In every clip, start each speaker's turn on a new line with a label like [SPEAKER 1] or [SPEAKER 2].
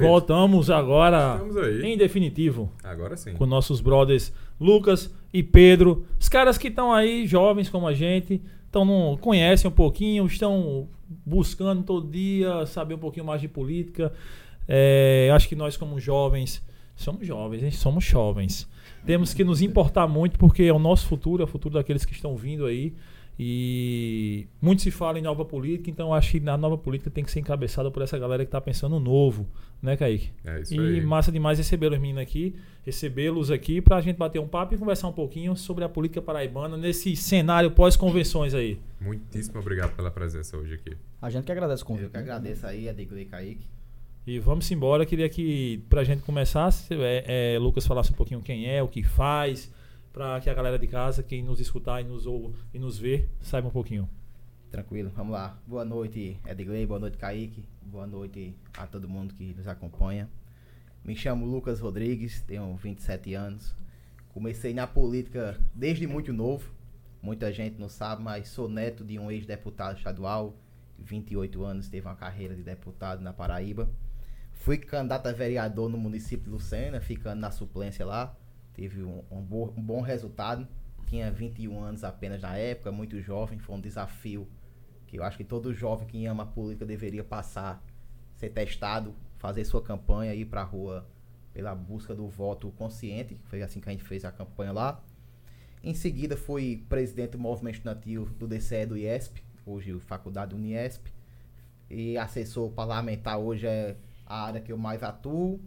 [SPEAKER 1] Voltamos agora,
[SPEAKER 2] Estamos aí.
[SPEAKER 1] em definitivo,
[SPEAKER 2] Agora sim.
[SPEAKER 1] com nossos brothers Lucas e Pedro. Os caras que estão aí, jovens como a gente, tão num- conhecem um pouquinho, estão buscando todo dia saber um pouquinho mais de política. É, acho que nós, como jovens, somos jovens, hein? somos jovens. Temos que nos importar muito porque é o nosso futuro, é o futuro daqueles que estão vindo aí. E muito se fala em nova política, então acho que na nova política tem que ser encabeçada por essa galera que está pensando no novo, né, Kaique?
[SPEAKER 2] É isso
[SPEAKER 1] E
[SPEAKER 2] aí.
[SPEAKER 1] massa demais receber os meninos aqui, recebê-los aqui pra gente bater um papo e conversar um pouquinho sobre a política paraibana nesse cenário pós-convenções aí.
[SPEAKER 2] Muitíssimo obrigado pela presença hoje aqui.
[SPEAKER 3] A gente que agradece o convite. né?
[SPEAKER 4] Eu que agradeço aí, Adigley Kaique.
[SPEAKER 1] E vamos embora, queria que pra gente começar, se- é, é, Lucas falasse um pouquinho quem é, o que faz, pra que a galera de casa, quem nos escutar e nos, ou, e nos ver, saiba um pouquinho.
[SPEAKER 4] Tranquilo, vamos lá. Boa noite, Edgley. Boa noite, Kaique. Boa noite a todo mundo que nos acompanha. Me chamo Lucas Rodrigues, tenho 27 anos. Comecei na política desde muito novo. Muita gente não sabe, mas sou neto de um ex-deputado estadual. 28 anos, teve uma carreira de deputado na Paraíba. Fui candidato a vereador no município de Lucena, ficando na suplência lá. Teve um, um bo- um bom resultado. Tinha 21 anos apenas na época, muito jovem. Foi um desafio que eu acho que todo jovem que ama a política deveria passar, ser testado, fazer sua campanha, ir para a rua pela busca do voto consciente. que Foi assim que a gente fez a campanha lá. Em seguida, fui presidente do movimento estudantil do DCE do IESP, hoje Faculdade Uniesp e assessor parlamentar hoje é a área que eu mais atuo.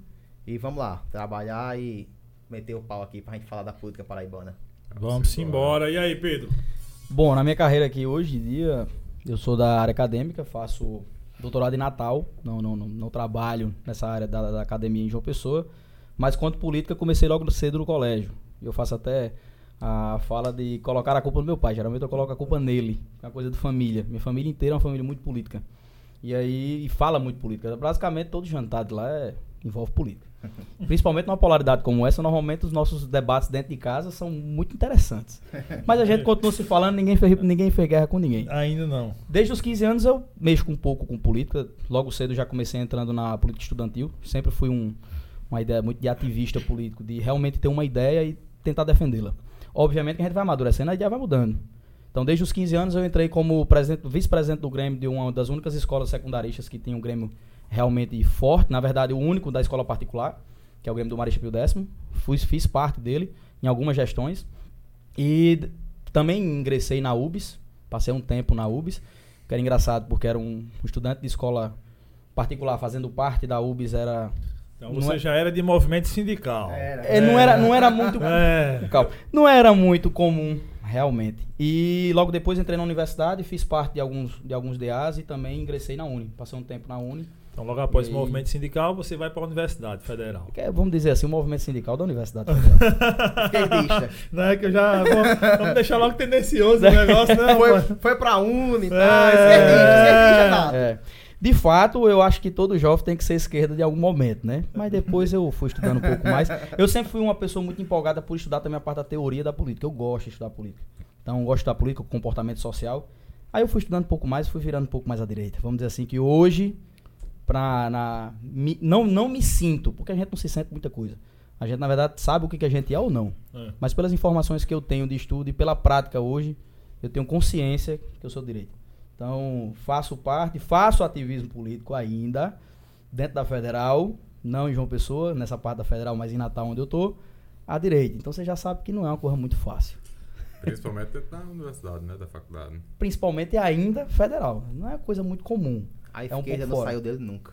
[SPEAKER 4] E vamos lá, trabalhar e meter o pau aqui pra gente falar da política paraibana.
[SPEAKER 1] Vamos embora. E aí, Pedro?
[SPEAKER 3] Bom, na minha carreira aqui hoje em dia, eu sou da área acadêmica, faço doutorado em Natal, não, não, não, não trabalho nessa área da, da academia em João Pessoa, mas quanto política, comecei logo cedo no colégio. Eu faço até a fala de colocar a culpa no meu pai, geralmente eu coloco a culpa nele, é uma coisa de família. Minha família inteira é uma família muito política. E aí, e fala muito política. Basicamente, todo jantar de lá é- envolve política. Principalmente numa polaridade como essa, normalmente os nossos debates dentro de casa são muito interessantes. Mas a gente continua se falando, ninguém fez, ninguém fez guerra com ninguém.
[SPEAKER 1] Ainda não.
[SPEAKER 3] Desde os 15 anos eu mexo um pouco com política. Logo cedo já comecei entrando na política estudantil. Sempre fui um, uma ideia muito de ativista político, de realmente ter uma ideia e tentar defendê-la. Obviamente que a gente vai amadurecendo, a ideia vai mudando. Então, desde os 15 anos eu entrei como presidente- vice-presidente do Grêmio de uma das únicas escolas secundaristas que tinha um Grêmio realmente forte. Na verdade, o único da escola particular, que é o Grêmio do Marista Pio Décimo. Fui, fiz parte dele em algumas gestões. E d- também ingressei na UBS, passei um tempo na UBS, que era engraçado porque era um estudante de escola particular fazendo parte da UBS, era...
[SPEAKER 1] Então
[SPEAKER 3] Não
[SPEAKER 1] você
[SPEAKER 3] é-
[SPEAKER 1] já era de movimento sindical.
[SPEAKER 3] É, não era, não era muito
[SPEAKER 1] É.
[SPEAKER 3] Calma. Não era muito comum, realmente. E logo depois entrei na universidade, fiz parte de alguns, de alguns DAs e também ingressei na Uni. Passei um tempo na Uni.
[SPEAKER 1] Então logo após
[SPEAKER 3] E
[SPEAKER 1] o
[SPEAKER 3] aí?
[SPEAKER 1] movimento sindical, você vai para a Universidade Federal.
[SPEAKER 3] Que é, vamos dizer assim, o movimento sindical da universidade. Federal.
[SPEAKER 4] Esquerdista.
[SPEAKER 1] Não é que eu já. vou- Vamos deixar logo tendencioso o negócio, né?
[SPEAKER 4] é. foi,
[SPEAKER 1] rapaz?
[SPEAKER 4] foi pra Uni, tá?
[SPEAKER 1] É.
[SPEAKER 4] Esquerdista, esquerdista nada.
[SPEAKER 3] É. De fato, eu acho que todo jovem tem que ser esquerda de algum momento, né? Mas depois eu fui estudando um pouco mais. Eu sempre fui uma pessoa muito empolgada por estudar também a parte da teoria da política. Eu gosto de estudar política. Então, eu gosto de estudar política, comportamento social. Aí eu fui estudando um pouco mais, fui virando um pouco mais à direita. Vamos dizer assim que hoje, pra, na, mi- não, não me sinto, porque a gente não se sente muita coisa. A gente, na verdade, sabe o que, que a gente é ou não.
[SPEAKER 1] É.
[SPEAKER 3] Mas pelas informações que eu tenho de estudo e pela prática hoje, eu tenho consciência que eu sou direito. Então, faço parte, faço ativismo político ainda, dentro da Federal, não em João Pessoa, nessa parte da Federal, mas em Natal, onde eu tô, à direita. Então, você já sabe que não é uma coisa muito fácil.
[SPEAKER 2] Principalmente dentro da universidade, né? Da faculdade.
[SPEAKER 3] Principalmente ainda Federal. Não é uma coisa muito comum.
[SPEAKER 4] A
[SPEAKER 3] É um
[SPEAKER 4] esquerda
[SPEAKER 3] pouco
[SPEAKER 4] não
[SPEAKER 3] fora.
[SPEAKER 4] saiu dele nunca.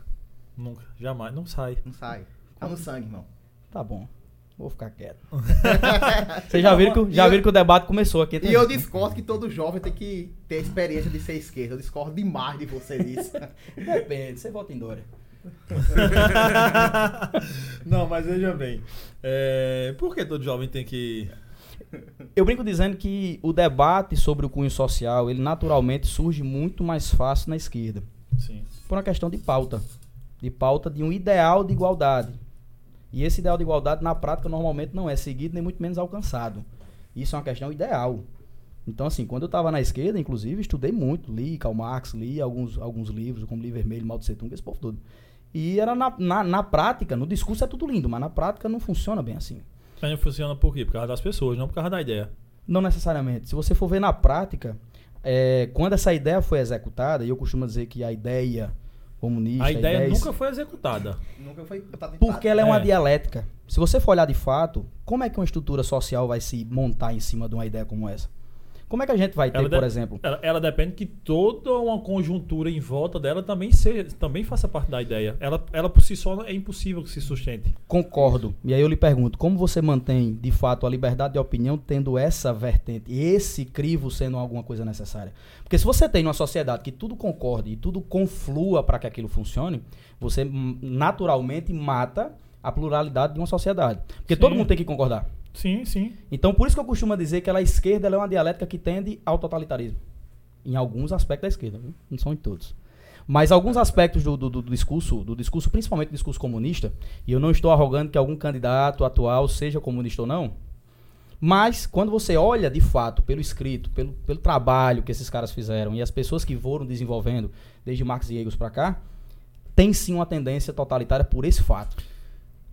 [SPEAKER 1] Nunca, jamais, não sai.
[SPEAKER 4] Não sai. Tá no sangue, irmão.
[SPEAKER 3] Tá bom, vou ficar quieto. Vocês já viram que, o- já viram que o debate começou aqui.
[SPEAKER 4] E eu discordo que todo jovem tem que ter a experiência de ser esquerda. Eu discordo demais de você nisso.
[SPEAKER 3] Depende, você vota em Dória.
[SPEAKER 1] não, mas veja bem. é, por que todo jovem tem que.
[SPEAKER 3] Eu brinco dizendo que o debate sobre o cunho social, ele naturalmente surge muito mais fácil na esquerda.
[SPEAKER 1] Sim.
[SPEAKER 3] Por uma questão de pauta. De pauta de um ideal de igualdade. E esse ideal de igualdade, na prática, normalmente não é seguido, nem muito menos alcançado. Isso é uma questão ideal. Então, assim, quando eu estava na esquerda, inclusive, estudei muito, li Karl Marx, li alguns, alguns livros, como Livro Vermelho, Mao Tse Tung, esse povo todo. E era na, na, na prática, no discurso é tudo lindo, mas na prática não funciona bem assim.
[SPEAKER 1] Mas não funciona por quê? Por causa das pessoas, não por causa da ideia.
[SPEAKER 3] Não necessariamente. Se você for ver na prática, é, quando essa ideia foi executada, e eu costumo dizer que a ideia comunista.
[SPEAKER 1] a ideia
[SPEAKER 3] es-
[SPEAKER 1] nunca foi executada.
[SPEAKER 4] Nunca foi botado em
[SPEAKER 3] Porque ela é, uma
[SPEAKER 1] É.
[SPEAKER 3] dialética. Se você for olhar de fato, como é que uma estrutura social vai se montar em cima de uma ideia como essa? Como é que a gente vai ter,
[SPEAKER 1] Ela
[SPEAKER 3] por
[SPEAKER 1] de-
[SPEAKER 3] exemplo?
[SPEAKER 1] Ela, ela depende que toda uma conjuntura em volta dela também, seja, também faça parte da ideia. Ela, ela por si só é impossível que se sustente.
[SPEAKER 3] Concordo. E aí eu lhe pergunto, como você mantém, de fato, a liberdade de opinião tendo essa vertente, esse crivo sendo alguma coisa necessária? Porque se você tem uma sociedade que tudo concorde e tudo conflua para que aquilo funcione, você hum, naturalmente mata a pluralidade de uma sociedade. Porque todo
[SPEAKER 1] Sim.
[SPEAKER 3] mundo tem que concordar.
[SPEAKER 1] Sim, sim.
[SPEAKER 3] Então, por isso que eu costumo dizer que ela, a esquerda ela é uma dialética que tende ao totalitarismo. Em alguns aspectos da esquerda, viu? não são em todos. Mas alguns aspectos do, do- do discurso, do discurso, principalmente do discurso comunista, e eu não estou arrogando que algum candidato atual seja comunista ou não, mas quando você olha de fato pelo escrito, pelo, pelo trabalho que esses caras fizeram e as pessoas que foram desenvolvendo desde Marx e Engels para cá, tem sim uma tendência totalitária por esse fato.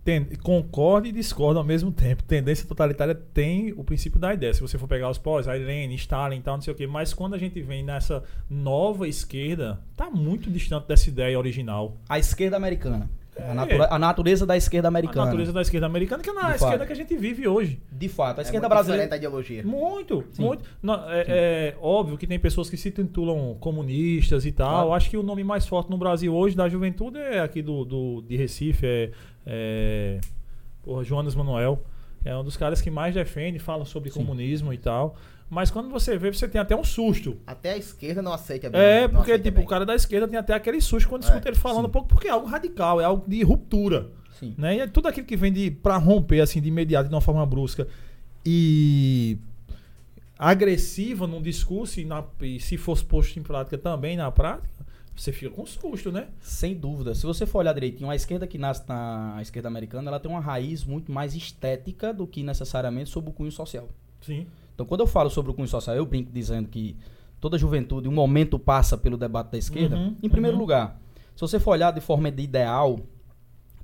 [SPEAKER 1] Ten- concorda e discorda ao mesmo tempo. Tendência totalitária tem o princípio da ideia. Se você for pegar os pós, a Irene, Stalin e tal, não sei o quê. Mas quando a gente vem nessa nova esquerda, tá muito distante dessa ideia original.
[SPEAKER 3] A esquerda americana, a,
[SPEAKER 1] É.
[SPEAKER 3] natura- a natureza da esquerda americana.
[SPEAKER 1] A natureza da esquerda americana, que é na
[SPEAKER 3] De
[SPEAKER 1] esquerda
[SPEAKER 3] fato.
[SPEAKER 1] que a gente vive hoje.
[SPEAKER 3] De fato, a
[SPEAKER 4] É
[SPEAKER 3] esquerda
[SPEAKER 4] muito
[SPEAKER 3] brasileira.
[SPEAKER 4] diferente da ideologia.
[SPEAKER 1] Muito, muito. Na- é, é óbvio que tem pessoas que se titulam comunistas e tal.
[SPEAKER 3] Claro.
[SPEAKER 1] Acho que o nome mais forte no Brasil hoje da juventude é aqui do, do- de Recife, é, é porra, Jonas Manuel. É um dos caras que mais defende, fala sobre comunismo e tal. Mas quando você vê, você tem até um susto.
[SPEAKER 4] Até a esquerda não aceita bem.
[SPEAKER 1] É,
[SPEAKER 4] não
[SPEAKER 1] porque
[SPEAKER 4] aceita
[SPEAKER 1] tipo,
[SPEAKER 4] bem.
[SPEAKER 1] o cara da esquerda tem até aquele susto quando
[SPEAKER 4] É,
[SPEAKER 1] escuta ele falando um pouco, porque é algo radical, é algo de ruptura.
[SPEAKER 3] Sim.
[SPEAKER 1] Né? E é tudo aquilo que vem de para romper assim de imediato, de uma forma brusca e agressiva num discurso e, na- e se fosse posto em prática também na prática, você fica com susto, né?
[SPEAKER 3] Sem dúvida. Se você for olhar direitinho, a esquerda que nasce na esquerda americana, ela tem uma raiz muito mais estética do que necessariamente sobre o cunho social.
[SPEAKER 1] Sim.
[SPEAKER 3] Então, quando eu falo sobre o cunho social, eu brinco dizendo que toda juventude, um momento passa pelo debate da esquerda.
[SPEAKER 1] Uhum,
[SPEAKER 3] em primeiro
[SPEAKER 1] uhum.
[SPEAKER 3] lugar, se você for olhar de forma de ideal,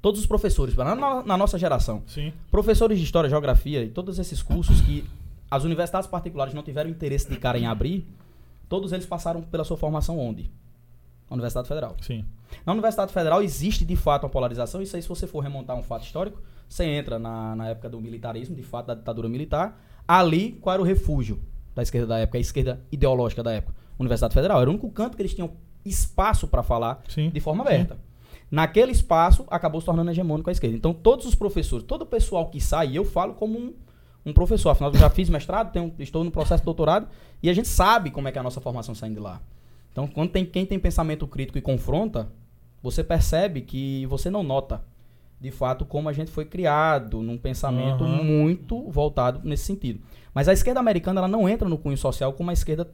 [SPEAKER 3] todos os professores, na, no- na nossa geração,
[SPEAKER 1] Sim.
[SPEAKER 3] professores de história, geografia e todos esses cursos que as universidades particulares não tiveram interesse de cara em abrir, todos eles passaram pela sua formação onde? Na Universidade Federal.
[SPEAKER 1] Sim.
[SPEAKER 3] Na Universidade Federal existe de fato uma polarização, isso aí se você for remontar um fato histórico, você entra na, na época do militarismo, de fato da ditadura militar, ali qual era o refúgio da esquerda da época, a esquerda ideológica da época? Universidade Federal, era o único canto que eles tinham espaço para falar
[SPEAKER 1] Sim.
[SPEAKER 3] de forma aberta. Naquele espaço acabou se tornando hegemônico a esquerda. Então todos os professores, todo o pessoal que sai, e eu falo como um, um professor, afinal eu já fiz mestrado, tenho, estou no processo de doutorado, e a gente sabe como é que é a nossa formação saindo de lá. Então, quando tem quem tem pensamento crítico e confronta, você percebe que você não nota, de fato, como a gente foi criado num pensamento
[SPEAKER 1] Aham.
[SPEAKER 3] muito voltado nesse sentido. Mas a esquerda americana ela não entra no cunho social como a esquerda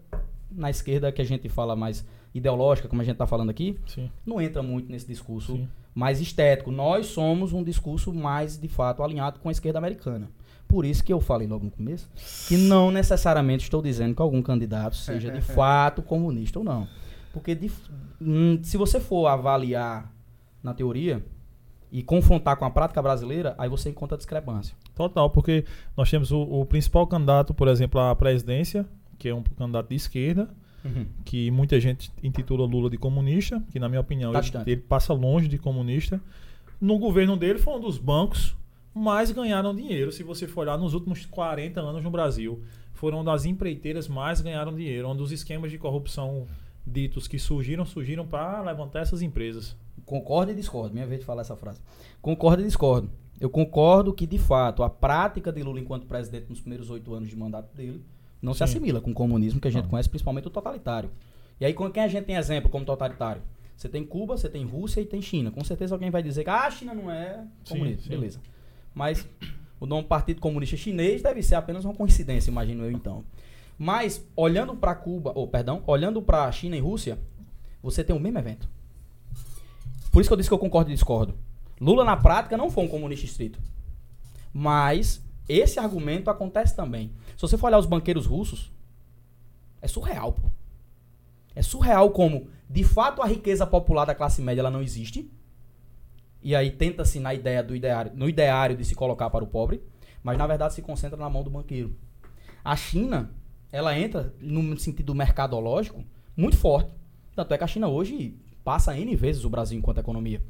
[SPEAKER 3] na esquerda que a gente fala mais ideológica, como a gente está falando aqui,
[SPEAKER 1] Sim.
[SPEAKER 3] não entra muito nesse discurso
[SPEAKER 1] Sim.
[SPEAKER 3] mais estético. Nós somos um discurso mais, de fato, alinhado com a esquerda americana. Por isso que eu falei logo no começo que não necessariamente estou dizendo que algum candidato seja, de fato, comunista ou não. Porque de f- hum, se você for avaliar na teoria e confrontar com a prática brasileira, aí você encontra discrepância.
[SPEAKER 1] Total, porque nós temos o, o principal candidato, por exemplo, à presidência, que é um candidato de esquerda, que muita gente intitula Lula de comunista, que na minha opinião
[SPEAKER 3] Tá
[SPEAKER 1] ele,
[SPEAKER 3] distante.
[SPEAKER 1] ele passa longe de comunista. No governo dele foi um dos bancos mais ganharam dinheiro, se você for olhar nos últimos 40 anos no Brasil. Foram das empreiteiras mais ganharam dinheiro, um dos esquemas de corrupção ditos que surgiram, surgiram para levantar essas empresas.
[SPEAKER 3] Concordo e discordo. Minha vez de falar essa frase. Concordo e discordo. Eu concordo que, de fato, a prática de Lula enquanto presidente nos primeiros oito anos de mandato dele não se
[SPEAKER 1] Sim.
[SPEAKER 3] assimila com o comunismo que a gente
[SPEAKER 1] Não.
[SPEAKER 3] conhece, principalmente o totalitário. E aí, com quem a gente tem exemplo como totalitário? Você tem Cuba, você tem Rússia e tem China. Com certeza alguém vai dizer que ah, a China não é
[SPEAKER 1] Sim,
[SPEAKER 3] comunista.
[SPEAKER 1] sim.
[SPEAKER 3] Beleza. Mas o nome Partido Comunista Chinês deve ser apenas uma coincidência, imagino eu então. Mas, olhando para Cuba, ou perdão, olhando para China e Rússia, você tem o mesmo evento. Por isso que eu disse que eu concordo e discordo. Lula, na prática, não foi um comunista estrito. Mas Esse argumento acontece também. Se você for olhar os banqueiros russos, é surreal, pô. É surreal como, de fato, a riqueza popular da classe média ela não existe. E aí tenta-se na ideia do ideário, no ideário de se colocar para o pobre, mas na verdade se concentra na mão do banqueiro. A China, ela entra no sentido mercadológico muito forte. Tanto é que a China hoje passa N vezes o Brasil enquanto economia.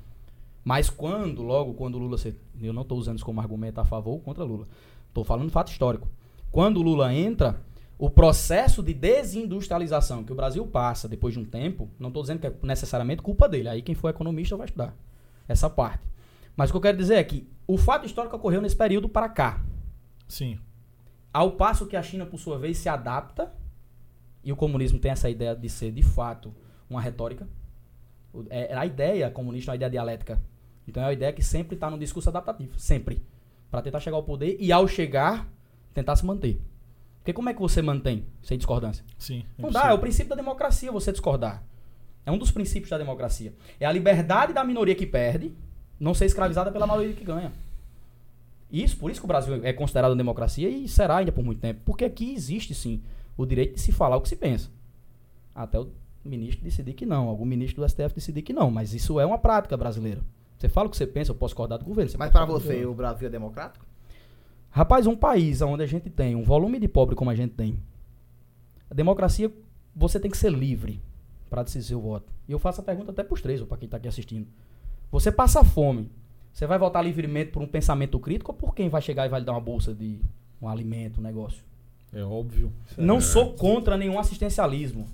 [SPEAKER 3] Mas quando, logo quando o Lula. se- Eu não estou usando isso como argumento a favor ou contra Lula. Estou falando fato histórico. Quando o Lula entra, o processo de desindustrialização que o Brasil passa depois de um tempo, não estou dizendo que é necessariamente culpa dele. Aí quem for economista vai estudar essa parte. Mas o que eu quero dizer é que o fato histórico ocorreu nesse período para cá.
[SPEAKER 1] Sim.
[SPEAKER 3] Ao passo que a China, por sua vez, se adapta, e o comunismo tem essa ideia de ser, de fato, uma retórica. O- É, é a ideia comunista é uma ideia dialética. Então é uma ideia que sempre está num discurso adaptativo, sempre. Para tentar chegar ao poder e, ao chegar, tentar se manter. Porque como é que você mantém sem discordância?
[SPEAKER 1] Sim.
[SPEAKER 3] Não dá, é o princípio da democracia você discordar. É um dos princípios da democracia. É a liberdade da minoria que perde não ser escravizada pela maioria que ganha. Isso, por isso que o Brasil é considerado uma democracia e será ainda por muito tempo. Porque aqui existe sim o direito de se falar o que se pensa. Até o ministro decidir que não, algum ministro do STF decidir que não, mas isso é uma prática brasileira. Você fala o que você pensa, eu posso discordar do governo. você
[SPEAKER 4] Mas
[SPEAKER 3] pode
[SPEAKER 4] para
[SPEAKER 3] discordar do
[SPEAKER 4] você,
[SPEAKER 3] governo.
[SPEAKER 4] o Brasil é democrático?
[SPEAKER 3] Rapaz, um país onde a gente tem um volume de pobre como a gente tem, a democracia, você tem que ser livre para decidir seu voto. E eu faço a pergunta até para os três, ou para quem está aqui assistindo. Você passa fome, você vai votar livremente por um pensamento crítico ou por quem vai chegar e vai lhe dar uma bolsa de um alimento, um negócio?
[SPEAKER 1] É óbvio.
[SPEAKER 3] Não sou contra nenhum assistencialismo.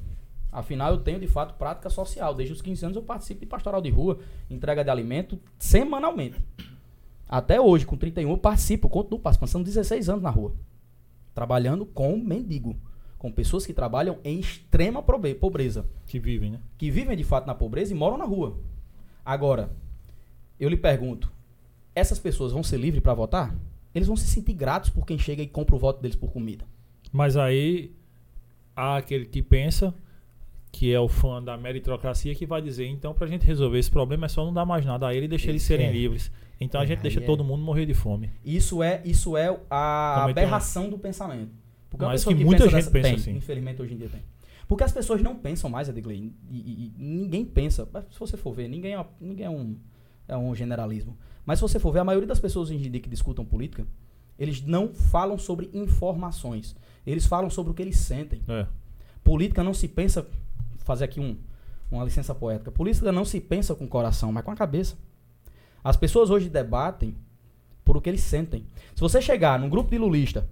[SPEAKER 3] Afinal, eu tenho de fato prática social. Desde os 15 anos eu participo de pastoral de rua, entrega de alimento semanalmente. Até hoje, com 31, eu participo, continuo participando. São 16 anos na rua. Trabalhando com mendigo. Com pessoas que trabalham em extrema probe- pobreza
[SPEAKER 1] Que vivem, né?
[SPEAKER 3] que vivem de fato na pobreza e moram na rua. Agora, eu lhe pergunto, essas pessoas vão ser livres para votar? Eles vão se sentir gratos por quem chega e compra o voto deles por comida.
[SPEAKER 1] Mas aí há aquele que pensa que é o fã da meritocracia que vai dizer, então pra gente resolver esse problema é só não dar mais nada a ele e deixar eles
[SPEAKER 3] Isso,
[SPEAKER 1] serem
[SPEAKER 3] é.
[SPEAKER 1] livres. Então a
[SPEAKER 3] É,
[SPEAKER 1] gente deixa
[SPEAKER 3] aí é.
[SPEAKER 1] todo mundo morrer de fome.
[SPEAKER 3] Isso é, isso é a
[SPEAKER 1] Também tem
[SPEAKER 3] aberração do pensamento. Porque uma
[SPEAKER 1] Mas
[SPEAKER 3] pessoa
[SPEAKER 1] que muita gente pensa
[SPEAKER 3] tem,
[SPEAKER 1] assim.
[SPEAKER 3] Infelizmente hoje em dia tem. Porque as pessoas não pensam mais, Edgley, e, e- e ninguém pensa. Mas Se você for ver, ninguém é, uma- ninguém é um é um generalismo. Mas se você for ver, a maioria das pessoas hoje em dia que discutam política, eles não falam sobre informações. Eles falam sobre o que eles sentem.
[SPEAKER 1] É.
[SPEAKER 3] Política não se pensa. Vou fazer aqui um, uma licença poética. Política não se pensa com o coração, mas com a cabeça. As pessoas hoje debatem por o que eles sentem. Se você chegar num grupo de lulista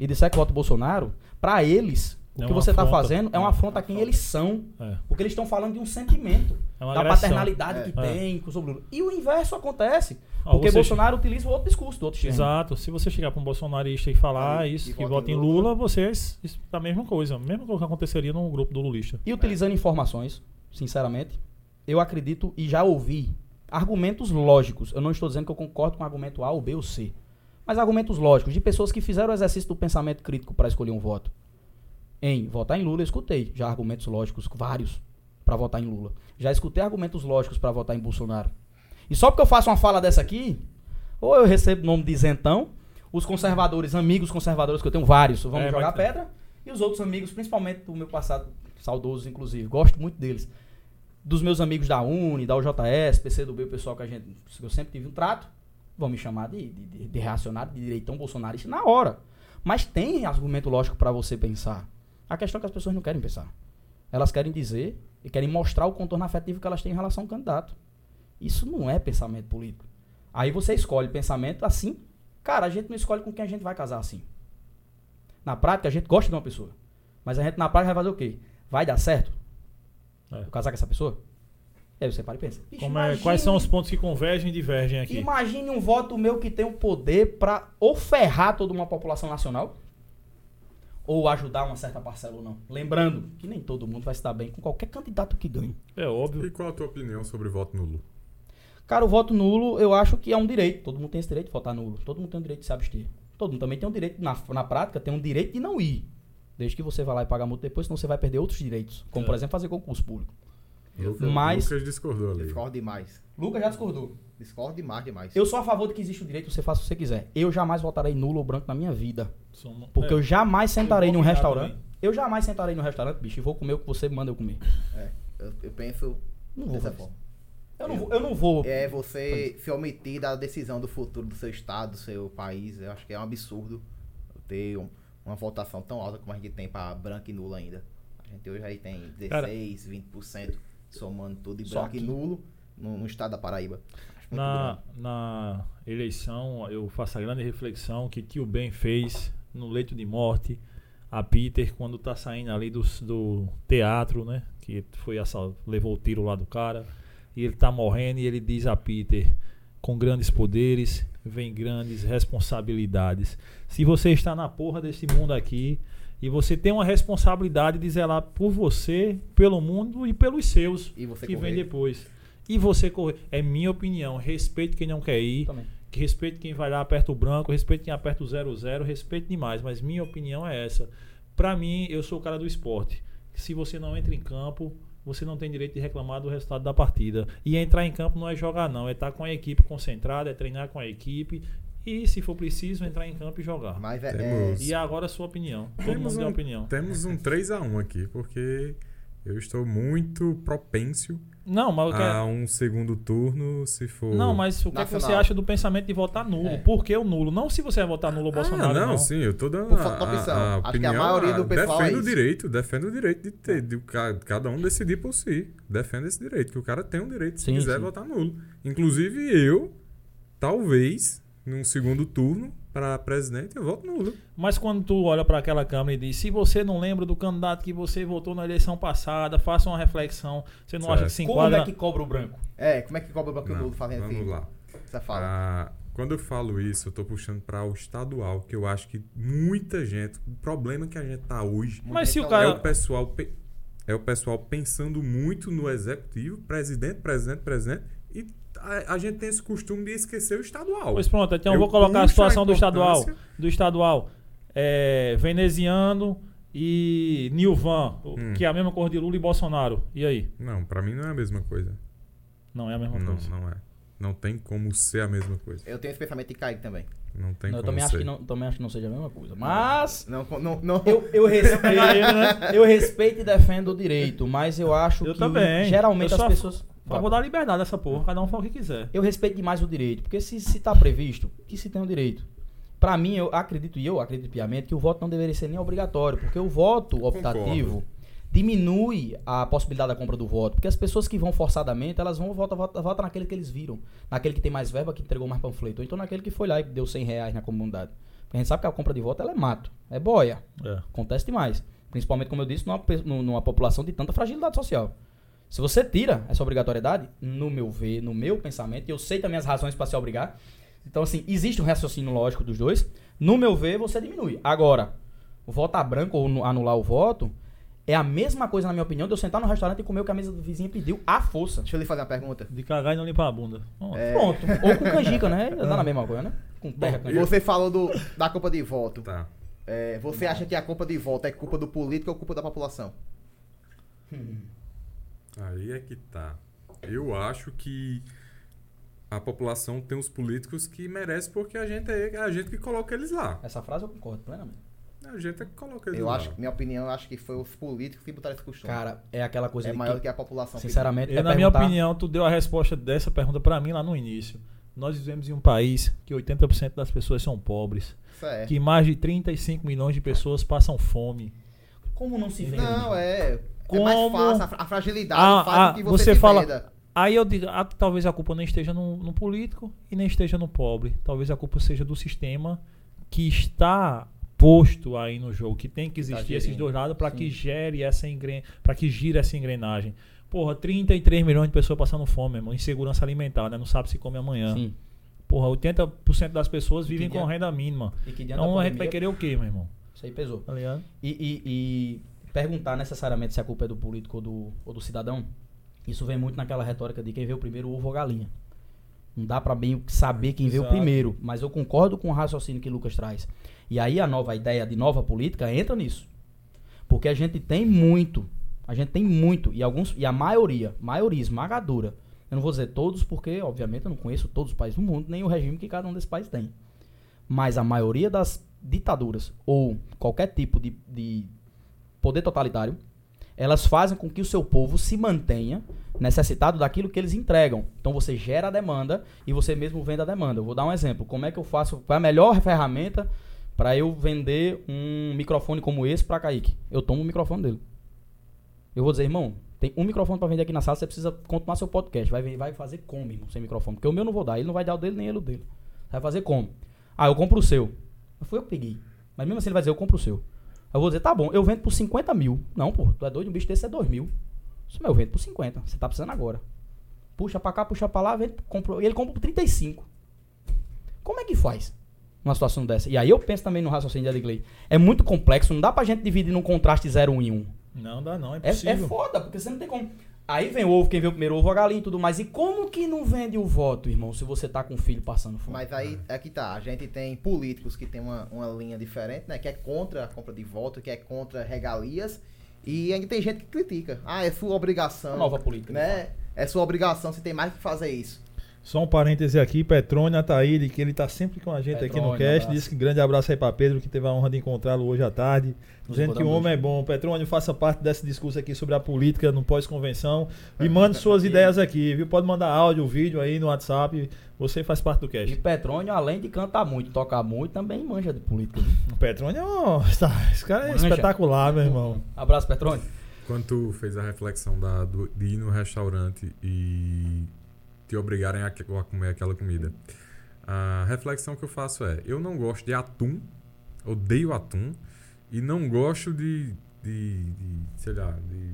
[SPEAKER 3] e disser que vota Bolsonaro, para eles, o
[SPEAKER 1] É
[SPEAKER 3] que
[SPEAKER 1] uma
[SPEAKER 3] você está
[SPEAKER 1] afronta.
[SPEAKER 3] fazendo é uma afronta a quem eles são.
[SPEAKER 1] É.
[SPEAKER 3] Porque eles estão falando de um sentimento,
[SPEAKER 1] É uma
[SPEAKER 3] da
[SPEAKER 1] agressão.
[SPEAKER 3] paternalidade
[SPEAKER 4] É.
[SPEAKER 3] que
[SPEAKER 1] É.
[SPEAKER 3] tem com sobre o Lula. E o inverso acontece.
[SPEAKER 1] Ah,
[SPEAKER 3] Porque
[SPEAKER 1] você-
[SPEAKER 3] Bolsonaro utiliza o outro discurso do outro time.
[SPEAKER 1] Exato. Se você chegar para um bolsonarista e falar "Ah,
[SPEAKER 4] Aí,
[SPEAKER 1] isso,
[SPEAKER 4] e
[SPEAKER 1] que
[SPEAKER 4] vota
[SPEAKER 1] vota em
[SPEAKER 4] em
[SPEAKER 1] Lula,
[SPEAKER 4] Lula.
[SPEAKER 1] vocês. Isso é a mesma coisa. A mesma coisa que aconteceria num grupo do Lulista.
[SPEAKER 3] E utilizando informações, sinceramente, eu acredito e já ouvi argumentos lógicos. Eu não estou dizendo que eu concordo com argumento A ou B ou C. Mas argumentos lógicos de pessoas que fizeram o exercício do pensamento crítico para escolher um voto. Em votar em Lula, eu escutei já argumentos lógicos, vários, para votar em Lula. Já escutei argumentos lógicos para votar em Bolsonaro. E só porque eu faço uma fala dessa aqui, ou eu recebo o nome de isentão, os conservadores, amigos conservadores, que eu tenho vários, vão
[SPEAKER 1] É,
[SPEAKER 3] me jogar
[SPEAKER 1] vai ter.
[SPEAKER 3] pedra, e os outros amigos, principalmente do meu passado, saudosos inclusive, gosto muito deles. Dos meus amigos da Uni, da UJS, PCdoB, o pessoal que a gente, que eu sempre tive um trato, vão me chamar de, de, de- de reacionário, de direitão bolsonarista na hora. Mas tem argumento lógico para você pensar. A questão é que as pessoas não querem pensar. Elas querem dizer e querem mostrar o contorno afetivo que elas têm em relação ao candidato. Isso não é pensamento político. Aí você escolhe pensamento assim. Cara, a gente não escolhe com quem a gente vai casar assim. Na prática, a gente gosta de uma pessoa. Mas a gente na prática vai fazer o quê? Vai dar certo?
[SPEAKER 1] É.
[SPEAKER 3] Eu casar com essa pessoa? E aí você para e pensa. "Bicho,
[SPEAKER 1] Como é-
[SPEAKER 3] imagine-
[SPEAKER 1] quais são os pontos que convergem e divergem aqui?
[SPEAKER 3] Imagine um voto meu que tem o poder para ou ferrar toda uma população nacional ou ajudar uma certa parcela ou não. Lembrando que nem todo mundo vai se dar bem com qualquer candidato que ganhe.
[SPEAKER 1] É óbvio.
[SPEAKER 2] E qual a tua opinião sobre voto nulo?
[SPEAKER 3] Cara, o voto nulo eu acho que é um direito. Todo mundo tem esse direito de votar nulo. Todo mundo tem o direito de se abster. Todo mundo também tem um direito, na, na prática, tem um direito de não ir. Desde que você vá lá e pagar multa depois, senão você vai perder outros direitos. Como,
[SPEAKER 1] É.
[SPEAKER 3] por exemplo, fazer concurso público.
[SPEAKER 2] Lucas,
[SPEAKER 3] Mas-
[SPEAKER 2] Lucas discordou ali.
[SPEAKER 4] Discordo demais.
[SPEAKER 3] Lucas já discordou.
[SPEAKER 4] Discordo demais, demais.
[SPEAKER 3] Eu sou a favor de que existe o direito de você faça o que você quiser. Eu jamais votarei nulo ou branco na minha vida.
[SPEAKER 1] São-
[SPEAKER 3] Porque
[SPEAKER 1] é.
[SPEAKER 3] eu jamais sentarei
[SPEAKER 1] Eu
[SPEAKER 3] num
[SPEAKER 1] vou ficar
[SPEAKER 3] restaurante.
[SPEAKER 1] também.
[SPEAKER 3] Eu jamais sentarei num restaurante, bicho, e vou comer o que você manda eu comer.
[SPEAKER 4] É, eu, eu penso
[SPEAKER 3] Não vou
[SPEAKER 4] dessa
[SPEAKER 3] fazer
[SPEAKER 4] forma.
[SPEAKER 3] Eu não vou. Eu não vou.
[SPEAKER 4] É você se omitir da decisão do futuro do seu estado, do seu país. Eu acho que é um absurdo ter um- uma votação tão alta como a gente tem pra branco e nulo ainda. A gente hoje aí tem 16,
[SPEAKER 1] Cara.
[SPEAKER 4] 20%, somando tudo e
[SPEAKER 3] Só
[SPEAKER 4] branco e
[SPEAKER 3] aqui.
[SPEAKER 4] nulo no, no estado da Paraíba. Acho muito
[SPEAKER 1] Na,
[SPEAKER 4] grande.
[SPEAKER 1] na eleição, eu faço a grande reflexão que tio Ben fez no leito de morte a Peter quando tá saindo ali do, do teatro, né? Que foi assal- levou o tiro lá do cara. E ele tá morrendo e ele diz a Peter: com grandes poderes vem grandes responsabilidades. Se você está na porra desse mundo aqui e você tem uma responsabilidade de zelar por você, pelo mundo e pelos seus
[SPEAKER 4] E você
[SPEAKER 1] que vem
[SPEAKER 4] correr.
[SPEAKER 1] depois. E você correr. É minha opinião. Respeito quem não quer ir.
[SPEAKER 3] Também.
[SPEAKER 1] Que respeito quem vai lá, aperta o branco. Respeito quem aperta o 00. Respeito demais. Mas minha opinião é essa. Pra mim, eu sou o cara do esporte. Se você não entra em campo, você não tem direito de reclamar do resultado da partida. E entrar em campo não é jogar, não. É estar com a equipe concentrada, é treinar com a equipe. E, se for preciso, entrar em campo e jogar.
[SPEAKER 4] Mas é, é,
[SPEAKER 2] Temos-
[SPEAKER 1] E agora a sua opinião. Todo
[SPEAKER 2] Temos
[SPEAKER 1] mundo tem
[SPEAKER 2] um-
[SPEAKER 1] opinião.
[SPEAKER 2] Temos um 3x1 aqui, porque eu estou muito propenso
[SPEAKER 1] Não, mas eu quero.
[SPEAKER 2] a um segundo turno, se for...
[SPEAKER 1] é? Não, mas o que, é que
[SPEAKER 4] Nacional.
[SPEAKER 1] você acha do pensamento de votar nulo?
[SPEAKER 4] É.
[SPEAKER 1] Por que o nulo? Não se você vai votar nulo ou Bolsonaro,
[SPEAKER 2] ah, não,
[SPEAKER 1] não.
[SPEAKER 2] sim, eu tô dando
[SPEAKER 4] Por
[SPEAKER 2] a,
[SPEAKER 4] falta de
[SPEAKER 2] a-
[SPEAKER 4] opção.
[SPEAKER 2] a
[SPEAKER 4] Acho que a
[SPEAKER 2] opinião, ah,
[SPEAKER 4] maioria do pessoal é
[SPEAKER 2] defende o
[SPEAKER 4] isso.
[SPEAKER 2] direito, defende o direito de ter, de ca- cada um decidir por si. Defende esse direito, que o cara tem um direito se
[SPEAKER 3] Sim,
[SPEAKER 2] quiser
[SPEAKER 3] sim.
[SPEAKER 2] votar nulo. Inclusive eu, talvez, num segundo turno, para presidente, eu voto nulo.
[SPEAKER 1] Mas quando tu olha para aquela câmera e diz, se você não lembra do candidato que você votou na eleição passada, faça uma reflexão. Você não acha que se
[SPEAKER 2] Certo.
[SPEAKER 3] Como
[SPEAKER 1] enquadra?
[SPEAKER 3] é que cobra o branco?
[SPEAKER 4] é, como é que cobra o branco e
[SPEAKER 2] Não,
[SPEAKER 4] nulo fazendo
[SPEAKER 2] vamos
[SPEAKER 4] esse-
[SPEAKER 2] lá.
[SPEAKER 4] essa fala?
[SPEAKER 2] Ah, quando eu falo isso, eu tô puxando para o estadual, que eu acho que muita gente, o problema que a gente tá hoje
[SPEAKER 1] Mas se o
[SPEAKER 2] é
[SPEAKER 1] cara-
[SPEAKER 2] o pessoal pe- é o pessoal pensando muito no executivo, presidente, presidente, presidente, e a, a gente tem esse costume de esquecer o estadual.
[SPEAKER 1] Pois pronto, então eu
[SPEAKER 2] Eu
[SPEAKER 1] vou colocar a
[SPEAKER 2] puxo a
[SPEAKER 1] situação do estadual.
[SPEAKER 2] importância.
[SPEAKER 1] Do estadual. É, veneziano e Nilvan, o-
[SPEAKER 2] Hum.
[SPEAKER 1] que é a mesma cor de Lula e Bolsonaro. E aí?
[SPEAKER 2] Não, para mim não é a mesma coisa.
[SPEAKER 1] Não é a mesma
[SPEAKER 2] Não,
[SPEAKER 1] coisa.
[SPEAKER 2] não é. Não tem como ser a mesma coisa.
[SPEAKER 4] Eu tenho esse pensamento de Kaique também.
[SPEAKER 2] Não tem
[SPEAKER 3] Não, eu
[SPEAKER 2] como
[SPEAKER 3] também
[SPEAKER 2] ser.
[SPEAKER 3] acho, que não, também acho que não seja a mesma
[SPEAKER 1] É.
[SPEAKER 3] coisa. Mas.
[SPEAKER 4] Não, não, não.
[SPEAKER 3] Eu, eu respeito, eu respeito e defendo o direito, mas eu acho
[SPEAKER 1] né? Eu
[SPEAKER 3] que
[SPEAKER 1] também.
[SPEAKER 3] geralmente
[SPEAKER 1] Eu sou
[SPEAKER 3] as
[SPEAKER 1] a-
[SPEAKER 3] pessoas.
[SPEAKER 1] Mas vou dar liberdade a essa porra, cada um faz o que quiser.
[SPEAKER 3] Eu respeito demais o direito, porque se, se tá previsto, que se tem o direito. Pra mim, eu acredito, e eu acredito piamente, que o voto não deveria ser nem obrigatório, porque o voto optativo
[SPEAKER 2] Concordo.
[SPEAKER 3] diminui a possibilidade da compra do voto. Porque as pessoas que vão forçadamente, elas vão votar, votar, votar naquele que eles viram. Naquele que tem mais verba, que entregou mais panfleto. Ou então naquele que foi lá e deu 100 reais na comunidade. Porque a gente sabe que a compra de voto ela é mato, é boia.
[SPEAKER 1] É.
[SPEAKER 3] Acontece demais. Principalmente, como eu disse, numa, pe- nu- numa população de tanta fragilidade social. Se você tira essa obrigatoriedade, no meu ver, no meu pensamento, e eu sei também as razões para se obrigar. Então, assim, existe um raciocínio lógico dos dois. No meu ver, você diminui. Agora, votar branco ou nu- anular o voto é a mesma coisa, na minha opinião, de eu sentar no restaurante e comer o que a mesa do vizinho pediu à força.
[SPEAKER 4] Deixa eu lhe fazer uma pergunta.
[SPEAKER 1] De cagar e não limpar a bunda. Pronto.
[SPEAKER 4] É.
[SPEAKER 3] Pronto. Ou com canjica, né? Dá na mesma coisa, né? Com terra, canjica.
[SPEAKER 4] Você falou do, da Copa de Voto.
[SPEAKER 2] Tá.
[SPEAKER 4] É, você acha que a culpa de volta é culpa do político ou culpa da população?
[SPEAKER 2] Aí é que tá. Eu acho que a população tem os políticos que merece porque a gente é é a gente que coloca eles lá.
[SPEAKER 3] Essa frase eu concordo plenamente.
[SPEAKER 2] A gente é que coloca eles
[SPEAKER 4] Eu
[SPEAKER 2] lá.
[SPEAKER 4] acho, minha opinião, eu acho que foi os políticos que botaram esse costume.
[SPEAKER 3] Cara, é aquela coisa
[SPEAKER 4] é
[SPEAKER 3] de
[SPEAKER 4] maior
[SPEAKER 3] que,
[SPEAKER 4] do que a população. que-
[SPEAKER 3] sinceramente, é
[SPEAKER 1] Eu, na minha
[SPEAKER 3] perguntar-
[SPEAKER 1] opinião, tu deu a resposta dessa pergunta pra mim lá no início. Nós vivemos em um país que 80% das pessoas são pobres,
[SPEAKER 4] Isso é.
[SPEAKER 1] que mais de 35 milhões de pessoas passam fome.
[SPEAKER 3] Como não se vende?
[SPEAKER 4] Não, é. É
[SPEAKER 1] Como-
[SPEAKER 4] mais fácil, a fra- a fragilidade
[SPEAKER 1] Ah,
[SPEAKER 4] faz
[SPEAKER 1] ah,
[SPEAKER 4] com que você,
[SPEAKER 1] você
[SPEAKER 4] se
[SPEAKER 1] fala-
[SPEAKER 4] venda.
[SPEAKER 1] Aí eu digo, ah, talvez a culpa não esteja no, no político e nem esteja no pobre. Talvez a culpa seja do sistema que está posto aí no jogo, que tem que
[SPEAKER 4] tá
[SPEAKER 1] existir esses
[SPEAKER 4] gerindo.
[SPEAKER 1] dois lados para que gere essa engrenagem, para que gire essa engrenagem. Porra, 33 milhões de pessoas passando fome, irmão, insegurança alimentar, né? Não sabe se come amanhã.
[SPEAKER 3] Sim.
[SPEAKER 1] Porra, 80% das pessoas vivem
[SPEAKER 3] que
[SPEAKER 1] com
[SPEAKER 3] dia-
[SPEAKER 1] renda mínima.
[SPEAKER 3] E que diante da
[SPEAKER 1] Então a gente vai
[SPEAKER 3] pandemia,
[SPEAKER 1] querer o quê, meu irmão?
[SPEAKER 3] Isso aí pesou.
[SPEAKER 1] Tá ligado?
[SPEAKER 3] E, e- e perguntar necessariamente se a culpa é do político ou do, ou do cidadão, isso vem muito naquela retórica de quem veio primeiro, ovo ou galinha. Não dá pra bem saber quem veio
[SPEAKER 1] Exato.
[SPEAKER 3] primeiro, mas eu concordo com o raciocínio que Lucas traz. E aí a nova ideia de nova política entra nisso. Porque a gente tem muito A gente tem muito, e alguns, e a maioria, maioria esmagadora. Eu não vou dizer todos, porque, obviamente, eu não conheço todos os países do mundo, nem o regime que cada um desses países tem. Mas a maioria das ditaduras, ou qualquer tipo de, de poder totalitário, elas fazem com que o seu povo se mantenha necessitado daquilo que eles entregam. Então você gera a demanda e você mesmo vende a demanda. Eu vou dar um exemplo. Como é que eu faço? Qual é a melhor ferramenta para eu vender um microfone como esse para Kaique? Eu tomo o microfone dele. Eu vou dizer, irmão, tem um microfone para vender aqui na sala, você precisa continuar seu podcast. Vai, ver- vai fazer como, irmão, sem microfone? Porque o meu não vou dar, ele não vai dar o dele nem ele o dele. Vai fazer como? Ah, eu compro o seu. Mas Foi eu que peguei. Mas mesmo assim ele vai dizer, eu compro o seu. Aí Eu vou dizer, tá bom, eu vendo por 50 mil. Não, porra, tu é doido, um bicho desse é 2 mil. Isso, meu, eu vendo por 50. Você tá precisando agora. Puxa pra cá, puxa pra lá, vende, comprou. E ele compra por 35. Como é que faz numa situação dessa? E aí eu penso também no raciocínio de Adigley. É muito complexo, não dá pra gente dividir num contraste 0 em 1. Um.
[SPEAKER 1] Não dá não, é
[SPEAKER 3] É, é
[SPEAKER 1] possível.
[SPEAKER 3] foda, porque você não tem como. Aí vem o ovo, quem vê o primeiro ovo, a galinha e tudo mais. E como que não vende o voto, irmão, se você tá com o filho passando fome?
[SPEAKER 4] Mas aí é que tá, a gente tem políticos que tem uma, uma linha diferente, né? Que é contra a compra de voto, que é contra regalias, e ainda tem gente que critica. Ah, é sua obrigação.
[SPEAKER 3] A nova política, de
[SPEAKER 4] né? É sua obrigação, você tem mais que fazer isso.
[SPEAKER 1] Só um parêntese aqui, Petrônio Ataíde, que ele tá sempre com a gente aqui
[SPEAKER 3] Petrônio,
[SPEAKER 1] no cast.
[SPEAKER 3] abraço.
[SPEAKER 1] Disse que grande abraço aí pra Pedro, que teve a honra de encontrá-lo hoje à tarde.
[SPEAKER 3] Nos
[SPEAKER 1] Dizendo que o
[SPEAKER 3] encontramos
[SPEAKER 1] homem é bom. Petrônio, faça parte desse discurso aqui sobre a política no pós-convenção. E mande suas ideias aqui, viu? Pode mandar áudio, vídeo aí no WhatsApp. Você faz parte do
[SPEAKER 3] E
[SPEAKER 1] cast.
[SPEAKER 3] Petrônio, além de cantar muito, tocar muito, também manja de política.
[SPEAKER 1] O Petrônio, é um- esse cara é
[SPEAKER 3] Manja.
[SPEAKER 1] espetacular, meu irmão.
[SPEAKER 3] Abraço, Petrônio.
[SPEAKER 2] Quando tu fez a reflexão da, do- de ir no restaurante e te obrigarem a, que- a comer aquela comida, a reflexão que eu faço é: eu não gosto de atum, odeio atum, e não gosto de. de, de, sei lá, de.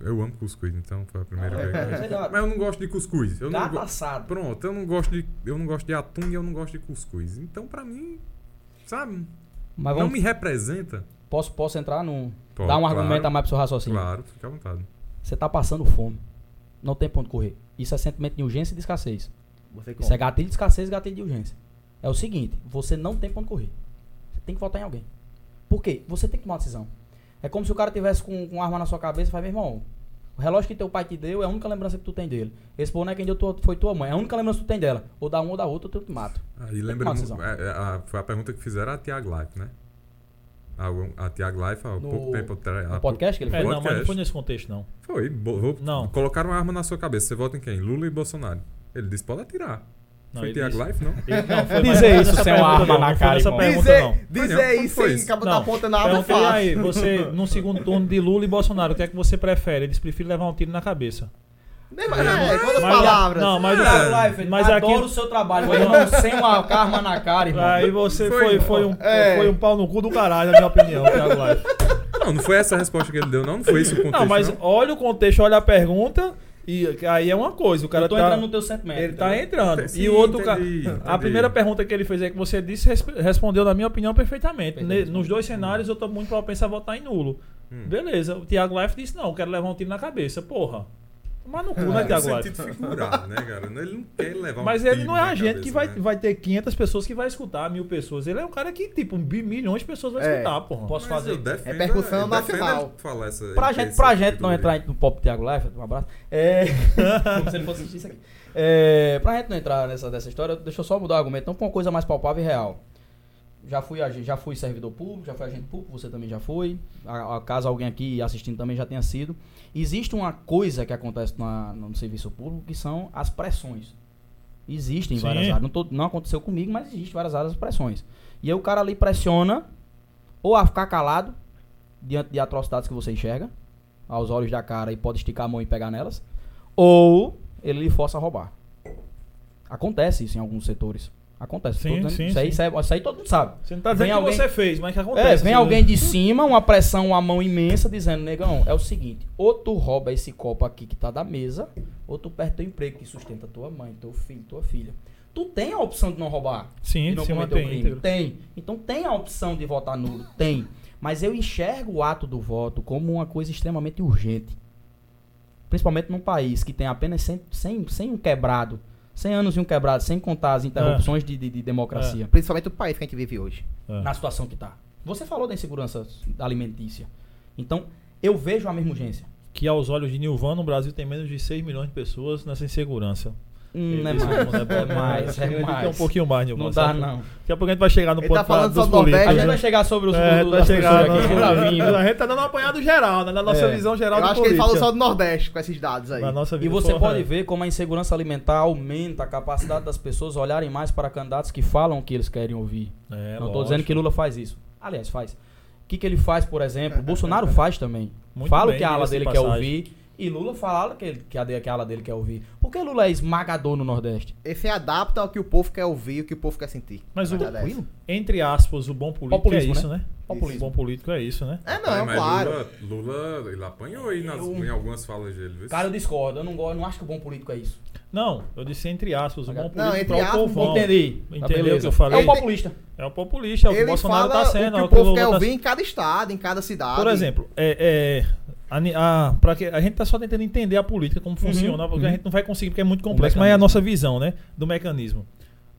[SPEAKER 2] Eu amo cuscuz, então foi a primeira vez. que
[SPEAKER 3] Sei
[SPEAKER 2] eu-
[SPEAKER 3] lá,
[SPEAKER 2] Mas eu não gosto de cuscuz. Eu não
[SPEAKER 3] Gato
[SPEAKER 2] go...
[SPEAKER 3] assado.
[SPEAKER 2] Pronto, eu não gosto de eu não gosto de atum e eu não gosto de cuscuz. Então pra mim, sabe,
[SPEAKER 3] Mas
[SPEAKER 2] não
[SPEAKER 3] vamos,
[SPEAKER 2] me representa.
[SPEAKER 3] posso, posso entrar num.
[SPEAKER 2] Pô,
[SPEAKER 3] dar um
[SPEAKER 2] claro,
[SPEAKER 3] argumento a mais pro seu raciocínio.
[SPEAKER 2] Claro, fica à vontade.
[SPEAKER 3] Você tá passando fome. Não tem ponto correr. Isso é sentimento de urgência e de escassez.
[SPEAKER 4] Você
[SPEAKER 3] Isso é gatilho de escassez e gatilho de urgência. É o seguinte, você não tem pra onde correr. Você tem que votar em alguém. Por quê? Você tem que tomar uma decisão. É como se o cara tivesse com, com uma arma na sua cabeça e fala, meu irmão, o relógio que teu pai te deu é a única lembrança que tu tem dele. Esse boneco quem deu tua- foi tua mãe. É a única lembrança que tu tem dela. Ou dá um ou da outra, eu te mato.
[SPEAKER 2] Aí lembra
[SPEAKER 3] uma
[SPEAKER 2] mu-
[SPEAKER 3] decisão.
[SPEAKER 2] é, é, a- foi a pergunta que fizeram a Tiago Life, né? A, a Tiago Life há
[SPEAKER 3] No-
[SPEAKER 2] pouco tempo atrás. há
[SPEAKER 3] No
[SPEAKER 2] pouco-
[SPEAKER 3] podcast que ele
[SPEAKER 1] É,
[SPEAKER 3] fez.
[SPEAKER 1] não, mas não
[SPEAKER 2] Podcast.
[SPEAKER 1] foi nesse contexto, não.
[SPEAKER 2] Foi, bo- vou-
[SPEAKER 1] Não.
[SPEAKER 2] colocaram uma arma na sua cabeça. Você vota em quem? Lula e Bolsonaro. Ele disse: pode atirar.
[SPEAKER 1] Não,
[SPEAKER 2] foi
[SPEAKER 1] ele
[SPEAKER 2] Tiago
[SPEAKER 1] disse-
[SPEAKER 2] Life, não?
[SPEAKER 1] Ele- não, foi- mas
[SPEAKER 3] Dizer
[SPEAKER 1] não foi
[SPEAKER 3] isso
[SPEAKER 1] nessa
[SPEAKER 3] sem uma
[SPEAKER 1] pergunta,
[SPEAKER 3] arma
[SPEAKER 1] não,
[SPEAKER 3] na
[SPEAKER 1] não foi
[SPEAKER 3] cara,
[SPEAKER 1] nessa
[SPEAKER 3] irmão.
[SPEAKER 1] pergunta,
[SPEAKER 4] Dizer,
[SPEAKER 1] não.
[SPEAKER 2] Foi
[SPEAKER 4] dizer
[SPEAKER 2] não,
[SPEAKER 4] isso
[SPEAKER 2] foi
[SPEAKER 4] sem
[SPEAKER 2] isso.
[SPEAKER 4] acaba
[SPEAKER 1] Não,
[SPEAKER 4] da ponta na
[SPEAKER 1] perguntei
[SPEAKER 4] fácil.
[SPEAKER 1] aí, você, num segundo turno de Lula e Bolsonaro, o que é que você prefere? Eles preferem levar um tiro na cabeça.
[SPEAKER 4] Nem mais, é, quantas
[SPEAKER 1] Mas-
[SPEAKER 4] palavras. Ah,
[SPEAKER 1] Não, mas, assim,
[SPEAKER 2] É.
[SPEAKER 1] mas
[SPEAKER 3] adoro
[SPEAKER 1] aqui,
[SPEAKER 3] o seu trabalho, mas irmão, sem uma arma na cara, irmão.
[SPEAKER 1] Aí você
[SPEAKER 2] Foi,
[SPEAKER 1] foi, foi, um,
[SPEAKER 4] É.
[SPEAKER 1] foi um pau no cu do caralho, na minha opinião, Thiago Leifert.
[SPEAKER 2] Não, não foi essa a resposta que ele deu, não. Não foi esse o contexto.
[SPEAKER 1] Não, mas
[SPEAKER 2] não.
[SPEAKER 1] olha o contexto, olha a pergunta, e aí é uma coisa, o cara
[SPEAKER 3] eu tô
[SPEAKER 1] tá.
[SPEAKER 3] entrando no teu sentimento.
[SPEAKER 1] Ele tá
[SPEAKER 3] entendeu?
[SPEAKER 1] entrando.
[SPEAKER 2] Sim,
[SPEAKER 1] e o outro cara.
[SPEAKER 2] entendi,
[SPEAKER 1] A
[SPEAKER 2] entendi.
[SPEAKER 1] primeira pergunta que ele fez aí que você disse resp- respondeu, na minha opinião, perfeitamente. Ne-
[SPEAKER 3] Perfeito.
[SPEAKER 1] Nos dois cenários eu tô muito propenso a votar em nulo.
[SPEAKER 2] Hum.
[SPEAKER 1] Beleza, o Thiago Life disse: não, eu quero levar um tiro na cabeça. Porra. Tomar no cu, né,
[SPEAKER 2] No
[SPEAKER 1] Thiago Life?
[SPEAKER 2] É, sentido figurado, né, cara? Ele não quer levar um
[SPEAKER 1] Mas ele
[SPEAKER 2] tiro
[SPEAKER 1] não é
[SPEAKER 2] na
[SPEAKER 1] a gente
[SPEAKER 2] cabeça,
[SPEAKER 1] que vai,
[SPEAKER 2] né?
[SPEAKER 1] vai ter 500 pessoas que vai escutar, mil pessoas. Ele é um cara que, tipo, bi- milhões de pessoas vai
[SPEAKER 4] É.
[SPEAKER 1] escutar, porra.
[SPEAKER 3] Posso
[SPEAKER 2] Mas
[SPEAKER 3] fazer?
[SPEAKER 2] eu defendo-
[SPEAKER 4] Repercussão
[SPEAKER 2] eu defendo ele
[SPEAKER 4] É nacional.
[SPEAKER 2] Falar essa, ele
[SPEAKER 3] Pra
[SPEAKER 2] ter
[SPEAKER 3] gente,
[SPEAKER 2] esse tipo
[SPEAKER 3] pra gente não
[SPEAKER 2] título
[SPEAKER 3] entrar
[SPEAKER 2] aí.
[SPEAKER 3] no pop Thiago Leifert, um abraço. É... Como se ele fosse assistir isso aqui. É... Pra gente não entrar nessa dessa história, deixa eu só mudar o argumento, então, pra uma coisa mais palpável e real. Já fui, agi- já fui servidor público, já fui agente público, você também já foi. A- a- Caso alguém aqui assistindo também já tenha sido. Existe uma coisa que acontece na- no serviço público que são as pressões. Existem
[SPEAKER 1] Sim.
[SPEAKER 3] várias áreas. Não, tô- não aconteceu comigo, mas existem várias áreas de pressões. E aí o cara ali pressiona ou a ficar calado diante de atrocidades que você enxerga aos olhos da cara e pode esticar a mão e pegar nelas, ou ele lhe força a roubar. Acontece isso em alguns setores. Acontece.
[SPEAKER 1] Sim,
[SPEAKER 3] Tô dizendo-
[SPEAKER 1] sim,
[SPEAKER 3] isso, aí,
[SPEAKER 1] sim.
[SPEAKER 3] isso aí- isso aí todo mundo sabe.
[SPEAKER 1] Você não tá
[SPEAKER 3] Vem
[SPEAKER 1] dizendo
[SPEAKER 3] alguém-
[SPEAKER 1] que você fez, mas que acontece.
[SPEAKER 3] É, vem
[SPEAKER 1] assim,
[SPEAKER 3] alguém
[SPEAKER 1] né?
[SPEAKER 3] de cima, uma pressão, uma mão imensa, dizendo, negão, é o seguinte, ou tu rouba esse copo aqui que tá da mesa, ou tu perde teu emprego que sustenta tua mãe, teu filho, tua filha. Tu tem a opção de não roubar e
[SPEAKER 1] Sim,
[SPEAKER 3] não
[SPEAKER 1] se
[SPEAKER 3] cometeu o
[SPEAKER 1] mantém
[SPEAKER 3] crime?
[SPEAKER 1] íntegro.
[SPEAKER 3] Tem. Então tem a opção de votar nulo? Tem. Mas eu enxergo o ato do voto como uma coisa extremamente urgente. Principalmente num país que tem apenas 100, 100, 100 um quebrado, 100 anos e um quebrado, sem contar as interrupções de, de- de democracia
[SPEAKER 4] Principalmente o país que a gente vive hoje.
[SPEAKER 1] É.
[SPEAKER 3] tá. na situação que está. Você falou da insegurança alimentícia. Então, eu vejo a mesma urgência.
[SPEAKER 1] Que aos olhos de Nilvana, o Brasil tem menos de 6 milhões de pessoas nessa insegurança.
[SPEAKER 3] Hum, não é
[SPEAKER 1] Esse
[SPEAKER 3] mais,
[SPEAKER 1] mundo é bom
[SPEAKER 3] é mais,
[SPEAKER 1] demais.
[SPEAKER 3] é
[SPEAKER 1] Tem um
[SPEAKER 3] mais.
[SPEAKER 1] pouquinho mais, Nilvana.
[SPEAKER 3] Não dá,
[SPEAKER 1] sabe?
[SPEAKER 3] não.
[SPEAKER 1] Daqui a pouco a gente vai chegar no
[SPEAKER 4] Ele
[SPEAKER 1] ponto
[SPEAKER 4] tá falando
[SPEAKER 1] da-
[SPEAKER 4] só
[SPEAKER 1] dos
[SPEAKER 4] do Nordeste,
[SPEAKER 1] políticos.
[SPEAKER 3] A gente
[SPEAKER 1] né?
[SPEAKER 3] vai chegar sobre os
[SPEAKER 1] É,
[SPEAKER 3] do-
[SPEAKER 1] vai
[SPEAKER 3] das
[SPEAKER 1] chegar
[SPEAKER 3] pessoas aqui.
[SPEAKER 1] na- A gente tá dando um apanhado geral, né? Na nossa
[SPEAKER 3] É.
[SPEAKER 1] visão
[SPEAKER 4] Eu
[SPEAKER 1] geral de
[SPEAKER 4] acho que ele
[SPEAKER 1] política.
[SPEAKER 4] falou só do Nordeste com esses dados aí.
[SPEAKER 1] Na nossa
[SPEAKER 3] E
[SPEAKER 1] vida,
[SPEAKER 3] você
[SPEAKER 1] porra,
[SPEAKER 3] pode
[SPEAKER 1] é.
[SPEAKER 3] ver como a insegurança alimentar aumenta a capacidade das pessoas olharem mais para candidatos que falam o que eles querem ouvir.
[SPEAKER 1] É,
[SPEAKER 3] Não
[SPEAKER 1] lógico. É,
[SPEAKER 3] estou dizendo que Lula faz isso. Aliás, faz. O que, que ele faz, por exemplo? Bolsonaro faz também.
[SPEAKER 1] Muito
[SPEAKER 3] fala o
[SPEAKER 1] bem,
[SPEAKER 3] que a ala
[SPEAKER 1] diga-se de
[SPEAKER 3] dele quer
[SPEAKER 1] passagem.
[SPEAKER 3] ouvir. E Lula fala que, ele- que, a, de- que a ala dele quer ouvir. Por que Lula é esmagador no Nordeste?
[SPEAKER 4] Esse adapta ao que o povo quer ouvir, o que o povo quer sentir.
[SPEAKER 1] Mas o-
[SPEAKER 4] Verdade é essa.
[SPEAKER 1] Entre aspas, o bom político
[SPEAKER 3] Populismo,
[SPEAKER 1] é isso, né? O
[SPEAKER 3] Populismo.
[SPEAKER 1] bom político é isso, né?
[SPEAKER 4] É,
[SPEAKER 2] Aí,
[SPEAKER 4] não,
[SPEAKER 2] mas
[SPEAKER 4] claro.
[SPEAKER 2] Lula, Lula, ele apanhou aí nas-
[SPEAKER 3] Eu-
[SPEAKER 2] em algumas falas dele. viu?
[SPEAKER 3] Cara, eu discordo. Eu não, gosto, eu não acho que o bom político é isso.
[SPEAKER 1] Não, eu disse entre aspas, o bom
[SPEAKER 3] Não,
[SPEAKER 1] político
[SPEAKER 4] entre
[SPEAKER 1] é o
[SPEAKER 4] aspas,
[SPEAKER 1] povão.
[SPEAKER 3] Entendi. Tá,
[SPEAKER 1] Entendeu
[SPEAKER 3] beleza.
[SPEAKER 1] o que eu falei?
[SPEAKER 3] É um populista.
[SPEAKER 1] É o populista, é o que o
[SPEAKER 4] ele
[SPEAKER 1] Bolsonaro
[SPEAKER 4] fala
[SPEAKER 1] tá sendo. é
[SPEAKER 4] o que o povo
[SPEAKER 1] Lula tá
[SPEAKER 4] quer ouvir em cada estado, em cada cidade.
[SPEAKER 1] Por exemplo, é, é, a, ni- a, pra que, a gente tá só tentando entender a política, como funciona, porque a
[SPEAKER 3] uhum.
[SPEAKER 1] gente não vai conseguir, porque é muito complexo, mas é a
[SPEAKER 3] mecanismo.
[SPEAKER 1] nossa visão, né? Do mecanismo.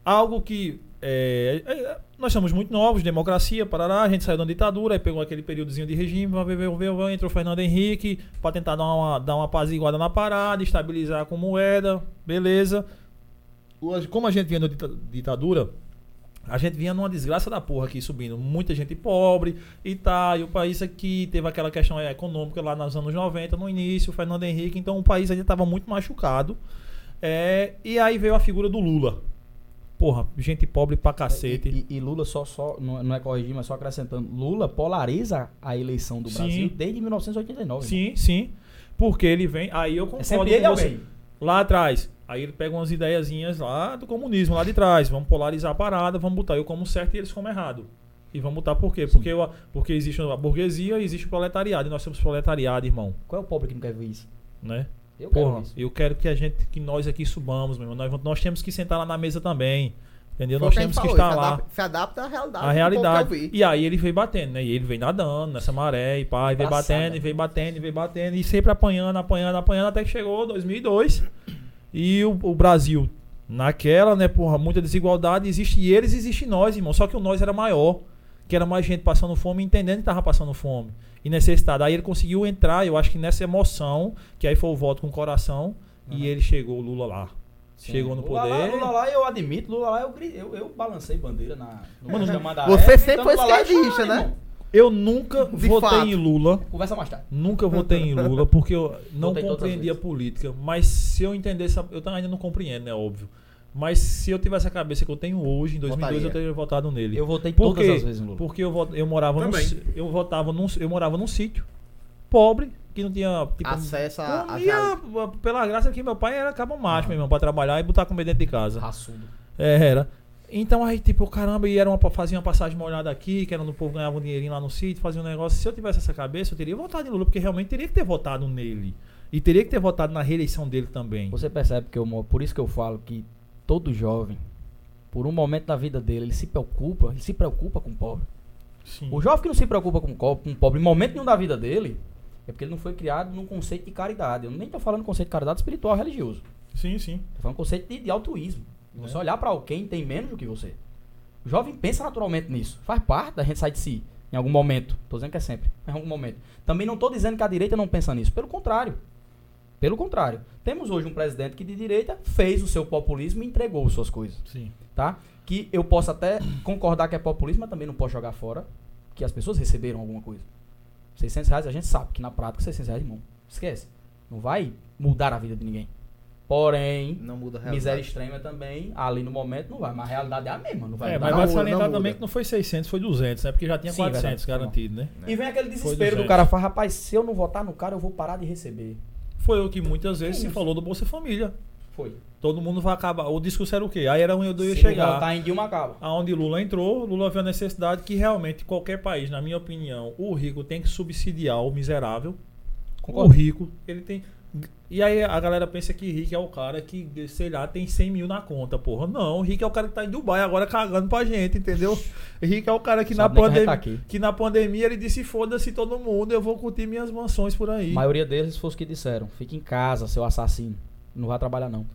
[SPEAKER 1] Algo que. é, é, nós somos muito novos, democracia, parará, a gente saiu da ditadura, aí pegou aquele períodozinho de regime, vai, vai, vai, vai, entrou Fernando Henrique, para tentar dar uma, dar uma apaziguada na parada, estabilizar com moeda, beleza. Hoje, Como a gente vinha da dita- ditadura, a gente vinha numa desgraça da porra aqui subindo. Muita gente pobre e tá. E o país aqui teve aquela questão é, econômica lá nos anos 90, no início, Fernando Henrique. Então o país ainda estava muito machucado. É, e aí veio a figura do Lula. Porra, gente pobre pra cacete.
[SPEAKER 3] É, E, e- e Lula só, só não, é- não é corrigir, mas só acrescentando. Lula polariza a eleição do
[SPEAKER 1] Sim.
[SPEAKER 3] Brasil desde 1989.
[SPEAKER 1] Sim, sim. Porque ele vem. Aí eu
[SPEAKER 3] É
[SPEAKER 1] concordo
[SPEAKER 3] sempre
[SPEAKER 1] com
[SPEAKER 3] ele e
[SPEAKER 1] você.
[SPEAKER 3] alguém.
[SPEAKER 1] Lá atrás. Aí ele pega umas ideiazinhas lá do comunismo, lá de trás. Vamos polarizar a parada, vamos botar eu como certo e eles como errado. E vamos botar por quê? Porque, eu- porque existe a burguesia e existe o proletariado. E nós somos proletariado, irmão.
[SPEAKER 3] Qual é o pobre que não quer ver isso?
[SPEAKER 1] Né?
[SPEAKER 3] Eu quero
[SPEAKER 1] Porra,
[SPEAKER 3] isso.
[SPEAKER 1] eu quero que a gente, que nós aqui subamos, meu irmão. Nós, vamos- nós temos que sentar lá na mesa também. Entendeu?
[SPEAKER 4] Foi o
[SPEAKER 1] nós
[SPEAKER 4] a gente
[SPEAKER 1] temos que
[SPEAKER 4] falou, um
[SPEAKER 1] estar
[SPEAKER 4] se
[SPEAKER 1] lá.
[SPEAKER 4] Adapta, se adapta à realidade.
[SPEAKER 1] A
[SPEAKER 4] Que o povo quer
[SPEAKER 1] realidade.
[SPEAKER 4] ouvir.
[SPEAKER 1] E aí ele veio batendo, né? E ele veio nadando nessa maré e pá, e veio
[SPEAKER 3] Embaçada.
[SPEAKER 1] batendo, e veio batendo, e veio batendo, e sempre apanhando, apanhando, apanhando, até que chegou 2002. E o, o Brasil, naquela, né, porra, muita desigualdade, existe eles, existe nós, irmão. Só que o nós era maior, que era mais gente passando fome, entendendo que tava passando fome e necessidade. Aí ele conseguiu entrar, eu acho que nessa emoção, que aí foi o voto com o coração,
[SPEAKER 3] Uhum.
[SPEAKER 1] e ele chegou, o Lula lá. Chegou no
[SPEAKER 3] Lula
[SPEAKER 1] poder.
[SPEAKER 3] Lá, Lula lá, eu admito, Lula lá, eu, gri- eu, eu balancei bandeira na, no
[SPEAKER 1] Mano,
[SPEAKER 3] Mandacaru,
[SPEAKER 4] você
[SPEAKER 3] gritando
[SPEAKER 4] sempre foi
[SPEAKER 3] Então, Lula lá e
[SPEAKER 4] esquerdista,
[SPEAKER 3] chorando,
[SPEAKER 4] né?
[SPEAKER 3] irmão.
[SPEAKER 1] Eu nunca
[SPEAKER 4] De
[SPEAKER 1] votei
[SPEAKER 4] fato.
[SPEAKER 1] em Lula.
[SPEAKER 3] Conversa mais tarde.
[SPEAKER 1] Nunca votei em Lula porque eu não
[SPEAKER 3] Votei todas as
[SPEAKER 1] compreendia a
[SPEAKER 3] vezes.
[SPEAKER 1] política. Mas se eu entendesse. a- Eu ainda não compreendo, é óbvio. Mas se eu tivesse a cabeça que eu tenho hoje, em 2002, eu
[SPEAKER 4] Votaria.
[SPEAKER 1] teria votado nele.
[SPEAKER 3] Eu votei
[SPEAKER 1] Por
[SPEAKER 3] todas
[SPEAKER 1] quê?
[SPEAKER 3] as vezes em Lula.
[SPEAKER 1] Porque eu, vo- eu morava num,
[SPEAKER 2] Também.
[SPEAKER 1] si- eu votava num, eu morava num sítio pobre, que não tinha. Tipo,
[SPEAKER 4] Acessa a
[SPEAKER 1] comia, pela graça que meu pai era cabo macho, meu irmão, pra trabalhar e botar comida dentro de casa.
[SPEAKER 3] Raçudo.
[SPEAKER 1] É, era. Então aí, tipo, caramba, e era uma, fazia uma passagem molhada aqui, que era no povo, ganhava um dinheirinho lá no sítio, fazia um negócio. Se eu tivesse essa cabeça, eu teria votado em Lula, porque realmente teria que ter votado nele. E teria que ter votado na reeleição dele também.
[SPEAKER 3] Você percebe que eu moro, por isso que eu falo que todo jovem, por um momento da vida dele, ele se preocupa, ele se preocupa com o pobre.
[SPEAKER 1] Sim.
[SPEAKER 3] O jovem que não se preocupa com o co- com o pobre em momento nenhum da vida dele, é porque ele não foi criado num conceito de caridade. Eu nem tô falando conceito de caridade espiritual religioso.
[SPEAKER 1] Sim, sim.
[SPEAKER 3] Tô falando um conceito de, de altruísmo. De Você
[SPEAKER 1] É.
[SPEAKER 3] olhar pra alguém que tem menos do que você. O jovem pensa naturalmente nisso. Faz parte da gente sair de si. Em algum momento. Tô dizendo que é sempre. Em algum momento. Também não tô dizendo que a direita não pensa nisso. Pelo contrário. Pelo contrário. Temos hoje um presidente que de direita fez o seu populismo e entregou suas coisas.
[SPEAKER 1] Sim.
[SPEAKER 3] Tá? Que eu posso até concordar que é populismo, mas também não posso jogar fora que as pessoas receberam alguma coisa. 600 reais a gente sabe que na prática 600 reais, irmão, esquece. Não vai mudar a vida de ninguém. Porém,
[SPEAKER 4] Não muda a realidade.
[SPEAKER 3] Miséria extrema também, ali no momento não vai, mas a realidade é a mesma, não vai
[SPEAKER 1] É,
[SPEAKER 3] mudar
[SPEAKER 1] mas vai
[SPEAKER 3] nada.
[SPEAKER 4] não muda, não
[SPEAKER 1] salientar
[SPEAKER 4] muda.
[SPEAKER 1] também que não foi 600, foi 200, né? Porque já tinha
[SPEAKER 3] Sim, é
[SPEAKER 1] 400
[SPEAKER 3] verdade. Tá
[SPEAKER 1] garantido, né?
[SPEAKER 3] E vem aquele
[SPEAKER 1] Foi
[SPEAKER 3] desespero
[SPEAKER 1] dos
[SPEAKER 3] do cara, fala, rapaz, se eu não votar no cara, eu vou parar de receber.
[SPEAKER 1] Foi o que muitas vezes
[SPEAKER 3] Que
[SPEAKER 1] se
[SPEAKER 3] isso?
[SPEAKER 1] falou do Bolsa Família.
[SPEAKER 3] Foi.
[SPEAKER 1] Todo mundo vai acabar. O discurso era o quê? Aí era onde eu ia
[SPEAKER 3] se
[SPEAKER 1] chegar.
[SPEAKER 3] não votar em Dilma, acaba.
[SPEAKER 1] aonde Lula entrou, Lula viu a necessidade que realmente qualquer país, na minha opinião, o rico tem que subsidiar o miserável.
[SPEAKER 3] Concordo.
[SPEAKER 1] O rico, ele tem. E aí a galera pensa que rico é o cara que, sei lá, tem 100 mil na conta, porra. Não, rico é o cara que tá em Dubai agora cagando pra gente, entendeu? Rico é o cara que, na,
[SPEAKER 3] Sabe nem que a
[SPEAKER 1] pandem...
[SPEAKER 3] gente tá aqui.
[SPEAKER 1] que na pandemia ele disse: foda-se todo mundo, eu vou curtir minhas mansões por aí.
[SPEAKER 3] A maioria deles foram os que disseram, fique em casa, seu assassino. Não vai trabalhar não.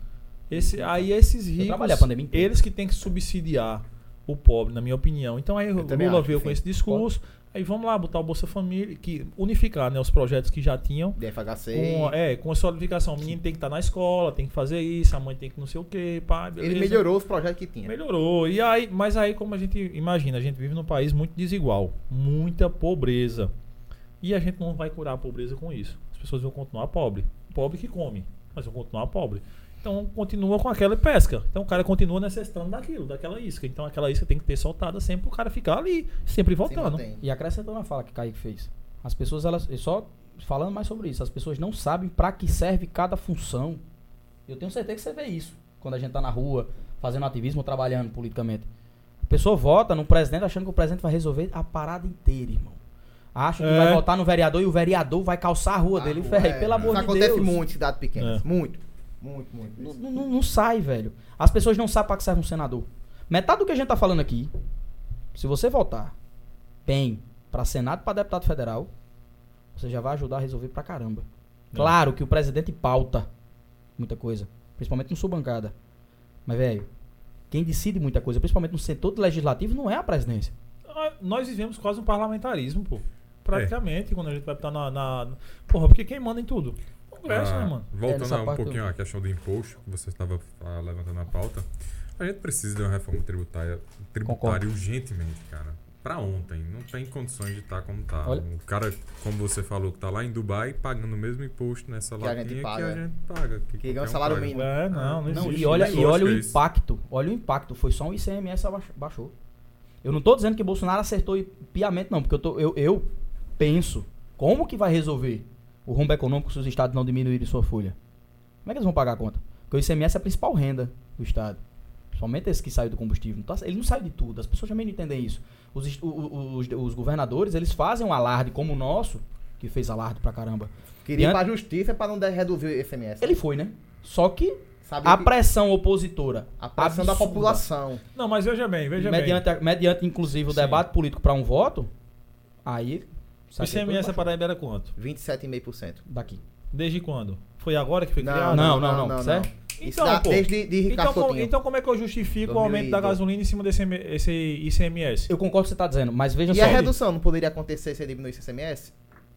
[SPEAKER 1] Esse, aí esses ricos,
[SPEAKER 3] trabalhei a pandemia inteira.
[SPEAKER 1] eles que têm que subsidiar o pobre, na minha opinião. Então aí o
[SPEAKER 4] também
[SPEAKER 1] Lula
[SPEAKER 4] acho,
[SPEAKER 1] veio
[SPEAKER 4] enfim.
[SPEAKER 1] com esse discurso, Aí vamos lá botar o Bolsa Família, que unificar né, os projetos que já tinham.
[SPEAKER 4] De FHC.
[SPEAKER 1] Com, é, com a solidificação. O menino tem que estar na escola, tem que fazer isso, a mãe tem que não sei o quê, pá, beleza.
[SPEAKER 4] ele melhorou os projetos que tinha.
[SPEAKER 1] Melhorou. E aí, mas aí, como a gente imagina, a gente vive num país muito desigual, muita pobreza. E a gente não vai curar a pobreza com isso. As pessoas vão continuar pobre. Pobre que come, mas vão continuar pobre. Então continua com aquela pesca. Então o cara continua necessitando daquilo, daquela isca. Então aquela isca tem que ter soltada sempre o cara ficar ali, sempre voltando.
[SPEAKER 4] mantém.
[SPEAKER 3] E acrescentando a fala que Kaique fez. As pessoas, elas. e Só falando mais sobre isso, as pessoas não sabem pra que serve cada função. Eu tenho certeza que você vê isso quando a gente tá na rua, fazendo ativismo ou trabalhando politicamente. A pessoa vota no presidente achando que o presidente vai resolver a parada inteira, irmão. Acha que
[SPEAKER 1] É.
[SPEAKER 3] vai votar no vereador e o vereador vai calçar a rua né? dele. Ferre,
[SPEAKER 4] É,
[SPEAKER 3] pelo amor
[SPEAKER 4] Isso
[SPEAKER 3] de Deus.
[SPEAKER 4] acontece muito em cidades pequenas.
[SPEAKER 1] É.
[SPEAKER 4] Muito. Muito, muito.
[SPEAKER 3] Não, não- não sai, velho. As pessoas não sabem pra que serve um senador. Metade do que a gente tá falando aqui, se você votar bem pra Senado e pra deputado federal, você já vai ajudar a resolver pra caramba.
[SPEAKER 1] É.
[SPEAKER 3] Claro que o presidente pauta muita coisa, principalmente no sua bancada. Mas, velho, quem decide muita coisa, principalmente no setor do legislativo, não é a presidência.
[SPEAKER 1] Ah, Nós vivemos quase um parlamentarismo, pô. Praticamente, quando a gente vai estar na, na. Porra, porque quem manda em tudo? O Congresso,
[SPEAKER 2] Ah,
[SPEAKER 1] né, mano?
[SPEAKER 3] É,
[SPEAKER 2] Voltando
[SPEAKER 3] nessa
[SPEAKER 2] a um
[SPEAKER 3] parte eu-
[SPEAKER 2] pouquinho à questão do imposto, que você estava ah, levantando a pauta, a gente precisa de uma reforma tributária, tributária
[SPEAKER 3] Concordo.
[SPEAKER 2] urgentemente, cara. Pra ontem. Não tem condições de estar como tá.
[SPEAKER 3] Olha-
[SPEAKER 2] O cara, como você falou, que tá lá em Dubai pagando o mesmo imposto nessa
[SPEAKER 4] Que a gente
[SPEAKER 2] latinha que a
[SPEAKER 4] paga.
[SPEAKER 2] gente paga.
[SPEAKER 4] Que ganha
[SPEAKER 2] qualquer um
[SPEAKER 4] salário
[SPEAKER 2] paga.
[SPEAKER 4] mínimo.
[SPEAKER 1] É, não, não,
[SPEAKER 2] Não,
[SPEAKER 1] existe.
[SPEAKER 3] e olha,
[SPEAKER 2] né?
[SPEAKER 3] e olha o
[SPEAKER 2] Lógico, é isso.
[SPEAKER 3] impacto. Olha o impacto. Foi só um ICMS abaixo- baixou. Eu não tô dizendo que Bolsonaro acertou e- piamente, não, porque eu, tô- eu, eu penso como que vai resolver o rumbo econômico se os estados não diminuírem sua folha. Como é que eles vão pagar a conta? Porque o ICMS é a principal renda do estado. Principalmente esse que saiu do combustível. Não tá- ele não sai de tudo. As pessoas também não entendem isso. Os, est- o- o- os- os governadores, eles fazem um alarde como o nosso, que fez alarde pra caramba.
[SPEAKER 4] Queria ir
[SPEAKER 3] Diante-
[SPEAKER 4] pra justiça pra não de- reduzir o SMS.
[SPEAKER 3] Ele foi, né? Só que
[SPEAKER 4] Sabe
[SPEAKER 3] a
[SPEAKER 4] que-
[SPEAKER 3] pressão opositora.
[SPEAKER 4] a pressão da
[SPEAKER 3] absurda,
[SPEAKER 4] população.
[SPEAKER 1] Não, mas veja bem, veja
[SPEAKER 3] mediante, a- mediante, inclusive, o
[SPEAKER 1] Sim.
[SPEAKER 3] debate político para um voto,
[SPEAKER 1] bem.
[SPEAKER 3] aí.
[SPEAKER 1] O
[SPEAKER 3] sai depois
[SPEAKER 1] ICMS
[SPEAKER 3] baixou.
[SPEAKER 1] Paraíba era quanto?
[SPEAKER 4] 27,5%.
[SPEAKER 3] Daqui.
[SPEAKER 1] Desde quando? Foi agora que foi
[SPEAKER 4] Não,
[SPEAKER 1] criado?
[SPEAKER 3] Não,
[SPEAKER 4] não, não,
[SPEAKER 3] não,
[SPEAKER 4] não.
[SPEAKER 3] não, certo?
[SPEAKER 4] Isso
[SPEAKER 1] Então,
[SPEAKER 4] dá
[SPEAKER 1] pô,
[SPEAKER 4] desde de Ricardo
[SPEAKER 1] Então, como,
[SPEAKER 4] Coutinho.
[SPEAKER 1] então como é que eu justifico o aumento da
[SPEAKER 4] 2012?
[SPEAKER 1] gasolina em cima desse M- esse ICMS?
[SPEAKER 3] Eu concordo com o que você está dizendo, mas veja
[SPEAKER 4] E
[SPEAKER 3] só.
[SPEAKER 4] a redução não poderia acontecer se diminuísse o ICMS?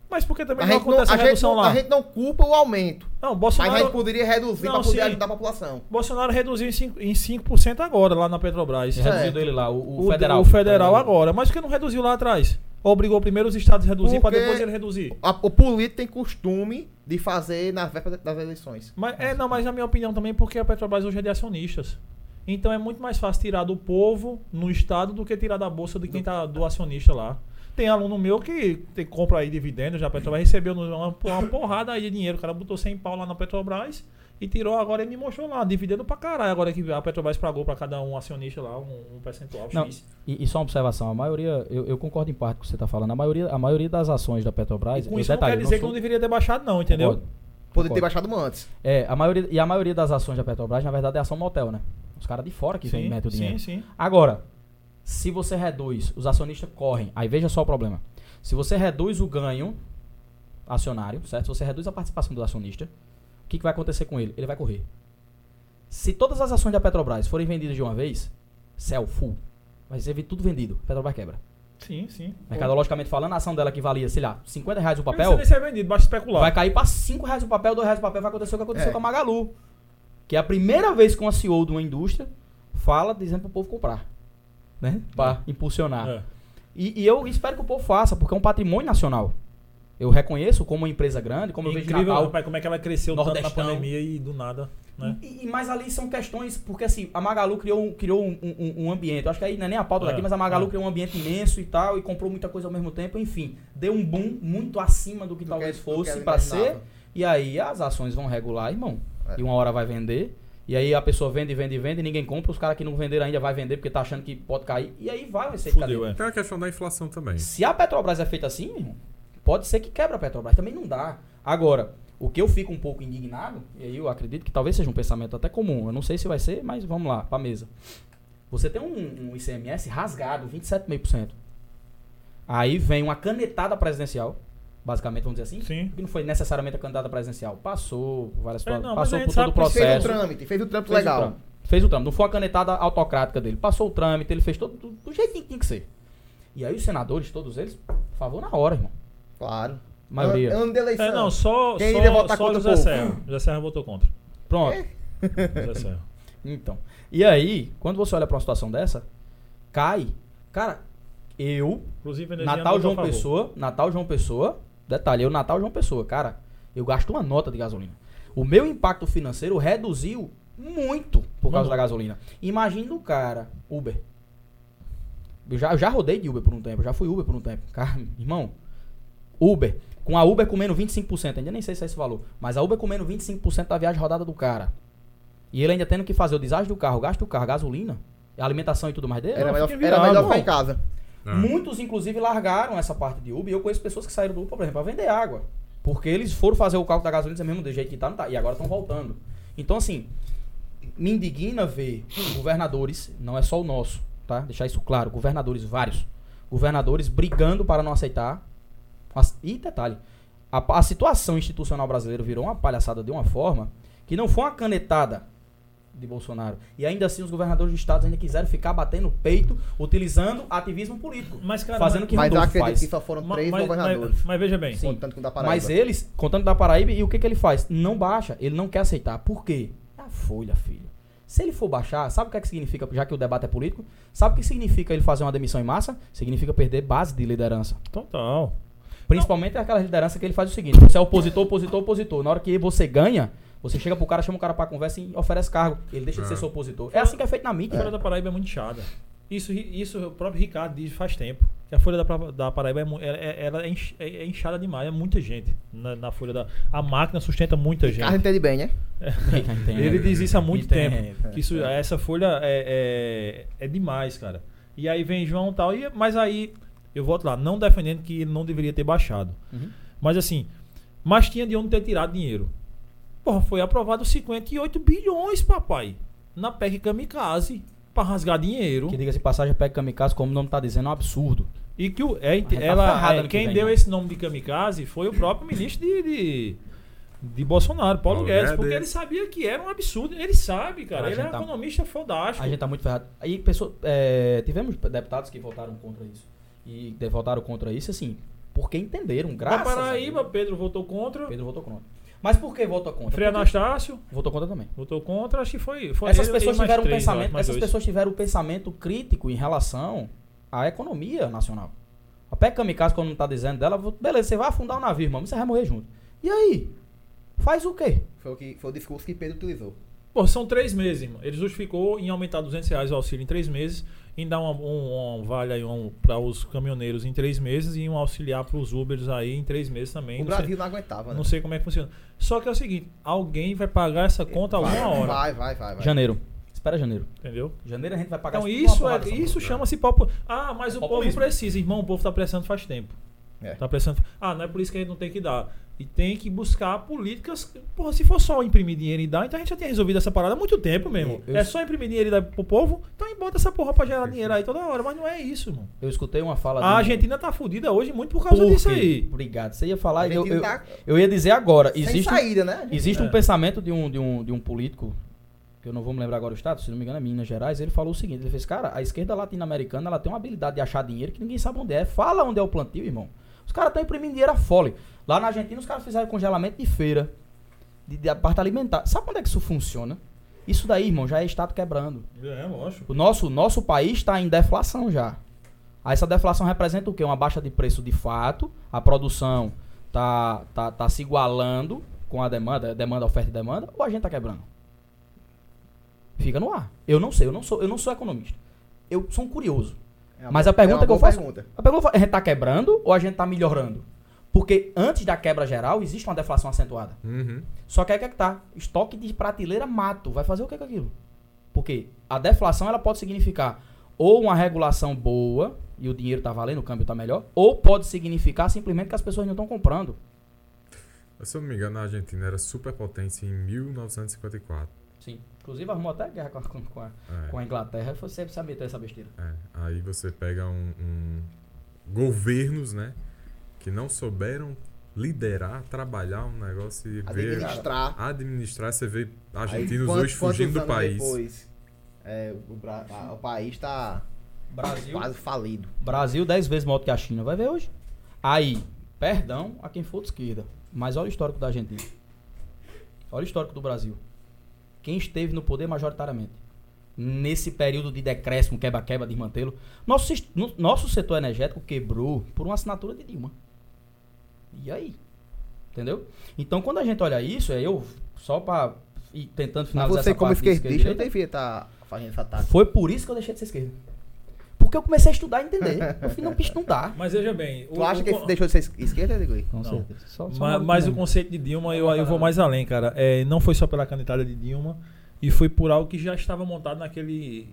[SPEAKER 1] Mas por que também
[SPEAKER 4] A
[SPEAKER 1] não
[SPEAKER 4] gente não,
[SPEAKER 1] acontece
[SPEAKER 4] a
[SPEAKER 1] a
[SPEAKER 4] gente
[SPEAKER 1] redução
[SPEAKER 4] não,
[SPEAKER 1] lá?
[SPEAKER 4] a gente não culpa o aumento,
[SPEAKER 1] Não,
[SPEAKER 4] mas a gente
[SPEAKER 1] Bolsonaro,
[SPEAKER 4] poderia reduzir
[SPEAKER 1] Não,
[SPEAKER 4] pra poder
[SPEAKER 1] sim.
[SPEAKER 4] ajudar a população.
[SPEAKER 1] Bolsonaro reduziu em 5%, em 5% agora lá na Petrobras.
[SPEAKER 3] Você
[SPEAKER 4] É.
[SPEAKER 3] reduziu ele lá, o, o
[SPEAKER 1] O,
[SPEAKER 3] federal.
[SPEAKER 1] o federal agora. Mas por que não reduziu lá atrás? Obrigou primeiro os estados a reduzir para
[SPEAKER 4] Porque-
[SPEAKER 1] depois ele reduzir.
[SPEAKER 4] A- o político tem costume de fazer na véspera das eleições.
[SPEAKER 1] Mas, é, não, mas na minha opinião também, porque a Petrobras hoje é de acionistas. Então é muito mais fácil tirar do povo no estado do que tirar da bolsa de quem tá do acionista lá. Tem aluno meu que tem, compra aí dividendos, já a Petrobras recebeu no- uma, uma porrada aí de dinheiro. O cara botou 100 pau lá na Petrobras e tirou agora e me mostrou lá, dividendo pra caralho. Agora que a Petrobras pagou pra cada um acionista lá um, um percentual
[SPEAKER 3] Não,
[SPEAKER 1] X.
[SPEAKER 3] E, e só uma observação, a maioria, eu, eu concordo em parte com o que você está falando, a maioria, a maioria das ações da Petrobras.
[SPEAKER 1] E com
[SPEAKER 3] eu
[SPEAKER 1] isso não
[SPEAKER 3] detalhe,
[SPEAKER 1] quer
[SPEAKER 3] eu
[SPEAKER 1] dizer que
[SPEAKER 3] sou-
[SPEAKER 1] não deveria ter baixado não, entendeu?
[SPEAKER 3] concordo.
[SPEAKER 4] Poderia ter
[SPEAKER 3] Concordo.
[SPEAKER 4] baixado antes.
[SPEAKER 3] É, a maioria, e a maioria das ações da Petrobras, na verdade, é ação motel, né? Os caras de fora que vêm e
[SPEAKER 1] sim,
[SPEAKER 3] metem o dinheiro.
[SPEAKER 1] sim, sim.
[SPEAKER 3] Agora, se você reduz, os acionistas correm. Aí veja só o problema. Se você reduz o ganho acionário, certo? Se você reduz a participação do acionista, o que, que vai acontecer com ele? Ele vai correr. Se todas as ações da Petrobras forem vendidas de uma vez, sell full, vai ser tudo vendido. Petrobras quebra.
[SPEAKER 1] Sim, sim.
[SPEAKER 3] Mercadologicamente falando, a ação dela que valia, sei lá, 50 reais o
[SPEAKER 1] Não precisa
[SPEAKER 3] papel,
[SPEAKER 1] nem ser vendido, basta especular.
[SPEAKER 3] vai cair para 5 reais o papel, 2 reais o papel. Vai acontecer o que aconteceu
[SPEAKER 4] É.
[SPEAKER 3] com a Magalu. Que é a primeira vez que uma CEO de uma indústria fala dizendo pro povo comprar. Né? Pra impulsionar.
[SPEAKER 1] É.
[SPEAKER 3] E, e eu espero que o povo faça, porque é um patrimônio nacional. Eu reconheço como uma empresa grande, como eu vejo
[SPEAKER 1] Incrível,
[SPEAKER 3] Natal.
[SPEAKER 1] rapaz, como é que ela cresceu tanto na
[SPEAKER 3] Nordestão.
[SPEAKER 1] pandemia e do nada, né?
[SPEAKER 3] E, e- mas ali são questões, porque assim, a Magalu criou um, criou um, um- um ambiente. Eu acho que aí não é nem a pauta
[SPEAKER 1] É,
[SPEAKER 3] daqui, mas a Magalu
[SPEAKER 1] é.
[SPEAKER 3] criou um ambiente imenso e tal, e comprou muita coisa ao mesmo tempo, enfim. Deu um boom muito acima do que
[SPEAKER 4] Do
[SPEAKER 3] talvez
[SPEAKER 4] que- do que
[SPEAKER 3] fosse
[SPEAKER 4] ela
[SPEAKER 3] pra ser.
[SPEAKER 4] imaginava.
[SPEAKER 3] E aí as ações vão regular, irmão.
[SPEAKER 4] É.
[SPEAKER 3] E uma hora vai vender. E aí a pessoa vende, vende, vende, ninguém compra. Os caras que não venderam ainda vai vender porque tá achando que pode cair. E aí vai, vai ser
[SPEAKER 1] Fudeu, é.
[SPEAKER 2] Tem a questão da inflação também.
[SPEAKER 3] se a Petrobras é feita assim, meu irmão, pode ser que quebra a Petrobras. Também não dá. Agora, o que eu fico um pouco indignado, e aí eu acredito que talvez seja um pensamento até comum, eu não sei se vai ser, mas vamos lá, pra mesa. Você tem um, um ICMS rasgado, 27,5%. Aí vem uma canetada presidencial, basicamente, vamos dizer assim.
[SPEAKER 1] Sim.
[SPEAKER 3] Que não foi necessariamente a candidata presidencial. Passou, várias
[SPEAKER 1] É, não, mas a
[SPEAKER 3] passou
[SPEAKER 1] gente
[SPEAKER 3] por todo
[SPEAKER 1] sabe
[SPEAKER 3] o
[SPEAKER 1] que fez um
[SPEAKER 4] Fez o
[SPEAKER 3] processo.
[SPEAKER 4] trâmite, fez o trâmite
[SPEAKER 3] Fez o
[SPEAKER 4] legal.
[SPEAKER 3] trâmite. Fez o trâmite. Não foi a canetada autocrática dele. Passou o trâmite, ele fez todo do, do jeitinho que tinha que ser. E aí os senadores, todos eles, Favor na hora, irmão.
[SPEAKER 4] Claro.
[SPEAKER 3] Maioria.
[SPEAKER 4] É o ano de eleição.
[SPEAKER 1] É, não, só,
[SPEAKER 4] Quem
[SPEAKER 1] só,
[SPEAKER 4] iria votar
[SPEAKER 1] só
[SPEAKER 4] contra o
[SPEAKER 1] José
[SPEAKER 4] povo?
[SPEAKER 1] Serra. José Serra votou contra.
[SPEAKER 3] Pronto.
[SPEAKER 1] José Serra.
[SPEAKER 3] Então. E aí, quando você olha pra uma situação dessa, cai. Cara, eu,
[SPEAKER 1] Inclusive, Veneziano
[SPEAKER 3] Natal
[SPEAKER 1] votou
[SPEAKER 3] João
[SPEAKER 1] Tipo, a favor.
[SPEAKER 3] Pessoa, Natal João Pessoa, detalhe, eu Natal João Pessoa, cara, eu gasto uma nota de gasolina. O meu impacto financeiro reduziu muito por causa
[SPEAKER 1] Mandou.
[SPEAKER 3] da gasolina. Imagina o cara, Uber. Eu já, eu já rodei de Uber por um tempo, já fui Uber por um tempo. Cara, irmão, Uber, com a Uber comendo 25%, ainda nem sei se é esse valor, mas a Uber comendo 25% da viagem rodada do cara. E ele ainda tendo que fazer o desastre do carro, o gasto do carro, gasolina, alimentação e tudo mais dele.
[SPEAKER 4] Era
[SPEAKER 3] eu
[SPEAKER 4] melhor,
[SPEAKER 3] fiquei
[SPEAKER 4] era
[SPEAKER 3] virado,
[SPEAKER 4] melhor ficar em
[SPEAKER 3] irmão.
[SPEAKER 4] casa.
[SPEAKER 2] É.
[SPEAKER 3] Muitos, inclusive, largaram essa parte de Uber. E eu conheço pessoas que saíram do Uber, por exemplo, para vender água. Porque eles foram fazer o cálculo da gasolina e disseram, mesmo do jeito que tá, não tá. E agora estão voltando. Então, assim, me indigna ver governadores, não é só o nosso, tá? Deixar isso claro, governadores vários. Governadores brigando para não aceitar. As- E detalhe, a, a situação institucional brasileira virou uma palhaçada de uma forma que não foi uma canetada de Bolsonaro. E ainda assim os governadores de estados ainda quiseram ficar batendo peito, utilizando ativismo político.
[SPEAKER 1] Mas, cara,
[SPEAKER 3] fazendo o que
[SPEAKER 4] Mas eu
[SPEAKER 3] Rodolfo
[SPEAKER 4] acredito
[SPEAKER 3] faz.
[SPEAKER 4] que só foram
[SPEAKER 1] Ma-
[SPEAKER 4] três
[SPEAKER 1] mas,
[SPEAKER 4] governadores.
[SPEAKER 1] mas- mas veja bem,
[SPEAKER 3] Sim.
[SPEAKER 4] Contando com o da Paraíba.
[SPEAKER 3] Mas eles, contando da Paraíba, e o que, que ele faz? Não baixa, ele não quer aceitar. Por quê? É a folha, filho. Se ele for baixar, sabe o que é que significa, já que o debate é político? Sabe o que significa ele fazer uma demissão em massa? Significa perder base de liderança.
[SPEAKER 1] Então, total.
[SPEAKER 3] Principalmente aquela liderança que ele faz o seguinte: você é opositor, opositor, opositor. Na hora que você ganha, você chega pro cara, chama o cara pra conversa e oferece cargo. Ele deixa de
[SPEAKER 2] É.
[SPEAKER 3] ser seu opositor. É assim que é feito na
[SPEAKER 1] A Folha
[SPEAKER 3] mídia.
[SPEAKER 1] da Paraíba é muito inchada. Isso, ri- isso o próprio Ricardo diz faz tempo. Que a Folha da, Pra- da Paraíba é, mu- ela- é- ela é inch- é- é inchada demais. É muita gente na, na Folha da... A máquina sustenta muita gente.
[SPEAKER 4] Carro entende bem, né?
[SPEAKER 1] Ele diz isso há muito
[SPEAKER 3] Entendo.
[SPEAKER 1] tempo. Que isso, essa folha é, é, é demais, cara. E aí vem João e tal. E, mas aí, eu volto lá, não defendendo que ele não deveria ter baixado.
[SPEAKER 3] Uhum.
[SPEAKER 1] Mas assim, mas tinha de onde ter tirado dinheiro. Porra, foi aprovado 58 bilhões, papai. Na PEC Kamikaze, pra rasgar dinheiro.
[SPEAKER 3] Que diga-se de passagem, pega kamikaze, como o nome tá dizendo, é um absurdo.
[SPEAKER 1] E que o, é,
[SPEAKER 3] tá
[SPEAKER 1] ela,
[SPEAKER 3] ferrado
[SPEAKER 1] é,
[SPEAKER 3] ano que
[SPEAKER 1] quem
[SPEAKER 3] vem,
[SPEAKER 1] deu
[SPEAKER 3] né?
[SPEAKER 1] esse nome de kamikaze foi o próprio ministro de, de, de Bolsonaro, Paulo,
[SPEAKER 2] Paulo
[SPEAKER 1] Guedes,
[SPEAKER 2] Guedes.
[SPEAKER 1] porque ele sabia que era um absurdo. Ele sabe, cara.
[SPEAKER 3] Cara, a
[SPEAKER 1] ele
[SPEAKER 3] gente
[SPEAKER 1] é um
[SPEAKER 3] tá-
[SPEAKER 1] economista fodástico.
[SPEAKER 3] A gente tá muito ferrado. Aí, pessoa, é, tivemos deputados que votaram contra isso. E de- votaram contra isso, assim, porque entenderam,
[SPEAKER 1] Na
[SPEAKER 3] graças
[SPEAKER 1] Paraíba,
[SPEAKER 3] a Deus.
[SPEAKER 1] Pedro votou contra.
[SPEAKER 3] Pedro votou contra. Mas por que votou contra?
[SPEAKER 1] Frei
[SPEAKER 3] Porque-
[SPEAKER 1] Anastácio
[SPEAKER 3] Votou contra também.
[SPEAKER 1] votou contra. Acho que foi. foi
[SPEAKER 3] essas
[SPEAKER 1] ele e
[SPEAKER 3] pessoas
[SPEAKER 1] mais
[SPEAKER 3] tiveram um
[SPEAKER 1] três, eu acho,
[SPEAKER 3] pensamento,
[SPEAKER 1] mais
[SPEAKER 3] essas
[SPEAKER 1] dois.
[SPEAKER 3] pessoas tiveram um pensamento crítico em relação à economia nacional. A PEC Kamikaze, quando não tá dizendo dela, vo- beleza, você vai afundar o navio, irmão, mas você vai morrer junto. E aí? Faz o quê?
[SPEAKER 4] Foi o, que, foi o discurso que Pedro utilizou.
[SPEAKER 1] Pô, são três meses, irmão. Ele justificou em aumentar 200 reais o auxílio em três meses, em dar uma- um, um vale aí um, para os caminhoneiros em três meses e um auxiliar para os Ubers aí em três meses também.
[SPEAKER 4] o
[SPEAKER 1] não sei-
[SPEAKER 4] Brasil não aguentava, né?
[SPEAKER 1] Não sei como é que funciona. Só que é o seguinte, alguém vai pagar essa conta
[SPEAKER 4] vai,
[SPEAKER 1] alguma hora,
[SPEAKER 4] Vai, vai, vai. vai.
[SPEAKER 3] Janeiro. Espera janeiro.
[SPEAKER 1] entendeu?
[SPEAKER 3] Janeiro a gente vai pagar
[SPEAKER 1] Então
[SPEAKER 3] tudo uma
[SPEAKER 1] isso é,
[SPEAKER 3] porrada, essa
[SPEAKER 1] isso
[SPEAKER 3] porra.
[SPEAKER 1] chama-se popular. Ah, mas o povo
[SPEAKER 3] Populismo.
[SPEAKER 1] precisa, irmão, o povo tá pressando faz tempo.
[SPEAKER 4] É.
[SPEAKER 1] Tá pressando. Ah, não é por isso que a gente não tem que dar. E tem que buscar políticas. Porra, se for só imprimir dinheiro e dar, então a gente já tinha resolvido essa parada há muito tempo mesmo.
[SPEAKER 3] Eu- eu-
[SPEAKER 1] É só imprimir dinheiro e dar pro povo, então e bota essa porra pra gerar dinheiro aí toda hora. Mas não é isso, irmão.
[SPEAKER 3] Eu escutei uma fala
[SPEAKER 1] A
[SPEAKER 3] de-
[SPEAKER 1] Argentina tá fudida hoje muito por causa
[SPEAKER 3] Por
[SPEAKER 1] disso
[SPEAKER 3] quê?
[SPEAKER 1] aí.
[SPEAKER 3] Obrigado. Você ia falar,
[SPEAKER 4] A
[SPEAKER 3] eu,
[SPEAKER 4] gente
[SPEAKER 3] eu,
[SPEAKER 4] tá
[SPEAKER 3] eu ia dizer agora.
[SPEAKER 4] Sem
[SPEAKER 3] Existe, um-
[SPEAKER 4] saída, né?
[SPEAKER 3] existe
[SPEAKER 1] É.
[SPEAKER 3] um pensamento de um, de, um, de um político, que eu não vou me lembrar agora o status, se não me engano é Minas Gerais, ele falou o seguinte, ele fez, cara, a esquerda latino-americana, ela tem uma habilidade de achar dinheiro que ninguém sabe onde é. Fala onde é o plantio, irmão. Os caras estão imprimindo dinheiro a fole. Lá na Argentina, os caras fizeram congelamento de feira, de, de parte alimentar. Sabe quando é que isso funciona? Isso daí, irmão, já é Estado quebrando.
[SPEAKER 1] É, lógico.
[SPEAKER 3] O nosso, o nosso país está em deflação já. Aí Essa deflação representa o quê? Uma baixa de preço de fato, a produção tá, tá, tá se igualando com a demanda, demanda, oferta e demanda, ou a gente tá quebrando? Fica no ar. Eu não sei, eu não sou, eu não sou economista. Eu sou um curioso.
[SPEAKER 4] É uma
[SPEAKER 3] Mas
[SPEAKER 4] boa-
[SPEAKER 3] a pergunta
[SPEAKER 4] é uma
[SPEAKER 3] que eu
[SPEAKER 4] boa
[SPEAKER 3] faço-
[SPEAKER 4] pergunta.
[SPEAKER 3] A pergunta é, a gente tá quebrando ou a gente tá melhorando? Porque antes da quebra geral existe uma deflação acentuada.
[SPEAKER 2] Uhum.
[SPEAKER 3] Só que aí o que é que tá? Estoque de prateleira mato. Vai fazer o que com aquilo? Porque a deflação ela pode significar ou uma regulação boa e o dinheiro tá valendo, o câmbio tá melhor, ou pode significar simplesmente que as pessoas não estão comprando.
[SPEAKER 2] Se eu não me engano, a Argentina era superpotência em 1954.
[SPEAKER 3] Sim. Inclusive arrumou até guerra com a, com a-
[SPEAKER 2] É.
[SPEAKER 3] com a Inglaterra. Foi sempre saber ter essa besteira.
[SPEAKER 2] É, aí você pega um, um- governos, né, que não souberam liderar, trabalhar um negócio e ver
[SPEAKER 4] Administrar.
[SPEAKER 2] administrar, você vê
[SPEAKER 4] Aí,
[SPEAKER 2] argentinos
[SPEAKER 4] quantos-
[SPEAKER 2] hoje fugindo do
[SPEAKER 4] quantos anos
[SPEAKER 2] país.
[SPEAKER 4] Depois, é, o, Bra- a- o país tá
[SPEAKER 3] Brasil.
[SPEAKER 4] quase falido.
[SPEAKER 3] Brasil 10 vezes maior do que a China. Vai ver hoje. Aí, perdão a quem for de esquerda, mas olha o histórico da Argentina. Olha o histórico do Brasil. Quem esteve no poder majoritariamente nesse período de decréscimo, quebra-quebra, desmantelo, nosso, sis- no- nosso setor energético quebrou por uma assinatura de Dilma. E aí? Entendeu? Então, quando a gente olha isso, é eu, só para ir tentando
[SPEAKER 4] Mas
[SPEAKER 3] finalizar
[SPEAKER 4] você,
[SPEAKER 3] essa
[SPEAKER 4] como
[SPEAKER 3] parte de
[SPEAKER 4] esquerdista, não
[SPEAKER 3] esquerda e direita,
[SPEAKER 4] devia estar tá fazendo essa tática.
[SPEAKER 3] foi por isso que eu deixei de ser esquerda. Porque eu comecei a estudar e entender. Eu falei, não, bicho, não dá.
[SPEAKER 1] Mas veja bem.
[SPEAKER 4] Tu acha que
[SPEAKER 1] con-
[SPEAKER 4] ele deixou de ser es- esquerda, Digui?
[SPEAKER 3] Com
[SPEAKER 1] Não.
[SPEAKER 3] certeza. Só- só
[SPEAKER 1] Ma-
[SPEAKER 3] uma-
[SPEAKER 1] Mas o
[SPEAKER 3] mesmo.
[SPEAKER 1] conceito de Dilma, eu, eu vou mais além, cara. É, não foi só pela candidatura de Dilma, e foi por algo que já estava montado naquele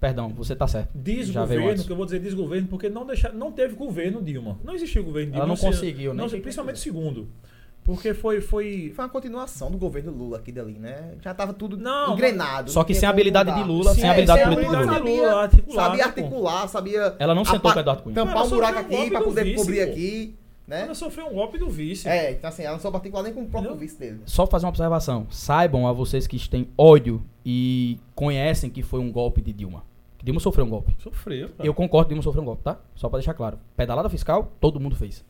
[SPEAKER 3] Perdão, você tá certo. Já veio
[SPEAKER 1] desgoverno,
[SPEAKER 3] antes.
[SPEAKER 1] que eu vou dizer desgoverno, porque não, deixar, não teve governo Dilma. Não existiu governo Dilma.
[SPEAKER 3] Ela não
[SPEAKER 1] sei-
[SPEAKER 3] conseguiu, né?
[SPEAKER 1] não sei, Principalmente o segundo. Porque foi, foi,
[SPEAKER 4] Foi uma continuação do governo Lula aqui dali, né? Já tava tudo
[SPEAKER 1] Não,
[SPEAKER 4] engrenado.
[SPEAKER 3] Só
[SPEAKER 4] não
[SPEAKER 3] que
[SPEAKER 4] tinha
[SPEAKER 3] sem a
[SPEAKER 4] como
[SPEAKER 3] habilidade
[SPEAKER 4] mudar.
[SPEAKER 3] de Lula,
[SPEAKER 1] Sim,
[SPEAKER 3] sem a habilidade
[SPEAKER 1] sem a
[SPEAKER 3] política de
[SPEAKER 1] habilidade
[SPEAKER 3] Lula.
[SPEAKER 1] de Lula, articular,
[SPEAKER 4] sabia
[SPEAKER 1] pô.
[SPEAKER 4] articular, sabia
[SPEAKER 3] Ela não sentou
[SPEAKER 4] apa-
[SPEAKER 3] com o Eduardo Cunha.
[SPEAKER 1] Ela
[SPEAKER 4] Tampar um
[SPEAKER 1] só
[SPEAKER 4] buraco
[SPEAKER 1] foi um
[SPEAKER 4] aqui
[SPEAKER 1] golpe
[SPEAKER 4] pra
[SPEAKER 1] do
[SPEAKER 4] poder
[SPEAKER 1] vice,
[SPEAKER 4] cobrir
[SPEAKER 1] pô.
[SPEAKER 4] aqui, né?
[SPEAKER 3] É.
[SPEAKER 1] Ela sofreu um golpe do vice.
[SPEAKER 4] É, então assim, ela não soube articular nem com o próprio
[SPEAKER 1] Entendeu?
[SPEAKER 4] vice dele.
[SPEAKER 3] Só fazer uma observação. Saibam a vocês que têm ódio e conhecem que foi um golpe de Dilma. Que Dilma sofreu um golpe.
[SPEAKER 1] Sofreu, cara.
[SPEAKER 3] Eu concordo que Dilma sofreu um golpe, tá? Só pra deixar claro. Pedalada fiscal, todo mundo fez.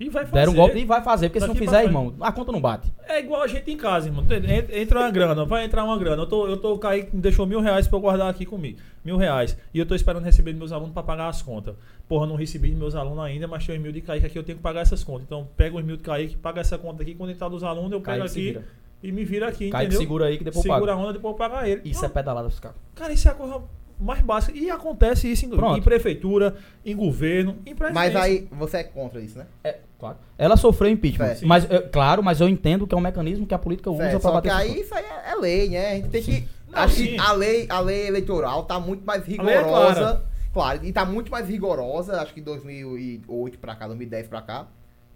[SPEAKER 1] E vai fazer.
[SPEAKER 3] Deram um golpe e vai fazer, porque se não
[SPEAKER 1] Daqui
[SPEAKER 3] fizer,
[SPEAKER 1] pra
[SPEAKER 3] irmão, a conta não bate.
[SPEAKER 1] É igual a gente em casa, irmão. Ent- Entra uma grana, vai entrar uma grana. Eu tô, eu tô Kaique me deixou mil reais pra eu guardar aqui comigo. Mil reais. E eu tô esperando receber dos meus alunos pra pagar as contas. Porra, eu não recebi dos meus alunos ainda, mas tem os mil de Kaique aqui, eu tenho que pagar essas contas. Então, pega os mil de Kaique, paga essa conta aqui. Quando entrar dos alunos, eu pego
[SPEAKER 3] Kaique se
[SPEAKER 1] aqui
[SPEAKER 3] vira.
[SPEAKER 1] e me vira aqui,
[SPEAKER 3] Kaique
[SPEAKER 1] entendeu?
[SPEAKER 3] segura aí que depois
[SPEAKER 1] Segura
[SPEAKER 3] paga.
[SPEAKER 1] a onda, depois eu pago a ele.
[SPEAKER 3] Isso é
[SPEAKER 1] Não,
[SPEAKER 3] pedalada fiscal.
[SPEAKER 1] Cara, isso é a coisa mais básica. E acontece isso em,
[SPEAKER 3] Pronto.
[SPEAKER 1] em prefeitura, em governo, em presidência.
[SPEAKER 4] Mas aí, você é contra isso, né?
[SPEAKER 3] É, claro. Ela sofreu impeachment.
[SPEAKER 4] Certo.
[SPEAKER 3] Mas, eu- claro, mas eu entendo que é um mecanismo que a política usa
[SPEAKER 4] Certo,
[SPEAKER 3] pra
[SPEAKER 4] só que
[SPEAKER 3] bater essas
[SPEAKER 4] aí isso aí é, é lei, né? A gente tem que.
[SPEAKER 1] Não,
[SPEAKER 4] acho
[SPEAKER 1] sim.
[SPEAKER 4] que a lei, a lei eleitoral tá muito mais
[SPEAKER 1] lei é
[SPEAKER 4] rigorosa.
[SPEAKER 1] clara.
[SPEAKER 4] claro, e tá muito mais rigorosa, acho que 2008 pra cá, 2010 pra cá.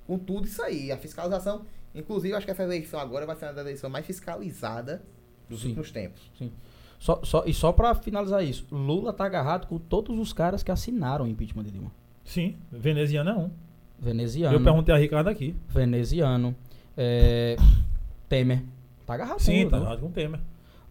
[SPEAKER 4] Com tudo isso aí. A fiscalização. Inclusive, acho que essa eleição agora vai ser uma das eleições mais fiscalizada dos
[SPEAKER 3] Sim.
[SPEAKER 4] últimos tempos.
[SPEAKER 3] Só, só- e só pra finalizar isso, Lula tá agarrado com todos os caras que assinaram o impeachment de Dilma.
[SPEAKER 1] Sim, veneziano é um.
[SPEAKER 3] Veneziano.
[SPEAKER 1] Eu perguntei a Ricardo aqui.
[SPEAKER 3] Veneziano. é, Temer. Tá agarrado com
[SPEAKER 1] Sim,
[SPEAKER 3] Lula,
[SPEAKER 1] tá
[SPEAKER 3] né?
[SPEAKER 1] errado com o Temer.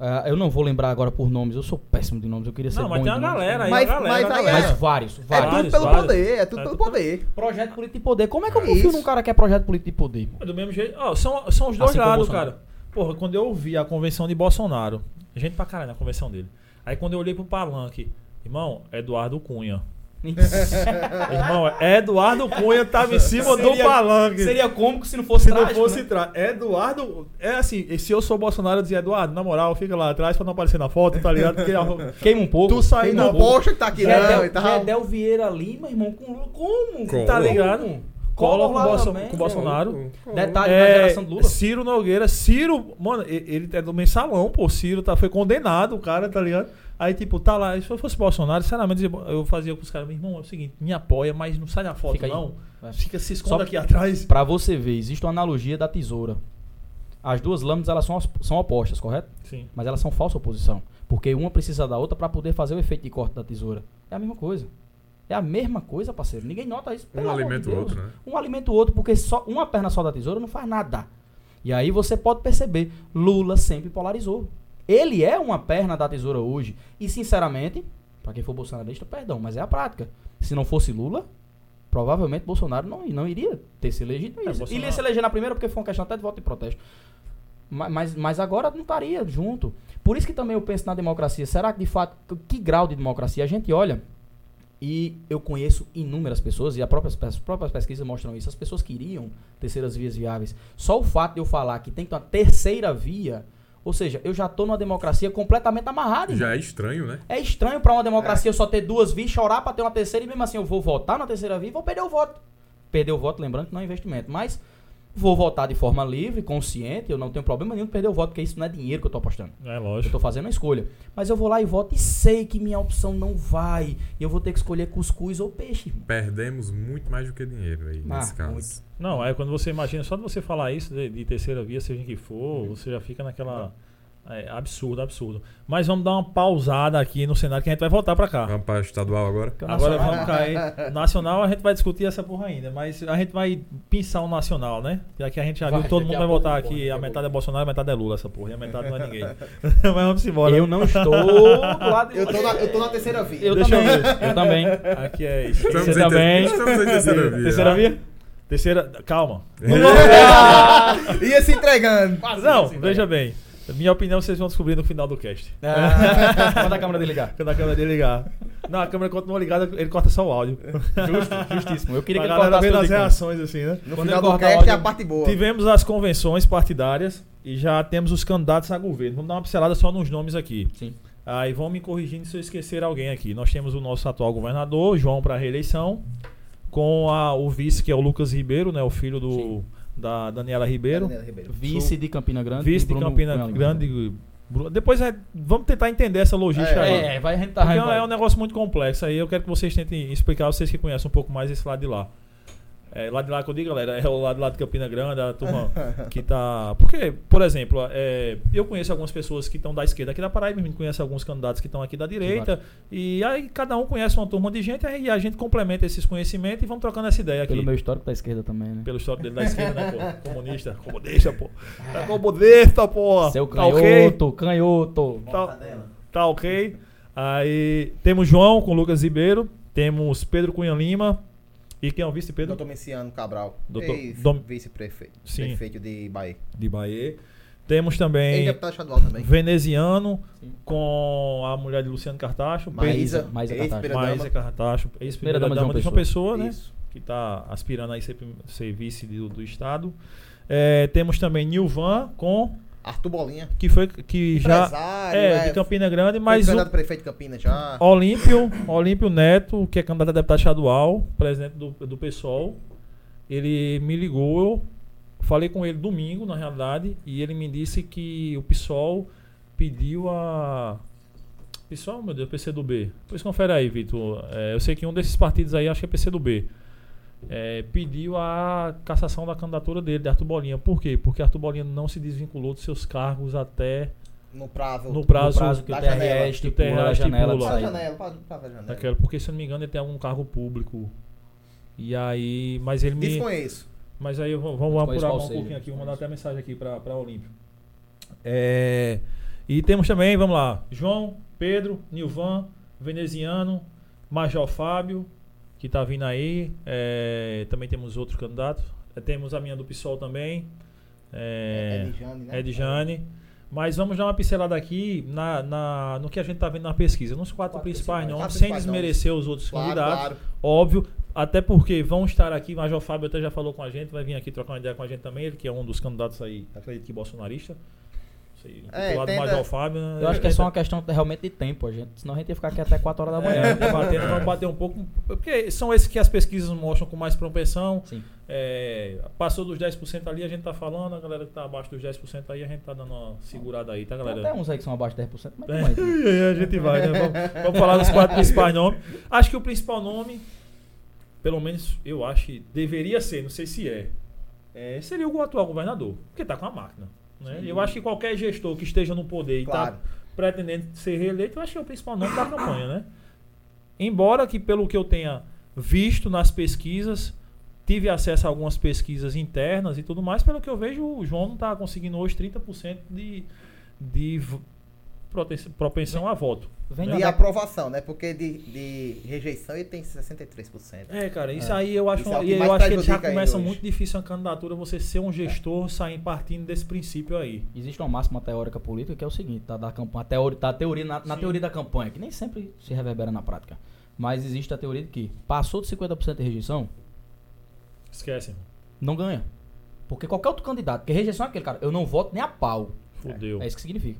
[SPEAKER 3] Ah, eu não vou lembrar agora por nomes, eu sou péssimo de nomes, eu queria ser
[SPEAKER 1] Não,
[SPEAKER 3] bom
[SPEAKER 1] mas tem
[SPEAKER 3] de
[SPEAKER 1] uma
[SPEAKER 3] nomes.
[SPEAKER 1] galera aí,
[SPEAKER 4] Mas-
[SPEAKER 1] uma galera, uma
[SPEAKER 4] mas aí
[SPEAKER 1] galera.
[SPEAKER 3] Mas vários,
[SPEAKER 4] É
[SPEAKER 3] vários.
[SPEAKER 1] Vários,
[SPEAKER 4] tudo pelo
[SPEAKER 1] vários.
[SPEAKER 4] poder, é tudo
[SPEAKER 1] É
[SPEAKER 4] pelo
[SPEAKER 1] tudo-
[SPEAKER 4] poder.
[SPEAKER 3] Projeto político de poder. Como é que eu
[SPEAKER 4] É
[SPEAKER 3] confio
[SPEAKER 4] isso.
[SPEAKER 3] num cara que é projeto político de poder?
[SPEAKER 4] é-
[SPEAKER 3] pô?
[SPEAKER 1] Do mesmo jeito. Ó, são, são os dois
[SPEAKER 3] Assim como
[SPEAKER 1] lados,
[SPEAKER 3] Bolsonaro.
[SPEAKER 1] cara. Porra, quando eu vi a convenção de Bolsonaro, gente pra caralho na convenção dele. Aí quando eu olhei pro palanque, irmão, Eduardo Cunha. É
[SPEAKER 4] É.
[SPEAKER 1] Irmão, Eduardo Cunha tava em cima do
[SPEAKER 3] Seria- né?
[SPEAKER 1] palanque.
[SPEAKER 3] cômico se não
[SPEAKER 1] se
[SPEAKER 3] fosse
[SPEAKER 1] não fosse tra... Eduardo. É assim, e se eu sou Bolsonaro, eu dizia, Eduardo, na moral, fica lá atrás pra não aparecer na foto, tá ligado? Porque a-
[SPEAKER 3] Queima um pouco.
[SPEAKER 1] tu sair
[SPEAKER 4] Aí
[SPEAKER 1] na
[SPEAKER 4] não
[SPEAKER 1] boca.
[SPEAKER 4] poxa que tá aqui
[SPEAKER 3] é
[SPEAKER 4] não e tal.
[SPEAKER 3] Gedel Vieira Lima, irmão, com Lula. Como?
[SPEAKER 2] Como?
[SPEAKER 1] Tá ligado? Cola com, o
[SPEAKER 3] lá
[SPEAKER 1] Bolso-
[SPEAKER 3] também.
[SPEAKER 1] com o Bolsonaro.
[SPEAKER 4] né?
[SPEAKER 3] Detalhe da
[SPEAKER 1] É,
[SPEAKER 3] geração do Lula.
[SPEAKER 1] Ciro Nogueira, Ciro, mano, e- ele é do mensalão, pô. Ciro tá, foi condenado, o cara, tá ligado? Aí, tipo, tá lá. Se eu fosse Bolsonaro, sinceramente, eu fazia com os caras, meu irmão, é o seguinte, me apoia, mas não sai na foto,
[SPEAKER 3] Fica aí.
[SPEAKER 1] não.
[SPEAKER 3] Vai.
[SPEAKER 1] Fica se esconde
[SPEAKER 3] Só-
[SPEAKER 1] aqui atrás.
[SPEAKER 3] Pra você ver, existe uma analogia da tesoura. As duas lâminas elas são, op- são opostas, correto?
[SPEAKER 1] Sim.
[SPEAKER 3] Mas elas são falsa oposição. Porque uma precisa da outra pra poder fazer o efeito de corte da tesoura. É a mesma coisa. É a mesma coisa, parceiro. Ninguém nota isso. pelo amor de
[SPEAKER 2] alimenta o
[SPEAKER 3] Deus.
[SPEAKER 2] outro, né?
[SPEAKER 3] Um alimenta o outro, porque só uma perna só da tesoura não faz nada. E aí você pode perceber, Lula sempre polarizou. Ele é uma perna da tesoura hoje. E sinceramente, pra quem for bolsonarista, perdão, mas é a prática. Se não fosse Lula, provavelmente Bolsonaro não, não iria ter se elegido.
[SPEAKER 1] É,
[SPEAKER 3] Ele
[SPEAKER 1] Bolsonaro-
[SPEAKER 3] ia se eleger na primeira porque foi uma questão até de voto e protesto. Ma- Mas, mas agora não estaria junto. Por isso que também eu penso na democracia. Será que de fato, que- que grau de democracia? A gente olha e eu conheço inúmeras pessoas, e a própria- as próprias pesquisas mostram isso. As pessoas queriam terceiras vias viáveis. Só o fato de eu falar que tem que ter uma terceira via, ou seja, eu já tô numa democracia completamente amarrada. irmão.
[SPEAKER 2] Já é estranho, né?
[SPEAKER 3] É estranho pra uma democracia eu só ter duas vias, chorar pra ter uma terceira e mesmo assim eu vou votar na terceira via e vou perder o voto. Perder o voto, lembrando que não é investimento, mas vou votar de forma livre, consciente, eu não tenho problema nenhum de perder o voto, porque isso não é dinheiro que eu tô apostando.
[SPEAKER 1] É
[SPEAKER 3] Eu
[SPEAKER 1] lógico.
[SPEAKER 3] tô fazendo a escolha. Mas eu vou lá e voto e sei que minha opção não vai. E eu vou ter que escolher cuscuz ou peixe. irmão.
[SPEAKER 2] Perdemos muito mais do que dinheiro aí,
[SPEAKER 3] Ah,
[SPEAKER 2] nesse caso.
[SPEAKER 3] muito. Uhum.
[SPEAKER 1] Não, é quando você imagina, só de você falar isso de, de terceira via, seja em que for, você já fica naquela. É absurdo, absurdo. Mas vamos dar uma pausada aqui no cenário que a gente vai voltar pra cá.
[SPEAKER 2] Vamos para estadual agora?
[SPEAKER 3] Então,
[SPEAKER 1] Agora
[SPEAKER 3] Nacional.
[SPEAKER 1] vamos cair. Nacional a gente vai discutir essa porra ainda, mas a gente vai pinçar o nacional, né? E aqui a gente já viu,
[SPEAKER 3] Vai,
[SPEAKER 1] todo
[SPEAKER 3] daqui
[SPEAKER 1] mundo
[SPEAKER 3] a
[SPEAKER 1] vai
[SPEAKER 3] pouco,
[SPEAKER 1] votar
[SPEAKER 3] porra,
[SPEAKER 1] aqui.
[SPEAKER 3] daqui a
[SPEAKER 1] A metade
[SPEAKER 3] pouco.
[SPEAKER 1] é Bolsonaro, a metade é Lula, essa porra. E a metade não é ninguém. mas vamos embora.
[SPEAKER 3] Eu não estou do lado de
[SPEAKER 4] Eu tô na,
[SPEAKER 3] vocês.
[SPEAKER 4] eu tô na terceira via.
[SPEAKER 3] Eu
[SPEAKER 1] Deixa eu
[SPEAKER 3] também.
[SPEAKER 1] ver.
[SPEAKER 3] Eu também.
[SPEAKER 1] Aqui é isso.
[SPEAKER 2] Estamos
[SPEAKER 1] Você
[SPEAKER 2] em ter-
[SPEAKER 1] também.
[SPEAKER 2] Estamos em terceira via.
[SPEAKER 1] Terceira via? Terceira. Calma.
[SPEAKER 4] Ia se entregando.
[SPEAKER 2] É.
[SPEAKER 1] Não,
[SPEAKER 3] Assim,
[SPEAKER 1] veja bem. Minha opinião vocês vão descobrir no final do cast.
[SPEAKER 3] Ah, Manda a câmera desligar.
[SPEAKER 1] Quando a câmera dele ligar. Não, a câmera continua ligada, ele corta só o áudio.
[SPEAKER 3] Justo, justíssimo. Eu queria
[SPEAKER 1] Pra
[SPEAKER 3] que ele
[SPEAKER 1] galera
[SPEAKER 3] cortasse
[SPEAKER 1] ver
[SPEAKER 3] tudo
[SPEAKER 1] as
[SPEAKER 3] de conta.
[SPEAKER 1] reações, assim, né?
[SPEAKER 4] No
[SPEAKER 3] Quando
[SPEAKER 4] final
[SPEAKER 3] eu
[SPEAKER 4] do
[SPEAKER 3] cortar
[SPEAKER 4] cast é
[SPEAKER 3] áudio-
[SPEAKER 4] a parte boa.
[SPEAKER 1] Tivemos as convenções partidárias e já temos os candidatos a governo. Vamos dar uma pincelada só nos nomes aqui.
[SPEAKER 3] Sim.
[SPEAKER 1] Aí vão me corrigindo se eu esquecer alguém aqui. Nós temos o nosso atual governador, João, para reeleição, com a- o vice, que é o Lucas Ribeiro, né? O filho do,
[SPEAKER 3] Sim.
[SPEAKER 1] da Daniela Ribeiro.
[SPEAKER 4] Daniela Ribeiro.
[SPEAKER 3] Vice de Campina Grande.
[SPEAKER 1] vice
[SPEAKER 3] e
[SPEAKER 1] de
[SPEAKER 3] Bruno
[SPEAKER 1] Campina
[SPEAKER 3] Cunha Lima.
[SPEAKER 1] Grande. Bru- Depois é- vamos tentar entender essa logística
[SPEAKER 4] É,
[SPEAKER 1] agora.
[SPEAKER 3] É, vai rentar.
[SPEAKER 1] Porque é um negócio muito complexo. Aí eu quero que vocês tentem explicar, vocês que conhecem um pouco mais esse lado de lá. É, lado de lá que eu digo, galera, é o lado lá de Campina Grande, a turma que tá. Porque, por exemplo, é, eu conheço algumas pessoas que estão da esquerda aqui da Paraíba, conheço alguns candidatos que estão aqui da direita. E aí cada um conhece uma turma de gente aí a gente complementa esses conhecimentos e vamos trocando essa ideia aqui.
[SPEAKER 3] Pelo meu histórico da esquerda também, né?
[SPEAKER 1] Pelo histórico dele da esquerda, né, pô? Comunista. Comunista, pô. É comunista, pô.
[SPEAKER 3] Seu
[SPEAKER 1] Tá ok?
[SPEAKER 3] canhoto, canhoto.
[SPEAKER 1] Tá,
[SPEAKER 4] Mortadela.
[SPEAKER 1] tá ok. Aí temos João com Lucas Ribeiro, temos Pedro Cunha Lima. E quem é o vice, Pedro?
[SPEAKER 4] Doutor Messiano Cabral.
[SPEAKER 1] Doutor-
[SPEAKER 4] Ex-
[SPEAKER 1] Dom-
[SPEAKER 4] Vice-prefeito.
[SPEAKER 1] Sim.
[SPEAKER 4] Prefeito de Bahia.
[SPEAKER 1] De Bahia. Temos
[SPEAKER 4] Ele é
[SPEAKER 1] também
[SPEAKER 4] deputado estadual também.
[SPEAKER 1] Veneziano com a mulher de Luciano Cartacho.
[SPEAKER 3] Maísa. Maísa
[SPEAKER 1] Pedro-
[SPEAKER 4] ex-primeira
[SPEAKER 1] Maísa
[SPEAKER 4] dama.
[SPEAKER 1] Cartacho, ex-primeira-dama
[SPEAKER 3] Primeira-dama
[SPEAKER 1] de
[SPEAKER 3] de
[SPEAKER 1] João Pessoa,
[SPEAKER 3] João
[SPEAKER 1] né?
[SPEAKER 4] Isso.
[SPEAKER 1] Que tá aspirando aí ser, prim- ser vice do, do Estado. É, temos também Nilvan com...
[SPEAKER 4] Arthur Bolinha.
[SPEAKER 1] Que foi... Que já...
[SPEAKER 4] Empresário,
[SPEAKER 1] É, de um.
[SPEAKER 4] Campinas.
[SPEAKER 1] Campina Grande, mas o,
[SPEAKER 4] candidato a prefeito de Campinas já.
[SPEAKER 1] Olímpio, Olímpio Neto, que é candidato a deputado estadual, presidente do, do PSOL, ele me ligou, eu falei com ele domingo, na realidade, e ele me disse que o PSOL pediu a. PSOL, meu Deus, PCdoB. Pois confere aí, Vitor. É, eu sei que um desses partidos aí, acho que é PCdoB. É, pediu a cassação da candidatura dele, de Arthur Bolinha. Por quê? Porque Arthur Bolinha não se desvinculou dos seus cargos até
[SPEAKER 4] No prazo.
[SPEAKER 1] no prazo,
[SPEAKER 3] No prazo que o
[SPEAKER 4] da
[SPEAKER 3] TRE
[SPEAKER 4] janela.
[SPEAKER 1] Que o
[SPEAKER 3] estipula
[SPEAKER 1] TRE
[SPEAKER 3] a janela de
[SPEAKER 1] estipula.
[SPEAKER 4] Pra
[SPEAKER 1] Lula.
[SPEAKER 3] saída.
[SPEAKER 4] janela, pra, pra ver a janela.
[SPEAKER 1] tá Daquela, porque se eu não me engano ele tem algum cargo público. E aí, mas ele me.
[SPEAKER 4] Desconheço.
[SPEAKER 1] Mas aí eu vou- vamos
[SPEAKER 3] Desconheço
[SPEAKER 1] apurar
[SPEAKER 3] qual
[SPEAKER 1] mais um
[SPEAKER 3] seja.
[SPEAKER 1] pouquinho aqui, vou mandar até mensagem aqui para para Olímpio. É, e temos também, vamos lá, João, Pedro, Nilvan, Veneziano, Major Fábio, que tá vindo aí. É, também temos outros candidatos. É, temos a minha do PSOL também. É,
[SPEAKER 4] Jane,
[SPEAKER 1] é de Jane. Mas vamos dar uma pincelada aqui na, na- no que a gente está vendo na pesquisa. Nos quatro,
[SPEAKER 3] Quatro
[SPEAKER 1] principais
[SPEAKER 3] principais.
[SPEAKER 1] nomes,
[SPEAKER 4] Quatro
[SPEAKER 1] sem
[SPEAKER 4] principais
[SPEAKER 1] desmerecer os outros
[SPEAKER 4] Claro,
[SPEAKER 1] candidatos,
[SPEAKER 4] claro.
[SPEAKER 1] óbvio. Até porque vão estar aqui, Major Fábio até já falou com a gente, vai vir aqui trocar uma ideia com a gente também, ele que é um dos candidatos aí, acredito que bolsonarista. Não Sei, um
[SPEAKER 4] É,
[SPEAKER 1] do lado do
[SPEAKER 4] tenta-
[SPEAKER 1] Major Fábio. né?
[SPEAKER 3] Eu acho que é só uma questão realmente de tempo, a gente. Senão a gente ia ficar aqui até 4 horas da manhã.
[SPEAKER 1] É, debatendo, vamos bater um pouco. Porque são esses que as pesquisas mostram com mais propensão.
[SPEAKER 3] Sim.
[SPEAKER 1] É, passou dos 10% ali, a gente tá falando, a galera que tá abaixo dos 10% aí, a gente tá dando uma segurada aí, tá,
[SPEAKER 3] Tem
[SPEAKER 1] galera?
[SPEAKER 4] Então,
[SPEAKER 3] até uns aí que são abaixo de 10%, mas não é. então.
[SPEAKER 1] É, a gente vai, né? Vamos, vamos falar dos quatro principais nomes. Acho que o principal nome, pelo menos eu acho que deveria ser, não sei se é, é, seria o atual governador, porque tá com a máquina. Né? Eu acho que qualquer gestor que esteja no poder e tá
[SPEAKER 4] Claro.
[SPEAKER 1] pretendendo ser reeleito, eu acho que é o principal nome da campanha, né? Embora que, pelo que eu tenha visto nas pesquisas, tive acesso a algumas pesquisas internas e tudo mais, pelo que eu vejo, o João não está conseguindo hoje 30% de, de v- prote- propensão a voto.
[SPEAKER 3] Vem
[SPEAKER 1] né?
[SPEAKER 4] E
[SPEAKER 3] uma
[SPEAKER 4] aprovação, né? Porque de, de rejeição ele tem 63%.
[SPEAKER 1] É, cara, isso
[SPEAKER 3] É.
[SPEAKER 1] aí eu acho,
[SPEAKER 4] Isso é o que
[SPEAKER 1] e eu
[SPEAKER 4] mais
[SPEAKER 1] acho que já
[SPEAKER 4] prejudica ainda
[SPEAKER 1] começa
[SPEAKER 4] hoje.
[SPEAKER 1] muito difícil a candidatura você ser um gestor, sair partindo desse princípio aí.
[SPEAKER 3] Existe uma máxima teórica política que é o seguinte, tá, da campanha, a teoria, tá, a teoria na, na
[SPEAKER 1] Sim.
[SPEAKER 3] teoria da campanha, que nem sempre se reverbera na prática. Mas existe a teoria de que passou de 50% de rejeição,
[SPEAKER 1] Esquece,
[SPEAKER 4] É.
[SPEAKER 1] mano.
[SPEAKER 3] não ganha. Porque qualquer outro candidato, porque rejeição é aquele cara, eu não voto nem a pau.
[SPEAKER 1] fudeu.
[SPEAKER 3] É isso que significa.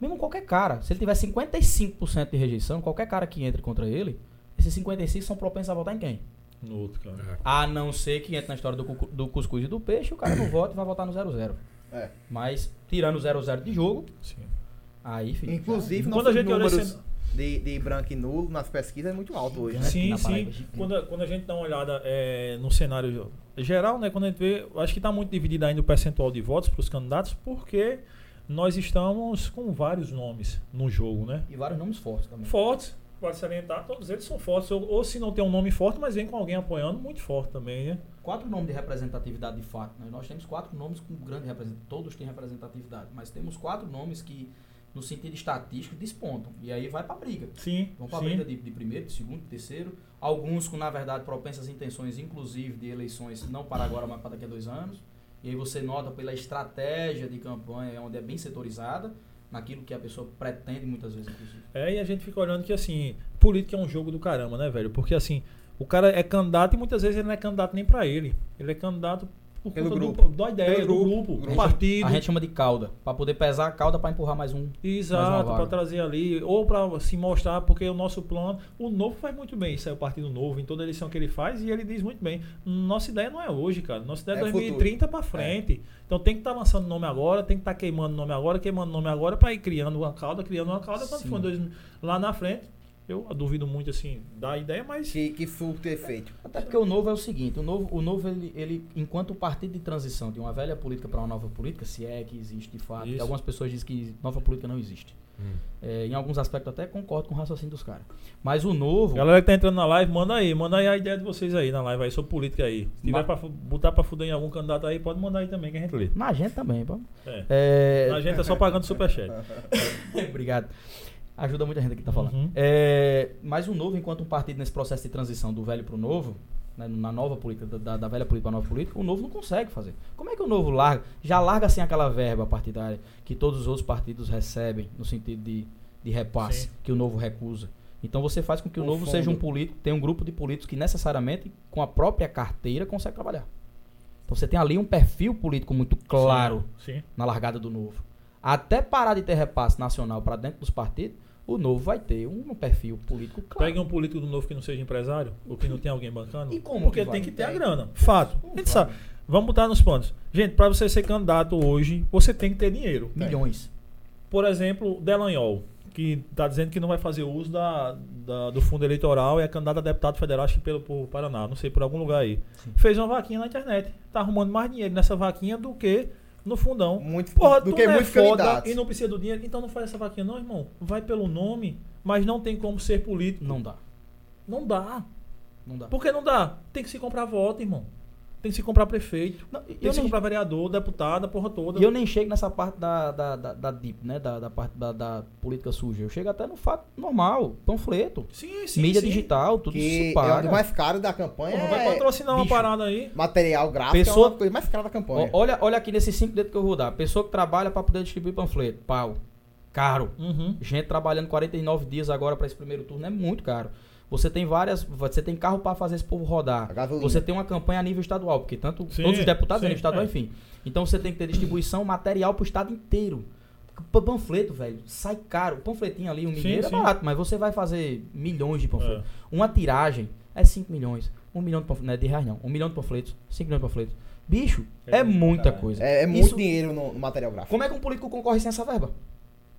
[SPEAKER 3] Mesmo qualquer cara, se ele tiver 55% de rejeição, qualquer cara que entre contra ele, esses 55 são propensos a votar em quem?
[SPEAKER 1] No outro, cara.
[SPEAKER 2] É.
[SPEAKER 3] A não ser que entre na história do, cu- do cuscuz e do peixe, o cara não vota e vai votar no 0-0.
[SPEAKER 4] É.
[SPEAKER 3] Mas, tirando o 0-0 de jogo,
[SPEAKER 1] Sim.
[SPEAKER 3] aí, filho.
[SPEAKER 4] Inclusive,
[SPEAKER 1] Quando a
[SPEAKER 4] nossos
[SPEAKER 1] gente olha
[SPEAKER 4] números
[SPEAKER 1] esse-
[SPEAKER 4] de, de branco e nulo nas pesquisas é muito alto hoje, né?
[SPEAKER 3] Aqui
[SPEAKER 1] Sim,
[SPEAKER 3] na
[SPEAKER 1] sim.
[SPEAKER 3] Paraíba, gigante.
[SPEAKER 1] Quando, a- quando a gente dá uma olhada é, no cenário tá geral, né? Quando a gente vê, acho que está muito dividido ainda o percentual de votos para os candidatos, porque nós estamos com vários nomes no jogo, né?
[SPEAKER 3] E vários nomes fortes também.
[SPEAKER 1] Fortes, pode salientar, todos eles são fortes. Ou, ou se não tem um nome forte, mas vem com alguém apoiando, muito forte também, né?
[SPEAKER 3] Quatro nomes de representatividade de fato. né? Nós temos quatro nomes com grande representatividade. Todos têm representatividade, mas temos quatro nomes que, no sentido estatístico, despontam. E aí vai pra briga.
[SPEAKER 1] Sim,
[SPEAKER 3] Vão pra
[SPEAKER 1] sim.
[SPEAKER 3] briga de, de primeiro, de segundo, de terceiro. Alguns com, na verdade, propensas intenções, inclusive, de eleições, não para agora, mas para daqui a dois anos. E aí você nota pela estratégia de campanha, onde é bem setorizada, naquilo que a pessoa pretende muitas vezes, inclusive.
[SPEAKER 1] É, e a gente fica olhando que, assim, política é um jogo do caramba, né, velho? Porque, assim, o cara é candidato e muitas vezes ele não é candidato nem pra ele. Ele é candidato por
[SPEAKER 4] Pelo
[SPEAKER 1] conta do-
[SPEAKER 4] grupo.
[SPEAKER 1] da ideia,
[SPEAKER 2] Pelo
[SPEAKER 1] do
[SPEAKER 2] grupo,
[SPEAKER 1] grupo,
[SPEAKER 2] grupo.
[SPEAKER 1] do partido.
[SPEAKER 3] A gente chama de cauda, para poder pesar a cauda para empurrar mais um.
[SPEAKER 1] Exato,
[SPEAKER 3] vaga.
[SPEAKER 1] para ah, trazer ali, ou para se mostrar, porque o nosso plano, o novo faz muito bem, isso é o Partido Novo, em toda eleição que ele faz, e ele diz muito bem, nossa ideia não é hoje, cara, nossa ideia é,
[SPEAKER 4] É futuro.
[SPEAKER 1] 2030 para frente, então tem que estar lançando nome agora, tem que estar queimando nome agora, queimando nome agora, para ir criando uma cauda, criando uma cauda, quando
[SPEAKER 3] Sim.
[SPEAKER 1] for dois, lá na frente, eu duvido muito, assim, da ideia, mas
[SPEAKER 4] Que, que surto efeito.
[SPEAKER 3] Até porque o novo é o seguinte, o novo, o novo ele, ele, enquanto partido de transição de uma velha política para uma nova política, se é que existe de fato,
[SPEAKER 1] Isso.
[SPEAKER 3] porque algumas pessoas dizem que nova política não existe.
[SPEAKER 2] Hum.
[SPEAKER 3] É, em alguns aspectos até concordo com o raciocínio dos caras. Mas o novo,
[SPEAKER 1] galera que tá entrando na live, manda aí, manda aí a ideia de vocês aí na live, aí sobre política aí, se tiver
[SPEAKER 3] Ma-
[SPEAKER 1] para botar para fuder em algum candidato aí, pode mandar aí também, que a gente lê.
[SPEAKER 3] na gente também, pô.
[SPEAKER 1] É.
[SPEAKER 3] É,
[SPEAKER 1] A gente tá só pagando superchat.
[SPEAKER 3] Obrigado. Ajuda muita gente que tá falando.
[SPEAKER 1] Uhum.
[SPEAKER 3] É, mas o novo, enquanto um partido nesse processo de transição do velho pro novo, né, na nova política, da- da, da velha política pra nova política, o novo não consegue fazer. Como é que o novo larga? Já larga sem aquela verba partidária que todos os outros partidos recebem, no sentido de, de repasse,
[SPEAKER 1] Sim.
[SPEAKER 3] que o novo recusa. Então você faz com que o,
[SPEAKER 4] O
[SPEAKER 3] novo
[SPEAKER 4] fundo.
[SPEAKER 3] seja um político, tem um grupo de políticos que necessariamente, com a própria carteira, consegue trabalhar. Então você tem ali um perfil político muito claro
[SPEAKER 1] Sim. sim.
[SPEAKER 3] na largada do novo. Até parar de ter repasse nacional para dentro dos partidos, o novo vai ter um perfil político claro.
[SPEAKER 1] Pegue um político do novo que não seja empresário, ou que não tem alguém bancando.
[SPEAKER 3] E como
[SPEAKER 1] Porque
[SPEAKER 3] que vai?
[SPEAKER 1] tem que ter a
[SPEAKER 4] Tem.
[SPEAKER 1] grana. Fato. A gente
[SPEAKER 3] vai?
[SPEAKER 1] sabe. Vamos botar nos planos. Gente, para você ser candidato hoje, você tem que ter dinheiro.
[SPEAKER 3] Milhões.
[SPEAKER 1] É. Por exemplo, Delanhol, que está dizendo que não vai fazer uso da, da- do fundo eleitoral e é candidato a deputado federal, acho que pelo por Paraná, não sei, por algum lugar aí. Fez uma vaquinha na internet. Tá arrumando mais dinheiro nessa vaquinha do que no fundão.
[SPEAKER 4] Muito,
[SPEAKER 1] Porra,
[SPEAKER 4] do
[SPEAKER 1] tu
[SPEAKER 4] que
[SPEAKER 1] não é
[SPEAKER 4] muitos
[SPEAKER 1] foda
[SPEAKER 4] candidatos.
[SPEAKER 1] e não precisa do dinheiro, então não faz essa vaquinha não, irmão. Vai pelo nome, mas não tem como ser político.
[SPEAKER 3] Não dá.
[SPEAKER 1] Não dá.
[SPEAKER 3] Não dá.
[SPEAKER 1] Por que não dá? Tem que se comprar voto, irmão. Tem que se comprar prefeito.
[SPEAKER 3] Não,
[SPEAKER 1] Tem
[SPEAKER 3] eu,
[SPEAKER 1] que se
[SPEAKER 3] nem,
[SPEAKER 1] comprar vereador, deputada, porra toda.
[SPEAKER 3] e eu nem chego nessa parte da, da, da, da DIP, né? Da, da parte da, da política suja. Eu chego até no fato normal, panfleto.
[SPEAKER 1] Sim, sim.
[SPEAKER 3] mídia
[SPEAKER 1] sim.
[SPEAKER 3] digital, tudo
[SPEAKER 4] que
[SPEAKER 3] isso
[SPEAKER 4] é um
[SPEAKER 3] paga.
[SPEAKER 4] dos mais caros da campanha.
[SPEAKER 1] Porra, vai
[SPEAKER 4] é
[SPEAKER 1] patrocinar uma
[SPEAKER 3] bicho.
[SPEAKER 1] parada aí.
[SPEAKER 4] material gráfico
[SPEAKER 3] Pessoa-
[SPEAKER 4] é uma coisa mais cara da campanha.
[SPEAKER 3] Ó, olha, olha aqui nesses cinco dedos que eu vou dar. Pessoa que trabalha para poder distribuir panfleto. Pau. Caro.
[SPEAKER 1] Uhum.
[SPEAKER 3] Gente trabalhando 49 dias agora para esse primeiro turno é muito caro. Você tem várias, você tem carro para fazer esse povo
[SPEAKER 4] A
[SPEAKER 3] rodar.
[SPEAKER 4] gasolina.
[SPEAKER 3] Você tem uma campanha a nível estadual, porque tanto
[SPEAKER 1] Sim,
[SPEAKER 3] todos os deputados
[SPEAKER 1] sim,
[SPEAKER 3] a nível estadual,
[SPEAKER 1] é.
[SPEAKER 3] enfim. Então você tem que ter distribuição material pro estado inteiro. P- Panfleto, velho, sai caro. Panfletinho ali, um
[SPEAKER 1] Sim,
[SPEAKER 3] milheiro é
[SPEAKER 1] sim.
[SPEAKER 3] barato, mas você vai fazer milhões de panfletos.
[SPEAKER 1] É.
[SPEAKER 3] Uma tiragem é 5 milhões. Um milhão de panfletos, não é de reais não. Um milhão de panfletos, 5 milhões de panfletos. Bicho,
[SPEAKER 1] É
[SPEAKER 3] é,
[SPEAKER 1] muito,
[SPEAKER 3] muita
[SPEAKER 1] cara.
[SPEAKER 3] coisa.
[SPEAKER 4] É, é muito
[SPEAKER 3] Isso-
[SPEAKER 4] dinheiro no, no material gráfico.
[SPEAKER 3] como é que um político concorre sem essa verba?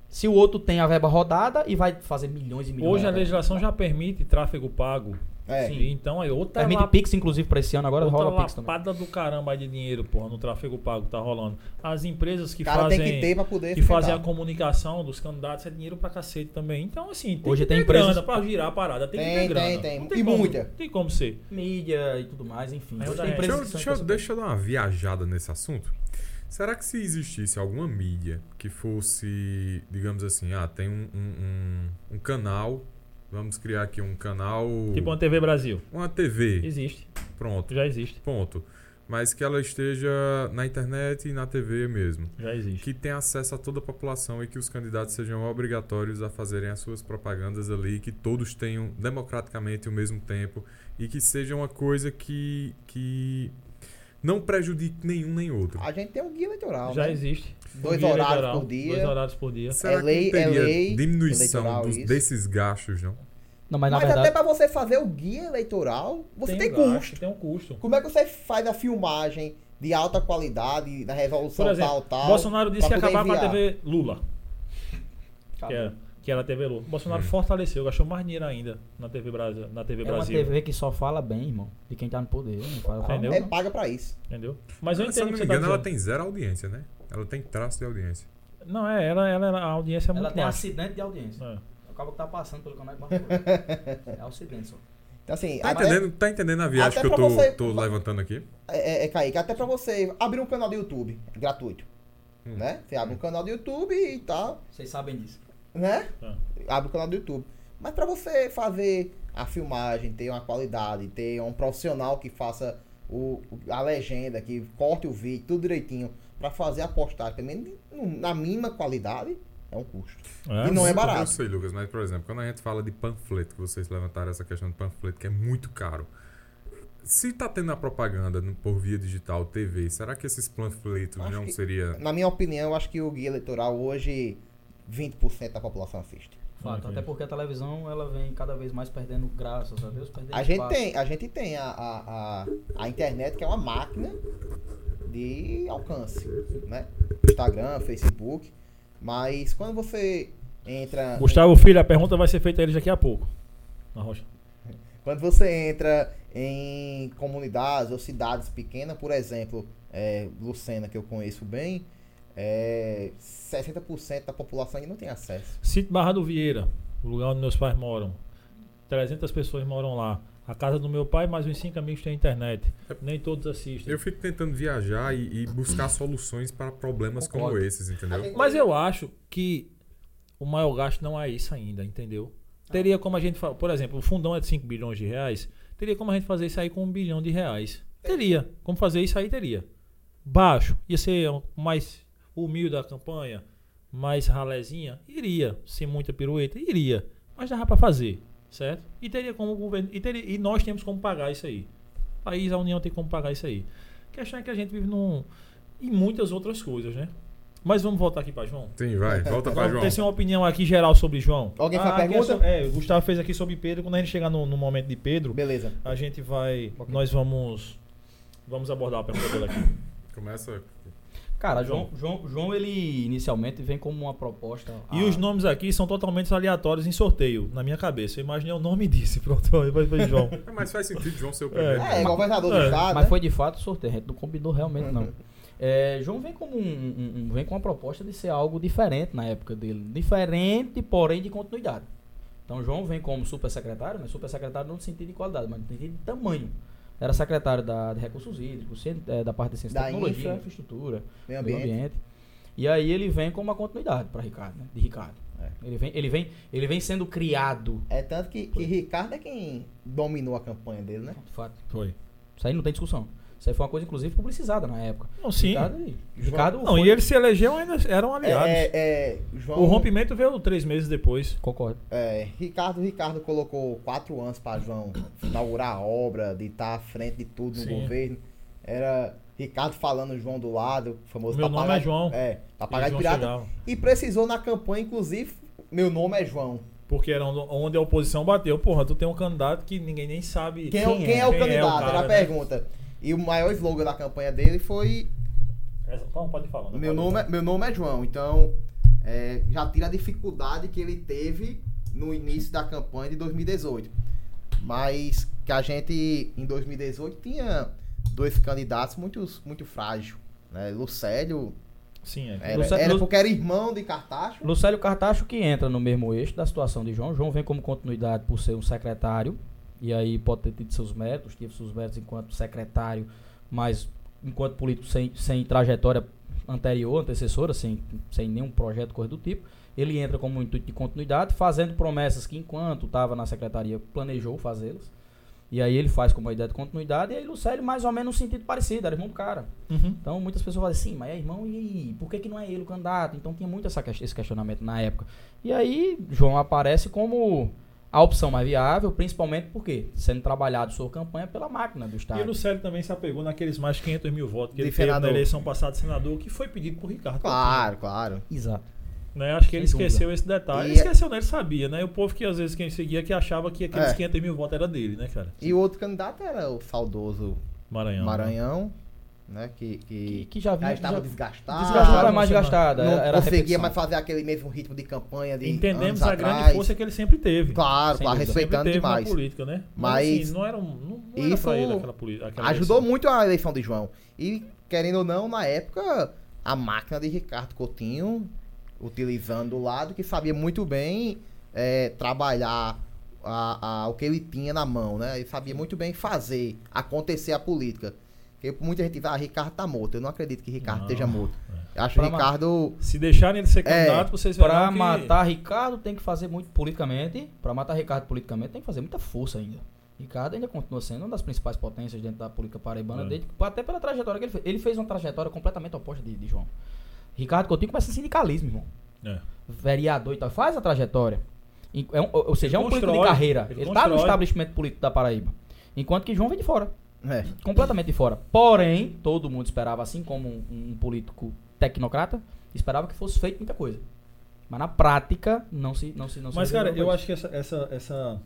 [SPEAKER 3] Se o outro tem a verba rodada e vai fazer milhões e milhões.
[SPEAKER 1] Hoje
[SPEAKER 3] de
[SPEAKER 1] a
[SPEAKER 3] verba.
[SPEAKER 1] legislação já permite tráfego pago.
[SPEAKER 4] É.
[SPEAKER 3] Sim.
[SPEAKER 1] E Então aí outra
[SPEAKER 3] Permite
[SPEAKER 1] lap-
[SPEAKER 3] Pix, inclusive, pra esse ano, agora
[SPEAKER 1] outra
[SPEAKER 3] rola Pix também.
[SPEAKER 1] lapada do caramba aí de dinheiro, porra, no tráfego pago tá rolando. As empresas que
[SPEAKER 4] o cara
[SPEAKER 1] fazem
[SPEAKER 4] tem que ter pra poder
[SPEAKER 1] que fazem a
[SPEAKER 4] enfrentar.
[SPEAKER 1] comunicação dos candidatos é dinheiro pra cacete também. Então, assim, tem
[SPEAKER 3] Hoje
[SPEAKER 1] que
[SPEAKER 3] tem
[SPEAKER 1] ter
[SPEAKER 3] empresas-
[SPEAKER 1] grana pra girar a parada. Tem, que
[SPEAKER 4] Tem,
[SPEAKER 1] ter grana.
[SPEAKER 4] tem, tem.
[SPEAKER 1] Não
[SPEAKER 4] E
[SPEAKER 1] como,
[SPEAKER 4] muita.
[SPEAKER 1] Tem como ser.
[SPEAKER 3] Mídia e tudo mais, enfim.
[SPEAKER 1] Aí
[SPEAKER 3] Hoje
[SPEAKER 1] eu
[SPEAKER 3] tem
[SPEAKER 1] já-
[SPEAKER 2] Deixa eu,
[SPEAKER 3] empresas que são
[SPEAKER 2] deixa, eu-
[SPEAKER 3] responsáveis.
[SPEAKER 2] deixa eu dar uma viajada nesse assunto. Será que se existisse alguma mídia que fosse, digamos assim, ah, tem um, um, um- um canal, vamos criar aqui um canal,
[SPEAKER 1] Tipo uma TV Brasil.
[SPEAKER 2] uma TV,
[SPEAKER 1] Existe.
[SPEAKER 2] pronto,
[SPEAKER 1] Já existe.
[SPEAKER 2] ponto. Mas que ela esteja na internet e na TV mesmo.
[SPEAKER 1] Já existe.
[SPEAKER 2] que tem acesso a toda a população e que os candidatos sejam obrigatórios a fazerem as suas propagandas ali, que todos tenham democraticamente o mesmo tempo e que seja uma coisa que, que não prejudique nenhum nem outro.
[SPEAKER 4] A gente tem um guia eleitoral.
[SPEAKER 1] Já
[SPEAKER 4] né?
[SPEAKER 1] existe.
[SPEAKER 4] Dois
[SPEAKER 1] Guia
[SPEAKER 4] horários
[SPEAKER 1] eleitoral,
[SPEAKER 4] por dia.
[SPEAKER 1] Dois horários por dia.
[SPEAKER 2] Será
[SPEAKER 4] lei- é
[SPEAKER 2] que não teria
[SPEAKER 4] lei
[SPEAKER 2] diminuição
[SPEAKER 4] eleitoral
[SPEAKER 2] dos-
[SPEAKER 4] isso?
[SPEAKER 2] desses gastos, não?
[SPEAKER 3] Não, mas,
[SPEAKER 4] Mas
[SPEAKER 3] na
[SPEAKER 4] até
[SPEAKER 3] verdade.
[SPEAKER 4] pra você fazer o guia eleitoral, você tem,
[SPEAKER 1] um gasto,
[SPEAKER 4] custo.
[SPEAKER 1] Tem um custo.
[SPEAKER 4] Como é que você faz a filmagem de alta qualidade, da resolução
[SPEAKER 1] Por exemplo,
[SPEAKER 4] tal, tal?
[SPEAKER 1] Bolsonaro disse que
[SPEAKER 4] pra
[SPEAKER 1] ia
[SPEAKER 4] poder
[SPEAKER 1] acabar com a
[SPEAKER 4] enviar?
[SPEAKER 1] TV Lula. Que
[SPEAKER 3] Acabou.
[SPEAKER 1] era, que é era a TV Lula. Bolsonaro
[SPEAKER 2] Hum.
[SPEAKER 1] fortaleceu, gastou mais dinheiro ainda na TV Brasil. Na TV
[SPEAKER 3] É uma
[SPEAKER 1] Brasil.
[SPEAKER 3] TV que só fala bem, irmão. De quem tá no poder. Não fala, fala
[SPEAKER 1] Entendeu?
[SPEAKER 4] É
[SPEAKER 3] mal,
[SPEAKER 4] paga pra isso.
[SPEAKER 1] Entendeu? Mas eu
[SPEAKER 2] Ah, Se
[SPEAKER 1] entendo
[SPEAKER 2] eu
[SPEAKER 1] o
[SPEAKER 2] não
[SPEAKER 1] que você
[SPEAKER 2] me
[SPEAKER 1] tá
[SPEAKER 2] engano, ela
[SPEAKER 1] dizendo.
[SPEAKER 2] tem zero audiência, né? Ela tem traço de audiência.
[SPEAKER 1] Não, é, ela, ela, ela- a audiência é
[SPEAKER 3] Ela
[SPEAKER 1] muito
[SPEAKER 3] tem
[SPEAKER 1] baixa.
[SPEAKER 3] acidente de audiência.
[SPEAKER 1] É.
[SPEAKER 3] Acaba que tá passando pelo canal e bota coisa. É acidente só.
[SPEAKER 4] Então, assim,
[SPEAKER 2] Tá
[SPEAKER 4] até-
[SPEAKER 2] entendendo, tá entendendo a viagem
[SPEAKER 4] até
[SPEAKER 2] que eu
[SPEAKER 4] pra
[SPEAKER 2] tô,
[SPEAKER 4] você-
[SPEAKER 2] tô levantando aqui?
[SPEAKER 4] É, é, é, Kaique, até pra você abrir um canal do YouTube, gratuito.
[SPEAKER 2] Hum.
[SPEAKER 4] Né? Você abre um canal do YouTube e tal,
[SPEAKER 3] Vocês sabem disso.
[SPEAKER 4] né?
[SPEAKER 1] Tá.
[SPEAKER 4] Abre o canal do YouTube. Mas pra você fazer a filmagem, ter uma qualidade, ter um profissional que faça o, o- a legenda, que corte o vídeo, tudo direitinho, pra fazer a postagem também no- na mínima qualidade, é um custo.
[SPEAKER 1] É,
[SPEAKER 4] E não é
[SPEAKER 1] muito.
[SPEAKER 4] barato.
[SPEAKER 2] Eu sei, Lucas, mas por exemplo, quando a gente fala de panfleto, que vocês levantaram essa questão de panfleto, que é muito caro. Se tá tendo a propaganda no- por via digital, TV, será que esses panfletos
[SPEAKER 4] Acho
[SPEAKER 2] não
[SPEAKER 4] que-
[SPEAKER 2] seria.
[SPEAKER 4] Na minha opinião, eu acho que o guia eleitoral hoje 20% da população assiste.
[SPEAKER 3] Fato.
[SPEAKER 1] Ok.
[SPEAKER 3] Até porque a televisão ela vem cada vez mais perdendo, graças a Deus, perdendo
[SPEAKER 4] A gente
[SPEAKER 3] espaço.
[SPEAKER 4] tem, a gente tem a, a, a, a internet que é uma máquina de alcance, né? Instagram, Facebook, mas quando você entra,
[SPEAKER 1] Gustavo Filho, a pergunta vai ser feita a ele daqui a pouco. Na rocha.
[SPEAKER 4] quando você entra em comunidades ou cidades pequenas, por exemplo, é, Lucena que eu conheço bem, é, 60% da população ainda não tem acesso.
[SPEAKER 1] Sítio Barra do Vieira, o lugar onde meus pais moram. 300 pessoas moram lá. A casa do meu pai, mais uns 5 amigos têm internet. Nem todos assistem.
[SPEAKER 2] É. Eu fico tentando viajar e, e
[SPEAKER 4] Uhum.
[SPEAKER 2] buscar soluções para problemas como
[SPEAKER 3] Concordo.
[SPEAKER 2] esses, entendeu?
[SPEAKER 1] Mas eu acho que o maior gasto não é isso ainda, entendeu? Teria como a gente, fa- por exemplo, o fundão é de 5 bilhões de reais, teria como a gente fazer isso aí com 1 bilhão de reais. Teria, como fazer isso aí teria. Baixo, ia ser um- mais humilde a campanha, mais ralezinha, iria, sem muita pirueta, iria, mas dava pra fazer, certo? E teria como o governo, e, teria- e nós temos como pagar isso aí. O país, a União tem como pagar isso aí. A questão é que a gente vive num e muitas outras coisas, né? Mas vamos voltar aqui pra João.
[SPEAKER 2] Sim,
[SPEAKER 4] É,
[SPEAKER 2] vai, volta pra João.
[SPEAKER 1] Tem uma opinião aqui geral sobre João.
[SPEAKER 4] Alguém faz
[SPEAKER 1] aqui é
[SPEAKER 4] pergunta?
[SPEAKER 1] so- É, o Gustavo fez aqui sobre Pedro. Quando a gente chegar no, no momento de Pedro,
[SPEAKER 4] Beleza.
[SPEAKER 1] a gente vai.
[SPEAKER 3] Ok.
[SPEAKER 1] Nós vamos. Vamos abordar a pergunta dele aqui.
[SPEAKER 4] um-
[SPEAKER 2] Começa.
[SPEAKER 3] Cara, João, João, João, ele inicialmente vem como uma proposta.
[SPEAKER 1] E
[SPEAKER 3] a-
[SPEAKER 1] os nomes aqui são totalmente aleatórios em sorteio, na minha cabeça. Eu imaginei o nome e disse. Pronto, aí vai vai João.
[SPEAKER 2] É, mas faz sentido João ser o primeiro.
[SPEAKER 4] É, governador do
[SPEAKER 1] É,
[SPEAKER 4] estado.
[SPEAKER 3] Mas
[SPEAKER 4] né? Uhum.
[SPEAKER 3] foi de fato sorteio, a gente não combinou realmente, não. É, João vem como um, um- um- vem com uma proposta de ser algo diferente na época dele. Diferente, porém, de continuidade. Então João vem como supersecretário, mas supersecretário não no sentido de qualidade, mas no sentido de tamanho. Era secretário da, de Recursos Hídricos, cien- eh, da parte de Ciência e
[SPEAKER 4] Da
[SPEAKER 3] Tecnologia,
[SPEAKER 4] infra.
[SPEAKER 3] Infraestrutura,
[SPEAKER 4] Meio
[SPEAKER 3] meio
[SPEAKER 4] ambiente.
[SPEAKER 3] ambiente. E aí ele vem com uma continuidade para Ricardo, né? De Ricardo.
[SPEAKER 4] É.
[SPEAKER 3] Ele, vem, ele, vem, ele vem sendo criado.
[SPEAKER 4] É tanto que, que Ricardo é quem dominou a campanha dele, né?
[SPEAKER 3] De fato.
[SPEAKER 1] Foi.
[SPEAKER 3] Isso aí não tem discussão. Isso aí foi uma coisa, inclusive, publicizada na época.
[SPEAKER 1] Não, sim.
[SPEAKER 3] Ricardo, ele- Ricardo
[SPEAKER 1] Não,
[SPEAKER 3] foi-
[SPEAKER 1] e eles se elegeram ainda eram aliados.
[SPEAKER 4] É, é, João,
[SPEAKER 1] O rompimento veio três meses depois.
[SPEAKER 3] Concordo.
[SPEAKER 4] é, Ricardo, Ricardo colocou quatro anos para João inaugurar a obra, de estar à frente de tudo no
[SPEAKER 1] Sim.
[SPEAKER 4] governo. Era Ricardo falando João do lado, o famoso
[SPEAKER 1] Meu nome
[SPEAKER 4] papagaio-
[SPEAKER 1] é João.
[SPEAKER 4] É, papagaio
[SPEAKER 1] João
[SPEAKER 4] pirata.
[SPEAKER 1] chegava.
[SPEAKER 4] E precisou na campanha, inclusive, meu nome é João.
[SPEAKER 1] Porque era onde a oposição bateu. Porra, tu tem um candidato que ninguém nem sabe
[SPEAKER 4] Quem, é, o- quem é o candidato?
[SPEAKER 1] cara,
[SPEAKER 4] era a
[SPEAKER 1] né?
[SPEAKER 4] pergunta. E o maior slogan da campanha dele foi
[SPEAKER 1] Essa- Não, pode falar. não né?
[SPEAKER 4] Meu
[SPEAKER 1] pode
[SPEAKER 4] nome, é,
[SPEAKER 1] falar.
[SPEAKER 4] meu nome é João, então é, já tira a dificuldade que ele teve no início da campanha de 2018. Mas que a gente, em 2018, tinha dois candidatos muito, muito frágil. Né? Lucélio
[SPEAKER 1] Sim, é.
[SPEAKER 4] era,
[SPEAKER 3] Lucé-
[SPEAKER 4] era
[SPEAKER 3] Lu-
[SPEAKER 4] porque era irmão de Cartacho.
[SPEAKER 3] Lucélio Cartacho que entra no mesmo eixo da situação de João. João vem como continuidade por ser um secretário. E aí pode ter tido seus méritos, teve seus méritos enquanto secretário, mas enquanto político sem, sem trajetória anterior, antecessora, sem, sem nenhum projeto, coisa do tipo. Ele entra como um intuito de continuidade, fazendo promessas que enquanto estava na secretaria planejou fazê-las. E aí ele faz com uma ideia de continuidade, e aí Lucélio mais ou menos um sentido parecido, era irmão do cara.
[SPEAKER 4] É.
[SPEAKER 1] Uhum.
[SPEAKER 3] Então muitas pessoas falam assim, mas é irmão, e aí? Por que, que não é ele o candidato? Então tinha muito essa ques- esse questionamento na época. E aí João aparece como a opção mais viável, principalmente porque sendo trabalhado sua campanha pela máquina do Estado.
[SPEAKER 1] E o Lucélio também se apegou naqueles mais 500 mil votos que
[SPEAKER 4] Tá. De
[SPEAKER 1] ele teve
[SPEAKER 4] senador.
[SPEAKER 1] na eleição passada de senador, que foi pedido por Ricardo.
[SPEAKER 4] Claro, claro.
[SPEAKER 3] Exato.
[SPEAKER 1] Né? Acho que ele
[SPEAKER 3] Sem
[SPEAKER 1] esqueceu esse detalhe.
[SPEAKER 4] E- é-
[SPEAKER 1] Ele esqueceu, né? Ele sabia, né? E o povo que às vezes quem seguia que achava que aqueles
[SPEAKER 4] É.
[SPEAKER 1] 500 mil votos era dele, né, cara?
[SPEAKER 4] E o outro candidato era o saudoso
[SPEAKER 1] Maranhão.
[SPEAKER 4] Maranhão, né?
[SPEAKER 3] Que,
[SPEAKER 4] Que, que,
[SPEAKER 3] que já vinha.
[SPEAKER 4] já estava
[SPEAKER 3] já-
[SPEAKER 4] desgastado.
[SPEAKER 3] desgastada,
[SPEAKER 1] não
[SPEAKER 3] mais
[SPEAKER 1] sei mais.
[SPEAKER 3] gastada.
[SPEAKER 4] não
[SPEAKER 3] era- era
[SPEAKER 4] conseguia
[SPEAKER 3] repetição.
[SPEAKER 4] mais fazer aquele mesmo ritmo de campanha de
[SPEAKER 1] Entendemos
[SPEAKER 4] anos
[SPEAKER 1] a
[SPEAKER 4] atrás.
[SPEAKER 1] grande força que ele sempre teve.
[SPEAKER 4] Claro,
[SPEAKER 3] Sem
[SPEAKER 4] claro,
[SPEAKER 3] dúvida.
[SPEAKER 4] respeitando
[SPEAKER 1] sempre teve
[SPEAKER 4] demais.
[SPEAKER 1] na política, né?
[SPEAKER 4] Mas
[SPEAKER 1] assim, não era, um, não, não era
[SPEAKER 4] isso
[SPEAKER 1] pra ele aquela política. aquela
[SPEAKER 4] Ajudou
[SPEAKER 1] eleição.
[SPEAKER 4] muito a eleição de João. E, querendo ou não, na época, a máquina de Ricardo Coutinho utilizando o lado que sabia muito bem é, trabalhar a- a- o que ele tinha na mão, né? Ele sabia muito bem fazer acontecer a política. Porque muita gente diz, ah, Ricardo tá morto. Eu não acredito que Ricardo
[SPEAKER 1] Não. é.
[SPEAKER 4] esteja morto. Eu acho
[SPEAKER 3] Pra
[SPEAKER 4] que Ricardo.
[SPEAKER 1] Se deixarem ele ser
[SPEAKER 4] É,
[SPEAKER 1] candidato, vocês
[SPEAKER 3] Pra
[SPEAKER 1] verão que...
[SPEAKER 3] matar Ricardo tem que fazer muito politicamente. Pra matar Ricardo politicamente tem que fazer muita força ainda. Ricardo ainda continua sendo uma das principais potências dentro da política paraibana,
[SPEAKER 1] É.
[SPEAKER 3] desde- até pela trajetória que ele fez. Ele fez uma trajetória completamente oposta de, de João. Ricardo Coutinho começa em sindicalismo, irmão.
[SPEAKER 1] É.
[SPEAKER 3] Vereador e tal, faz a trajetória. E- é um- ou ou
[SPEAKER 1] Ele
[SPEAKER 3] seja, é um político de
[SPEAKER 1] constrói,
[SPEAKER 3] carreira.
[SPEAKER 1] ele
[SPEAKER 3] Ele, tá no
[SPEAKER 1] constrói.
[SPEAKER 3] estabelecimento político da Paraíba. Enquanto que João vem de fora
[SPEAKER 4] É,
[SPEAKER 3] completamente de fora. Porém, todo mundo esperava, assim como um, um político tecnocrata, esperava que fosse feito muita coisa. Mas na prática, não se não se não se
[SPEAKER 1] Mas, cara,
[SPEAKER 3] resolveu
[SPEAKER 1] eu
[SPEAKER 3] isso.
[SPEAKER 1] acho que essa, essa, essa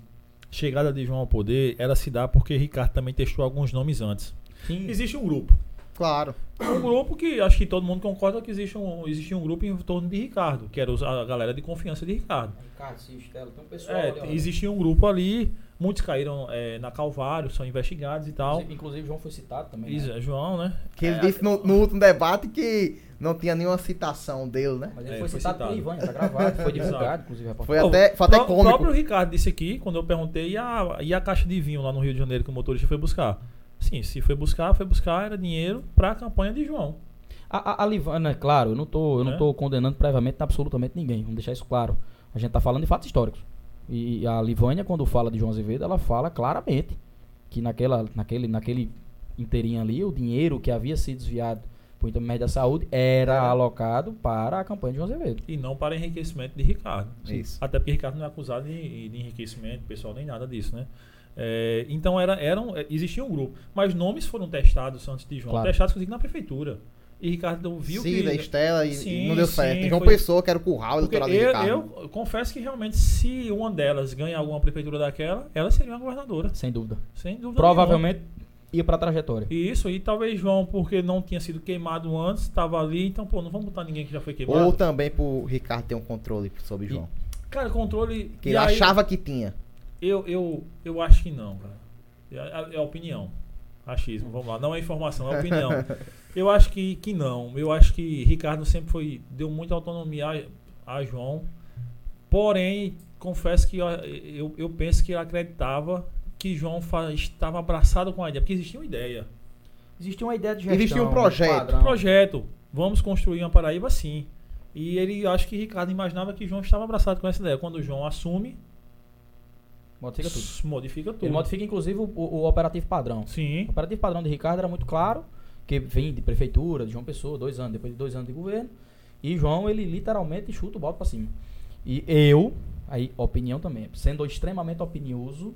[SPEAKER 1] chegada de João ao poder, ela se dá porque Ricardo também testou alguns nomes antes.
[SPEAKER 3] Sim.
[SPEAKER 1] Existe um grupo.
[SPEAKER 4] claro.
[SPEAKER 1] Um grupo que acho que todo mundo concorda que existe um, existe um grupo em torno de Ricardo, que era os- a galera de confiança de Ricardo.
[SPEAKER 3] Ricardo, Cistelo, tem um pessoal ali, ó.
[SPEAKER 1] É, existia um grupo ali, muitos caíram é, na Calvário, são investigados e tal.
[SPEAKER 3] Inclusive, inclusive, João foi citado também. né?
[SPEAKER 1] Isso, é João, né?
[SPEAKER 4] Que ele disse no, no último debate que não tinha nenhuma citação dele, né?
[SPEAKER 3] Mas ele
[SPEAKER 1] É,
[SPEAKER 3] foi,
[SPEAKER 1] foi
[SPEAKER 3] citado,
[SPEAKER 1] citado.
[SPEAKER 3] pelo Ivan, tá gravado, foi divulgado,
[SPEAKER 1] Exato.
[SPEAKER 3] inclusive, rapaz.
[SPEAKER 4] Foi até, foi até
[SPEAKER 1] Pró- O
[SPEAKER 4] cômico.
[SPEAKER 1] próprio Ricardo disse aqui, quando eu perguntei, e a, e a caixa de vinho lá no Rio de Janeiro que o motorista foi buscar? Sim, se foi buscar, foi buscar, era dinheiro pra campanha de João.
[SPEAKER 3] A, a, a Livana, claro, eu não tô, eu não
[SPEAKER 1] É.
[SPEAKER 3] tô condenando previamente absolutamente ninguém, vamos deixar isso claro. A gente tá falando de fatos históricos. E a Livânia, quando fala de João Azevedo, ela fala claramente que naquela, naquele, naquele inteirinho ali, o dinheiro que havia sido desviado por intermédio da saúde era alocado para a campanha de João Azevedo.
[SPEAKER 1] E não para enriquecimento de Ricardo.
[SPEAKER 4] Isso.
[SPEAKER 1] Até porque Ricardo não é acusado de, de enriquecimento pessoal nem nada disso, né? É, então era, eram, é, existia um grupo. Mas nomes foram testados antes de João.
[SPEAKER 3] Claro.
[SPEAKER 1] Testados, inclusive, na prefeitura. E Ricardo viu
[SPEAKER 4] Cida,
[SPEAKER 1] que.
[SPEAKER 4] Estela e,
[SPEAKER 1] Sim,
[SPEAKER 4] e não deu
[SPEAKER 1] sim,
[SPEAKER 4] certo. João
[SPEAKER 1] foi-
[SPEAKER 4] Pessoa, que era o curral
[SPEAKER 1] Porque
[SPEAKER 4] eleitorado de
[SPEAKER 1] eu,
[SPEAKER 4] Ricardo.
[SPEAKER 1] eu confesso que realmente, se uma delas ganha alguma prefeitura daquela, ela seria uma governadora.
[SPEAKER 3] Sem dúvida.
[SPEAKER 1] Sem dúvida nenhuma.
[SPEAKER 3] Provavelmente ia para a trajetória.
[SPEAKER 1] Isso, e talvez João, porque não tinha sido queimado antes, estava ali, então, pô, não vamos botar ninguém que já foi queimado.
[SPEAKER 4] Ou também pro Ricardo ter um controle sobre
[SPEAKER 1] E-
[SPEAKER 4] João.
[SPEAKER 1] Cara, controle.
[SPEAKER 4] Que
[SPEAKER 1] e
[SPEAKER 4] ele
[SPEAKER 1] aí,
[SPEAKER 4] achava que tinha.
[SPEAKER 1] Eu, eu, eu acho que não, cara. É, é opinião. Achismo, vamos lá. Não é informação, é opinião. eu acho que, que não. Eu acho que Ricardo sempre foi. deu muita autonomia a, a João. Porém, confesso que eu, eu, eu penso que ele acreditava que João fa- estava abraçado com a ideia, porque existia uma ideia.
[SPEAKER 3] Existia uma ideia de gestão. né?
[SPEAKER 4] Existia um projeto.
[SPEAKER 3] padrão.
[SPEAKER 1] projeto. Vamos construir uma Paraíba sim. E ele, eu acho que Ricardo imaginava que João estava abraçado com essa ideia. Quando o João assume,
[SPEAKER 3] Modifica tudo.
[SPEAKER 1] s- modifica tudo.
[SPEAKER 3] Ele modifica, inclusive, o- o- o operativo padrão.
[SPEAKER 1] Sim.
[SPEAKER 3] O operativo padrão de Ricardo era muito claro, que vem de prefeitura, de João Pessoa, dois anos, depois de dois anos de governo. E João, ele literalmente chuta o balde pra cima. E eu, aí, opinião também, sendo extremamente opinioso,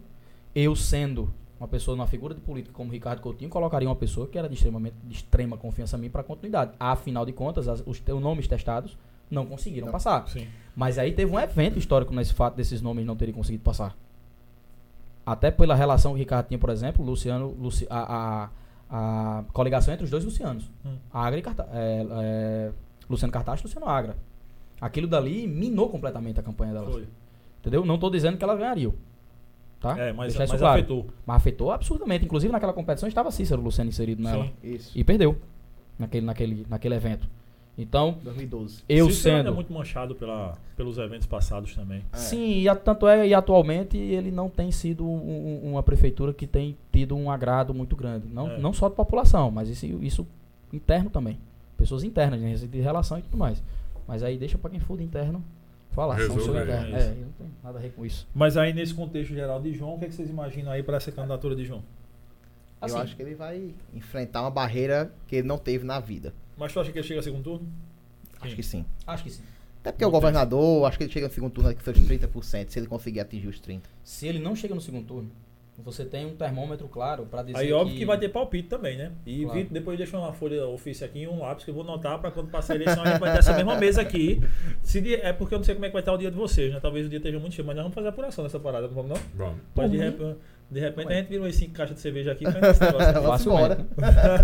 [SPEAKER 3] eu sendo uma pessoa, uma figura de política como Ricardo Coutinho, colocaria uma pessoa que era de, extremamente, de extrema confiança em mim para continuidade. Afinal de contas, as- os, te- os nomes testados não conseguiram
[SPEAKER 4] Não.
[SPEAKER 3] passar.
[SPEAKER 1] Sim.
[SPEAKER 3] Mas aí teve um evento histórico nesse fato desses nomes não terem conseguido passar. Até pela relação que o Ricardo tinha, por exemplo, Luciano, Luci- a, a, a coligação entre os dois Lucianos.
[SPEAKER 1] Hum.
[SPEAKER 3] Agra e Carta, é, é, Luciano Cartacho e Luciano Agra. Aquilo dali minou completamente a campanha dela.
[SPEAKER 1] Foi.
[SPEAKER 3] Entendeu? Não tô dizendo que ela ganharia. Tá?
[SPEAKER 1] É, mas,
[SPEAKER 3] Deixar isso
[SPEAKER 1] mas
[SPEAKER 3] claro.
[SPEAKER 1] afetou.
[SPEAKER 3] Mas afetou absurdamente. Inclusive naquela competição estava Cícero Luciano inserido nela.
[SPEAKER 1] Sim.
[SPEAKER 4] Isso.
[SPEAKER 3] E perdeu naquele, naquele, naquele evento. Então,
[SPEAKER 4] 2012.
[SPEAKER 3] eu
[SPEAKER 1] Cícero ainda
[SPEAKER 3] sendo.
[SPEAKER 1] é muito manchado pela, pelos eventos passados também.
[SPEAKER 4] É.
[SPEAKER 3] Sim, e a- tanto é, e atualmente ele não tem sido um- um- uma prefeitura que tem tido um agrado muito grande. Não,
[SPEAKER 1] É.
[SPEAKER 3] não só de população, mas isso, isso interno também. Pessoas internas, né, de relação e tudo mais. Mas aí deixa pra quem for de interno falar. são
[SPEAKER 2] Resolve,
[SPEAKER 3] seus
[SPEAKER 2] né,
[SPEAKER 3] internos.
[SPEAKER 1] isso.
[SPEAKER 3] É, eu não tenho nada a ver com isso.
[SPEAKER 1] Mas aí, nesse contexto geral de João, o que, é que vocês imaginam aí para essa candidatura de João?
[SPEAKER 3] Assim,
[SPEAKER 4] eu acho que ele vai enfrentar uma barreira que ele não teve na vida.
[SPEAKER 1] Mas tu acha que ele chega a segundo turno?
[SPEAKER 4] Acho
[SPEAKER 1] Sim.
[SPEAKER 4] que sim.
[SPEAKER 3] acho que sim.
[SPEAKER 4] Até porque o governador, acho que ele chega no segundo turno aqui com seus 30%, se ele conseguir atingir os 30%.
[SPEAKER 3] Se ele não chega no segundo turno, você tem um termômetro claro pra dizer
[SPEAKER 1] Aí, óbvio que vai ter palpite também, né? E
[SPEAKER 3] Claro.
[SPEAKER 1] Vitor, depois deixa uma folha ofício aqui e um lápis que eu vou notar pra quando passar a eleição a gente vai ter essa mesma mesa aqui. Se de- é porque eu não sei como é que vai estar o dia de vocês, né? Talvez o dia esteja muito cheio, mas nós vamos fazer apuração nessa parada, não vamos não?
[SPEAKER 2] Vamos.
[SPEAKER 1] Mas de,
[SPEAKER 3] mim?
[SPEAKER 1] rep- de repente a gente vira umas 5 caixas de cerveja aqui e faz esse negócio aqui.
[SPEAKER 4] Vamos
[SPEAKER 3] Facilmente.
[SPEAKER 4] embora.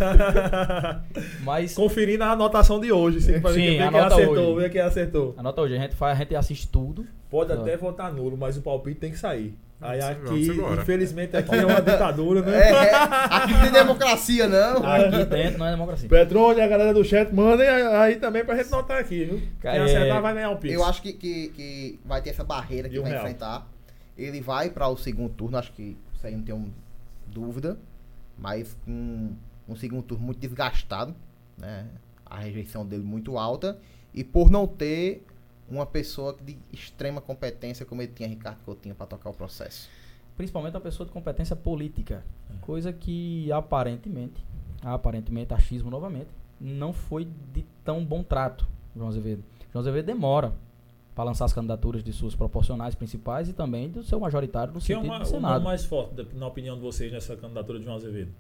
[SPEAKER 3] Mas
[SPEAKER 1] Conferindo a anotação de hoje, sim, pra
[SPEAKER 3] Sim,
[SPEAKER 1] ver quem
[SPEAKER 3] anota
[SPEAKER 1] acertou,
[SPEAKER 3] hoje.
[SPEAKER 1] ver quem acertou.
[SPEAKER 3] anota hoje, a gente, faz, a gente assiste tudo.
[SPEAKER 1] Pode
[SPEAKER 3] Não.
[SPEAKER 1] até votar nulo, mas o palpite tem que sair. Aí
[SPEAKER 2] Vamos
[SPEAKER 1] aqui,
[SPEAKER 2] embora.
[SPEAKER 1] infelizmente, aqui é uma ditadura,
[SPEAKER 4] É,
[SPEAKER 1] né?
[SPEAKER 4] é, aqui não tem democracia, não.
[SPEAKER 1] Ah,
[SPEAKER 3] Aqui dentro não é democracia.
[SPEAKER 1] Petrone, a galera do chat, mandem aí também pra gente notar aqui, viu? Quem
[SPEAKER 3] Cara,
[SPEAKER 1] acertar
[SPEAKER 3] é-
[SPEAKER 1] vai ganhar o Pix.
[SPEAKER 4] Eu acho que, que, que vai ter essa barreira
[SPEAKER 1] E
[SPEAKER 4] que
[SPEAKER 1] um
[SPEAKER 4] vai
[SPEAKER 1] real.
[SPEAKER 4] enfrentar. Ele vai para o segundo turno, acho que isso aí não tenho dúvida. Mas um, um segundo turno muito desgastado, né? A rejeição dele muito alta. E por não ter uma pessoa de extrema competência como ele tinha Ricardo Coutinho para tocar o processo.
[SPEAKER 3] Principalmente uma pessoa de competência política. Coisa que aparentemente, aparentemente, achismo novamente, não foi de tão bom trato, João Azevedo. João Azevedo demora para lançar as candidaturas de suas proporcionais principais e também do seu majoritário no
[SPEAKER 1] Quem é o
[SPEAKER 3] sentido
[SPEAKER 1] ma-
[SPEAKER 3] do
[SPEAKER 1] o nome
[SPEAKER 3] Senado.
[SPEAKER 1] mais forte, da- na opinião de vocês, nessa candidatura de João Azevedo?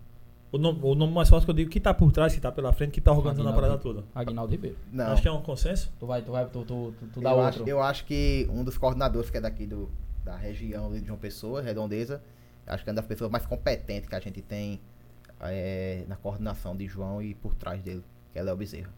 [SPEAKER 1] O nome, o nome mais forte que eu digo, que tá por trás, que tá pela frente, que tá organizando a parada
[SPEAKER 3] Aguinaldo.
[SPEAKER 1] toda.
[SPEAKER 3] Aguinaldo Ribeiro.
[SPEAKER 4] Não.
[SPEAKER 1] Acho que é um consenso.
[SPEAKER 3] Tu vai, tu vai, tu, tu, tu, tu dá
[SPEAKER 4] eu,
[SPEAKER 3] outro.
[SPEAKER 4] acho, eu acho que um dos coordenadores que é daqui do, da região ali de João Pessoa, Redondeza, acho que é uma das pessoas mais competentes que a gente tem eh, na coordenação de João e por trás dele, que é Léo Bezerra.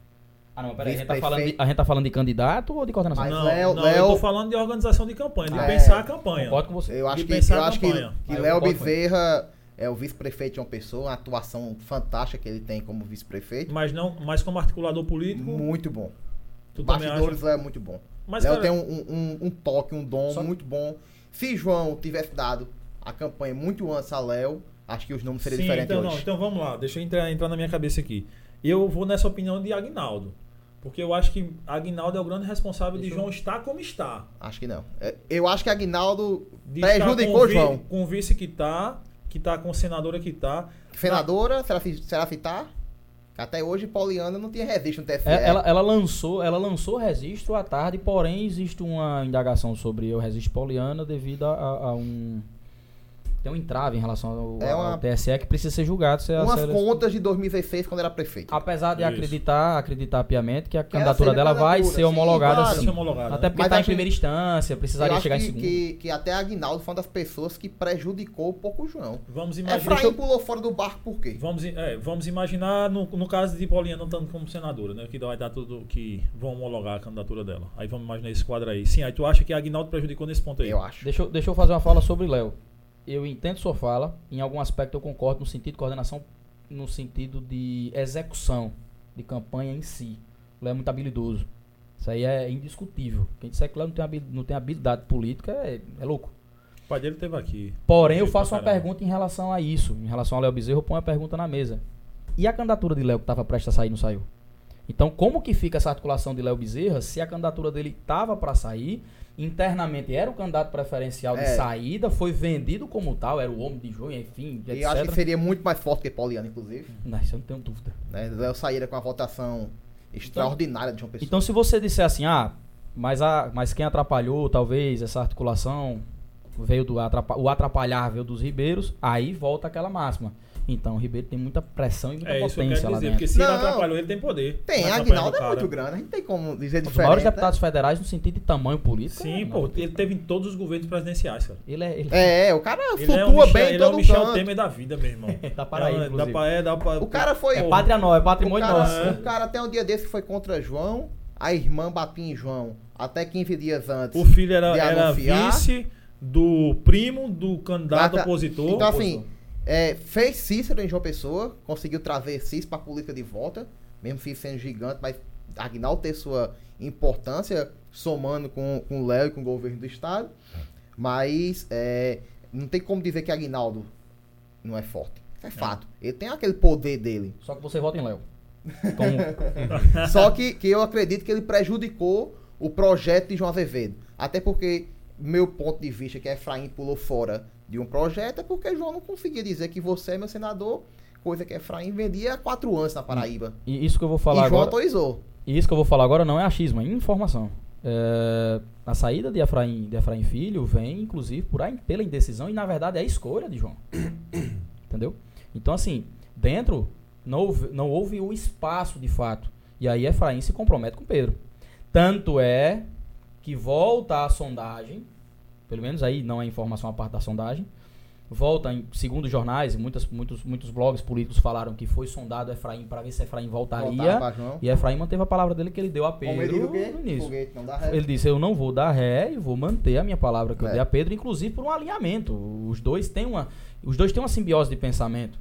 [SPEAKER 3] Ah, não, peraí, a gente, tá
[SPEAKER 4] Vice-prefeito.
[SPEAKER 3] falando de, a gente tá falando de candidato ou de coordenação?
[SPEAKER 4] Mas
[SPEAKER 1] não,
[SPEAKER 4] Léo-
[SPEAKER 1] não
[SPEAKER 4] Léo-
[SPEAKER 1] eu tô falando de organização de campanha, de
[SPEAKER 4] Ah, é.
[SPEAKER 1] pensar a campanha.
[SPEAKER 3] Concordo com você.
[SPEAKER 4] Eu acho
[SPEAKER 1] De
[SPEAKER 4] que,
[SPEAKER 1] pensar
[SPEAKER 4] eu
[SPEAKER 1] na
[SPEAKER 4] acho que,
[SPEAKER 1] campanha.
[SPEAKER 4] que
[SPEAKER 3] Ah, eu
[SPEAKER 4] Léo
[SPEAKER 3] concordo com
[SPEAKER 4] Bezerra é o vice-prefeito de João Pessoa, uma atuação fantástica que ele tem como vice-prefeito.
[SPEAKER 1] Mas não, mas como articulador político,
[SPEAKER 4] Muito bom.
[SPEAKER 1] tu também acha.
[SPEAKER 4] Bastidores Léo é muito bom.
[SPEAKER 1] Mas,
[SPEAKER 4] Léo
[SPEAKER 1] cara,
[SPEAKER 4] tem um, um- um- um toque, um dom
[SPEAKER 3] Só-
[SPEAKER 4] muito bom. Se João tivesse dado a campanha muito antes a Léo, acho que os nomes seriam
[SPEAKER 1] Sim,
[SPEAKER 4] diferentes
[SPEAKER 1] então,
[SPEAKER 4] um hoje.
[SPEAKER 1] não, então vamos lá, deixa eu entrar, entrar na minha cabeça aqui. Eu vou nessa opinião de Agnaldo. Porque eu acho que Agnaldo é o grande responsável de
[SPEAKER 3] Deixa eu-
[SPEAKER 1] João estar como está.
[SPEAKER 4] Acho que não. É, Eu acho que Aguinaldo
[SPEAKER 1] De estar
[SPEAKER 4] prejudicou
[SPEAKER 1] com o vi-
[SPEAKER 4] João.
[SPEAKER 1] Com o vice que tá, que tá com a senadora que tá.
[SPEAKER 4] Senadora, Serafi- Serafitar, que até hoje Poliana não tinha registro no TSE.
[SPEAKER 3] É, Ela, ela lançou, ela lançou o registro à tarde, porém existe uma indagação sobre o registro poliana devido a, a- a um tem um entrave em relação ao,
[SPEAKER 4] É
[SPEAKER 3] ao
[SPEAKER 4] uma-
[SPEAKER 3] TSE que precisa ser julgado se a
[SPEAKER 4] Umas
[SPEAKER 3] se-
[SPEAKER 4] contas de 2016, quando era prefeito.
[SPEAKER 3] apesar de
[SPEAKER 1] Isso.
[SPEAKER 3] acreditar, acreditar piamente que a
[SPEAKER 4] seja
[SPEAKER 3] candidatura dela vai
[SPEAKER 4] candidatura,
[SPEAKER 3] ser
[SPEAKER 4] sim,
[SPEAKER 3] homologada
[SPEAKER 4] claro.
[SPEAKER 1] Tá
[SPEAKER 3] sim.
[SPEAKER 1] se homologada.
[SPEAKER 3] Até porque
[SPEAKER 4] Mas
[SPEAKER 3] está em
[SPEAKER 4] acho-
[SPEAKER 3] primeira instância,
[SPEAKER 4] eu
[SPEAKER 3] precisaria
[SPEAKER 4] acho
[SPEAKER 3] chegar em
[SPEAKER 4] que,
[SPEAKER 3] segunda.
[SPEAKER 4] que, que até Aguinaldo foi uma das pessoas que prejudicou um pouco o João. É
[SPEAKER 1] Vamos
[SPEAKER 4] Efraim
[SPEAKER 1] imaginar.
[SPEAKER 4] pulou fora do barco por quê?
[SPEAKER 1] Vamos, i- é, vamos imaginar no, no caso de Paulinha não estando como senadora, né? Que vai dar tudo que vão homologar a candidatura dela. Aí vamos imaginar esse quadro aí. Sim, aí tu acha que Agnaldo prejudicou nesse ponto aí?
[SPEAKER 4] Eu acho.
[SPEAKER 3] Deixa eu, deixa eu fazer uma fala sobre Léo. Eu entendo sua fala, em algum aspecto eu concordo no sentido de coordenação, no sentido de execução de campanha em si. O Léo é muito habilidoso. Isso aí é indiscutível. Quem disser que o Léo não tem habi- não tem habilidade política é, é louco.
[SPEAKER 1] O pai dele teve aqui.
[SPEAKER 3] Porém, eu
[SPEAKER 1] Pra
[SPEAKER 3] faço uma
[SPEAKER 1] caramba.
[SPEAKER 3] pergunta em relação a isso, em relação ao Léo Bezerra, eu ponho uma pergunta na mesa. E a candidatura de Léo que estava prestes a sair não saiu? Então, como que fica essa articulação de Léo Bezerra se a candidatura dele estava para sair, internamente era o candidato preferencial de
[SPEAKER 4] É.
[SPEAKER 3] saída, foi vendido como tal, era o homem de junho, enfim,
[SPEAKER 4] E
[SPEAKER 3] etc.
[SPEAKER 4] eu acho que seria muito mais forte que Poliana, inclusive.
[SPEAKER 3] Não, isso eu não tenho dúvida.
[SPEAKER 4] Né? Léo saíra com a votação extraordinária de João Pessoa.
[SPEAKER 3] Então, se você disser assim, ah, mas, a, mas quem atrapalhou, talvez, essa articulação veio do atrapa- o atrapalhar veio dos ribeiros, aí volta aquela máxima. Então, o Ribeiro tem muita pressão e muita
[SPEAKER 1] É isso que eu
[SPEAKER 3] potência
[SPEAKER 1] quero
[SPEAKER 3] lá
[SPEAKER 1] dizer,
[SPEAKER 3] dentro.
[SPEAKER 1] porque se ele
[SPEAKER 4] Não.
[SPEAKER 1] atrapalhou, ele tem poder.
[SPEAKER 4] tem,
[SPEAKER 1] na campanha
[SPEAKER 4] Aguinaldo
[SPEAKER 1] do
[SPEAKER 4] é
[SPEAKER 1] cara.
[SPEAKER 4] muito grande, a gente tem como
[SPEAKER 3] Um
[SPEAKER 4] dizer diferente.
[SPEAKER 3] dos maiores
[SPEAKER 4] né?
[SPEAKER 3] deputados federais no sentido de tamanho político.
[SPEAKER 1] Sim,
[SPEAKER 3] é,
[SPEAKER 1] pô,
[SPEAKER 3] não.
[SPEAKER 1] ele teve em todos os governos presidenciais, cara.
[SPEAKER 3] Ele é. Ele
[SPEAKER 4] É, é, o cara
[SPEAKER 1] Ele é um
[SPEAKER 4] flutua
[SPEAKER 1] Michel-
[SPEAKER 4] bem em
[SPEAKER 1] ele é
[SPEAKER 4] todo
[SPEAKER 1] o Michel
[SPEAKER 4] canto.
[SPEAKER 1] Temer da vida, meu irmão.
[SPEAKER 3] da Paraíba,
[SPEAKER 1] É, da
[SPEAKER 3] inclusive.
[SPEAKER 1] pa- é, da pa-
[SPEAKER 4] O cara foi.
[SPEAKER 3] É pátria nós, é patrimônio
[SPEAKER 4] o cara,
[SPEAKER 3] nosso.
[SPEAKER 1] né?
[SPEAKER 4] o cara até um dia desse foi contra João, a irmã batia em João até 15 dias antes.
[SPEAKER 1] O filho era,
[SPEAKER 4] de
[SPEAKER 1] era
[SPEAKER 4] anunciar.
[SPEAKER 1] vice do primo do candidato
[SPEAKER 4] Bata-
[SPEAKER 1] opositor.
[SPEAKER 4] Então, assim, é, fez Cícero em João Pessoa, conseguiu trazer Cícero pra política de volta, mesmo Cícero sendo gigante, mas Agnaldo ter sua importância, somando com, com o Léo e com o governo do Estado. Mas é, não tem como dizer que Agnaldo não é forte. Isso é fato. Ele tem aquele poder dele.
[SPEAKER 3] Só que você vota em Léo. Como-
[SPEAKER 4] Só que, que eu acredito que ele prejudicou o projeto de João Azevedo. Até porque meu ponto de vista é que Efraim pulou fora de um projeto é porque João não conseguia dizer que você é meu senador, coisa que Efraim vendia há quatro anos na Paraíba.
[SPEAKER 3] e isso que eu vou
[SPEAKER 4] e João
[SPEAKER 3] falar Hum. agora.
[SPEAKER 4] autorizou.
[SPEAKER 3] E isso que eu vou falar agora não é achismo, é informação. É, a saída de Efraim, de Efraim Filho vem, inclusive, por a, pela indecisão e, na verdade, é a escolha de João. Entendeu? Então, assim, dentro não houve, não houve o espaço de fato. E aí Efraim se compromete com Pedro. Tanto é que volta a sondagem, pelo menos aí não é informação a parte da sondagem, volta, em, segundo os jornais, e muitas, muitos, muitos blogs políticos falaram que foi sondado Efraim para ver se Efraim voltaria.
[SPEAKER 4] Voltar pra João.
[SPEAKER 3] E Efraim manteve a palavra dele que ele deu a
[SPEAKER 4] Como ele diz
[SPEAKER 3] Pedro
[SPEAKER 4] o quê?
[SPEAKER 3] no início.
[SPEAKER 4] Foguete não dá ré.
[SPEAKER 3] Ele disse: Eu não vou dar ré e vou manter a minha palavra que eu
[SPEAKER 4] É.
[SPEAKER 3] dei a Pedro, inclusive por um alinhamento. Os dois têm uma, os dois têm uma simbiose de pensamento.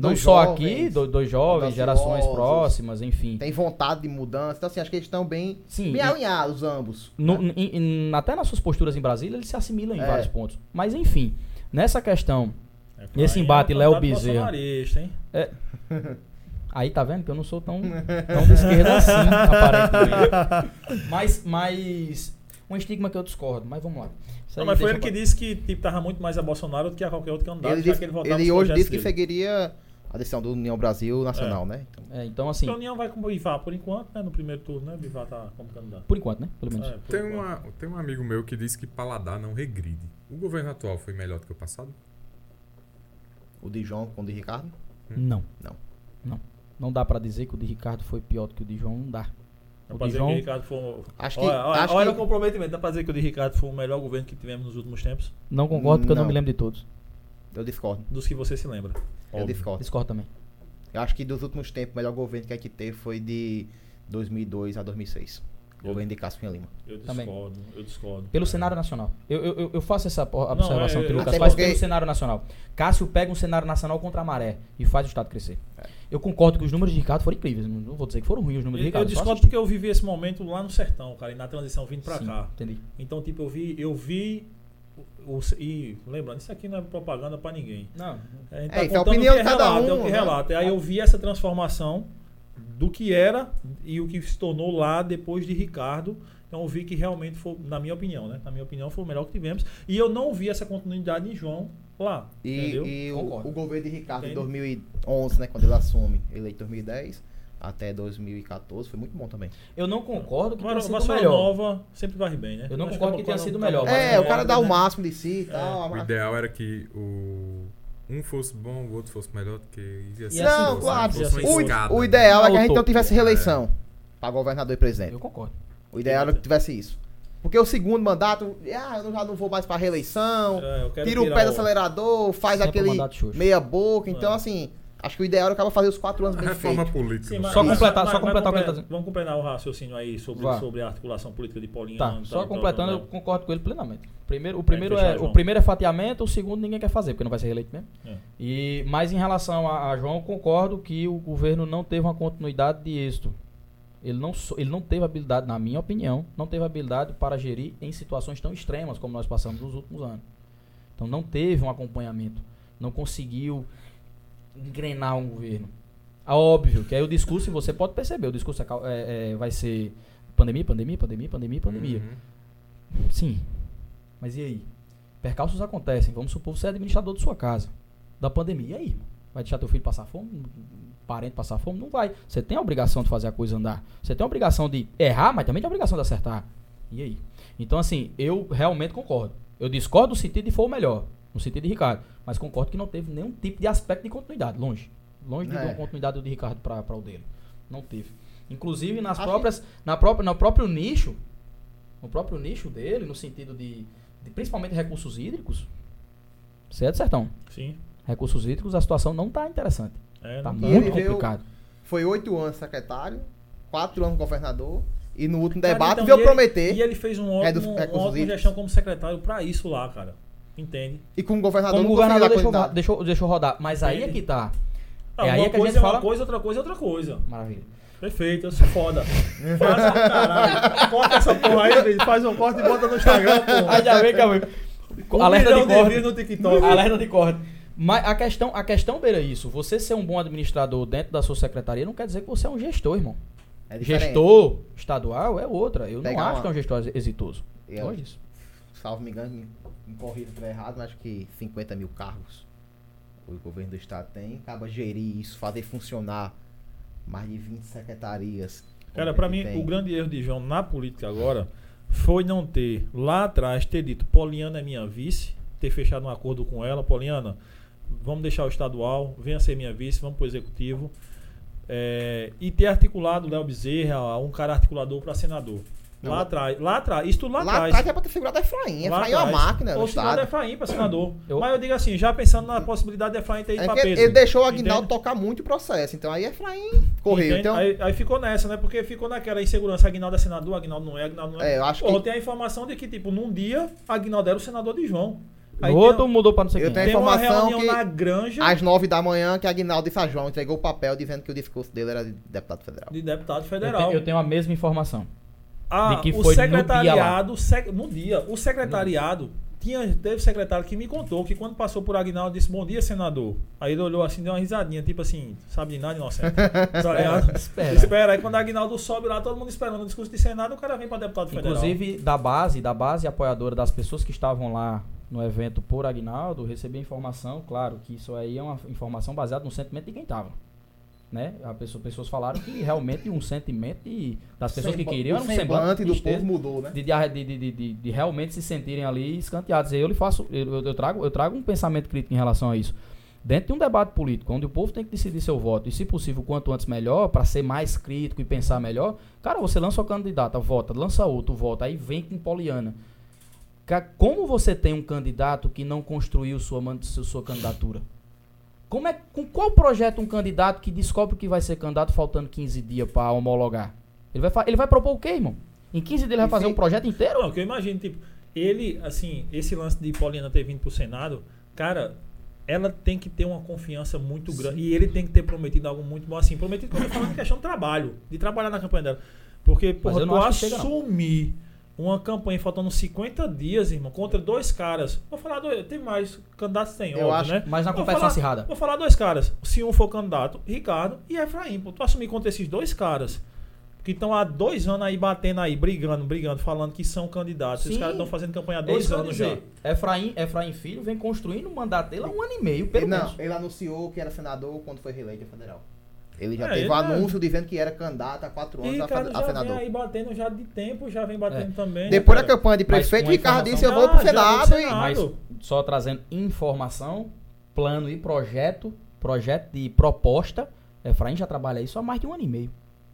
[SPEAKER 3] Não
[SPEAKER 4] Dois
[SPEAKER 3] só
[SPEAKER 4] jovens,
[SPEAKER 3] aqui, do- dois jovens,
[SPEAKER 4] audaciosos.
[SPEAKER 3] gerações próximas, enfim.
[SPEAKER 4] Tem vontade de mudança. Então, assim, acho que eles estão bem,
[SPEAKER 3] Sim,
[SPEAKER 4] bem
[SPEAKER 3] e-
[SPEAKER 4] alinhados, ambos.
[SPEAKER 3] No- em- em- até nas suas posturas em Brasília, eles se assimilam em
[SPEAKER 4] É.
[SPEAKER 3] vários pontos. Mas enfim, nessa questão,
[SPEAKER 1] É,
[SPEAKER 3] Nesse
[SPEAKER 1] Efraim é
[SPEAKER 3] embate,
[SPEAKER 1] um
[SPEAKER 3] Léo
[SPEAKER 1] candidato
[SPEAKER 3] Bezerra.
[SPEAKER 1] bolsonarista, hein?
[SPEAKER 3] É. aí tá vendo que eu não sou tão, tão de esquerda assim, aparentemente. Mas, mas um estigma que eu discordo, mas vamos lá. Isso
[SPEAKER 1] Não,
[SPEAKER 3] aí
[SPEAKER 1] mas foi
[SPEAKER 3] deixa
[SPEAKER 1] ele que
[SPEAKER 3] pra-
[SPEAKER 1] disse que tipo, tava muito mais a Bolsonaro do que a qualquer outro candidato,
[SPEAKER 4] ele
[SPEAKER 1] já
[SPEAKER 4] disse-
[SPEAKER 1] que ele votava
[SPEAKER 4] ele
[SPEAKER 1] nos
[SPEAKER 4] hoje
[SPEAKER 1] projetos
[SPEAKER 4] disse que
[SPEAKER 1] dele.
[SPEAKER 4] seguiria a decisão do União Brasil Nacional, né? Então,
[SPEAKER 3] É, então assim,
[SPEAKER 1] A União vai com o Bivar por enquanto, né? No primeiro turno, né? O Bivar tá como candidato.
[SPEAKER 3] por enquanto, né? Pelo menos.
[SPEAKER 1] É, por
[SPEAKER 2] Tem,
[SPEAKER 1] enquanto.
[SPEAKER 2] uma, tem um amigo meu que disse que paladar não regride. O governo atual foi melhor do que o passado?
[SPEAKER 4] o de João com o de Ricardo.
[SPEAKER 1] É.
[SPEAKER 3] Não.
[SPEAKER 4] Não.
[SPEAKER 3] Não. Não dá pra dizer que o de Ricardo foi pior do que o de João, não dá.
[SPEAKER 1] Dá
[SPEAKER 3] O
[SPEAKER 1] pra
[SPEAKER 3] de
[SPEAKER 1] dizer que o
[SPEAKER 3] João-
[SPEAKER 1] Ricardo foi um-
[SPEAKER 4] Acho que.
[SPEAKER 1] Olha, olha,
[SPEAKER 4] acho
[SPEAKER 1] olha o
[SPEAKER 4] que
[SPEAKER 1] comprometimento. Dá pra dizer que o de Ricardo foi o melhor governo que tivemos nos últimos tempos?
[SPEAKER 3] Não concordo porque eu não
[SPEAKER 4] Não.
[SPEAKER 3] me lembro de todos.
[SPEAKER 4] Eu discordo.
[SPEAKER 1] Dos que você se lembra.
[SPEAKER 4] Eu
[SPEAKER 1] Óbvio.
[SPEAKER 4] discordo.
[SPEAKER 3] Discordo também.
[SPEAKER 4] Eu acho que dos últimos tempos, o melhor governo que a gente teve foi de 2002 a 2006. Governo de Cássio Cunha Lima.
[SPEAKER 1] Eu
[SPEAKER 3] Também.
[SPEAKER 1] discordo, eu discordo.
[SPEAKER 3] Pelo cenário nacional. Eu, eu- eu, eu faço essa po-
[SPEAKER 1] Não,
[SPEAKER 3] observação
[SPEAKER 1] é-
[SPEAKER 3] que o Lucas
[SPEAKER 4] Até
[SPEAKER 3] faz
[SPEAKER 4] porque-
[SPEAKER 3] pelo cenário nacional. Cássio pega um cenário nacional contra a maré e faz o Estado crescer.
[SPEAKER 1] É.
[SPEAKER 3] Eu concordo que os números de Ricardo foram incríveis. Não não vou dizer que foram ruins os números
[SPEAKER 1] Eu,
[SPEAKER 3] de
[SPEAKER 1] eu
[SPEAKER 3] Ricardo. só
[SPEAKER 1] discordo
[SPEAKER 3] assisti.
[SPEAKER 1] porque eu vivi esse momento lá no sertão, cara, e na transição vindo pra
[SPEAKER 3] Sim,
[SPEAKER 1] cá.
[SPEAKER 3] Entendi.
[SPEAKER 1] Então, tipo, eu vi, eu vi. o- o- e lembrando, isso aqui não é propaganda pra ninguém.
[SPEAKER 3] Não.
[SPEAKER 1] A gente
[SPEAKER 4] É, isso é a
[SPEAKER 1] tá contando o
[SPEAKER 4] opinião
[SPEAKER 1] que
[SPEAKER 4] de cada
[SPEAKER 1] relata, é o
[SPEAKER 4] um,
[SPEAKER 1] que
[SPEAKER 4] né?
[SPEAKER 1] relata. Aí eu vi essa transformação do que era e o que se tornou lá depois de Ricardo. Então eu vi que realmente foi, na minha opinião, né? Na minha opinião, foi o melhor que tivemos. E eu não vi essa continuidade em João lá.
[SPEAKER 4] E,
[SPEAKER 1] entendeu?
[SPEAKER 4] e o,
[SPEAKER 3] Concordo.
[SPEAKER 4] o governo de Ricardo em
[SPEAKER 1] Entende?
[SPEAKER 4] 2011, né, quando ele assume, eleito em 2010 até 2014, foi muito bom também.
[SPEAKER 3] Eu não concordo que tenha
[SPEAKER 1] Mas
[SPEAKER 3] sido o
[SPEAKER 1] Vassoura
[SPEAKER 3] melhor.
[SPEAKER 1] Nova sempre vai bem, né?
[SPEAKER 3] Eu não
[SPEAKER 1] Acho
[SPEAKER 3] concordo
[SPEAKER 1] é
[SPEAKER 3] que tenha
[SPEAKER 1] uma-
[SPEAKER 3] sido
[SPEAKER 1] uma-
[SPEAKER 3] melhor,
[SPEAKER 1] uma-
[SPEAKER 3] mas
[SPEAKER 4] É, o
[SPEAKER 1] uma-
[SPEAKER 4] cara dá o
[SPEAKER 1] né?
[SPEAKER 4] máximo de si e tal.
[SPEAKER 2] O
[SPEAKER 4] a-
[SPEAKER 2] ideal era que o um fosse bom, o outro fosse melhor do que ia
[SPEAKER 3] E
[SPEAKER 2] ser
[SPEAKER 3] assim
[SPEAKER 4] Não,
[SPEAKER 2] fosse,
[SPEAKER 4] claro.
[SPEAKER 2] fosse uma
[SPEAKER 1] O-
[SPEAKER 2] escada.
[SPEAKER 4] O, o ideal é que a gente
[SPEAKER 3] Auto-
[SPEAKER 4] não tivesse reeleição para governador e presidente.
[SPEAKER 3] Eu concordo.
[SPEAKER 4] O ideal era que tivesse isso. Porque o segundo mandato, ah, eu já não vou mais pra reeleição,
[SPEAKER 1] É, eu quero
[SPEAKER 4] tira o
[SPEAKER 1] tirar
[SPEAKER 4] pé do
[SPEAKER 1] o-
[SPEAKER 4] acelerador, faz
[SPEAKER 3] Sempre
[SPEAKER 4] aquele
[SPEAKER 3] mandato xoxo.
[SPEAKER 4] meia boca. Então,
[SPEAKER 1] É.
[SPEAKER 4] assim, acho que o ideal era acabar fazer os quatro anos
[SPEAKER 2] A
[SPEAKER 4] é bem
[SPEAKER 2] reforma
[SPEAKER 4] feito.
[SPEAKER 2] política.
[SPEAKER 1] Sim,
[SPEAKER 2] Uhum. no
[SPEAKER 1] mas-
[SPEAKER 3] Só
[SPEAKER 2] país.
[SPEAKER 1] mas-
[SPEAKER 3] completar,
[SPEAKER 1] mas-
[SPEAKER 3] só
[SPEAKER 1] mas
[SPEAKER 3] completar o que ele tá
[SPEAKER 1] compre-
[SPEAKER 3] dizendo.
[SPEAKER 1] Vamos completar o raciocínio aí sobre,
[SPEAKER 3] Vá.
[SPEAKER 1] sobre a articulação política de Paulinho.
[SPEAKER 3] Tá,
[SPEAKER 1] tal,
[SPEAKER 3] só
[SPEAKER 1] tal,
[SPEAKER 3] completando,
[SPEAKER 1] tal,
[SPEAKER 3] eu
[SPEAKER 1] tal.
[SPEAKER 3] concordo com ele plenamente. Primeiro, o, primeiro
[SPEAKER 1] então, né? fechar,
[SPEAKER 3] é, o
[SPEAKER 1] João.
[SPEAKER 3] primeiro é fatiamento, o segundo ninguém quer fazer, porque não vai ser reeleito mesmo.
[SPEAKER 1] É.
[SPEAKER 3] E, mas em relação a, a João, eu concordo que o governo não teve uma continuidade de êxito. Ele não, sou- ele não teve habilidade, na minha opinião, não teve habilidade para gerir em situações tão extremas como nós passamos nos últimos anos. Então não teve um acompanhamento, não conseguiu engrenar um governo. Ah, Óbvio, que aí o discurso, e você pode perceber, o discurso é cal- é- é- vai ser pandemia, pandemia, pandemia, pandemia, pandemia.
[SPEAKER 2] Uhum.
[SPEAKER 3] Sim. Mas e aí? Percalços acontecem. Vamos supor que você é administrador de sua casa. Da pandemia. E aí? irmão? Vai deixar teu filho passar fome? Um Parente passar fome? Não vai. Você tem a obrigação de fazer a coisa andar. Você tem a obrigação de errar, mas também tem a obrigação de acertar. E aí? Então, assim, eu realmente concordo. Eu discordo no sentido de foi o melhor. No sentido de Ricardo. Mas concordo que não teve nenhum tipo de aspecto de continuidade. Longe. Longe de
[SPEAKER 4] É.
[SPEAKER 3] uma continuidade do de Ricardo para o dele. Não teve. Inclusive nas
[SPEAKER 4] Acho que-
[SPEAKER 3] próprias, na própria, no próprio nicho, no próprio nicho dele, no sentido de, de principalmente recursos hídricos, certo, Sertão?
[SPEAKER 1] Sim.
[SPEAKER 3] Recursos hídricos, a situação não tá interessante.
[SPEAKER 1] É,
[SPEAKER 3] Tá
[SPEAKER 1] não-
[SPEAKER 4] E
[SPEAKER 3] muito
[SPEAKER 4] ele veio-
[SPEAKER 3] complicado.
[SPEAKER 4] Foi oito anos secretário, quatro anos governador, e no último
[SPEAKER 1] Cara,
[SPEAKER 4] debate
[SPEAKER 1] então,
[SPEAKER 4] veio
[SPEAKER 1] e ele-
[SPEAKER 4] prometer,
[SPEAKER 1] E ele fez um
[SPEAKER 3] é
[SPEAKER 4] Redu-
[SPEAKER 1] ótimo, uma
[SPEAKER 4] recursos
[SPEAKER 1] ótima
[SPEAKER 4] hídricos.
[SPEAKER 1] gestão como secretário pra isso lá, cara. Entende?
[SPEAKER 4] e como governador
[SPEAKER 3] Como
[SPEAKER 4] não
[SPEAKER 3] o governador
[SPEAKER 4] conseguiu dar
[SPEAKER 3] deixou,
[SPEAKER 4] continuidade.
[SPEAKER 3] deixou, deixou rodar. Mas aí é
[SPEAKER 1] Ele-
[SPEAKER 3] que tá.
[SPEAKER 1] Ah,
[SPEAKER 3] É aí
[SPEAKER 1] uma
[SPEAKER 3] é que a
[SPEAKER 1] coisa
[SPEAKER 3] gente
[SPEAKER 1] é uma
[SPEAKER 3] fala-
[SPEAKER 1] coisa, outra coisa é outra coisa.
[SPEAKER 3] Maravilha.
[SPEAKER 1] Perfeito, eu sou foda. Faz um caralho. Corta essa porra aí, velho. faz um corte e bota no Instagram, porra.
[SPEAKER 3] já vem, calma.
[SPEAKER 1] Um
[SPEAKER 3] Alerta
[SPEAKER 1] milhão
[SPEAKER 3] de corte.
[SPEAKER 1] views no TikTok.
[SPEAKER 3] Alerta de corda. Mas a questão, a questão beira isso. Você ser um bom administrador dentro da sua secretaria não quer dizer que você é um gestor, irmão.
[SPEAKER 4] É diferente.
[SPEAKER 3] gestor estadual é outra. Eu não
[SPEAKER 4] Pegar
[SPEAKER 3] acho
[SPEAKER 4] uma-
[SPEAKER 3] que é um gestor ex- exitoso.
[SPEAKER 4] Eu-
[SPEAKER 3] Longe disso.
[SPEAKER 4] salvo me engano, me- me corrija se estiver errado, mas acho que 50 mil cargos o governo do estado tem, acaba gerir isso, fazer funcionar mais de 20 secretarias.
[SPEAKER 1] Cara,
[SPEAKER 4] Como
[SPEAKER 1] pra
[SPEAKER 4] é que
[SPEAKER 1] mim,
[SPEAKER 4] tem.
[SPEAKER 1] o grande erro de João na política agora foi não ter, lá atrás, ter dito Poliana é minha vice, ter fechado um acordo com ela. Poliana, vamos deixar o estadual, venha ser minha vice, vamos pro eh, executivo. É, e ter articulado Léo Bezerra, um cara articulador para senador.
[SPEAKER 4] Não,
[SPEAKER 1] lá
[SPEAKER 4] lá-
[SPEAKER 1] atrás. Lá atrás. Isso tudo lá,
[SPEAKER 4] Lá
[SPEAKER 1] atrás.
[SPEAKER 4] atrás é pra ter figurado a Efraim.
[SPEAKER 1] Lá
[SPEAKER 4] Efraim é uma
[SPEAKER 1] atrás.
[SPEAKER 4] máquina. do
[SPEAKER 1] Ou se não
[SPEAKER 4] estado.
[SPEAKER 1] é Efraim pra senador.
[SPEAKER 3] Eu-
[SPEAKER 1] Mas eu digo assim, já pensando na possibilidade de Efraim ter ido
[SPEAKER 4] É
[SPEAKER 1] pra
[SPEAKER 4] que
[SPEAKER 1] Pedro.
[SPEAKER 4] ele deixou o Aguinaldo
[SPEAKER 1] Entende?
[SPEAKER 4] tocar muito o processo. Então aí Efraim correu.
[SPEAKER 1] Entende?
[SPEAKER 4] Então,
[SPEAKER 1] aí, aí ficou nessa, né? Porque ficou naquela insegurança. Aguinaldo é senador, Aguinaldo não é, Aguinaldo não é.
[SPEAKER 4] É, eu acho
[SPEAKER 1] Porra,
[SPEAKER 4] que-
[SPEAKER 1] tem a informação de que, tipo, num dia, Aguinaldo era o senador de João. Aí
[SPEAKER 3] No outro
[SPEAKER 1] tem, um-
[SPEAKER 3] mudou pra não sei
[SPEAKER 4] Eu
[SPEAKER 3] quem.
[SPEAKER 4] tenho-
[SPEAKER 1] tem uma
[SPEAKER 4] informação
[SPEAKER 1] reunião
[SPEAKER 4] que-
[SPEAKER 1] na granja
[SPEAKER 4] às nove da manhã, que Aguinaldo e São João entregou o papel dizendo que o discurso dele era de deputado federal.
[SPEAKER 1] de deputado
[SPEAKER 3] Eu tenho-
[SPEAKER 1] federal.
[SPEAKER 3] eu tenho a mesma informação.
[SPEAKER 1] Ah,
[SPEAKER 3] De que
[SPEAKER 1] o
[SPEAKER 3] foi no dia lá.
[SPEAKER 1] secretariado, sec- no dia, o secretariado, tinha, teve secretário que me contou que quando passou por Agnaldo disse, bom dia, senador. Aí ele olhou assim, deu uma risadinha, tipo assim, sabe de nada, inocente. espera,
[SPEAKER 3] espera.
[SPEAKER 1] espera. Aí quando Agnaldo sobe lá, todo mundo esperando o discurso de Senado, o cara vem pra deputado federal.
[SPEAKER 3] Inclusive, da base, da base apoiadora das pessoas que estavam lá no evento por Agnaldo, recebi a informação, claro, que isso aí é uma informação baseada no sentimento de quem estava. Né? A pessoa, pessoas falaram que realmente um sentimento de- das pessoas que queriam
[SPEAKER 4] o
[SPEAKER 3] era um semblante
[SPEAKER 4] semblante do povo
[SPEAKER 3] tristeza,
[SPEAKER 4] mudou, né?
[SPEAKER 3] de, de, de, de, de- de realmente se sentirem ali escanteados. E Eu lhe faço, eu, eu- eu trago, eu trago um pensamento crítico em relação a isso. Dentro de um debate político, onde o povo tem que decidir seu voto, e se possível, quanto antes melhor, para ser mais crítico e pensar melhor, cara, você lança o candidato, vota, lança outro, vota, aí vem com Poliana. Ca- Como você tem um candidato que não construiu sua, man- su- sua candidatura? Como é, com qual projeto um candidato que descobre que vai ser candidato faltando 15 dias para homologar? Ele vai, fa- ele vai propor o quê, irmão? Em 15 dias ele vai
[SPEAKER 4] E
[SPEAKER 3] fazer
[SPEAKER 4] se-
[SPEAKER 3] um projeto inteiro?
[SPEAKER 1] Não, que eu imagino, tipo, ele, assim, esse lance de Paulina ter vindo pro Senado, cara, ela tem que ter uma confiança muito grande. E ele tem que ter prometido algo muito bom. Assim, prometido quando eu tô falando em questão de trabalho, de trabalhar na campanha dela. Porque, porra,
[SPEAKER 3] eu
[SPEAKER 1] tu
[SPEAKER 3] não acho que chega, não.
[SPEAKER 1] assumir uma campanha faltando 50 dias, irmão, contra dois caras. Vou falar, dois, tem mais candidatos tem,
[SPEAKER 4] Eu
[SPEAKER 1] óbvio,
[SPEAKER 4] acho-
[SPEAKER 1] né?
[SPEAKER 3] Mas na
[SPEAKER 1] Vou
[SPEAKER 3] competição
[SPEAKER 1] falar-
[SPEAKER 3] acirrada.
[SPEAKER 1] Vou falar dois caras. Se um for candidato, Ricardo e Efraim. Pô, tu assumir contra esses dois caras que estão há dois anos aí batendo aí, brigando, brigando, falando que são candidatos. Os
[SPEAKER 3] Sim.
[SPEAKER 1] caras estão fazendo campanha há
[SPEAKER 3] É isso
[SPEAKER 1] dois
[SPEAKER 3] que eu
[SPEAKER 1] anos
[SPEAKER 3] ia
[SPEAKER 1] já.
[SPEAKER 3] dizer. Efraim, Efraim Filho vem construindo o mandato dele há um ano e meio, pelo
[SPEAKER 4] ele, não,
[SPEAKER 3] menos.
[SPEAKER 4] ele anunciou que era senador quando foi reeleito a federal. Ele já
[SPEAKER 1] É,
[SPEAKER 4] teve
[SPEAKER 1] ele
[SPEAKER 4] um
[SPEAKER 1] é-
[SPEAKER 4] anúncio dizendo que era candidato há quatro anos
[SPEAKER 1] E
[SPEAKER 4] a,
[SPEAKER 1] cara
[SPEAKER 4] fade- a
[SPEAKER 1] já
[SPEAKER 4] senador.
[SPEAKER 1] vem aí batendo já de tempo, já vem batendo
[SPEAKER 3] É.
[SPEAKER 1] também.
[SPEAKER 4] Depois
[SPEAKER 1] né,
[SPEAKER 4] da
[SPEAKER 1] cara?
[SPEAKER 4] campanha de
[SPEAKER 3] Mas
[SPEAKER 4] prefeito,
[SPEAKER 3] com
[SPEAKER 4] Ricardo disse: Eu
[SPEAKER 1] informação-
[SPEAKER 4] vou pro
[SPEAKER 1] Ah, já vou pro
[SPEAKER 4] Senado e.
[SPEAKER 1] Senado.
[SPEAKER 3] Mas
[SPEAKER 1] Claro.
[SPEAKER 3] só trazendo informação, plano e projeto, projeto de proposta. Efraim já trabalha isso há mais de um ano e meio.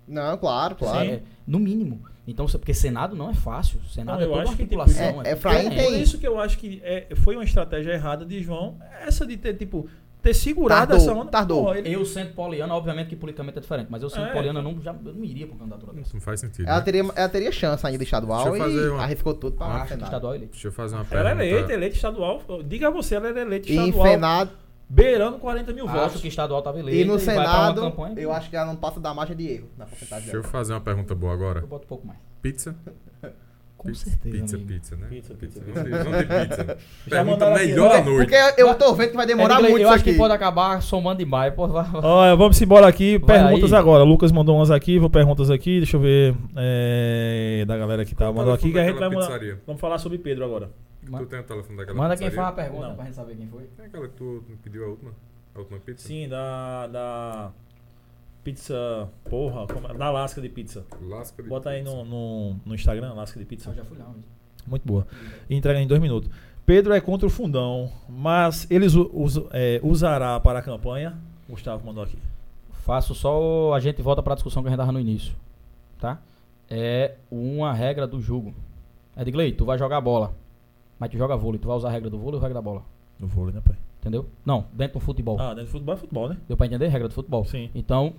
[SPEAKER 4] Não, claro, claro.
[SPEAKER 1] Sim.
[SPEAKER 3] É, no mínimo. Então, você- porque Senado não é fácil. Senado
[SPEAKER 1] Não,
[SPEAKER 3] é
[SPEAKER 1] eu
[SPEAKER 3] toda uma
[SPEAKER 1] acho que, tipo,
[SPEAKER 3] articulação.
[SPEAKER 4] é- Efraim
[SPEAKER 3] tudo
[SPEAKER 1] Por
[SPEAKER 4] tem-
[SPEAKER 1] isso que eu acho que é, foi uma estratégia errada de João, essa de ter, tipo, ter segurado
[SPEAKER 4] Tardou,
[SPEAKER 1] essa onda.
[SPEAKER 4] tardou.
[SPEAKER 1] Porra, ele-
[SPEAKER 3] Eu sendo poliana, obviamente que politicamente é diferente, mas eu sendo
[SPEAKER 1] É.
[SPEAKER 3] poliana não, já, eu não iria para candidatura dessa.
[SPEAKER 2] Isso não faz sentido.
[SPEAKER 4] Ela
[SPEAKER 2] né?
[SPEAKER 4] teria, ela teria chance ainda de estadual
[SPEAKER 2] Deixa eu fazer
[SPEAKER 4] e
[SPEAKER 2] uma-
[SPEAKER 4] arriscou tudo pra
[SPEAKER 3] Acho que
[SPEAKER 4] Senado.
[SPEAKER 3] estadual é eleito.
[SPEAKER 2] Deixa eu fazer uma
[SPEAKER 1] Ela
[SPEAKER 2] pergunta.
[SPEAKER 1] era
[SPEAKER 3] Tá.
[SPEAKER 1] eleita, eleita estadual. Diga a você, ela era
[SPEAKER 3] é
[SPEAKER 1] eleita
[SPEAKER 4] E Ah, em
[SPEAKER 1] estadual.
[SPEAKER 4] Senado
[SPEAKER 1] Beirando 40 mil votos.
[SPEAKER 3] Acho que estadual estava eleito.
[SPEAKER 4] e no
[SPEAKER 3] vai pra uma
[SPEAKER 4] Senado,
[SPEAKER 3] campanha,
[SPEAKER 4] eu acho que ela não passa da margem de erro na
[SPEAKER 1] é
[SPEAKER 4] porcentagem
[SPEAKER 2] Deixa eu
[SPEAKER 4] dela.
[SPEAKER 2] fazer uma pergunta boa agora.
[SPEAKER 3] Eu boto um pouco mais.
[SPEAKER 2] Pizza?
[SPEAKER 3] Com
[SPEAKER 2] pizza,
[SPEAKER 3] certeza.
[SPEAKER 2] Pizza,
[SPEAKER 3] amigo.
[SPEAKER 2] pizza, né?
[SPEAKER 1] Pizza, pizza,
[SPEAKER 2] Vamos de- vamos de pizza. Pergunta
[SPEAKER 1] mandaram aqui,
[SPEAKER 2] melhor
[SPEAKER 1] né?
[SPEAKER 2] à noite.
[SPEAKER 4] Porque eu tô vendo que vai demorar
[SPEAKER 3] É,
[SPEAKER 4] muito
[SPEAKER 3] eu
[SPEAKER 4] isso
[SPEAKER 3] acho
[SPEAKER 4] aqui.
[SPEAKER 3] que pode acabar somando demais. Pô, vai- vai-
[SPEAKER 1] Olha, vamos embora aqui.
[SPEAKER 3] Vai
[SPEAKER 1] perguntas
[SPEAKER 3] aí.
[SPEAKER 1] agora. O Lucas mandou umas aqui, vou perguntas aqui. Deixa eu ver é, da galera que tá
[SPEAKER 2] Qual o
[SPEAKER 1] mandando aqui.
[SPEAKER 2] telefone
[SPEAKER 1] Que a gente vai
[SPEAKER 2] daquela
[SPEAKER 1] mudar.
[SPEAKER 2] pizzaria?
[SPEAKER 1] Vamos falar sobre Pedro agora.
[SPEAKER 2] Tu tem o telefone daquela
[SPEAKER 3] Manda quem
[SPEAKER 2] pizzaria?
[SPEAKER 3] faz a pergunta
[SPEAKER 1] Não.
[SPEAKER 3] pra gente saber quem foi.
[SPEAKER 2] É aquela que tu pediu a última? A última pizza?
[SPEAKER 1] Sim, da. da pizza. Porra, como é? da lasca de pizza.
[SPEAKER 2] Lasca de
[SPEAKER 1] Bota aí
[SPEAKER 2] pizza.
[SPEAKER 1] no, no, no Instagram, lasca de
[SPEAKER 3] Eu
[SPEAKER 1] pizza.
[SPEAKER 3] já fui lá. mas-
[SPEAKER 1] Muito boa. E entrega em dois minutos. Pedro é contra o fundão, mas eles u- us- é, usará para a campanha. Gustavo mandou aqui.
[SPEAKER 3] Faço só. o- A gente volta pra discussão que a gente tava no início. Tá? É uma regra do jogo. Edgley, tu vai jogar bola. Mas tu joga vôlei. Tu vai usar a regra do vôlei ou a regra da bola?
[SPEAKER 1] No vôlei, né, pai?
[SPEAKER 3] Entendeu? Não, dentro do futebol.
[SPEAKER 1] Ah, dentro do futebol é futebol, né?
[SPEAKER 3] Deu pra entender? Regra do futebol.
[SPEAKER 1] Sim.
[SPEAKER 3] Então,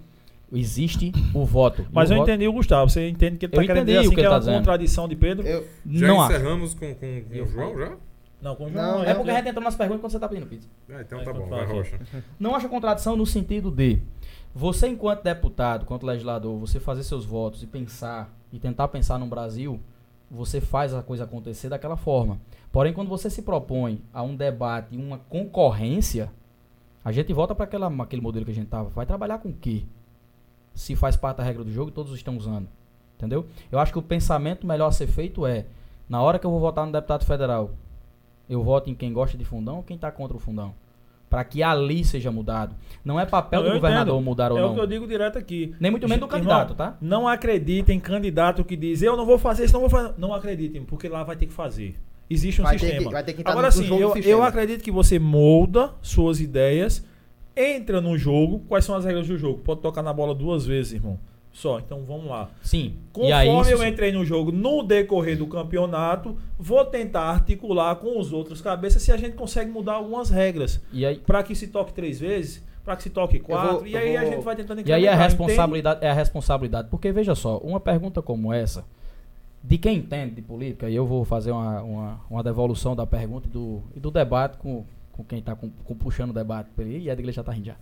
[SPEAKER 3] existe o voto. E
[SPEAKER 1] Mas
[SPEAKER 3] o
[SPEAKER 1] eu
[SPEAKER 3] voto-
[SPEAKER 1] entendi o Gustavo. Você entende que ele
[SPEAKER 3] Eu
[SPEAKER 1] tá querendo
[SPEAKER 3] entendi
[SPEAKER 1] dizer
[SPEAKER 3] o
[SPEAKER 1] assim
[SPEAKER 3] que
[SPEAKER 1] que,
[SPEAKER 3] ele
[SPEAKER 1] é
[SPEAKER 3] tá
[SPEAKER 1] uma
[SPEAKER 3] dizendo.
[SPEAKER 1] contradição de Pedro?
[SPEAKER 4] Eu-
[SPEAKER 2] Já
[SPEAKER 3] Não acho.
[SPEAKER 2] encerramos com, com, com o João já?
[SPEAKER 1] Não, com o
[SPEAKER 4] Não,
[SPEAKER 1] João.
[SPEAKER 3] É
[SPEAKER 1] é-
[SPEAKER 3] porque a gente entrou nas perguntas quando você tá pedindo pizza.
[SPEAKER 2] Ah, então
[SPEAKER 1] Aí,
[SPEAKER 2] tá bom,
[SPEAKER 1] quando
[SPEAKER 2] vai
[SPEAKER 1] fala aqui.
[SPEAKER 2] rocha.
[SPEAKER 3] Não acha contradição no sentido de você, enquanto deputado, quanto legislador, você fazer seus votos e pensar e tentar pensar no Brasil, você faz a coisa acontecer daquela forma. Porém, quando você se propõe a um debate, uma concorrência, a gente volta para aquele modelo que a gente tava. Vai trabalhar com o quê? Se faz parte da regra do jogo e todos estão usando. Entendeu? Eu acho que o pensamento melhor a ser feito é: na hora que eu vou votar no deputado federal, eu voto em quem gosta de fundão ou quem está contra o fundão? Para que ali seja mudado. Não é papel
[SPEAKER 1] Eu
[SPEAKER 3] do governador
[SPEAKER 1] entendo.
[SPEAKER 3] mudar ou
[SPEAKER 1] é
[SPEAKER 3] não.
[SPEAKER 1] o que eu digo direto aqui.
[SPEAKER 3] Nem muito menos do
[SPEAKER 1] Irmão,
[SPEAKER 3] candidato, tá?
[SPEAKER 1] Não acredita em candidato que diz, eu não vou fazer isso, não vou fazer. Não acreditem, porque lá vai ter que fazer. Existe um
[SPEAKER 4] Vai ter
[SPEAKER 1] sistema.
[SPEAKER 4] que- vai ter que entrar
[SPEAKER 1] Agora
[SPEAKER 4] no- no
[SPEAKER 1] sim,
[SPEAKER 4] jogo
[SPEAKER 1] eu,
[SPEAKER 4] do sistema.
[SPEAKER 1] eu acredito que você molda suas ideias, entra no jogo. Quais são as regras do jogo? Pode tocar na bola duas vezes, irmão. Só, então vamos lá.
[SPEAKER 3] Sim. e aí,
[SPEAKER 1] Conforme eu
[SPEAKER 3] se-
[SPEAKER 1] entrei no jogo no decorrer do campeonato, vou tentar articular com os outros cabeças se a gente consegue mudar algumas regras.
[SPEAKER 3] e aí,
[SPEAKER 1] Pra que se toque três vezes, pra que se toque quatro,
[SPEAKER 4] vou-
[SPEAKER 1] e
[SPEAKER 4] eu
[SPEAKER 1] aí a
[SPEAKER 4] vou-
[SPEAKER 1] gente vai tentando
[SPEAKER 3] E aí é a
[SPEAKER 1] incrementar,
[SPEAKER 3] responsabilidade, é a responsabilidade. Porque veja só, uma pergunta como essa, de quem entende de política, e eu vou fazer uma, uma, uma devolução da pergunta e do, e do debate com, com quem está puxando o debate. por aí, E a igreja já está rindo já.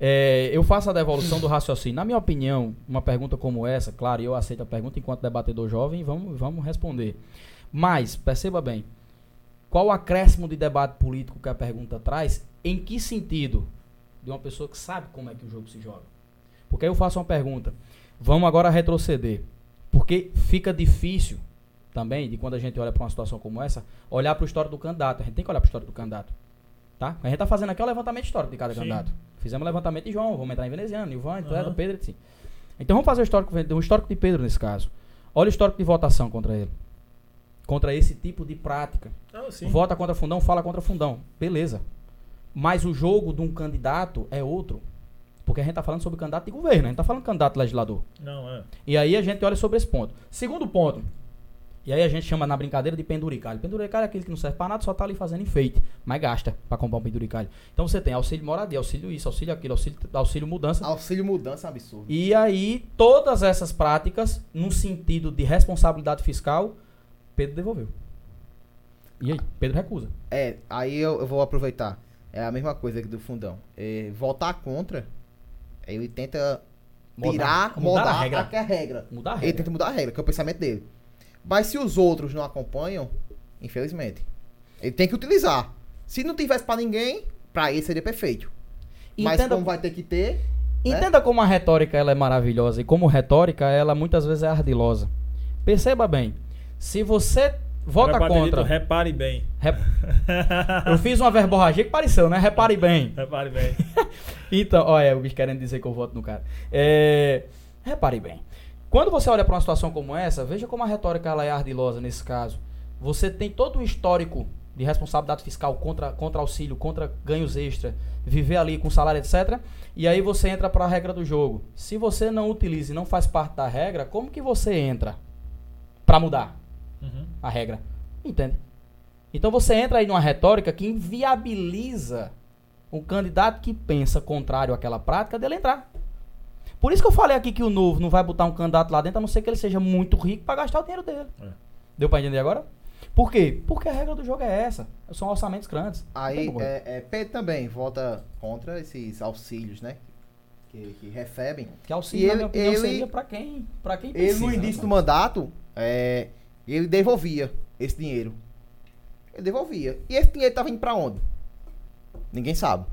[SPEAKER 3] É, eu faço a devolução do raciocínio. Na minha opinião, uma pergunta como essa, claro, eu aceito a pergunta enquanto debatedor jovem, vamos, vamos responder. Mas, perceba bem, qual o acréscimo de debate político que a pergunta traz? Em que sentido? De uma pessoa que sabe como é que o jogo se joga. Porque aí eu faço uma pergunta. Vamos agora retroceder. Porque fica difícil também, de quando a gente olha para uma situação como essa, olhar para o histórico do candidato. A gente tem que olhar para o histórico do candidato. Tá? A gente está fazendo aqui o levantamento histórico de cada
[SPEAKER 1] Sim.
[SPEAKER 3] candidato. Fizemos levantamento de João, vamos entrar em veneziano, Ivan, Toledo,
[SPEAKER 1] Aham.
[SPEAKER 3] Pedro, assim. Então vamos fazer o histórico, o histórico de Pedro nesse caso. Olha o histórico de votação contra ele. Contra esse tipo de prática.
[SPEAKER 1] entender. Ah, sim.
[SPEAKER 3] Vota contra fundão, fala contra fundão. Beleza. Mas o jogo de um candidato é outro. Porque a gente está falando sobre candidato de governo, a gente está falando candidato legislador.
[SPEAKER 1] Não, é.
[SPEAKER 3] E aí a gente olha sobre esse ponto. Segundo ponto. E aí a gente chama na brincadeira de penduricalho. Penduricalho é aquele que não serve pra nada, só tá ali fazendo enfeite, mas gasta pra comprar um penduricalho. Então você tem auxílio moradia, auxílio isso, auxílio aquilo, auxílio, auxílio mudança.
[SPEAKER 4] Auxílio mudança é um absurdo.
[SPEAKER 3] E aí, todas essas práticas, num sentido de responsabilidade fiscal, Pedro devolveu. E aí, Pedro recusa.
[SPEAKER 4] É, aí eu, eu vou aproveitar. É a mesma coisa que do fundão. É, votar contra, ele tenta tirar,
[SPEAKER 3] mudar
[SPEAKER 4] mudar
[SPEAKER 3] a regra.
[SPEAKER 4] a regra.
[SPEAKER 3] Mudar a
[SPEAKER 4] Ele
[SPEAKER 3] regra.
[SPEAKER 4] tenta mudar a regra, que é o pensamento dele. Mas se os outros não acompanham, infelizmente, ele tem que utilizar. Se não tivesse pra ninguém, pra ele seria perfeito. Mas
[SPEAKER 3] Entenda-
[SPEAKER 4] como vai ter que ter, né?
[SPEAKER 3] Entenda como a retórica ela é maravilhosa e como retórica ela muitas vezes é ardilosa. Perceba bem, se você vota
[SPEAKER 1] Repare,
[SPEAKER 3] contra.
[SPEAKER 1] Dito, repare bem.
[SPEAKER 3] Rep- Eu fiz uma verborragia que pareceu, né? Repare bem.
[SPEAKER 1] Repare bem.
[SPEAKER 3] Então, olha, o bicho querendo dizer que eu voto no cara. É, repare bem. Quando você olha para uma situação como essa, veja como a retórica ela é ardilosa nesse caso. Você tem todo um histórico de responsabilidade fiscal contra, contra auxílio, contra ganhos extra, viver ali com salário, etc. E aí você entra para a regra do jogo. Se você não utiliza e não faz parte da regra, como que você entra para mudar?
[SPEAKER 1] Uhum.
[SPEAKER 3] a regra. Entende? Então você entra aí numa retórica que inviabiliza o candidato que pensa contrário àquela prática dele entrar. Por isso que eu falei aqui que o novo não vai botar um candidato lá dentro, a não ser que ele seja muito rico para gastar o dinheiro dele.
[SPEAKER 1] É.
[SPEAKER 3] Deu pra entender agora? Por quê? Porque a regra do jogo é essa. São orçamentos grandes. Não tem
[SPEAKER 4] aí
[SPEAKER 3] como correr.
[SPEAKER 4] é, é, Pedro também vota contra esses auxílios, né? Que, que recebem.
[SPEAKER 3] Que auxílio,
[SPEAKER 4] e
[SPEAKER 3] na minha
[SPEAKER 4] ele-
[SPEAKER 3] opinião,
[SPEAKER 4] ele-
[SPEAKER 3] seria pra quem, pra quem
[SPEAKER 4] Ele
[SPEAKER 3] precisa.
[SPEAKER 4] no
[SPEAKER 3] né,
[SPEAKER 4] início do
[SPEAKER 3] mano?
[SPEAKER 4] mandato, é, ele devolvia esse dinheiro. Ele devolvia. E esse dinheiro tava indo pra onde? Ninguém sabe.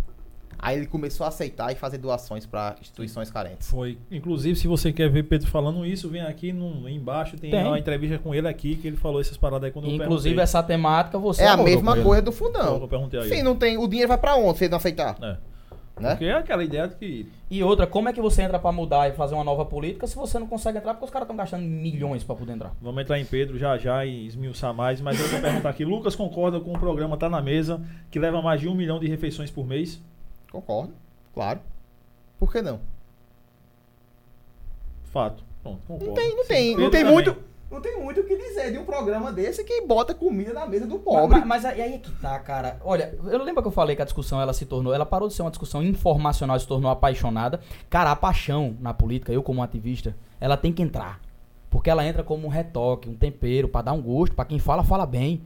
[SPEAKER 4] Aí ele começou a aceitar e fazer doações pra instituições carentes.
[SPEAKER 1] Foi. Inclusive, se você quer ver Pedro falando isso, vem aqui no, embaixo, tem,
[SPEAKER 3] Tem.
[SPEAKER 1] uma entrevista com ele aqui, que ele falou essas paradas aí quando eu
[SPEAKER 3] Inclusive,
[SPEAKER 1] perguntei.
[SPEAKER 3] essa temática você
[SPEAKER 4] é a
[SPEAKER 3] abordou com
[SPEAKER 4] mesma
[SPEAKER 3] ele.
[SPEAKER 4] coisa do
[SPEAKER 1] Foi o que Eu
[SPEAKER 4] fundão.
[SPEAKER 1] perguntei aí.
[SPEAKER 4] Sim, não tem. O dinheiro vai pra onde se ele não aceitar?
[SPEAKER 1] É.
[SPEAKER 4] Né?
[SPEAKER 1] Porque é aquela ideia de que
[SPEAKER 3] E outra, como é que você entra pra mudar e fazer uma nova política se você não consegue entrar porque os caras estão gastando milhões pra poder entrar?
[SPEAKER 1] Vamos entrar em Pedro já já e esmiuçar mais, mas eu vou perguntar aqui. Lucas concorda com o programa Tá na Mesa, que leva mais de um milhão de refeições por mês?
[SPEAKER 4] Concordo, claro. Por que não?
[SPEAKER 1] Fato. Pronto, concordo.
[SPEAKER 4] Não tem, não
[SPEAKER 1] Sim,
[SPEAKER 4] tem, não
[SPEAKER 1] Pedro
[SPEAKER 4] tem
[SPEAKER 1] também.
[SPEAKER 4] muito. Não tem muito o que dizer de um programa desse que bota comida na mesa do pobre.
[SPEAKER 3] Mas, mas aí aí é que tá, cara. Olha, eu lembro que eu falei que a discussão ela se tornou, ela parou de ser uma discussão informacional, e se tornou apaixonada. Cara, a paixão na política, eu como ativista, ela tem que entrar. Porque ela entra como um retoque, um tempero, pra dar um gosto, pra quem fala, fala bem.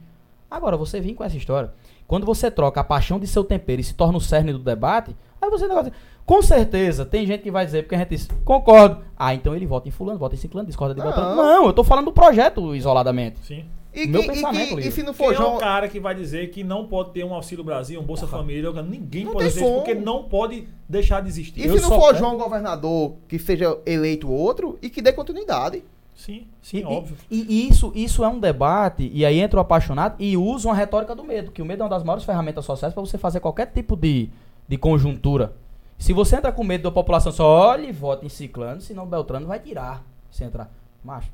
[SPEAKER 3] Agora, você vem com essa história. Quando você troca a paixão de seu tempero e se torna o cerne do debate, aí você negócio. Com certeza, tem gente que vai dizer, porque a gente diz, concordo. Ah, então ele vota em fulano, vota em ciclano, discorda de
[SPEAKER 4] Não.
[SPEAKER 3] votante. Não, eu tô falando do projeto isoladamente.
[SPEAKER 1] Sim.
[SPEAKER 4] E,
[SPEAKER 3] Meu
[SPEAKER 4] que- e
[SPEAKER 3] pensamento,
[SPEAKER 4] que- e
[SPEAKER 3] Lívia.
[SPEAKER 4] se não
[SPEAKER 1] Quem
[SPEAKER 4] for
[SPEAKER 1] é o
[SPEAKER 4] João.
[SPEAKER 1] cara que vai dizer que não pode ter um Auxílio Brasil, um Bolsa Família? Ninguém
[SPEAKER 4] Não
[SPEAKER 1] pode
[SPEAKER 4] tem
[SPEAKER 1] dizer isso,
[SPEAKER 4] como.
[SPEAKER 1] porque não pode deixar de existir.
[SPEAKER 4] E
[SPEAKER 3] Eu
[SPEAKER 4] se não
[SPEAKER 3] só
[SPEAKER 4] for
[SPEAKER 1] né?
[SPEAKER 3] quero-
[SPEAKER 4] João governador que seja eleito outro e que dê continuidade?
[SPEAKER 1] Sim,
[SPEAKER 3] E,
[SPEAKER 1] sim,
[SPEAKER 3] e-
[SPEAKER 1] óbvio.
[SPEAKER 3] e isso, isso é um debate, e aí entra o apaixonado e usa uma retórica do medo, que o medo é uma das maiores ferramentas sociais para você fazer qualquer tipo de, de conjuntura. Se você entra com medo da população, só olha e vota em ciclano, senão Beltrano vai tirar se entrar. Macho,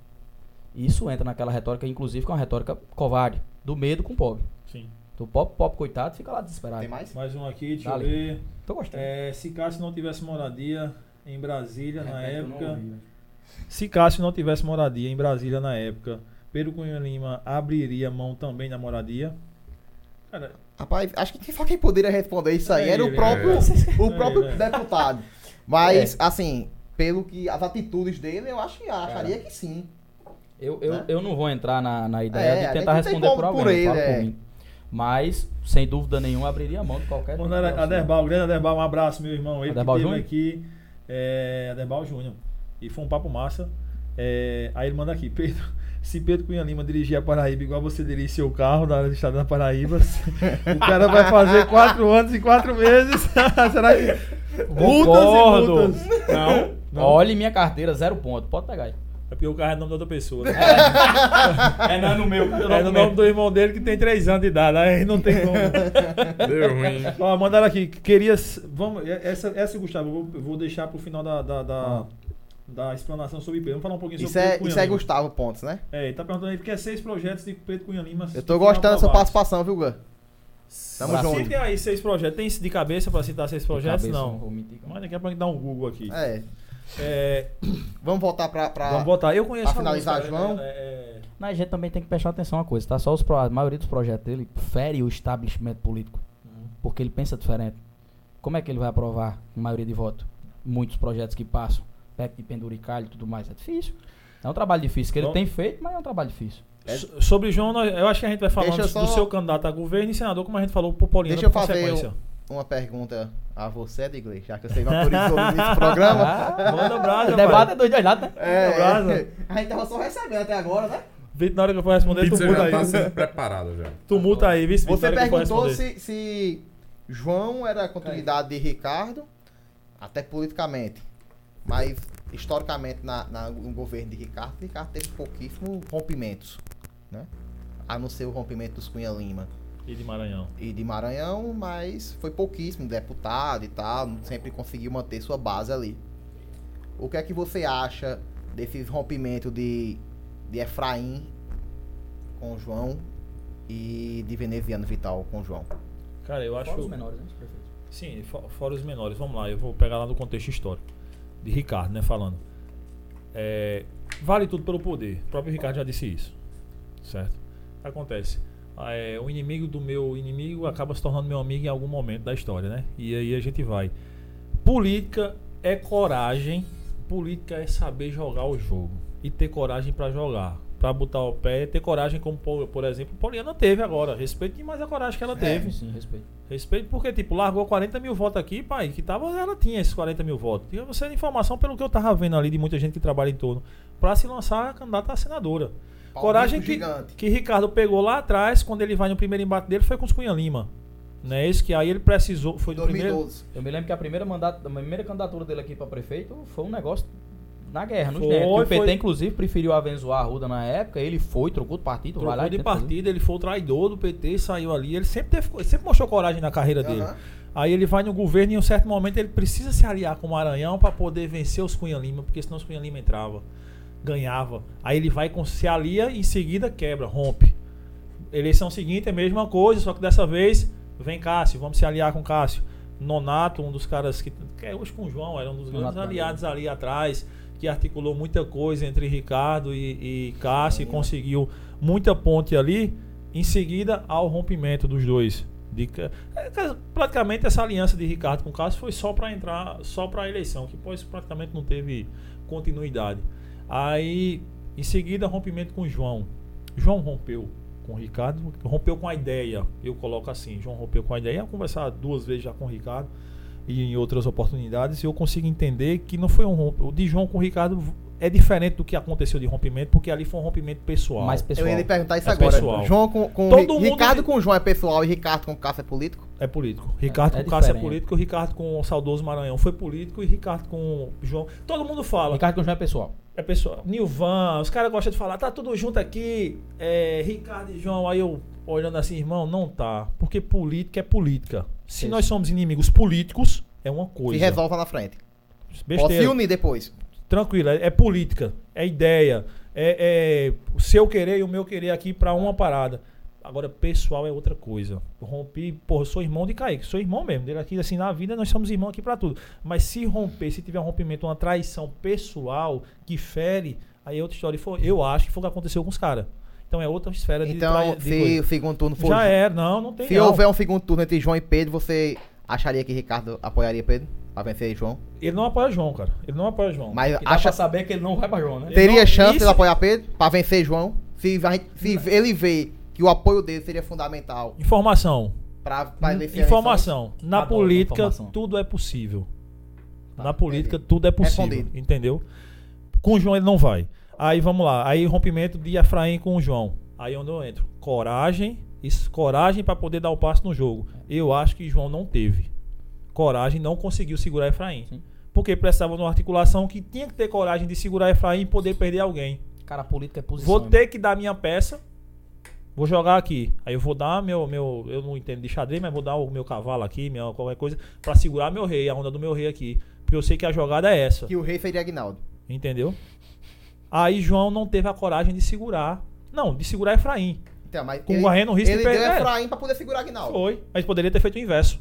[SPEAKER 3] isso entra naquela retórica, inclusive, que é uma retórica covarde, do medo com o pobre.
[SPEAKER 1] Sim.
[SPEAKER 3] O pobre, pobre coitado, fica lá desesperado.
[SPEAKER 4] Tem mais?
[SPEAKER 1] Mais um aqui, deixa
[SPEAKER 3] Dá-lhe.
[SPEAKER 1] eu ver.
[SPEAKER 3] Tô gostando.
[SPEAKER 1] É, se Cássio não tivesse moradia em Brasília na
[SPEAKER 3] Repete, eu não
[SPEAKER 1] época,
[SPEAKER 3] ouvi, né?
[SPEAKER 1] Se Cássio não tivesse moradia em Brasília na época, Pedro Cunha Lima abriria mão também da moradia? Cara,
[SPEAKER 4] Rapaz, acho que quem foi quem poderia responder isso aí
[SPEAKER 1] É
[SPEAKER 4] era o
[SPEAKER 1] ele,
[SPEAKER 4] próprio,
[SPEAKER 2] é.
[SPEAKER 4] o próprio
[SPEAKER 1] É, é.
[SPEAKER 4] deputado. Mas, assim, pelo que as atitudes dele, eu acho que
[SPEAKER 1] É.
[SPEAKER 4] acharia que sim.
[SPEAKER 3] Eu, eu,
[SPEAKER 4] Né?
[SPEAKER 3] eu não vou entrar na, na ideia
[SPEAKER 4] É, a
[SPEAKER 3] de
[SPEAKER 4] gente
[SPEAKER 3] tentar
[SPEAKER 4] não tem
[SPEAKER 3] responder
[SPEAKER 4] como
[SPEAKER 3] por
[SPEAKER 4] por
[SPEAKER 3] alguém,
[SPEAKER 4] ele,
[SPEAKER 3] eu falo
[SPEAKER 4] é.
[SPEAKER 3] por mim. Mas, sem dúvida nenhuma, abriria a mão de qualquer. assim.
[SPEAKER 1] Mandar a- Aderbal, grande Aderbal, um abraço, meu irmão. Ele
[SPEAKER 3] Aderbal
[SPEAKER 1] que teve
[SPEAKER 3] Júnior?
[SPEAKER 1] aqui, é, Aderbal Júnior. E foi um papo massa. É, aí ele manda aqui, Pedro. Se Pedro Cunha Lima dirigir a Paraíba igual você dirige seu carro da área do estado da Paraíba, o cara vai fazer quatro anos e quatro meses. Será que.
[SPEAKER 3] Concordo.
[SPEAKER 1] Multas e multas. Não, não.
[SPEAKER 3] Olhe minha carteira, zero ponto. Pode pegar aí.
[SPEAKER 1] É porque o carro é no nome da outra pessoa. né?
[SPEAKER 3] É, não é no meu.
[SPEAKER 1] É no nome do irmão dele que tem três anos de idade. Aí não tem como.
[SPEAKER 2] Deu ruim.
[SPEAKER 1] Ó, mandaram aqui, queria. s- Vamos, e- essa, essa Gustavo, eu vou, eu vou deixar pro final da, da, da,
[SPEAKER 3] Ah.
[SPEAKER 1] da explanação sobre Pedro. Vamos falar um pouquinho
[SPEAKER 4] Isso
[SPEAKER 1] sobre
[SPEAKER 4] é,
[SPEAKER 1] Pedro Cunha
[SPEAKER 4] isso é
[SPEAKER 1] Lima.
[SPEAKER 4] Gustavo Pontes, né?
[SPEAKER 1] É, ele tá perguntando aí, porque é seis projetos de Pedro Cunha Lima.
[SPEAKER 4] Eu tô gostando dessa
[SPEAKER 1] aprovados.
[SPEAKER 4] participação, viu, Gun? Tamo
[SPEAKER 1] Mas
[SPEAKER 4] junto.
[SPEAKER 1] Citem aí seis projetos. Tem de cabeça pra citar seis projetos? Não.
[SPEAKER 3] Vou mentir.
[SPEAKER 1] Mas daqui a pouco a gente dá um Google aqui.
[SPEAKER 4] É.
[SPEAKER 1] É,
[SPEAKER 4] Vamos voltar pra. pra-
[SPEAKER 1] vamos botar. Eu conheço
[SPEAKER 4] pra
[SPEAKER 1] alguns,
[SPEAKER 4] finalizar,
[SPEAKER 1] cara,
[SPEAKER 4] João?
[SPEAKER 1] é, é,
[SPEAKER 3] Mas a gente também tem que prestar atenção a uma coisa, tá? Só os pro- a maioria dos projetos dele fere o estabelecimento político.
[SPEAKER 4] Uhum.
[SPEAKER 3] Porque ele pensa diferente. Como é que ele vai aprovar a maioria de voto? Muitos projetos que passam, PEC de penduricalho e tudo mais. É difícil. É um trabalho difícil que ele
[SPEAKER 1] Bom.
[SPEAKER 3] tem feito, mas é um trabalho difícil.
[SPEAKER 4] É-
[SPEAKER 1] So- Sobre João, nós- eu acho que a gente vai falando
[SPEAKER 4] Deixa eu só-
[SPEAKER 1] do seu candidato a governo e senador, como a gente falou pro Paulino,
[SPEAKER 4] Deixa eu
[SPEAKER 1] por
[SPEAKER 4] fazer
[SPEAKER 1] consequência.
[SPEAKER 4] Uma pergunta a você, Digley, já que você me autorizou nesse programa.
[SPEAKER 1] Manda um abraço,
[SPEAKER 3] o Ah, debate
[SPEAKER 1] rapaz.
[SPEAKER 3] é dois dois lados, né?
[SPEAKER 4] É,
[SPEAKER 1] Abraço.
[SPEAKER 4] a gente tava só recebendo até agora, né?
[SPEAKER 1] Vitor, na hora que eu for responder, tu
[SPEAKER 2] Pizza
[SPEAKER 1] muda
[SPEAKER 2] já
[SPEAKER 1] aí.
[SPEAKER 2] tá sendo preparada já.
[SPEAKER 1] Tu muta aí, vice
[SPEAKER 4] Você
[SPEAKER 1] Vitor, na hora que eu for
[SPEAKER 4] perguntou
[SPEAKER 1] responder.
[SPEAKER 4] se, se João era a continuidade de Ricardo, até politicamente. Mas, historicamente, na, na- no governo de Ricardo, Ricardo teve pouquíssimos rompimentos. Né? A não ser o rompimento dos Cunha Lima
[SPEAKER 1] E de Maranhão.
[SPEAKER 4] e de Maranhão, mas foi pouquíssimo deputado e tal, sempre conseguiu manter sua base ali. O que é que você acha desse rompimento de, de Efraim com João e de Veneziano Vital com João?
[SPEAKER 1] Cara, eu acho.
[SPEAKER 3] Fora os menores, né? Perfeito.
[SPEAKER 1] Sim, fo- fora os menores. Vamos lá, eu vou pegar lá no contexto histórico. De Ricardo, né? Falando. É, vale tudo pelo poder. O próprio Ricardo já disse isso. Certo? Acontece. Ah, é, o inimigo do meu inimigo acaba se tornando meu amigo em algum momento da história, né? E aí a gente vai. Política é coragem. Política é saber jogar o jogo. E ter coragem pra jogar. Pra botar o pé, ter coragem, como por, por exemplo, Poliana teve agora. Respeito demais a coragem que ela teve.
[SPEAKER 3] Teve, É, sim, respeito.
[SPEAKER 1] Respeito, porque, tipo, largou 40 mil votos aqui, pai, que tava, ela tinha esses 40 mil votos. Tinha você informação pelo que eu tava vendo ali de muita gente que trabalha em torno. Pra se lançar candidata a senadora. Coragem que,
[SPEAKER 4] gigante.
[SPEAKER 1] que Ricardo pegou lá atrás, quando ele vai no primeiro embate dele, foi com os Cunha Lima. Né? Isso que aí ele precisou. Foi do primeiro.
[SPEAKER 4] 2012.
[SPEAKER 3] Eu me lembro que a primeira, mandato, a primeira candidatura dele aqui para prefeito foi um negócio na guerra, nos
[SPEAKER 1] Foi,
[SPEAKER 3] dentes. O PT,
[SPEAKER 1] foi.
[SPEAKER 3] inclusive, preferiu avenzoar a Arruda na época, ele foi, trocou de partido, vai lá
[SPEAKER 1] Trocou
[SPEAKER 3] é e
[SPEAKER 1] de
[SPEAKER 3] tenta fazer.
[SPEAKER 1] partida, ele foi o traidor do PT, saiu ali. Ele sempre, teve, ele sempre mostrou coragem na carreira dele.
[SPEAKER 4] Aham.
[SPEAKER 1] Aí ele vai no governo e em um certo momento ele precisa se aliar com o Maranhão para poder vencer os Cunha Lima, porque senão os Cunha Lima entrava, ganhava. Aí ele vai com, se alia e em seguida quebra, rompe. Eleição seguinte é a mesma coisa, só que dessa vez vem Cássio, vamos se aliar com Cássio. Nonato, um dos caras que, que é hoje com o João, era um dos grandes
[SPEAKER 3] Nonato Bandeira.
[SPEAKER 1] aliados ali atrás, que articulou muita coisa entre Ricardo e, e Cássio e
[SPEAKER 4] Aí, né?
[SPEAKER 1] conseguiu muita ponte ali. Em seguida, ao rompimento dos dois. De Ca- é, ca- praticamente essa aliança de Ricardo com Cássio foi só para entrar, só para a eleição, que pois praticamente não teve continuidade. Aí, em seguida, rompimento com João. João rompeu com o Ricardo, rompeu com a ideia. Eu coloco assim, João rompeu com a ideia. Eu conversava duas vezes já com o Ricardo e em outras oportunidades, e eu consigo entender que não foi um romp... o de João com o Ricardo é diferente do que aconteceu de rompimento, porque ali foi um rompimento pessoal.
[SPEAKER 3] Mas, pessoal,
[SPEAKER 4] eu ia lhe perguntar isso
[SPEAKER 1] é
[SPEAKER 4] agora.
[SPEAKER 1] pessoal.
[SPEAKER 4] João com, com
[SPEAKER 1] Todo
[SPEAKER 4] Ri-
[SPEAKER 1] mundo-
[SPEAKER 4] Ricardo com João é pessoal e Ricardo com Cássio é político?
[SPEAKER 1] É político. Ricardo
[SPEAKER 3] é
[SPEAKER 1] com Cássio é
[SPEAKER 3] diferente.
[SPEAKER 1] político, Ricardo com o saudoso Maranhão foi político e Ricardo com João. Todo mundo fala.
[SPEAKER 3] Ricardo Conjunto é pessoal.
[SPEAKER 1] É pessoal. Nilvan, os caras gostam de falar, tá tudo junto aqui, é, Ricardo e João. Aí eu olhando assim, irmão, não tá. Porque política é política. Se
[SPEAKER 3] Isso.
[SPEAKER 1] nós somos inimigos políticos, é uma coisa.
[SPEAKER 4] Se resolve lá na frente. Ou se
[SPEAKER 1] Besteira.
[SPEAKER 4] unir depois.
[SPEAKER 1] Tranquilo, é, é política, é ideia, é, é o seu querer e o meu querer aqui pra uma parada. Agora, pessoal é outra coisa. Rompi, porra, eu sou irmão de Kaique, sou irmão mesmo. Ele aqui, assim, na vida nós somos irmãos aqui pra tudo. Mas se romper, se tiver um rompimento, uma traição pessoal que fere, aí é outra história. E foi- Eu acho que foi o que aconteceu com os caras. Então é outra esfera de trai-
[SPEAKER 4] Então,
[SPEAKER 1] de
[SPEAKER 4] se
[SPEAKER 1] coisa.
[SPEAKER 4] o segundo turno for.
[SPEAKER 1] Já era, não, não tem
[SPEAKER 4] Se
[SPEAKER 1] não.
[SPEAKER 4] houver um segundo turno entre João e Pedro, você acharia que Ricardo apoiaria Pedro? Pra vencer João?
[SPEAKER 1] Ele não apoia João, cara. Ele não apoia João.
[SPEAKER 4] um- Mas
[SPEAKER 3] Que dá
[SPEAKER 4] acha,
[SPEAKER 3] pra saber que ele não vai pra João, né?
[SPEAKER 1] Tem-
[SPEAKER 4] teria
[SPEAKER 1] não-
[SPEAKER 4] chance
[SPEAKER 1] isso-
[SPEAKER 4] de apoiar Pedro? Pra vencer João? Se, a gente- se ele vê que o apoio dele seria fundamental
[SPEAKER 1] Informação.
[SPEAKER 4] pra, pra vencer a
[SPEAKER 1] Informação. Na
[SPEAKER 3] Adoro
[SPEAKER 1] política,
[SPEAKER 3] informação.
[SPEAKER 1] tudo é possível.
[SPEAKER 4] Tá,
[SPEAKER 1] Na política,
[SPEAKER 4] entendi.
[SPEAKER 1] tudo é possível.
[SPEAKER 4] Respondido.
[SPEAKER 1] Entendeu? Com o João ele não vai. Aí vamos lá. Aí rompimento de Efraim com o João. Aí onde eu entro. Coragem. Isso, coragem para poder dar o passo no jogo. Eu acho que João não teve. Coragem não conseguiu segurar Efraim.
[SPEAKER 3] Sim.
[SPEAKER 1] Porque precisava de uma articulação que tinha que ter coragem de segurar Efraim e poder perder alguém.
[SPEAKER 3] Cara, a política é posição.
[SPEAKER 1] Vou
[SPEAKER 3] irmão.
[SPEAKER 1] ter que dar minha peça. Vou jogar aqui. Aí eu vou dar meu. meu eu não entendo de xadrez, mas vou dar o meu cavalo aqui, minha, qualquer coisa, pra segurar meu rei, a onda do meu rei aqui. Porque eu sei que a jogada é essa.
[SPEAKER 4] Que o rei seria Aguinaldo.
[SPEAKER 1] Entendeu? Aí João não teve a coragem de segurar. Não, de segurar Efraim.
[SPEAKER 4] Então, mas
[SPEAKER 1] Com correndo o risco é de
[SPEAKER 4] ele deu
[SPEAKER 1] perder.
[SPEAKER 4] Efraim pra poder segurar Aguinaldo.
[SPEAKER 1] Foi. Mas poderia ter feito o inverso.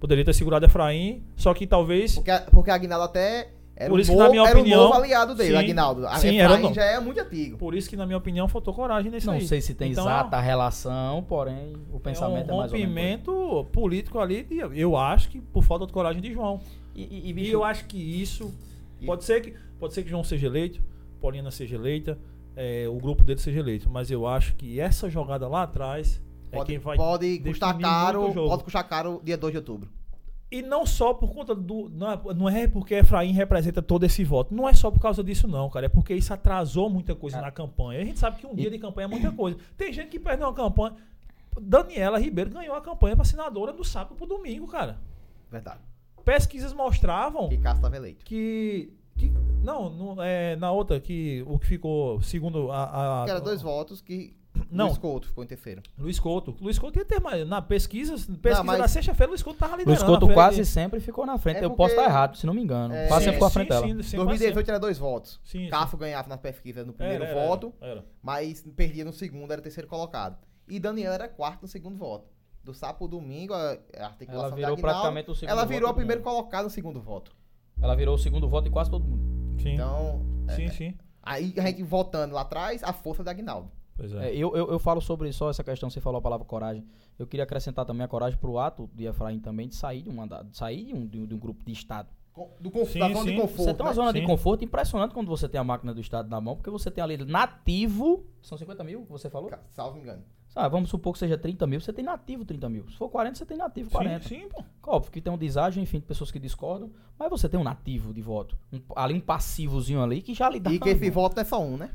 [SPEAKER 1] Poderia ter segurado Efraim, só que talvez.
[SPEAKER 4] Porque, porque Aguinaldo até era,
[SPEAKER 1] Por
[SPEAKER 4] um
[SPEAKER 1] isso que, na minha
[SPEAKER 4] era um
[SPEAKER 1] opinião,
[SPEAKER 4] novo aliado dele,
[SPEAKER 1] sim,
[SPEAKER 4] Aguinaldo. A
[SPEAKER 1] sim, era
[SPEAKER 4] Efraim
[SPEAKER 1] novo.
[SPEAKER 4] já é muito antigo.
[SPEAKER 1] Por isso que, na minha opinião, faltou coragem nesse
[SPEAKER 3] Não
[SPEAKER 1] aí.
[SPEAKER 3] sei se tem
[SPEAKER 1] Então,
[SPEAKER 3] exata relação, porém o pensamento é,
[SPEAKER 1] um
[SPEAKER 3] mais ou menos.
[SPEAKER 1] rompimento político ali, de- eu acho que por falta de coragem de João.
[SPEAKER 3] E, e, e,
[SPEAKER 1] E
[SPEAKER 3] bicho,
[SPEAKER 1] eu acho que isso.
[SPEAKER 4] E-
[SPEAKER 1] Pode ser que, pode ser que João seja eleito, Paulina seja eleita, é, o grupo dele seja eleito. Mas eu acho que essa jogada lá atrás é
[SPEAKER 4] Pode,
[SPEAKER 1] quem vai.
[SPEAKER 4] pode custar
[SPEAKER 1] definir muito
[SPEAKER 4] caro,
[SPEAKER 1] o jogo.
[SPEAKER 4] pode custar caro dia 2 de outubro.
[SPEAKER 1] E não só por conta do. Não é, não é porque Efraim representa todo esse voto. Não é só por causa disso, não, cara. É porque isso atrasou muita
[SPEAKER 4] É.
[SPEAKER 1] coisa
[SPEAKER 3] Cara.
[SPEAKER 1] na campanha. A gente sabe que um dia de campanha é muita coisa. Tem gente que perdeu uma campanha. Daniela Ribeiro ganhou a campanha pra senadora do sábado pro domingo, cara.
[SPEAKER 4] Verdade.
[SPEAKER 1] Pesquisas mostravam
[SPEAKER 4] Que Cássio tá estava eleito.
[SPEAKER 1] que. que- não, não, é, na outra, que o que ficou, segundo a. a-
[SPEAKER 4] Que era dois votos que
[SPEAKER 1] Ah, Não.
[SPEAKER 4] Luiz Couto ficou em terceiro.
[SPEAKER 1] Luiz Couto. Luiz Couto ia ter mais. Na pesquisa, pesquisa
[SPEAKER 4] mas-
[SPEAKER 1] na sexta-feira, Luiz Couto tava liderando.
[SPEAKER 3] Luiz Couto
[SPEAKER 1] na frente.
[SPEAKER 3] quase sempre ficou na frente.
[SPEAKER 4] É
[SPEAKER 3] Eu posso estar
[SPEAKER 4] porque-
[SPEAKER 3] errado, se não me engano.
[SPEAKER 4] É,
[SPEAKER 1] Sim,
[SPEAKER 3] Quase sempre ficou à
[SPEAKER 1] sim,
[SPEAKER 3] frente dela.
[SPEAKER 1] sim, É, sim,
[SPEAKER 4] 2018 era dois votos.
[SPEAKER 1] Sim, sim.
[SPEAKER 4] Cássio ganhava nas pesquisas no primeiro
[SPEAKER 1] Era, era,
[SPEAKER 4] voto,
[SPEAKER 1] era, era.
[SPEAKER 4] mas perdia no segundo, era terceiro colocado. E Daniel era quarto no segundo voto. Do sapo domingo, a a articulação
[SPEAKER 3] Ela
[SPEAKER 4] de
[SPEAKER 3] virou
[SPEAKER 4] Aguinaldo,
[SPEAKER 3] praticamente o segundo
[SPEAKER 4] Ela
[SPEAKER 3] voto
[SPEAKER 4] virou a
[SPEAKER 3] do
[SPEAKER 4] primeiro
[SPEAKER 3] mundo.
[SPEAKER 4] colocado no segundo voto.
[SPEAKER 3] Ela virou o segundo voto de quase todo mundo.
[SPEAKER 1] Sim,
[SPEAKER 4] Então,
[SPEAKER 1] sim, sim.
[SPEAKER 4] aí a gente voltando lá atrás, a força da Aguinaldo.
[SPEAKER 1] Pois é.
[SPEAKER 3] É, eu, eu, eu falo sobre só essa questão, você falou a palavra coragem. Eu queria acrescentar também a coragem pro ato de Efraim também de sair de um mandato, de sair de um, de um- de um grupo de Estado.
[SPEAKER 4] Co- Do conf...
[SPEAKER 1] Sim,
[SPEAKER 4] da zona
[SPEAKER 1] sim.
[SPEAKER 4] de conforto.
[SPEAKER 3] Você tem uma
[SPEAKER 4] né?
[SPEAKER 3] zona de
[SPEAKER 1] Sim.
[SPEAKER 3] conforto impressionante quando você tem a máquina do Estado na mão, porque você tem ali nativo. São 50 mil que você falou?
[SPEAKER 4] Ca- Salvo engano.
[SPEAKER 3] Ah, vamos supor que seja 30 mil, você tem nativo 30 mil. Se for 40, você tem nativo 40.
[SPEAKER 1] Sim, sim, pô.
[SPEAKER 3] Óbvio que tem um deságio, enfim, de pessoas que discordam, mas você tem um nativo de voto. Um- ali um passivozinho ali que já lhe dá.
[SPEAKER 4] E que esse voto é só um, né?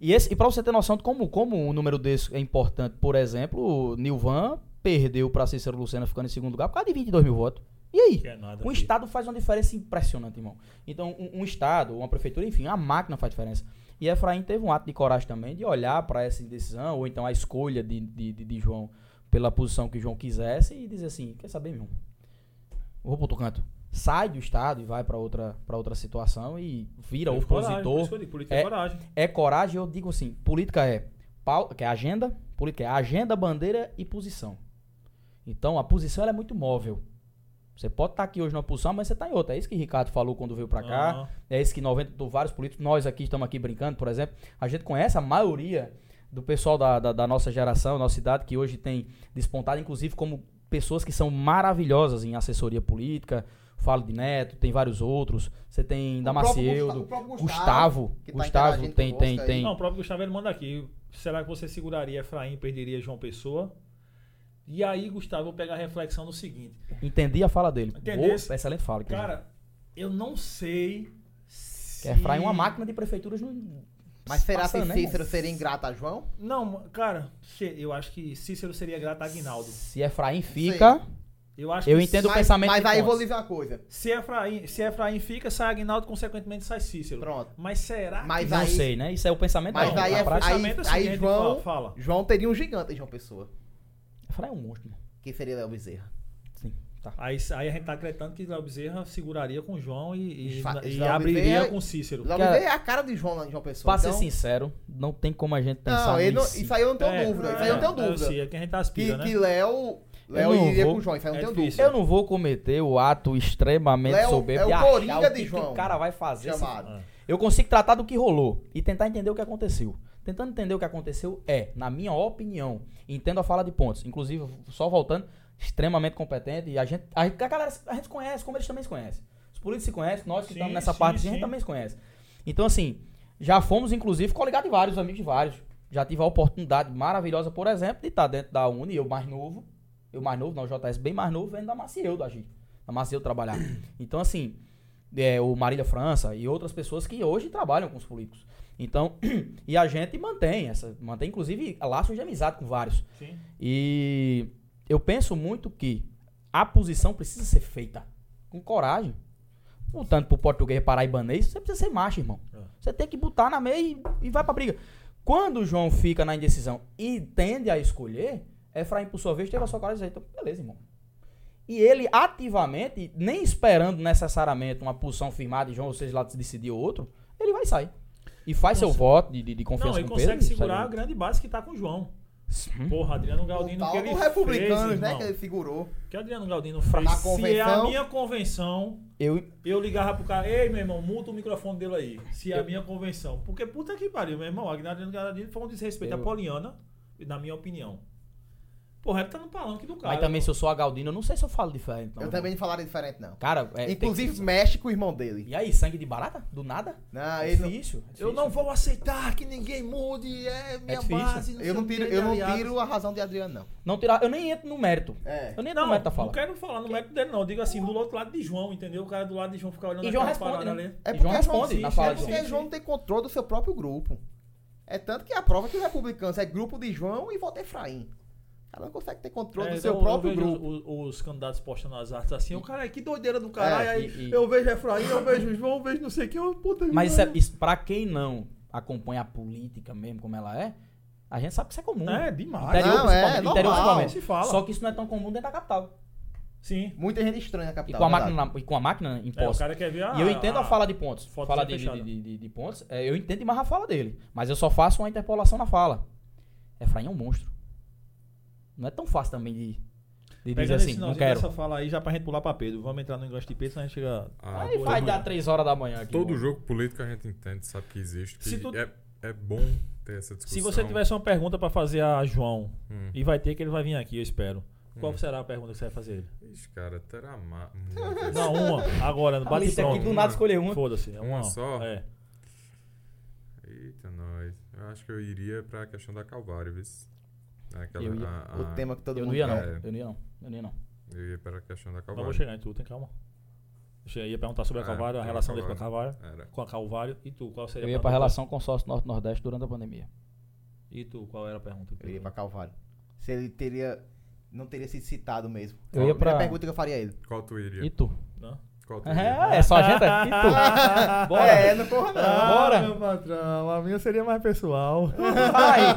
[SPEAKER 3] E, esse- e pra você ter noção de como, como um número desse é importante, por exemplo, o Nilvan perdeu pra Cícero Lucena ficando em segundo lugar por causa de 22 mil votos. E aí?
[SPEAKER 1] Que é nada
[SPEAKER 3] Um
[SPEAKER 1] aqui.
[SPEAKER 3] Estado faz uma diferença impressionante, irmão. Então, um, um Estado, uma prefeitura, enfim, a máquina faz diferença. E Efraim teve um ato de coragem também de olhar pra essa indecisão, ou então a escolha de, de, de- de João pela posição que João quisesse e dizer assim: quer saber, meu? irmão? Vou pro outro canto. Sai do Estado e vai pra outra, pra outra situação e vira
[SPEAKER 1] Teve coragem, por
[SPEAKER 3] opositor
[SPEAKER 1] isso que eu digo, Política é,
[SPEAKER 3] É-
[SPEAKER 1] coragem.
[SPEAKER 3] é coragem, eu digo assim, política é, pau, que é agenda, política é agenda, bandeira e posição. Então a posição ela é muito móvel. Você pode estar aqui hoje numa posição, mas você está em outra. É isso que Ricardo falou quando veio para cá.
[SPEAKER 4] Ah.
[SPEAKER 1] Aham.
[SPEAKER 3] É isso que 90 do vários políticos, nós aqui estamos aqui brincando, por exemplo, a gente conhece a maioria do pessoal da, da, da nossa geração, nossa idade, que hoje tem despontado, inclusive, como pessoas que são maravilhosas em assessoria política. Falo de Neto, tem vários outros. Você tem
[SPEAKER 4] O próprio Gusta-
[SPEAKER 3] Damasceno,
[SPEAKER 4] o próprio
[SPEAKER 3] Gustavo.
[SPEAKER 4] que tá
[SPEAKER 3] Gustavo,
[SPEAKER 4] interagindo
[SPEAKER 3] tem, tem,
[SPEAKER 4] conosco aí.
[SPEAKER 3] tem.
[SPEAKER 1] Não, o próprio Gustavo ele manda aqui. Será que você seguraria Efraim e perderia João Pessoa? E aí, Gustavo, eu vou pegar a reflexão no seguinte.
[SPEAKER 3] Entendi a fala dele.
[SPEAKER 1] Entendeu?
[SPEAKER 3] Boa, excelente fala. inclusive.
[SPEAKER 1] Cara, eu não sei. Se...
[SPEAKER 3] Que Efraim é uma máquina de prefeituras no.
[SPEAKER 4] Mas será
[SPEAKER 3] Passa,
[SPEAKER 4] que
[SPEAKER 3] né,
[SPEAKER 4] Cícero
[SPEAKER 3] irmão?
[SPEAKER 4] seria ingrato a João?
[SPEAKER 1] Não, cara, se- eu acho que Cícero seria grato a Aguinaldo.
[SPEAKER 3] Se Efraim fica,
[SPEAKER 1] Eu acho
[SPEAKER 3] eu
[SPEAKER 1] que
[SPEAKER 3] entendo o
[SPEAKER 4] mas,
[SPEAKER 3] pensamento é
[SPEAKER 4] Mas
[SPEAKER 3] de
[SPEAKER 4] aí eu vou
[SPEAKER 3] Pontes.
[SPEAKER 4] lhe dizer uma coisa.
[SPEAKER 1] Se Efraim, se Efraim fica, sai Agnaldo, consequentemente sai Cícero.
[SPEAKER 4] Pronto.
[SPEAKER 1] Mas será
[SPEAKER 4] Mas
[SPEAKER 3] Não
[SPEAKER 4] aí,
[SPEAKER 3] sei, né? Isso é o pensamento
[SPEAKER 4] mas
[SPEAKER 3] da
[SPEAKER 4] aí
[SPEAKER 3] na
[SPEAKER 4] é-
[SPEAKER 3] prática,
[SPEAKER 1] pensamento
[SPEAKER 4] aí
[SPEAKER 1] é o seguinte,
[SPEAKER 4] João-
[SPEAKER 1] fala, fala.
[SPEAKER 4] João teria um gigante, João Pessoa.
[SPEAKER 3] Efraim é um monstro. mano.
[SPEAKER 4] Que seria Léo Bezerra.
[SPEAKER 3] Sim. Tá.
[SPEAKER 1] Aí, aí a gente tá acreditando que Léo Bezerra seguraria com João e, e,
[SPEAKER 4] Fa-
[SPEAKER 1] e
[SPEAKER 4] Léo
[SPEAKER 1] abriria
[SPEAKER 4] Bezerra-
[SPEAKER 1] com Cícero.
[SPEAKER 4] Logo
[SPEAKER 3] Cara,
[SPEAKER 4] é a cara de João, João Pessoa.
[SPEAKER 3] Pra ser
[SPEAKER 4] então-
[SPEAKER 3] sincero, não tem como a gente pensar
[SPEAKER 4] Não, ele não-
[SPEAKER 3] nisso.
[SPEAKER 4] isso aí eu não tenho
[SPEAKER 1] É,
[SPEAKER 4] dúvida. Isso
[SPEAKER 1] é,
[SPEAKER 4] aí eu não tenho
[SPEAKER 1] Eu sei,
[SPEAKER 4] dúvida.
[SPEAKER 1] é que a gente
[SPEAKER 4] Que,
[SPEAKER 1] aspira, né?
[SPEAKER 4] que Léo. Léo
[SPEAKER 3] Eu não
[SPEAKER 4] iria
[SPEAKER 3] vou.
[SPEAKER 4] com João, isso aí eu não
[SPEAKER 1] É
[SPEAKER 4] tenho
[SPEAKER 1] difícil.
[SPEAKER 4] dúvida.
[SPEAKER 3] Eu não vou cometer o ato extremamente
[SPEAKER 4] Léo-
[SPEAKER 3] soberbo
[SPEAKER 4] é o
[SPEAKER 3] de achar
[SPEAKER 4] Coringa
[SPEAKER 3] o que
[SPEAKER 4] de
[SPEAKER 3] que
[SPEAKER 4] João.
[SPEAKER 3] o cara vai fazer. se
[SPEAKER 4] Chamado.
[SPEAKER 3] Eu consigo tratar do que rolou e tentar entender o que aconteceu. Tentando entender o que aconteceu é, na minha opinião, entendo a fala de pontos. Inclusive, só voltando, extremamente competente. E a gente. A, gente- a galera a gente se conhece, como eles também se conhecem. Os políticos se conhecem, nós que
[SPEAKER 1] Sim,
[SPEAKER 3] estamos nessa
[SPEAKER 1] sim,
[SPEAKER 3] parte, a
[SPEAKER 1] sim.
[SPEAKER 3] gente também se conhece. Então, assim, já fomos, inclusive, coligados de vários, amigos de vários. Já tive a oportunidade maravilhosa, por exemplo, de estar dentro da Uni, eu mais novo. Eu mais novo, não, o JS bem mais novo, vendo da Maciel do Agir. Da Maciel trabalhar. Então, assim, é, o Marília França e outras pessoas que hoje trabalham com os políticos. Então, e a gente mantém essa, mantém inclusive laços de amizade com vários.
[SPEAKER 1] Sim.
[SPEAKER 3] E eu penso muito que a posição precisa ser feita com coragem. O tanto pro português e paraibanês, você precisa ser macho, irmão.
[SPEAKER 1] É.
[SPEAKER 3] Você tem que botar na meia e, e vai pra briga. Quando o João fica na indecisão e tende a escolher, Efraim, por sua vez, teve a sua coragem e dizer, então, beleza, irmão. E ele ativamente, nem esperando necessariamente uma posição firmada e João, ou seja, lá decidir outro, ele vai sair. E faz seu
[SPEAKER 1] Cons-
[SPEAKER 3] voto de, de, de confiança
[SPEAKER 1] Não, ele
[SPEAKER 3] com Pedro.
[SPEAKER 1] consegue
[SPEAKER 3] e sai
[SPEAKER 1] segurar a
[SPEAKER 3] dele.
[SPEAKER 1] grande base que tá com o João.
[SPEAKER 3] Sim.
[SPEAKER 1] Porra, Adriano
[SPEAKER 4] O
[SPEAKER 1] Galdino, que
[SPEAKER 4] tal
[SPEAKER 1] ele
[SPEAKER 4] do Republicanos,
[SPEAKER 1] fez,
[SPEAKER 4] né?
[SPEAKER 1] irmão.
[SPEAKER 4] Que ele figurou.
[SPEAKER 1] Que Adriano Galdino fez.
[SPEAKER 4] Na
[SPEAKER 1] Se é a
[SPEAKER 4] convenção-
[SPEAKER 1] minha convenção,
[SPEAKER 3] Eu,
[SPEAKER 1] eu ligava pro cara, ei, meu irmão, muta o microfone dele aí. Se é a minha convenção. Porque puta que pariu, meu irmão. Adriano Galdino foi um desrespeito
[SPEAKER 3] Eu-
[SPEAKER 1] à Poliana, na minha opinião. Porra, ele tá no palanque do cara.
[SPEAKER 3] mas também, se eu sou a Galdino, eu não sei se eu falo diferente. não,
[SPEAKER 4] Eu
[SPEAKER 3] irmão.
[SPEAKER 4] também não falaria diferente, não.
[SPEAKER 3] Cara, é, tem
[SPEAKER 4] Inclusive,
[SPEAKER 3] que-
[SPEAKER 4] mexe com o irmão dele.
[SPEAKER 3] E aí, sangue de barata? Do nada?
[SPEAKER 4] Não,
[SPEAKER 3] É
[SPEAKER 4] Ah, ele não-
[SPEAKER 3] difícil. é difícil.
[SPEAKER 1] Eu não vou aceitar que ninguém mude, é minha
[SPEAKER 3] difícil.
[SPEAKER 1] base.
[SPEAKER 4] Eu
[SPEAKER 1] sei
[SPEAKER 4] não
[SPEAKER 1] o quê,
[SPEAKER 4] tiro, eu não
[SPEAKER 1] aliados.
[SPEAKER 4] tiro a razão de Adriano, não.
[SPEAKER 3] Não tirar, eu nem entro no mérito.
[SPEAKER 4] É.
[SPEAKER 3] Eu nem entro
[SPEAKER 1] Não,
[SPEAKER 3] no mérito da
[SPEAKER 1] não
[SPEAKER 3] fala.
[SPEAKER 1] quero falar no método dele, não. Eu digo assim, do outro lado de João, entendeu? O cara do lado de João ficar olhando
[SPEAKER 3] E João
[SPEAKER 1] aquela
[SPEAKER 3] responde,
[SPEAKER 1] parada
[SPEAKER 3] né?
[SPEAKER 1] ali.
[SPEAKER 4] É
[SPEAKER 3] E
[SPEAKER 4] porque
[SPEAKER 3] João
[SPEAKER 4] João
[SPEAKER 3] responde na
[SPEAKER 1] existe,
[SPEAKER 3] fala
[SPEAKER 4] É
[SPEAKER 3] de
[SPEAKER 1] existe.
[SPEAKER 3] João.
[SPEAKER 4] porque João não tem controle do seu próprio grupo. É tanto que a prova é que o Republicanos é grupo de João e voto Efraim. O cara não um consegue ter controle
[SPEAKER 1] É,
[SPEAKER 4] do seu
[SPEAKER 1] eu- eu
[SPEAKER 4] próprio
[SPEAKER 1] vejo
[SPEAKER 4] grupo.
[SPEAKER 1] Os, os- os candidatos postando as artes assim, o cara, que doideira do caralho.
[SPEAKER 4] É,
[SPEAKER 1] aí
[SPEAKER 3] e- e-
[SPEAKER 1] eu vejo Efraim, eu vejo João, eu vejo não sei quem, eu puta que
[SPEAKER 3] Mas isso, é,
[SPEAKER 1] pariu.
[SPEAKER 3] isso, pra quem não acompanha a política mesmo, como ela é, a gente sabe que isso é comum.
[SPEAKER 1] É, demais.
[SPEAKER 3] Interior
[SPEAKER 4] Não,
[SPEAKER 3] principalmente,
[SPEAKER 4] é
[SPEAKER 3] interior
[SPEAKER 4] normal.
[SPEAKER 1] Não
[SPEAKER 3] principalmente.
[SPEAKER 1] se fala.
[SPEAKER 3] Só que isso não é tão comum dentro da capital.
[SPEAKER 1] Sim.
[SPEAKER 4] Muita gente estranha na
[SPEAKER 3] E
[SPEAKER 4] capital.
[SPEAKER 3] com, a
[SPEAKER 4] verdade.
[SPEAKER 3] máquina, na- e com a máquina em
[SPEAKER 1] É, o
[SPEAKER 3] posse.
[SPEAKER 1] cara quer ver a.
[SPEAKER 3] E eu entendo a fala de pontos.
[SPEAKER 1] ah, foto
[SPEAKER 3] Fala
[SPEAKER 1] já
[SPEAKER 3] de,
[SPEAKER 1] fechada.
[SPEAKER 3] de, de, de- de pontos. É, eu entendo mais a fala dele. Mas eu só faço uma interpolação na fala. Efraim é um monstro. Não é tão fácil também de, de dizer
[SPEAKER 1] Pegando
[SPEAKER 3] assim,
[SPEAKER 1] esse
[SPEAKER 3] não
[SPEAKER 1] finalzinho
[SPEAKER 3] quero.
[SPEAKER 1] dessa fala aí, já pra gente pular pra Pedro. Vamos entrar no engosto de Pedro, senão a gente chega.
[SPEAKER 2] Ah,
[SPEAKER 3] Aí vai dar 3 horas da manhã aqui.
[SPEAKER 2] Todo
[SPEAKER 3] mano.
[SPEAKER 2] jogo político a gente entende, sabe que existe. Que
[SPEAKER 1] Se tu-
[SPEAKER 2] é, é bom ter essa discussão.
[SPEAKER 1] Se você tivesse uma pergunta pra fazer a João,
[SPEAKER 2] Hum.
[SPEAKER 1] e vai ter que ele vai vir aqui, eu espero. Qual será a pergunta que você vai fazer ele?
[SPEAKER 2] Ixi, cara, terá ma...
[SPEAKER 1] Não, uma. Agora,
[SPEAKER 3] A
[SPEAKER 1] bate
[SPEAKER 3] lista aqui do
[SPEAKER 1] pronto.
[SPEAKER 3] nada um. escolher uma.
[SPEAKER 1] Foda-se. É
[SPEAKER 2] Uma
[SPEAKER 1] uma
[SPEAKER 2] só?
[SPEAKER 1] É.
[SPEAKER 2] Eita, nós. Eu acho que eu iria pra questão da Calvário, viu? Aquela,
[SPEAKER 3] Eu ia-
[SPEAKER 2] a- a-
[SPEAKER 4] O tema que todo
[SPEAKER 3] Eu
[SPEAKER 4] mundo
[SPEAKER 3] não ia não.
[SPEAKER 4] quer.
[SPEAKER 2] É.
[SPEAKER 3] Eu não ia não. Eu não ia não.
[SPEAKER 2] Eu ia pra questão da
[SPEAKER 1] Mas
[SPEAKER 2] Calvário.
[SPEAKER 1] vou chegar em tu, tem calma. Eu ia perguntar sobre a
[SPEAKER 2] É,
[SPEAKER 1] Calvário, a
[SPEAKER 2] é,
[SPEAKER 1] relação dele com a
[SPEAKER 2] Calvário.
[SPEAKER 1] Calvário.
[SPEAKER 2] Era.
[SPEAKER 1] Com a Calvário. E tu, qual seria
[SPEAKER 3] Eu ia pra
[SPEAKER 1] pergunta?
[SPEAKER 3] relação consórcio norte-nordeste durante a pandemia.
[SPEAKER 1] E tu, qual era a pergunta?
[SPEAKER 4] Eu iria pra Calvário. Se ele teria. Não teria sido citado mesmo.
[SPEAKER 3] Eu ia
[SPEAKER 4] A primeira
[SPEAKER 3] pra-
[SPEAKER 4] pergunta que eu faria a ele.
[SPEAKER 2] Qual tu iria?
[SPEAKER 3] E tu?
[SPEAKER 1] Hã?
[SPEAKER 2] Qual tu iria?
[SPEAKER 3] É, é só a gente? E tu? Bora.
[SPEAKER 4] É, não corra não.
[SPEAKER 3] Bora. é
[SPEAKER 1] meu patrão, a minha seria mais pessoal.
[SPEAKER 3] Vai!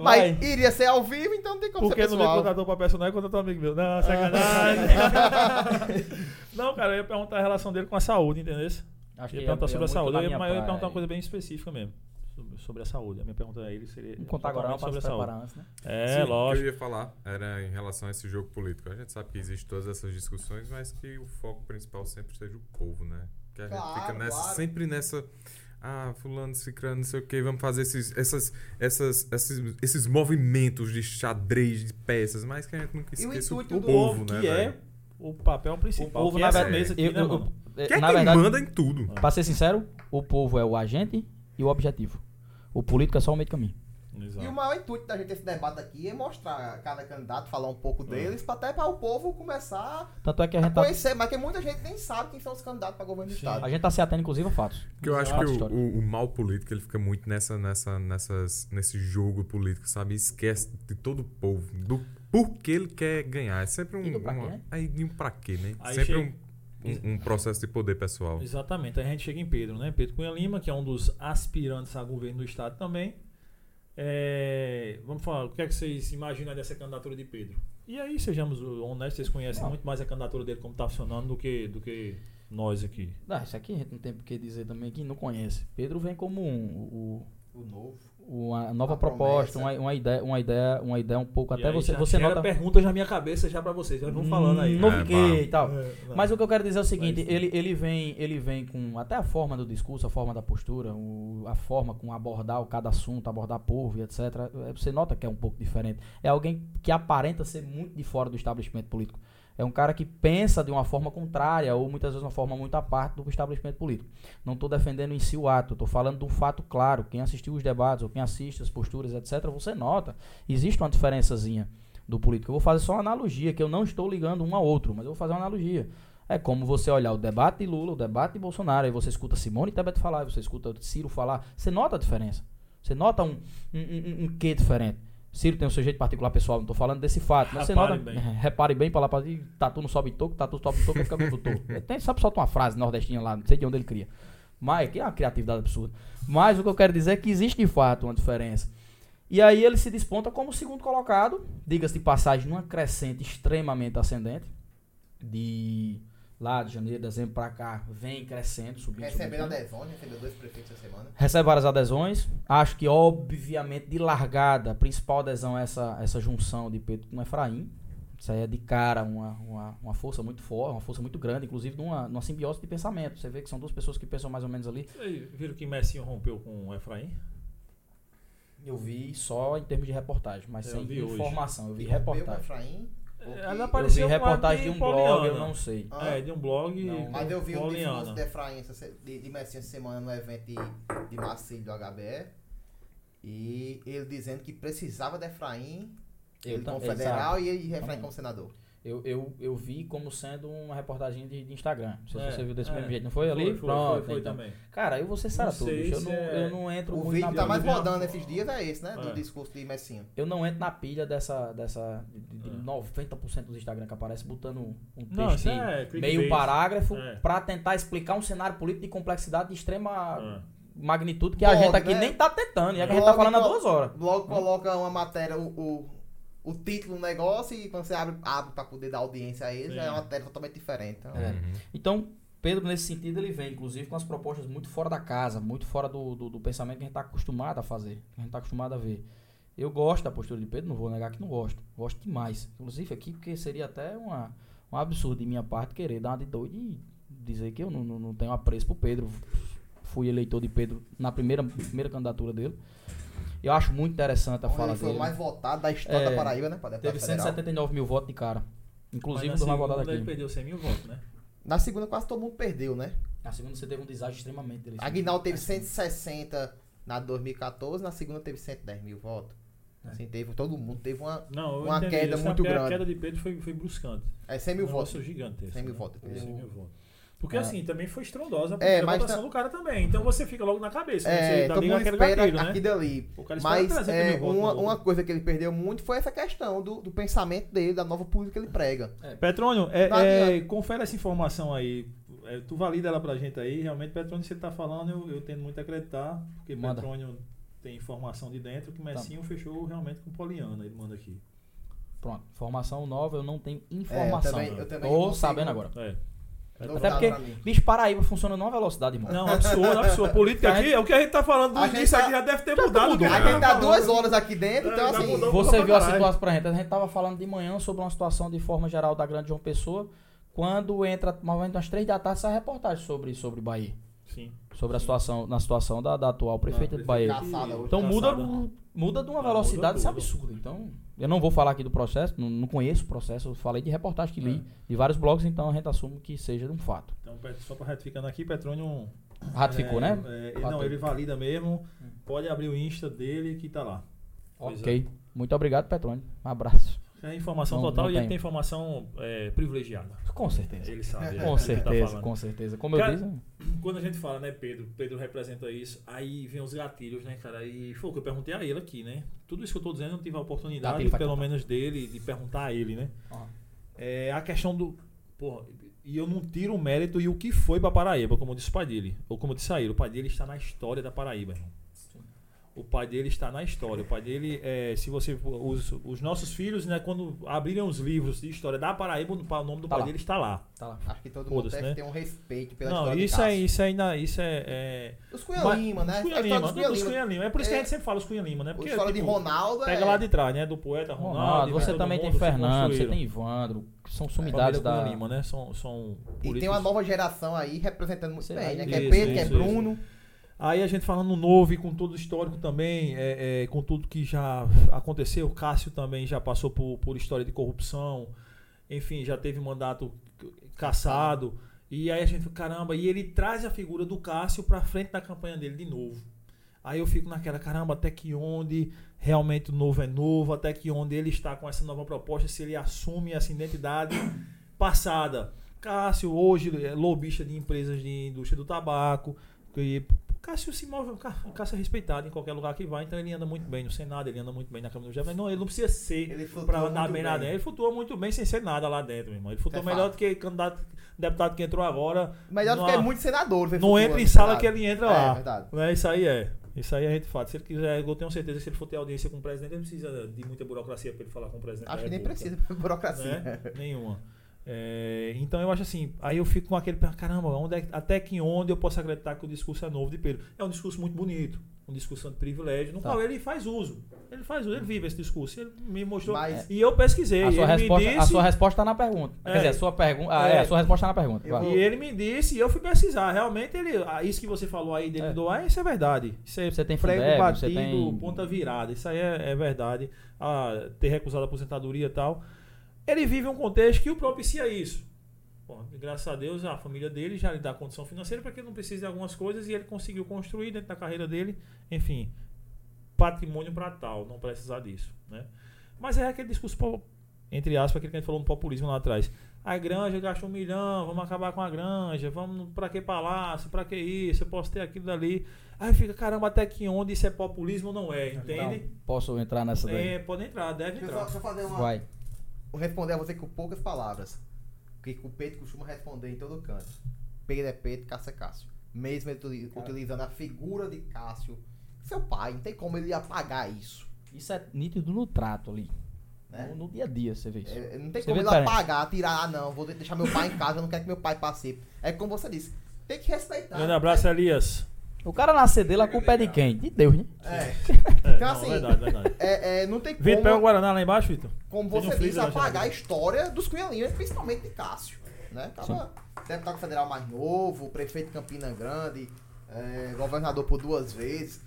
[SPEAKER 3] Vai.
[SPEAKER 4] Mas iria ser ao vivo, então não tem como
[SPEAKER 1] Porque
[SPEAKER 4] ser
[SPEAKER 1] não me
[SPEAKER 4] pessoal.
[SPEAKER 1] contratou pra personagem, contratou um amigo meu. Não, sacanagem. não, cara, eu ia perguntar a relação dele com a saúde, entendeu?
[SPEAKER 3] Acho
[SPEAKER 1] Eu ia
[SPEAKER 3] é-
[SPEAKER 1] perguntar
[SPEAKER 3] é
[SPEAKER 1] sobre a
[SPEAKER 3] muito
[SPEAKER 1] saúde,
[SPEAKER 3] na
[SPEAKER 1] eu ia,
[SPEAKER 3] minha
[SPEAKER 1] mas eu ia
[SPEAKER 3] praia.
[SPEAKER 1] perguntar uma coisa bem específica mesmo. sobre- Sobre a saúde. A minha pergunta a ele seria.
[SPEAKER 3] Vamos contar agora, não,
[SPEAKER 1] totalmente
[SPEAKER 3] pra se preparar antes, né?
[SPEAKER 1] É,
[SPEAKER 2] Sim, o
[SPEAKER 1] lógico.
[SPEAKER 2] que eu ia falar era em relação a esse jogo político. A gente sabe que existe todas essas discussões, mas que o foco principal sempre seja o povo, né? Que a gente fica
[SPEAKER 4] Claro,
[SPEAKER 2] nessa,
[SPEAKER 4] claro.
[SPEAKER 2] sempre nessa. Ah, fulano, cicrano, não sei o que, vamos fazer esses, essas, essas, esses, esses movimentos de xadrez, de peças, mas que a gente nunca
[SPEAKER 4] E o
[SPEAKER 2] esqueça o,
[SPEAKER 4] intuito do
[SPEAKER 2] povo, né?
[SPEAKER 1] que é
[SPEAKER 2] velho?
[SPEAKER 1] o papel principal.
[SPEAKER 3] povo,
[SPEAKER 1] que
[SPEAKER 3] na
[SPEAKER 1] é essa
[SPEAKER 2] verdade,
[SPEAKER 1] mesa aqui,
[SPEAKER 3] Eu-
[SPEAKER 1] né,
[SPEAKER 3] eu-
[SPEAKER 1] mano?
[SPEAKER 3] eu-
[SPEAKER 2] Quem é
[SPEAKER 3] na
[SPEAKER 2] quem
[SPEAKER 3] verdade,
[SPEAKER 2] manda em tudo?
[SPEAKER 3] pra ser sincero, o povo é o agente e o objetivo. O político é só o meio do caminho.
[SPEAKER 1] Exato.
[SPEAKER 4] E o maior intuito da gente ter esse debate aqui é mostrar cada candidato, falar um
[SPEAKER 3] Hum.
[SPEAKER 4] pouco deles, pra até para o povo começar
[SPEAKER 3] Tanto é que a
[SPEAKER 4] a
[SPEAKER 3] gente tá,
[SPEAKER 4] conhecer, mas que muita gente nem sabe quem são os candidatos para governo do
[SPEAKER 1] Sim.
[SPEAKER 4] estado.
[SPEAKER 3] a gente tá se atendo, inclusive, a fatos.
[SPEAKER 2] Porque eu acho que
[SPEAKER 3] Fatos
[SPEAKER 2] o,
[SPEAKER 3] históricos.
[SPEAKER 2] o, o mal político ele fica muito nessa, nessa, nessas, nesse jogo político, sabe? Esquece de todo o povo, do por que ele quer ganhar. É sempre um.
[SPEAKER 3] E do pra quê,
[SPEAKER 2] uma-
[SPEAKER 3] né?
[SPEAKER 2] Aí de um pra quê, né?
[SPEAKER 1] Aí
[SPEAKER 2] sempre
[SPEAKER 1] chega-
[SPEAKER 2] um, um, um processo de poder pessoal.
[SPEAKER 1] Exatamente. Aí a gente chega em Pedro, né? Pedro Cunha Lima, que é um dos aspirantes a governo do estado também. É, Vamos falar, o que é que vocês imaginam dessa candidatura de Pedro? E aí, sejamos honestos, vocês conhecem muito mais a candidatura dele como está funcionando do que, do que nós aqui.
[SPEAKER 3] Ah, isso aqui a gente não tem por que dizer também que não conhece. Pedro vem como um, o,
[SPEAKER 4] O novo.
[SPEAKER 3] uma nova
[SPEAKER 4] Uma
[SPEAKER 3] proposta,
[SPEAKER 4] promessa.
[SPEAKER 3] uma, uma ideia, uma ideia, uma ideia um
[SPEAKER 1] E
[SPEAKER 3] pouco. Até
[SPEAKER 1] aí
[SPEAKER 3] você,
[SPEAKER 1] já
[SPEAKER 3] você
[SPEAKER 1] gera
[SPEAKER 3] nota. Hum,
[SPEAKER 1] pergunta já na minha cabeça já para vocês, já vão falando aí. né?
[SPEAKER 3] Não
[SPEAKER 2] É,
[SPEAKER 3] fiquei
[SPEAKER 2] pá.
[SPEAKER 3] e tal.
[SPEAKER 1] É,
[SPEAKER 3] Mas o que eu quero dizer é o seguinte,
[SPEAKER 1] Mas-
[SPEAKER 3] ele, ele, vem, ele vem com até a forma do discurso, a forma da postura, o- a forma com abordar o cada assunto, abordar povo e etc. eh, Você nota que é um pouco diferente. É alguém que aparenta ser muito de fora do estabelecimento político. É um cara que pensa de uma forma contrária ou muitas vezes uma forma muito à parte do estabelecimento político. Não estou defendendo em si o ato, estou falando de um fato claro. Quem assistiu os debates ou quem assiste as posturas, etc., você nota. Existe uma diferençazinha do político. Eu vou fazer só uma analogia, que eu não estou ligando um ao outro, mas eu vou fazer uma analogia. É como você olhar o debate de Lula, o debate de Bolsonaro, aí você escuta Simone Tebet falar, aí você escuta Ciro falar, você nota a diferença. Você nota um, um, um, um quê diferente. Ciro tem o seu jeito particular pessoal, não tô falando desse fato, mas você
[SPEAKER 1] Repare
[SPEAKER 3] nota.
[SPEAKER 1] bem.
[SPEAKER 3] Repare bem pra lá pra ir, tatu não sobe toco, tatu sobe toco, fica com toco. Ele Tem, sabe, solta uma frase nordestina lá, não sei de onde ele cria. Mas, que é uma criatividade absurda. Mas o que eu quero dizer é que existe de fato uma diferença. E aí ele se desponta como segundo colocado, diga-se de passagem, numa crescente extremamente ascendente. De lá de janeiro, dezembro pra cá, vem crescendo, subindo. subindo,
[SPEAKER 4] Recebendo
[SPEAKER 3] subindo.
[SPEAKER 4] adesões, recebeu dois prefeitos essa semana.
[SPEAKER 3] Recebe várias adesões. Acho que, obviamente, de largada, a principal adesão é essa, essa junção de Pedro com Efraim. Isso aí é de cara uma, uma, uma força muito forte, uma força muito grande, inclusive numa, numa simbiose de pensamento. Você vê que são duas pessoas que pensam mais ou menos ali.
[SPEAKER 1] Vocês viram que Messinho rompeu com o Efraim?
[SPEAKER 3] Eu vi só em termos de reportagem, mas
[SPEAKER 1] Eu
[SPEAKER 3] sem
[SPEAKER 1] vi hoje.
[SPEAKER 3] informação. Eu vi
[SPEAKER 4] Meu
[SPEAKER 3] reportagem.
[SPEAKER 4] Efraim, porque-
[SPEAKER 1] Ela
[SPEAKER 3] Eu vi
[SPEAKER 1] apareceu com a
[SPEAKER 3] reportagem de um blog, eu
[SPEAKER 1] Pauliana.
[SPEAKER 3] não sei.
[SPEAKER 4] Ah,
[SPEAKER 1] É, de um blog.
[SPEAKER 3] Não.
[SPEAKER 4] Mas eu vi um discurso
[SPEAKER 1] Pauliana.
[SPEAKER 4] de Efraim, essa se- de, de Messi essa semana no evento de, de Marcílio do HBE. E ele dizendo que precisava de Efraim
[SPEAKER 3] Eu
[SPEAKER 4] ele
[SPEAKER 3] tam-
[SPEAKER 4] como
[SPEAKER 3] exato.
[SPEAKER 4] federal e, e Efraim
[SPEAKER 3] Também.
[SPEAKER 4] como senador.
[SPEAKER 3] tá- Eu, eu, eu vi como sendo uma reportagem de, de Instagram. Não sei
[SPEAKER 1] É,
[SPEAKER 3] se você viu desse
[SPEAKER 1] é.
[SPEAKER 3] mesmo jeito, não foi ali?
[SPEAKER 1] Foi, foi,
[SPEAKER 3] Pronto,
[SPEAKER 1] foi, foi
[SPEAKER 3] então.
[SPEAKER 1] também.
[SPEAKER 3] Cara, eu vou cessar
[SPEAKER 1] Não
[SPEAKER 3] tudo,
[SPEAKER 1] sei
[SPEAKER 3] bicho. Eu
[SPEAKER 1] se
[SPEAKER 3] não,
[SPEAKER 1] é-
[SPEAKER 3] eu não entro
[SPEAKER 4] O
[SPEAKER 3] muito
[SPEAKER 4] vídeo
[SPEAKER 3] na
[SPEAKER 4] que tá mais
[SPEAKER 1] dúvida.
[SPEAKER 4] rodando esses dias é esse, né?
[SPEAKER 1] É.
[SPEAKER 4] Do discurso de Messinho.
[SPEAKER 3] Eu não entro na pilha dessa. dessa de, de
[SPEAKER 1] É.
[SPEAKER 3] 90% dos Instagram que aparece botando um
[SPEAKER 1] Não, isso
[SPEAKER 3] textinho,
[SPEAKER 1] é
[SPEAKER 3] meio
[SPEAKER 1] clickbait.
[SPEAKER 3] parágrafo,
[SPEAKER 1] É.
[SPEAKER 3] pra tentar explicar um cenário político de complexidade de extrema
[SPEAKER 1] É.
[SPEAKER 3] magnitude que a
[SPEAKER 4] Blog,
[SPEAKER 3] gente aqui
[SPEAKER 4] né?
[SPEAKER 3] nem tá tentando. E é que a gente tá
[SPEAKER 4] Blog
[SPEAKER 3] falando há
[SPEAKER 4] colo-
[SPEAKER 3] duas horas.
[SPEAKER 4] Logo coloca uma matéria, o, o, o título do negócio e quando você abre, abre pra poder dar audiência a ele,
[SPEAKER 1] Sim.
[SPEAKER 4] já é uma matéria totalmente diferente. Então,
[SPEAKER 3] É.
[SPEAKER 2] Uhum.
[SPEAKER 3] Então, Pedro, nesse sentido, ele vem, inclusive, com as propostas muito fora da casa, muito fora do, do, do pensamento que a gente está acostumado a fazer, que a gente está acostumado a ver. Eu gosto da postura de Pedro, não vou negar que não gosto. Gosto demais. Inclusive aqui, porque seria até uma, um absurdo de minha parte querer dar uma de doido e dizer que eu não, não, não tenho apreço pro Pedro. Fui eleitor de Pedro na primeira, primeira candidatura dele. Eu acho muito interessante a
[SPEAKER 4] Ele
[SPEAKER 3] fala
[SPEAKER 4] foi
[SPEAKER 3] dele.
[SPEAKER 4] o mais votado da história
[SPEAKER 3] É.
[SPEAKER 4] da Paraíba, né? Pra deputado
[SPEAKER 3] Teve
[SPEAKER 4] federal.
[SPEAKER 3] 179 mil votos de cara. Inclusive,
[SPEAKER 1] Mas assim,
[SPEAKER 3] do
[SPEAKER 1] na
[SPEAKER 3] mais votado
[SPEAKER 1] segunda Ele
[SPEAKER 3] aqui.
[SPEAKER 1] perdeu 100 mil votos, né?
[SPEAKER 4] Na segunda quase todo mundo perdeu, né?
[SPEAKER 3] Na segunda, você teve um desastre extremamente delicioso.
[SPEAKER 4] Aguinaldo
[SPEAKER 1] É.
[SPEAKER 4] teve 160 na 2014, na segunda teve 110 mil votos.
[SPEAKER 3] É.
[SPEAKER 4] Assim, teve, todo mundo teve uma.
[SPEAKER 1] Não, eu
[SPEAKER 4] Uma
[SPEAKER 1] entendi.
[SPEAKER 4] queda
[SPEAKER 1] Eu sei
[SPEAKER 4] muito
[SPEAKER 1] que é A
[SPEAKER 4] grande.
[SPEAKER 1] queda de Pedro foi, foi bruscante.
[SPEAKER 4] É 100 mil
[SPEAKER 1] um
[SPEAKER 4] votos.
[SPEAKER 1] negócio gigantesco.
[SPEAKER 4] 100 mil
[SPEAKER 1] né?
[SPEAKER 4] votos.
[SPEAKER 1] É, 100 mil votos. Porque
[SPEAKER 3] É.
[SPEAKER 1] assim, também foi estrondosa a
[SPEAKER 4] É,
[SPEAKER 1] primeira
[SPEAKER 4] mas
[SPEAKER 1] votação
[SPEAKER 4] tá-
[SPEAKER 1] do cara também. Então você fica logo na cabeça. né?
[SPEAKER 4] É,
[SPEAKER 1] Você dá
[SPEAKER 4] todo
[SPEAKER 1] liga
[SPEAKER 4] mundo
[SPEAKER 1] naquele
[SPEAKER 4] espera
[SPEAKER 1] gatilho, né?
[SPEAKER 4] aqui e dali.
[SPEAKER 1] O cara espera
[SPEAKER 4] Mas
[SPEAKER 1] 300
[SPEAKER 4] é,
[SPEAKER 1] mil votos né?
[SPEAKER 4] uma,
[SPEAKER 1] no-
[SPEAKER 4] uma coisa que ele perdeu muito foi essa questão do, do pensamento dele, da nova política que ele prega.
[SPEAKER 1] Petrônio, é-
[SPEAKER 4] Não adianta.
[SPEAKER 1] é, confere essa informação aí. É, tu valida ela pra gente aí. Realmente, Petrônio, você tá falando, eu, eu tendo muito a acreditar, porque
[SPEAKER 3] Manda. Tá
[SPEAKER 1] Petrônio tem informação de dentro que o Messinho fechou realmente com Poliana. Ele manda aqui.
[SPEAKER 3] Pronto, informação nova, eu não tenho informação.
[SPEAKER 4] também- É, eu também
[SPEAKER 3] Tô
[SPEAKER 4] não consigo-
[SPEAKER 3] sabendo agora.
[SPEAKER 1] É.
[SPEAKER 3] Até
[SPEAKER 4] Novidade
[SPEAKER 3] porque,
[SPEAKER 4] pra mim.
[SPEAKER 3] bicho, Paraíba funciona numa velocidade, irmão.
[SPEAKER 1] Não, absurdo, absurdo. Política aqui é o que a gente tá falando
[SPEAKER 4] A
[SPEAKER 1] do
[SPEAKER 4] gente
[SPEAKER 1] início
[SPEAKER 4] tá-
[SPEAKER 1] aqui já deve ter mudado. né? o que
[SPEAKER 4] A
[SPEAKER 1] eu
[SPEAKER 4] gente
[SPEAKER 1] tava
[SPEAKER 4] tá
[SPEAKER 1] falando.
[SPEAKER 4] duas horas aqui dentro,
[SPEAKER 1] É,
[SPEAKER 4] então
[SPEAKER 1] já
[SPEAKER 4] assim.
[SPEAKER 1] mudou.
[SPEAKER 3] Você
[SPEAKER 1] pra
[SPEAKER 3] viu a
[SPEAKER 1] caralho.
[SPEAKER 3] situação pra gente. A gente tava falando de manhã sobre uma situação de forma geral da grande João Pessoa. Quando entra, mais ou menos às três da tarde, sai a reportagem sobre, sobre Bahia.
[SPEAKER 1] Sim.
[SPEAKER 3] Sobre a situação, na situação da, da atual prefeita
[SPEAKER 1] Não,
[SPEAKER 3] de Bahia.
[SPEAKER 4] prefeita. Engraçada Tá, hoje.
[SPEAKER 3] Então muda,
[SPEAKER 1] Engraçada.
[SPEAKER 3] muda de uma
[SPEAKER 1] Ah,
[SPEAKER 3] velocidade, isso é
[SPEAKER 1] muda
[SPEAKER 3] absurdo. Então, eu não vou falar aqui do processo, não, não conheço o processo, eu falei de reportagem que li, de vários blogs, então a gente assume que seja um fato.
[SPEAKER 1] Então, Pet- só para ratificando aqui, Petrônio.
[SPEAKER 3] Ratificou,
[SPEAKER 1] é,
[SPEAKER 3] né?
[SPEAKER 1] é, ele- não,
[SPEAKER 3] Fato.
[SPEAKER 1] ele valida mesmo. Pode abrir o Insta dele que tá lá. Pois
[SPEAKER 3] Ok. Muito obrigado, Petrônio. Um abraço.
[SPEAKER 1] É informação
[SPEAKER 3] Não-
[SPEAKER 1] total
[SPEAKER 3] não
[SPEAKER 1] e ele
[SPEAKER 3] tem.
[SPEAKER 1] tem informação é, privilegiada.
[SPEAKER 3] Com certeza.
[SPEAKER 1] Ele
[SPEAKER 4] É,
[SPEAKER 1] sabe.
[SPEAKER 3] Com
[SPEAKER 1] ele Tá
[SPEAKER 3] certeza,
[SPEAKER 1] falando.
[SPEAKER 3] com certeza. Como eu
[SPEAKER 1] Cara-
[SPEAKER 3] disse,
[SPEAKER 1] Quando a gente fala, né, Pedro? Pedro representa isso. Aí vem os gatilhos, né, cara? E foi o que eu perguntei a ele aqui, né? Tudo isso que eu tô dizendo, eu não tive a oportunidade,
[SPEAKER 3] Gatilho vai
[SPEAKER 1] pelo
[SPEAKER 3] contar.
[SPEAKER 1] menos dele, de perguntar a ele, né?
[SPEAKER 3] Ó.
[SPEAKER 1] É a questão do. Porra, e eu não tiro o mérito e o que foi pra Paraíba, como disse o pai dele. Ou como disse a ele, o pai dele está na história da Paraíba, irmão. O pai dele está na história. O pai dele, é, se você. Os, os nossos filhos, né, quando abrirem os livros de história da Paraíba, o nome do
[SPEAKER 3] Tá
[SPEAKER 1] pai
[SPEAKER 3] lá.
[SPEAKER 1] dele está lá.
[SPEAKER 3] Tá lá.
[SPEAKER 4] Acho que todo mundo
[SPEAKER 1] Foda-se,
[SPEAKER 4] deve
[SPEAKER 1] né?
[SPEAKER 4] ter um respeito pela
[SPEAKER 1] Não,
[SPEAKER 4] história
[SPEAKER 1] isso
[SPEAKER 4] de
[SPEAKER 1] é,
[SPEAKER 4] Cássio.
[SPEAKER 1] isso é ainda. Isso é. é-
[SPEAKER 4] Os Cunha
[SPEAKER 1] Mas-
[SPEAKER 4] Lima, né?
[SPEAKER 1] os Cunha
[SPEAKER 4] a história
[SPEAKER 1] Lima,
[SPEAKER 4] dos Cunha
[SPEAKER 1] dos
[SPEAKER 4] Lima.
[SPEAKER 1] Cunha Lima. É por isso que a
[SPEAKER 4] É.
[SPEAKER 1] gente sempre fala os Cunha Lima, né?
[SPEAKER 4] A
[SPEAKER 1] Porque,
[SPEAKER 4] história de
[SPEAKER 1] tipo,
[SPEAKER 4] Ronaldo
[SPEAKER 1] Pega
[SPEAKER 4] é...
[SPEAKER 1] lá de trás, né? Do poeta Ronaldo.
[SPEAKER 3] Ronaldo,
[SPEAKER 1] né?
[SPEAKER 3] você
[SPEAKER 1] Todo
[SPEAKER 3] também tem
[SPEAKER 1] mundo se
[SPEAKER 3] Fernando, você
[SPEAKER 1] construíram. É,
[SPEAKER 3] tem Ivandro, que são
[SPEAKER 1] Família
[SPEAKER 3] sumidades
[SPEAKER 1] Cunha
[SPEAKER 3] da.
[SPEAKER 1] Lima, né? São, são
[SPEAKER 4] E tem
[SPEAKER 1] políticos.
[SPEAKER 4] uma nova geração aí representando muito
[SPEAKER 3] Sei
[SPEAKER 4] bem,
[SPEAKER 3] lá,
[SPEAKER 4] né? Que é
[SPEAKER 1] isso,
[SPEAKER 4] Pedro, que é
[SPEAKER 1] isso,
[SPEAKER 4] Bruno.
[SPEAKER 1] Aí a gente falando no novo e com todo o histórico também, é, é, com tudo que já aconteceu, Cássio também já passou por, por história de corrupção, enfim, já teve mandato cassado. E aí a gente, caramba, e ele traz a figura do Cássio pra frente da campanha dele de novo. Aí eu fico naquela, caramba, até que onde realmente o novo é novo, até que onde ele está com essa nova proposta, se ele assume essa identidade passada. Cássio hoje é lobista de empresas de indústria do tabaco, que Cássio se move, Cá- Cássio é respeitado em qualquer lugar que vai, então ele anda muito bem no Senado, ele anda muito bem na Câmara dos Deputados, mas não, ele não precisa ser
[SPEAKER 4] Ele flutua
[SPEAKER 1] pra andar
[SPEAKER 4] muito
[SPEAKER 1] bem, lá
[SPEAKER 4] bem.
[SPEAKER 1] dentro. Ele flutua muito bem sem ser nada lá dentro, meu irmão. Ele flutua
[SPEAKER 4] É
[SPEAKER 1] melhor
[SPEAKER 4] fato.
[SPEAKER 1] do que candidato, deputado que entrou agora.
[SPEAKER 4] Melhor do
[SPEAKER 1] Numa-
[SPEAKER 4] que é muito senador. ver
[SPEAKER 1] Não
[SPEAKER 4] futuro,
[SPEAKER 1] entra
[SPEAKER 4] né,
[SPEAKER 1] em sala
[SPEAKER 4] verdade.
[SPEAKER 1] que ele entra
[SPEAKER 4] É,
[SPEAKER 1] lá.
[SPEAKER 4] É verdade.
[SPEAKER 1] Né? Isso aí é. Isso aí a gente fala. Se ele quiser, eu tenho certeza que se ele for ter audiência com o presidente, ele não precisa de muita burocracia pra ele falar com o presidente.
[SPEAKER 4] Acho
[SPEAKER 1] da
[SPEAKER 4] que nem
[SPEAKER 1] República
[SPEAKER 4] precisa, burocracia.
[SPEAKER 1] É né? Nenhuma. É, então eu acho assim, aí eu fico com aquele, "Ah, caramba, onde é- até que onde eu posso acreditar que o discurso é novo de Pedro? É um discurso muito bonito, um discurso de privilégio, no
[SPEAKER 3] Tá.
[SPEAKER 1] qual ele faz uso. Ele faz uso, ele vive esse discurso. Ele me mostrou.
[SPEAKER 4] Mas-
[SPEAKER 1] e eu pesquisei.
[SPEAKER 3] A sua,
[SPEAKER 1] ele
[SPEAKER 3] resposta,
[SPEAKER 1] me
[SPEAKER 3] a
[SPEAKER 1] disse,
[SPEAKER 3] sua resposta tá na pergunta.
[SPEAKER 1] É.
[SPEAKER 3] Quer dizer, a sua pergunta. É.
[SPEAKER 1] É.
[SPEAKER 3] a sua resposta tá na pergunta.
[SPEAKER 4] Eu
[SPEAKER 3] vai.
[SPEAKER 1] E ele me disse, e eu fui pesquisar. Realmente, ele, ah, isso que você falou aí dele
[SPEAKER 3] É.
[SPEAKER 1] doar, isso é verdade. Isso é
[SPEAKER 3] Você tem
[SPEAKER 1] prego
[SPEAKER 3] Fundeb, você
[SPEAKER 1] batido,
[SPEAKER 3] tem-
[SPEAKER 1] ponta virada. Isso aí é, é verdade. Ah, ter recusado a aposentadoria e tal. Ele vive um contexto que o propicia isso. Bom, graças a Deus, a família dele já lhe dá condição financeira para que ele não precise de algumas coisas e ele conseguiu construir dentro da carreira dele, enfim, patrimônio para tal, não precisar disso, né? Mas é aquele discurso, po- entre aspas, aquele que a gente falou no populismo lá atrás. A granja gastou um milhão, vamos acabar com a granja, vamos pra que palácio, pra que isso, eu posso ter aquilo dali. Aí fica, caramba, até que onde isso é populismo não é, entende?
[SPEAKER 3] Então, posso entrar nessa daí?
[SPEAKER 1] é, pode entrar, deve
[SPEAKER 4] Deixa eu só,
[SPEAKER 1] entrar.
[SPEAKER 4] só fazer uma...
[SPEAKER 3] Vai.
[SPEAKER 4] Vou responder a você com poucas palavras. O que o Pedro costuma responder em todo canto. Pedro é Pedro, Cássio é Cássio. Mesmo ele utili- utilizando a figura de Cássio, seu pai, não tem como ele apagar isso.
[SPEAKER 3] Isso é nítido no trato ali.
[SPEAKER 4] Né?
[SPEAKER 3] No, no dia a dia você vê isso.
[SPEAKER 4] É, não tem
[SPEAKER 3] Você
[SPEAKER 4] como
[SPEAKER 3] vê
[SPEAKER 4] ele
[SPEAKER 3] parente.
[SPEAKER 4] apagar, tirar, ah não, vou de- deixar meu pai em casa, eu não quero que meu pai passe. É como você disse, tem que respeitar.
[SPEAKER 1] Grande abraço, Elias.
[SPEAKER 3] O cara nascer dele, a culpa é de quem? De Deus, né?
[SPEAKER 4] É,
[SPEAKER 1] É,
[SPEAKER 4] Então,
[SPEAKER 1] não,
[SPEAKER 4] assim,
[SPEAKER 1] verdade, verdade.
[SPEAKER 4] é, é, não tem
[SPEAKER 1] Vitor, pega o
[SPEAKER 4] como,
[SPEAKER 1] Guaraná lá embacho, Vitor.
[SPEAKER 4] como
[SPEAKER 1] Tem um
[SPEAKER 4] você disse,
[SPEAKER 1] freezer lá,
[SPEAKER 4] apagar a
[SPEAKER 1] Jardim.
[SPEAKER 4] história dos cunhalinhos, principalmente de Cássio. Né? Tava deputado federal mais novo, prefeito de Campina Grande, é, governador por duas vezes.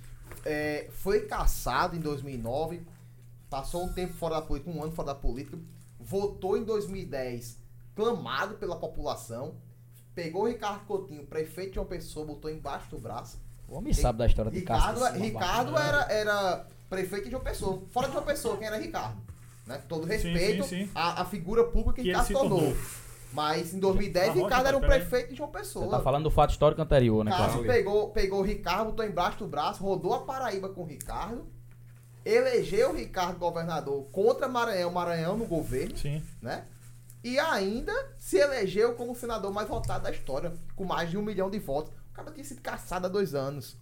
[SPEAKER 4] É, foi caçado em 2009, passou um tempo fora da política, um ano fora da política, votou em 2010, clamado pela população, pegou o Ricardo Coutinho, prefeito de uma pessoa, botou embaixo do braço.
[SPEAKER 3] O homem sabe da né? história de
[SPEAKER 4] Ricardo,
[SPEAKER 3] casa.
[SPEAKER 4] Ricardo era, era prefeito de uma pessoa. Fora de uma pessoa, quem era Ricardo? Né? Com Todo respeito
[SPEAKER 1] sim, sim.
[SPEAKER 4] À, à figura pública que,
[SPEAKER 1] Que ele
[SPEAKER 4] Ricardo
[SPEAKER 1] se
[SPEAKER 4] tornou.
[SPEAKER 1] tornou.
[SPEAKER 4] Mas em 2010,
[SPEAKER 1] Arrocha,
[SPEAKER 4] Ricardo era um
[SPEAKER 1] pai, peraí.
[SPEAKER 4] prefeito de uma pessoa.
[SPEAKER 3] Você tá falando do fato histórico anterior, né,
[SPEAKER 4] Cássio
[SPEAKER 3] Cássio?
[SPEAKER 4] pegou, pegou o Ricardo, botou embaixo do braço, rodou a Paraíba com o Ricardo, elegeu o Ricardo governador contra Maranhão, Maranhão no governo,
[SPEAKER 1] Sim.
[SPEAKER 4] né? E ainda se elegeu como o senador mais votado da história, com mais de um milhão de votos. O cara tinha sido caçado há dois anos.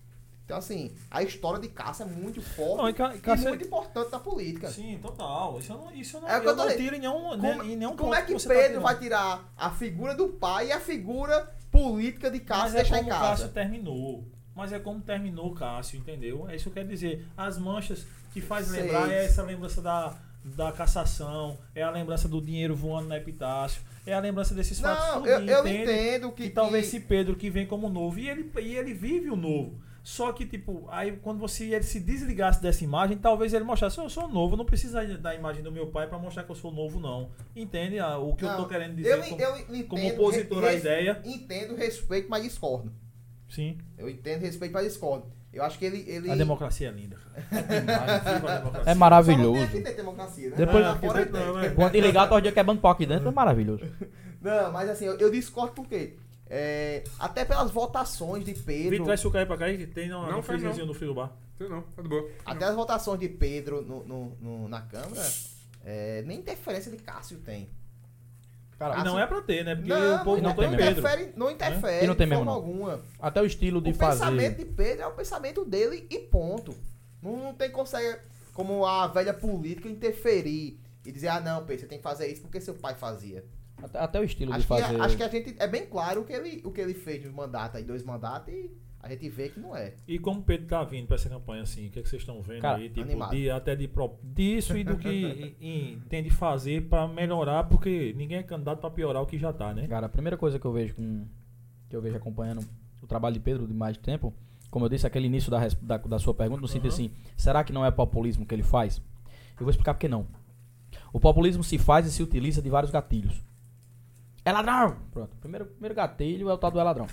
[SPEAKER 4] Então, assim, a história de caça é muito forte
[SPEAKER 1] Não, e
[SPEAKER 4] e,
[SPEAKER 1] Ca- Cássio-
[SPEAKER 4] muito importante na política.
[SPEAKER 1] Sim, total. Isso eu não, isso eu não,
[SPEAKER 4] É o que
[SPEAKER 1] eu
[SPEAKER 4] eu
[SPEAKER 1] não
[SPEAKER 4] falei.
[SPEAKER 1] tiro em nenhum,
[SPEAKER 4] Como,
[SPEAKER 1] em nenhum
[SPEAKER 4] como
[SPEAKER 1] ponto
[SPEAKER 4] é que
[SPEAKER 1] você tá
[SPEAKER 4] Pedro
[SPEAKER 1] tirando.
[SPEAKER 4] vai tirar a figura do pai e a figura política de
[SPEAKER 1] Mas
[SPEAKER 4] Cássio
[SPEAKER 1] é
[SPEAKER 4] deixar
[SPEAKER 1] como
[SPEAKER 4] em
[SPEAKER 1] o Cássio
[SPEAKER 4] casa?
[SPEAKER 1] terminou. Mas é como terminou o Cássio, entendeu? É isso que eu quero dizer. As manchas que faz
[SPEAKER 4] Sei.
[SPEAKER 1] lembrar é essa lembrança da, da cassação, é a lembrança do dinheiro voando na Epitácio, é a lembrança desses fatos.
[SPEAKER 4] Não,
[SPEAKER 1] tudinho,
[SPEAKER 4] eu, eu
[SPEAKER 1] entende?
[SPEAKER 4] entendo que.
[SPEAKER 1] que talvez
[SPEAKER 4] que-
[SPEAKER 1] esse Pedro que vem como novo e ele, e ele vive o novo. Só que, tipo, aí quando você ele se desligasse dessa imagem, talvez ele mostrasse, eu sou novo, não precisa da imagem do meu pai pra mostrar que eu sou novo, não. Entende ah, o que eu tô
[SPEAKER 4] Não,
[SPEAKER 1] querendo dizer
[SPEAKER 4] eu,
[SPEAKER 1] como,
[SPEAKER 4] eu entendo,
[SPEAKER 1] como opositor à
[SPEAKER 4] res-
[SPEAKER 1] ideia?
[SPEAKER 4] Entendo, respeito, mas discordo.
[SPEAKER 1] Sim.
[SPEAKER 4] Eu entendo, respeito, mas discordo. Eu acho que ele. ele...
[SPEAKER 1] A democracia é linda, cara. É demais, viva a democracia.
[SPEAKER 3] É
[SPEAKER 4] Só não
[SPEAKER 3] maravilhoso.
[SPEAKER 4] tem aqui dentro democracia, né?
[SPEAKER 3] Depois-
[SPEAKER 4] Lá
[SPEAKER 1] Ah, porque
[SPEAKER 4] fora
[SPEAKER 1] tem-
[SPEAKER 4] tem.
[SPEAKER 1] não, é.
[SPEAKER 3] Quando ligar, todo dia quebrando pau aqui dentro, é maravilhoso.
[SPEAKER 4] Não, mas assim, eu, eu discordo por quê? É, até pelas votações de Pedro.
[SPEAKER 1] Vem, traz açúcar aí pra cá que tem no,
[SPEAKER 2] Não,
[SPEAKER 1] no
[SPEAKER 2] faz não.
[SPEAKER 1] freezerzinho do frigobar.
[SPEAKER 2] Então não, tá de boa.
[SPEAKER 4] Até as votações de Pedro no, no- no- na Câmara, é, nem interferência de Cássio tem.
[SPEAKER 1] E não é pra ter, né? Porque
[SPEAKER 4] assim- não,
[SPEAKER 1] o povo
[SPEAKER 4] não,
[SPEAKER 1] não tem
[SPEAKER 4] não
[SPEAKER 1] Pedro.
[SPEAKER 4] interfere, não interfere
[SPEAKER 3] E Né? não tem
[SPEAKER 4] de forma
[SPEAKER 3] mesmo, não.
[SPEAKER 4] alguma.
[SPEAKER 3] Até o estilo de
[SPEAKER 4] o pensamento
[SPEAKER 3] fazer.
[SPEAKER 4] de Pedro é o pensamento dele e ponto. Não, não tem consegue, como a velha política, interferir e dizer, ah, não, Pedro, você tem que fazer isso porque seu pai fazia.
[SPEAKER 3] Até, até o estilo
[SPEAKER 4] Acho
[SPEAKER 3] de
[SPEAKER 4] que, a-
[SPEAKER 3] fazer.
[SPEAKER 4] acho que a gente é bem claro o que ele, o que ele fez nos mandatos aí, dois mandatos, e a gente vê que não é.
[SPEAKER 1] E como o Pedro tá vindo pra essa campanha assim, o que, é que vocês estão vendo
[SPEAKER 3] Cara,
[SPEAKER 1] aí? Tipo,
[SPEAKER 4] animado.
[SPEAKER 1] de- até de pro- disso e do que e- e tem de fazer pra melhorar, porque ninguém é candidato pra piorar o que já tá, né?
[SPEAKER 3] Cara, a primeira coisa que eu vejo com, que eu vejo acompanhando o trabalho de Pedro de mais tempo, como eu disse, aquele início da, res- da, da sua pergunta, no sentido assim, será que não é populismo que ele faz? Eu vou explicar por que não. O populismo se faz e se utiliza de vários gatilhos. É ladrão! Pronto. Primeiro, primeiro gatilho é o tal do é ladrão.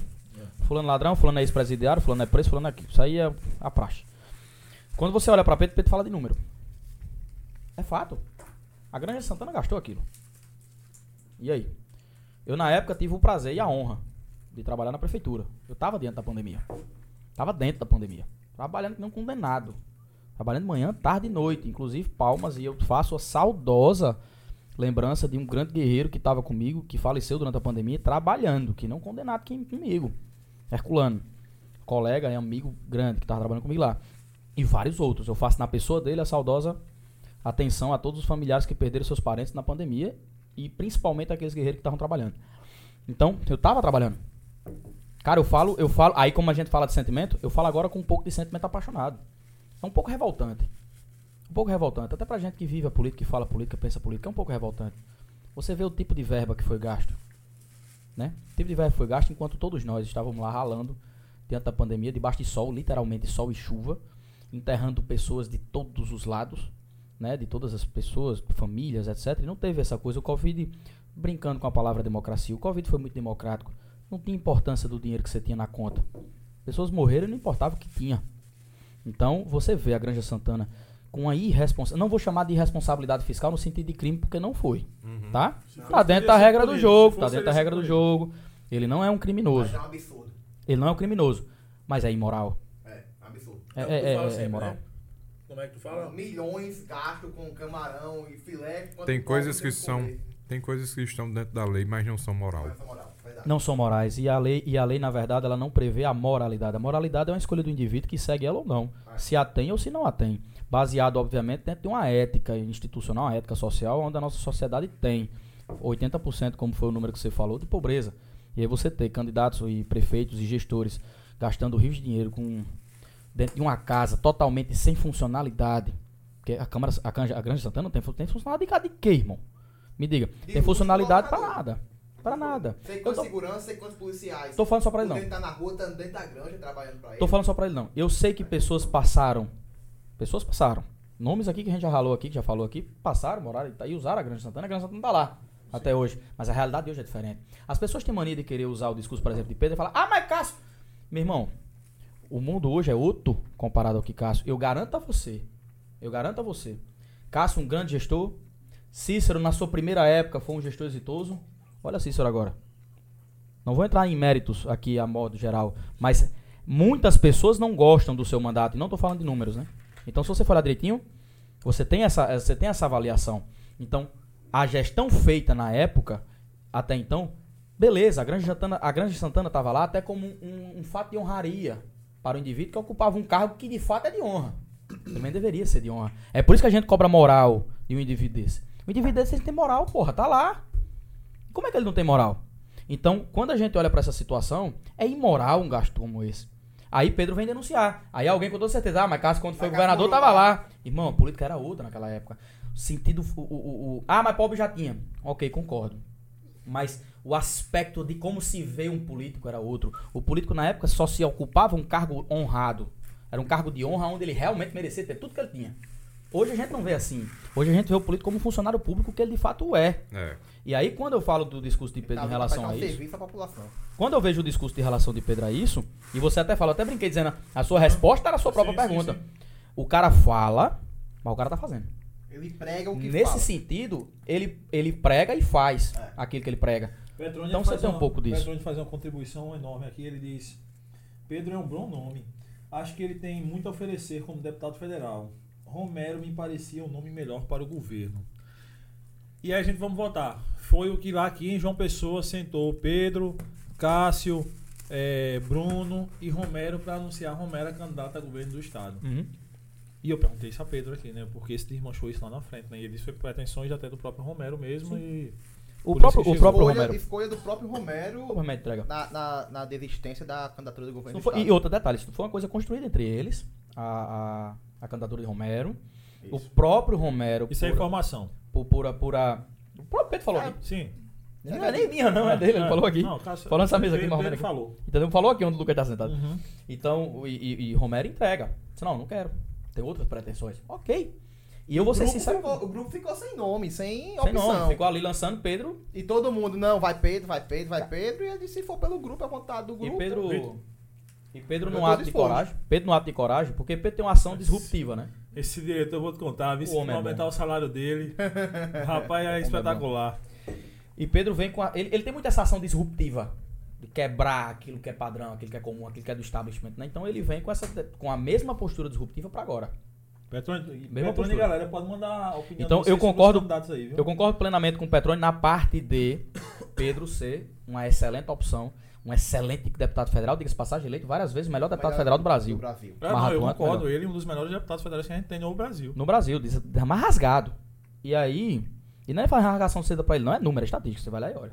[SPEAKER 3] Fulano é ladrão, fulano é ex-presidiário, fulano é preso, fulano é aquilo. Isso aí é a praxe. Quando você olha pra Pedro, Pedro fala de número. É fato. A Granja Santana gastou aquilo. E aí? Eu, na época, tive o prazer e a honra de trabalhar na prefeitura. Eu tava dentro da pandemia. Tava dentro da pandemia. Trabalhando que nem um condenado. Trabalhando manhã, tarde e noite. Inclusive, palmas. E eu faço a saudosa lembrança de um grande guerreiro que tava comigo, que faleceu durante a pandemia, trabalhando. Que não condenado que comigo. Herculano. Colega e amigo grande que tava trabalhando comigo lá. E vários outros. Eu faço na pessoa dele a saudosa atenção a todos os familiares que perderam seus parentes na pandemia e principalmente aqueles guerreiros que estavam trabalhando. Então, eu tava trabalhando. Cara, eu falo, eu falo, aí como a gente fala de sentimento, eu falo agora com um pouco de sentimento apaixonado. É um pouco revoltante. Um pouco revoltante, até pra gente que vive a política, que fala política, pensa política, é um pouco revoltante. Você vê o tipo de verba que foi gasto, né? O tipo de verba que foi gasto enquanto todos nós estávamos lá ralando diante da pandemia, debaixo de sol, literalmente sol e chuva, enterrando pessoas de todos os lados, né, de todas as pessoas, famílias, etc. E não teve essa coisa. O Covid, brincando com a palavra democracia, o Covid foi muito democrático. Não tinha importância do dinheiro que você tinha na conta. Pessoas morreram e não importava o que tinha. Então, você vê a Granja Santana com a irresponsabilidade. Não vou chamar de irresponsabilidade fiscal no sentido de crime, porque não foi. Tá? Tá
[SPEAKER 1] fosse,
[SPEAKER 3] dentro
[SPEAKER 1] teria
[SPEAKER 3] da
[SPEAKER 1] sido
[SPEAKER 3] regra do
[SPEAKER 1] punido.
[SPEAKER 3] jogo.
[SPEAKER 1] Se
[SPEAKER 3] Tá
[SPEAKER 1] fosse,
[SPEAKER 3] dentro
[SPEAKER 1] teria
[SPEAKER 3] da regra do
[SPEAKER 1] sido
[SPEAKER 3] jogo. Ele não é um criminoso.
[SPEAKER 4] é um absurdo.
[SPEAKER 3] Ele não é um criminoso. Mas é imoral.
[SPEAKER 4] É, um absurdo.
[SPEAKER 3] É,
[SPEAKER 1] o que Então, tu
[SPEAKER 3] é, é,
[SPEAKER 1] fala
[SPEAKER 3] é
[SPEAKER 1] sempre,
[SPEAKER 3] imoral.
[SPEAKER 1] né? Como é que tu fala?
[SPEAKER 4] Milhões gastos com camarão e filé. quanto
[SPEAKER 2] Tem
[SPEAKER 4] pode um
[SPEAKER 2] coisas que
[SPEAKER 4] você
[SPEAKER 2] são.
[SPEAKER 4] comer.
[SPEAKER 2] Tem coisas que estão dentro da lei, mas não são moral.
[SPEAKER 4] Essa é moral, verdade.
[SPEAKER 3] Não são morais. E a lei, e a lei na verdade, ela não prevê a moralidade. A moralidade é uma escolha do indivíduo que segue ela ou não.
[SPEAKER 4] Ah,
[SPEAKER 3] Se a tem ou se não a tem. Baseado, obviamente, dentro de uma ética institucional, uma ética social, onde a nossa sociedade tem 80%, como foi o número que você falou, de pobreza. E aí você ter candidatos e prefeitos e gestores gastando rios de dinheiro com dentro de uma casa totalmente sem funcionalidade. Porque a Câmara, a, Canja, a Grande Santana não tem, fun- tem funcionalidade de quê, irmão? Me diga.
[SPEAKER 4] De
[SPEAKER 3] tem
[SPEAKER 4] uso
[SPEAKER 3] funcionalidade pra
[SPEAKER 4] provocador.
[SPEAKER 3] nada. Pra nada.
[SPEAKER 4] Sei
[SPEAKER 3] Eu
[SPEAKER 4] quantos
[SPEAKER 3] tô-
[SPEAKER 4] segurança, sei quantos policiais.
[SPEAKER 3] Tô falando só pra ele,
[SPEAKER 4] um
[SPEAKER 3] não.
[SPEAKER 4] dentro tá na rua, tá dentro da granja trabalhando pra ele.
[SPEAKER 3] Tô falando só pra ele, não. Eu sei que pessoas passaram. Pessoas passaram. Nomes aqui que a gente já ralou aqui, que já falou aqui, passaram, moraram e tá- e usaram a Grande Santana. A Grande Santana tá lá até hoje. Mas a realidade de hoje é diferente. As pessoas têm mania de querer usar o discurso, por exemplo, de Pedro e falar: Ah, mas Cássio. Meu irmão, o mundo hoje é outro comparado ao que Cássio. Eu garanto a você. Eu garanto a você. Cássio, um grande gestor. Cícero, na sua primeira época, foi um gestor exitoso. Olha Cícero agora. Não vou entrar em méritos aqui a modo geral, mas muitas pessoas não gostam do seu mandato. E não estou falando de números, né? Então, se você for lá direitinho, você tem essa, eh, você tem essa avaliação. Então, a gestão feita na época, até então, beleza, a Grande Santana, a Grande Santana estava lá até como um, um- um fato de honraria para o indivíduo que ocupava um cargo que de fato é de honra. Também deveria ser de honra. É por isso que a gente cobra moral de um indivíduo desse. O indivíduo desse ele tem moral, porra, tá lá. Como é que ele não tem moral? Então, quando a gente olha pra essa situação, é imoral um gasto como esse. Aí Pedro vem denunciar. Aí alguém com toda certeza, ah, mas Cássio, quando foi
[SPEAKER 4] Mas Cássio né?"
[SPEAKER 3] governador,
[SPEAKER 4] morou
[SPEAKER 3] tava
[SPEAKER 4] lá.
[SPEAKER 3] lá. Irmão, a política era outra naquela época. O Sentido. O, o- o- o- ah, mas pobre já tinha. Ok, concordo. Mas o aspecto de como se vê um político era outro. O político, na época, só se ocupava um cargo honrado. Era um cargo de honra onde ele realmente merecia ter tudo que ele tinha. Hoje a gente não vê assim. Hoje a gente vê o político como um funcionário público que ele de fato é.
[SPEAKER 2] É.
[SPEAKER 3] E aí, quando eu falo do discurso de
[SPEAKER 4] Ele tá
[SPEAKER 3] Pedro em
[SPEAKER 4] ali pra
[SPEAKER 3] relação a
[SPEAKER 4] prestar um
[SPEAKER 3] isso,
[SPEAKER 4] serviço à população.
[SPEAKER 3] quando eu vejo o discurso de relação de Pedro a isso, e você até falou, eu até brinquei dizendo, a sua resposta era a sua própria
[SPEAKER 1] Sim, sim,
[SPEAKER 3] pergunta.
[SPEAKER 1] sim.
[SPEAKER 3] O cara fala, mas o cara tá fazendo.
[SPEAKER 4] Ele prega o que
[SPEAKER 3] Nesse
[SPEAKER 4] fala.
[SPEAKER 3] sentido, ele, ele prega e faz
[SPEAKER 4] É.
[SPEAKER 3] aquilo que ele prega.
[SPEAKER 1] Petrônio
[SPEAKER 3] Então
[SPEAKER 1] faz
[SPEAKER 3] você tem um
[SPEAKER 1] uma-
[SPEAKER 3] pouco disso.
[SPEAKER 1] Petrônio faz uma contribuição enorme aqui. Ele diz: Pedro é um bom nome. Acho que ele tem muito a oferecer como deputado federal. Romero me parecia um nome melhor para o governo. E aí a gente vamos votar. Foi o que lá aqui em João Pessoa sentou Pedro, Cássio, é eh, Bruno e Romero para anunciar Romero a candidata a governo do estado. E eu perguntei isso a Pedro aqui, né? Porque esse desmanchou isso lá na frente, né? E ele disse que foi pretensões até do próprio Romero mesmo e.
[SPEAKER 3] O
[SPEAKER 1] Por
[SPEAKER 3] próprio,
[SPEAKER 1] isso que
[SPEAKER 3] o próprio
[SPEAKER 4] escolha,
[SPEAKER 3] Romero.
[SPEAKER 4] escolha do próprio Romero
[SPEAKER 3] O Romero entrega.
[SPEAKER 4] na, na, na desistência da candidatura do
[SPEAKER 3] Isso
[SPEAKER 4] governo
[SPEAKER 3] não
[SPEAKER 4] do
[SPEAKER 3] foi-
[SPEAKER 4] Estado.
[SPEAKER 3] e outro detalhe, isso foi uma coisa construída entre eles, a, a, a candidatura de Romero, o
[SPEAKER 4] Isso.
[SPEAKER 3] próprio Romero,
[SPEAKER 1] Isso é
[SPEAKER 3] por,
[SPEAKER 1] informação.
[SPEAKER 3] por, por, a- por a- o próprio Pedro falou
[SPEAKER 4] É, tá
[SPEAKER 3] aqui.
[SPEAKER 1] Sim.
[SPEAKER 3] Não é nem minha, não, é dele, ele falou aqui.
[SPEAKER 1] Não, Cássio-
[SPEAKER 3] Falou nessa mesa aqui,
[SPEAKER 1] Pedro-
[SPEAKER 3] mas Romero
[SPEAKER 1] Pedro
[SPEAKER 3] aqui.
[SPEAKER 1] falou.
[SPEAKER 3] Entendeu? Falou aqui onde o Lucas tá sentado.
[SPEAKER 1] Uhum.
[SPEAKER 3] Então, o- e, e- e Romero entrega. Disse, não, não quero. Tem outras pretensões. Ok. E eu vou ser
[SPEAKER 4] o, grupo
[SPEAKER 3] sincero.
[SPEAKER 4] ficou, o grupo ficou sem nome, sem,
[SPEAKER 3] Sem
[SPEAKER 4] opção.
[SPEAKER 3] nome, ficou ali lançando Pedro
[SPEAKER 4] E todo mundo, não, vai Pedro, vai Pedro, vai Pedro. E ele disse, se for pelo grupo, é a vontade do grupo.
[SPEAKER 3] Tá. e Pedro.
[SPEAKER 1] Vitor.
[SPEAKER 3] E Pedro
[SPEAKER 4] Eu
[SPEAKER 3] num
[SPEAKER 4] tô
[SPEAKER 3] ato de
[SPEAKER 4] disposto.
[SPEAKER 3] coragem. Pedro num ato de coragem, porque Pedro tem uma ação disruptiva, né?
[SPEAKER 1] Esse diretor, eu vou te contar, viu?
[SPEAKER 3] O
[SPEAKER 1] Se
[SPEAKER 3] homem
[SPEAKER 1] não
[SPEAKER 3] é
[SPEAKER 1] aumentar
[SPEAKER 3] bom.
[SPEAKER 1] o salário dele, o rapaz é
[SPEAKER 3] bom.
[SPEAKER 1] espetacular.
[SPEAKER 3] E Pedro vem com a. Ele, ele tem muita essa ação disruptiva. De quebrar aquilo que é padrão, aquilo que é comum, aquilo que é do establishment, né? Então ele vem com, essa, com a mesma postura disruptiva pra agora.
[SPEAKER 1] Petrone,
[SPEAKER 3] postura.
[SPEAKER 1] Petrone galera, pode mandar a opinião
[SPEAKER 3] Então,
[SPEAKER 1] de vocês sobre
[SPEAKER 3] eu
[SPEAKER 1] os
[SPEAKER 3] concordo-
[SPEAKER 1] candidatos aí, viu?
[SPEAKER 3] Eu concordo plenamente com o Petrone na parte de Pedro ser uma excelente opção, um excelente deputado federal, diga-se de passagem, eleito várias vezes o melhor deputado
[SPEAKER 4] Melhor
[SPEAKER 3] federal do Brasil.
[SPEAKER 4] Do Brasil.
[SPEAKER 1] Ah, não, eu
[SPEAKER 3] Marratuante,
[SPEAKER 1] concordo.
[SPEAKER 3] melhor.
[SPEAKER 1] Ele é um dos melhores deputados federais que a gente tem no Brasil.
[SPEAKER 3] No Brasil, diz, é mais rasgado. E aí, e não é fazer rasgação cedo pra ele, não, é número, é estatística, você vai lá e olha.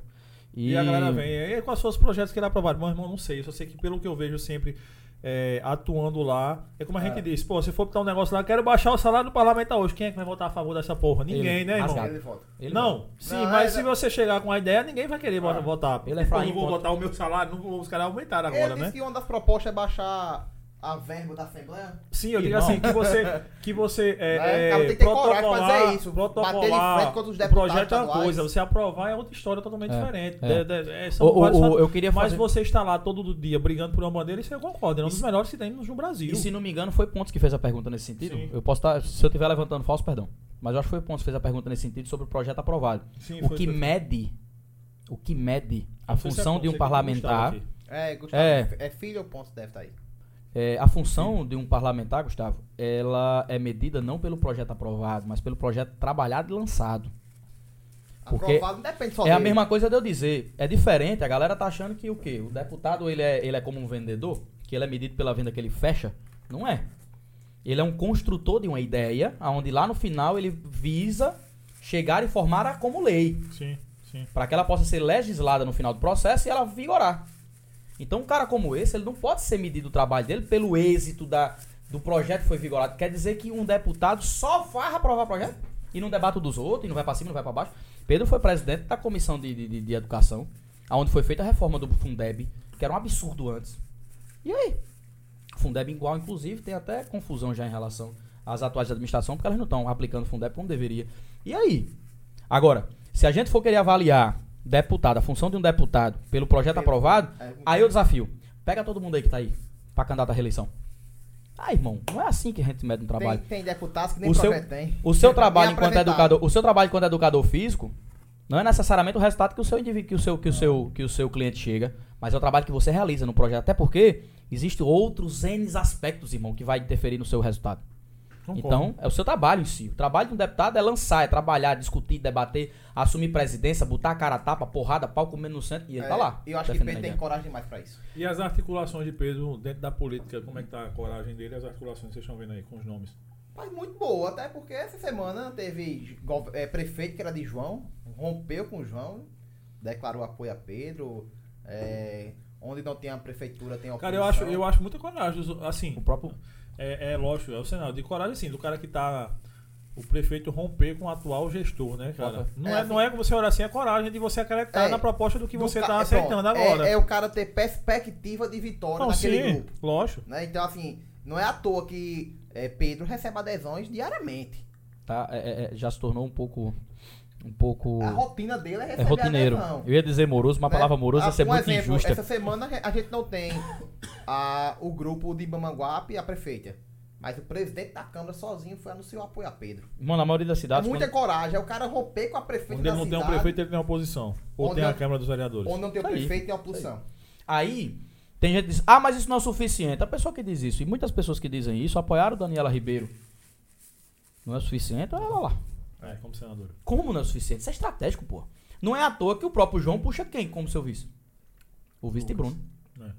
[SPEAKER 1] E, a galera vem, e quais foram os projetos que ele aprovaram? Meu irmão, não sei. Eu só sei que pelo que eu vejo sempre é, atuando lá, é como a gente diz, pô, se for botar um negócio lá, quero baixar o salário do parlamentar hoje. Quem é que vai votar a favor dessa porra?
[SPEAKER 3] Ele.
[SPEAKER 1] Ninguém, né, irmão?
[SPEAKER 3] Rasgado.
[SPEAKER 4] Ele volta.
[SPEAKER 3] Ele
[SPEAKER 1] não, sim,
[SPEAKER 4] Não,
[SPEAKER 1] mas
[SPEAKER 4] é- Ah.
[SPEAKER 1] se você chegar com a ideia, ninguém vai querer vo- votar.
[SPEAKER 3] Ele é
[SPEAKER 1] Pô,
[SPEAKER 3] Efraim
[SPEAKER 1] não vou
[SPEAKER 3] contra-
[SPEAKER 1] botar o meu salário, não vou, os caras aumentaram
[SPEAKER 4] Ele
[SPEAKER 1] agora,
[SPEAKER 4] disse
[SPEAKER 1] né?
[SPEAKER 4] que uma das propostas é baixar a verba da Assembleia.
[SPEAKER 1] Sim, eu digo
[SPEAKER 3] Irmão.
[SPEAKER 1] assim, que você, que você é,
[SPEAKER 4] Né?
[SPEAKER 1] é,
[SPEAKER 4] Cara, tem que ter coragem pra fazer
[SPEAKER 1] protocolar-
[SPEAKER 4] isso,
[SPEAKER 1] protocolar,
[SPEAKER 4] bater de frente contra os
[SPEAKER 1] o
[SPEAKER 4] deputados
[SPEAKER 1] projeto é uma
[SPEAKER 4] estaduais.
[SPEAKER 1] coisa, você aprovar é outra história totalmente
[SPEAKER 3] É,
[SPEAKER 1] diferente.
[SPEAKER 3] é.
[SPEAKER 1] De- de- é,
[SPEAKER 3] O,
[SPEAKER 1] são vários
[SPEAKER 3] o, o,
[SPEAKER 1] fatores.
[SPEAKER 3] eu queria
[SPEAKER 1] Mas
[SPEAKER 3] fazer.
[SPEAKER 1] você está lá todo dia brigando por uma bandeira, isso eu concordo, é um dos
[SPEAKER 3] Isso-
[SPEAKER 1] melhores que tem no Brasil.
[SPEAKER 3] E se não me engano, foi Pontes que fez a pergunta nesse sentido.
[SPEAKER 1] Sim.
[SPEAKER 3] Eu posso estar. Se eu estiver levantando falso, perdão. Mas eu acho que foi Pontes que fez a pergunta nesse sentido sobre o projeto aprovado.
[SPEAKER 1] Sim,
[SPEAKER 3] o
[SPEAKER 1] foi-
[SPEAKER 3] que
[SPEAKER 1] foi-
[SPEAKER 3] mede. O que mede a
[SPEAKER 1] Não sei se é
[SPEAKER 3] função
[SPEAKER 1] bom,
[SPEAKER 3] de
[SPEAKER 1] sei
[SPEAKER 3] um
[SPEAKER 1] que o Gustavo
[SPEAKER 3] parlamentar.
[SPEAKER 1] aqui.
[SPEAKER 4] É, Gustavo,
[SPEAKER 3] É.
[SPEAKER 4] é filho ou ponto deve estar aí.
[SPEAKER 3] É, a função de um parlamentar, Gustavo, ela é medida não pelo projeto aprovado, mas pelo projeto trabalhado e lançado. Porque
[SPEAKER 4] Aprovado não depende só
[SPEAKER 3] É a
[SPEAKER 4] dele.
[SPEAKER 3] mesma coisa de eu dizer. É diferente, a galera tá achando que o quê? O deputado ele é, ele é como um vendedor, que ele é medido pela venda que ele fecha. Não é. Ele é um construtor de uma ideia, onde lá no final ele visa chegar e formar a como lei
[SPEAKER 1] Sim, sim.
[SPEAKER 3] para que ela possa ser legislada no final do processo e ela vigorar. Então, um cara como esse, ele não pode ser medido o trabalho dele pelo êxito da, do projeto que foi vigorado. Quer dizer que um deputado só vai aprovar o projeto e não debate o dos outros, e não vai para cima, não vai para baixo. Pedro foi presidente da comissão de, de- de, de educação, onde foi feita a reforma do Fundeb, que era um absurdo antes. E aí? Fundeb igual, inclusive, tem até confusão já em relação às atuais da administração, porque elas não estão aplicando o Fundeb como deveria. E aí? Agora, se a gente for querer avaliar deputado, a função de um deputado pelo projeto
[SPEAKER 4] Pelo-
[SPEAKER 3] aprovado,
[SPEAKER 4] é,
[SPEAKER 3] aí eu desafio. Pega todo mundo aí que tá aí pra candidato à reeleição. Ah, irmão, não é assim que a gente mede um trabalho.
[SPEAKER 4] Tem, tem deputados que nem
[SPEAKER 3] O seu-
[SPEAKER 4] projeto tem.
[SPEAKER 3] O seu
[SPEAKER 4] Tem
[SPEAKER 3] trabalho enquanto
[SPEAKER 4] é apresentado.
[SPEAKER 3] educador, o seu trabalho enquanto educador físico não é necessariamente o resultado que o seu indivíduo, que o seu que o seu que o seu cliente chega, mas é o trabalho que você realiza no projeto, até porque existem outros N aspectos, irmão, que vai interferir no seu resultado.
[SPEAKER 1] Concordo.
[SPEAKER 3] Então, é o seu trabalho em si. O trabalho de um deputado é lançar, é trabalhar, discutir, debater, assumir presidência, botar a cara a tapa, porrada, pau comendo no centro e ele
[SPEAKER 4] É,
[SPEAKER 3] tá lá.
[SPEAKER 4] Eu acho que
[SPEAKER 3] defendendo
[SPEAKER 4] Pedro
[SPEAKER 3] a
[SPEAKER 4] tem
[SPEAKER 3] ideia.
[SPEAKER 4] coragem demais pra isso.
[SPEAKER 1] E as articulações de peso dentro da política, como é que tá a coragem dele, as articulações que vocês estão vendo aí com os nomes?
[SPEAKER 4] Mas muito boa, até porque essa semana teve gov- eh, prefeito que era de João, rompeu com o João, declarou apoio a Pedro. eh, onde não tem a prefeitura, tem a
[SPEAKER 1] Cara, eu acho, eu acho muita coragem, os- assim.
[SPEAKER 3] O próprio
[SPEAKER 1] É, é lógico, é o Senado. De coragem, assim, do cara que tá. O prefeito romper com o atual gestor, né, cara?
[SPEAKER 3] Bota.
[SPEAKER 1] Não
[SPEAKER 4] É,
[SPEAKER 1] é,
[SPEAKER 4] assim-
[SPEAKER 1] não é como você olhar assim, é coragem de você acreditar
[SPEAKER 4] É.
[SPEAKER 1] na proposta do que
[SPEAKER 4] Do
[SPEAKER 1] você
[SPEAKER 4] ca-
[SPEAKER 1] tá
[SPEAKER 4] é, pronto,
[SPEAKER 1] aceitando
[SPEAKER 4] é-
[SPEAKER 1] agora.
[SPEAKER 4] É, o cara ter perspectiva de vitória
[SPEAKER 1] não,
[SPEAKER 4] naquele
[SPEAKER 1] sim,
[SPEAKER 4] grupo.
[SPEAKER 1] lógico.
[SPEAKER 4] né? Então, assim, não é à toa que eh, Pedro recebe adesões diariamente.
[SPEAKER 3] tá, é- é- é, já se tornou um pouco um pouco
[SPEAKER 4] A rotina dele
[SPEAKER 3] é
[SPEAKER 4] é receber
[SPEAKER 3] rotineiro.
[SPEAKER 4] adesão.
[SPEAKER 3] Eu ia dizer moroso, mas a
[SPEAKER 4] né?
[SPEAKER 3] palavra moroso ia
[SPEAKER 4] Ah,
[SPEAKER 3] ser
[SPEAKER 1] é
[SPEAKER 4] um
[SPEAKER 3] muito
[SPEAKER 4] exemplo,
[SPEAKER 3] injusta.
[SPEAKER 4] Essa semana a gente não tem a- o grupo de Bamanguape e a prefeita. Mas o presidente da Câmara sozinho foi anunciar o apoio a Pedro.
[SPEAKER 3] Mano, na maioria das
[SPEAKER 4] É
[SPEAKER 3] cidades.
[SPEAKER 4] muita
[SPEAKER 3] quando-
[SPEAKER 4] coragem. É o cara romper com a prefeita
[SPEAKER 1] Onde
[SPEAKER 4] da
[SPEAKER 1] ele não tem
[SPEAKER 4] cidade.
[SPEAKER 1] um prefeito, ele tem uma oposição. Ou
[SPEAKER 4] Onde
[SPEAKER 1] tem
[SPEAKER 4] é? não-
[SPEAKER 1] a Câmara dos Vereadores.
[SPEAKER 4] Onde não tem o
[SPEAKER 3] Tá aí,
[SPEAKER 4] prefeito, tem a opção.
[SPEAKER 3] Aí, tem gente que diz, ah, mas isso não é o suficiente. A pessoa que diz isso, e muitas pessoas que dizem isso, apoiaram Daniela Ribeiro. Não é o suficiente, olha ela lá.
[SPEAKER 1] É, como senador.
[SPEAKER 3] Como não é o suficiente? Isso é estratégico, pô. Não é à toa que o próprio João puxa quem como seu vice? O vice de Bruno.
[SPEAKER 1] É.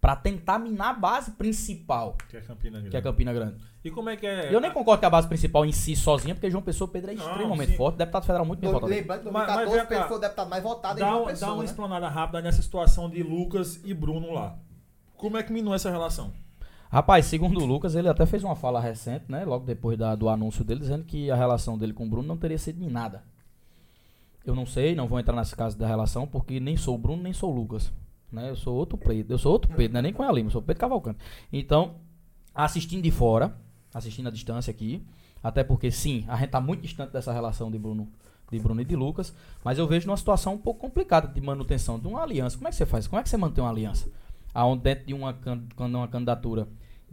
[SPEAKER 3] Pra tentar minar a base principal,
[SPEAKER 1] Que é Campina Grande.
[SPEAKER 3] que é Campina Grande.
[SPEAKER 1] E como é que é?
[SPEAKER 3] Eu nem concordo que a base principal em si sozinha, porque João Pessoa Pedro é
[SPEAKER 1] Não,
[SPEAKER 3] extremamente
[SPEAKER 1] sim.
[SPEAKER 3] forte, deputado federal muito bem votado.
[SPEAKER 4] Lembrando que em
[SPEAKER 1] Mas- mas
[SPEAKER 4] 2014
[SPEAKER 1] vem cá.
[SPEAKER 4] ele foi o deputado mais votado em
[SPEAKER 1] Dá,
[SPEAKER 4] João
[SPEAKER 1] um- dá
[SPEAKER 4] Pessoa.
[SPEAKER 1] uma
[SPEAKER 4] né?
[SPEAKER 1] explanada rápida nessa situação de Lucas e Bruno lá. Como é que minou essa relação?
[SPEAKER 3] Rapaz, segundo o Lucas, ele até fez uma fala recente, né? Logo depois da- do anúncio dele, dizendo que a relação dele com o Bruno não teria sido minada. Eu não sei, não vou entrar nesse caso da relação, porque nem sou o Bruno, nem sou o Lucas. Né? Eu sou outro Pedro, eu sou outro Pedro, não é nem com a Lima, eu sou o Pedro Cavalcante. Então, assistindo de fora, assistindo à distância aqui, até porque sim, a gente tá muito distante dessa relação de Bruno, de Bruno e de Lucas, mas eu vejo uma situação um pouco complicada de manutenção de uma aliança. Como é que você faz? Como é que você mantém uma aliança? Aonde dentro de uma, can- quando é uma candidatura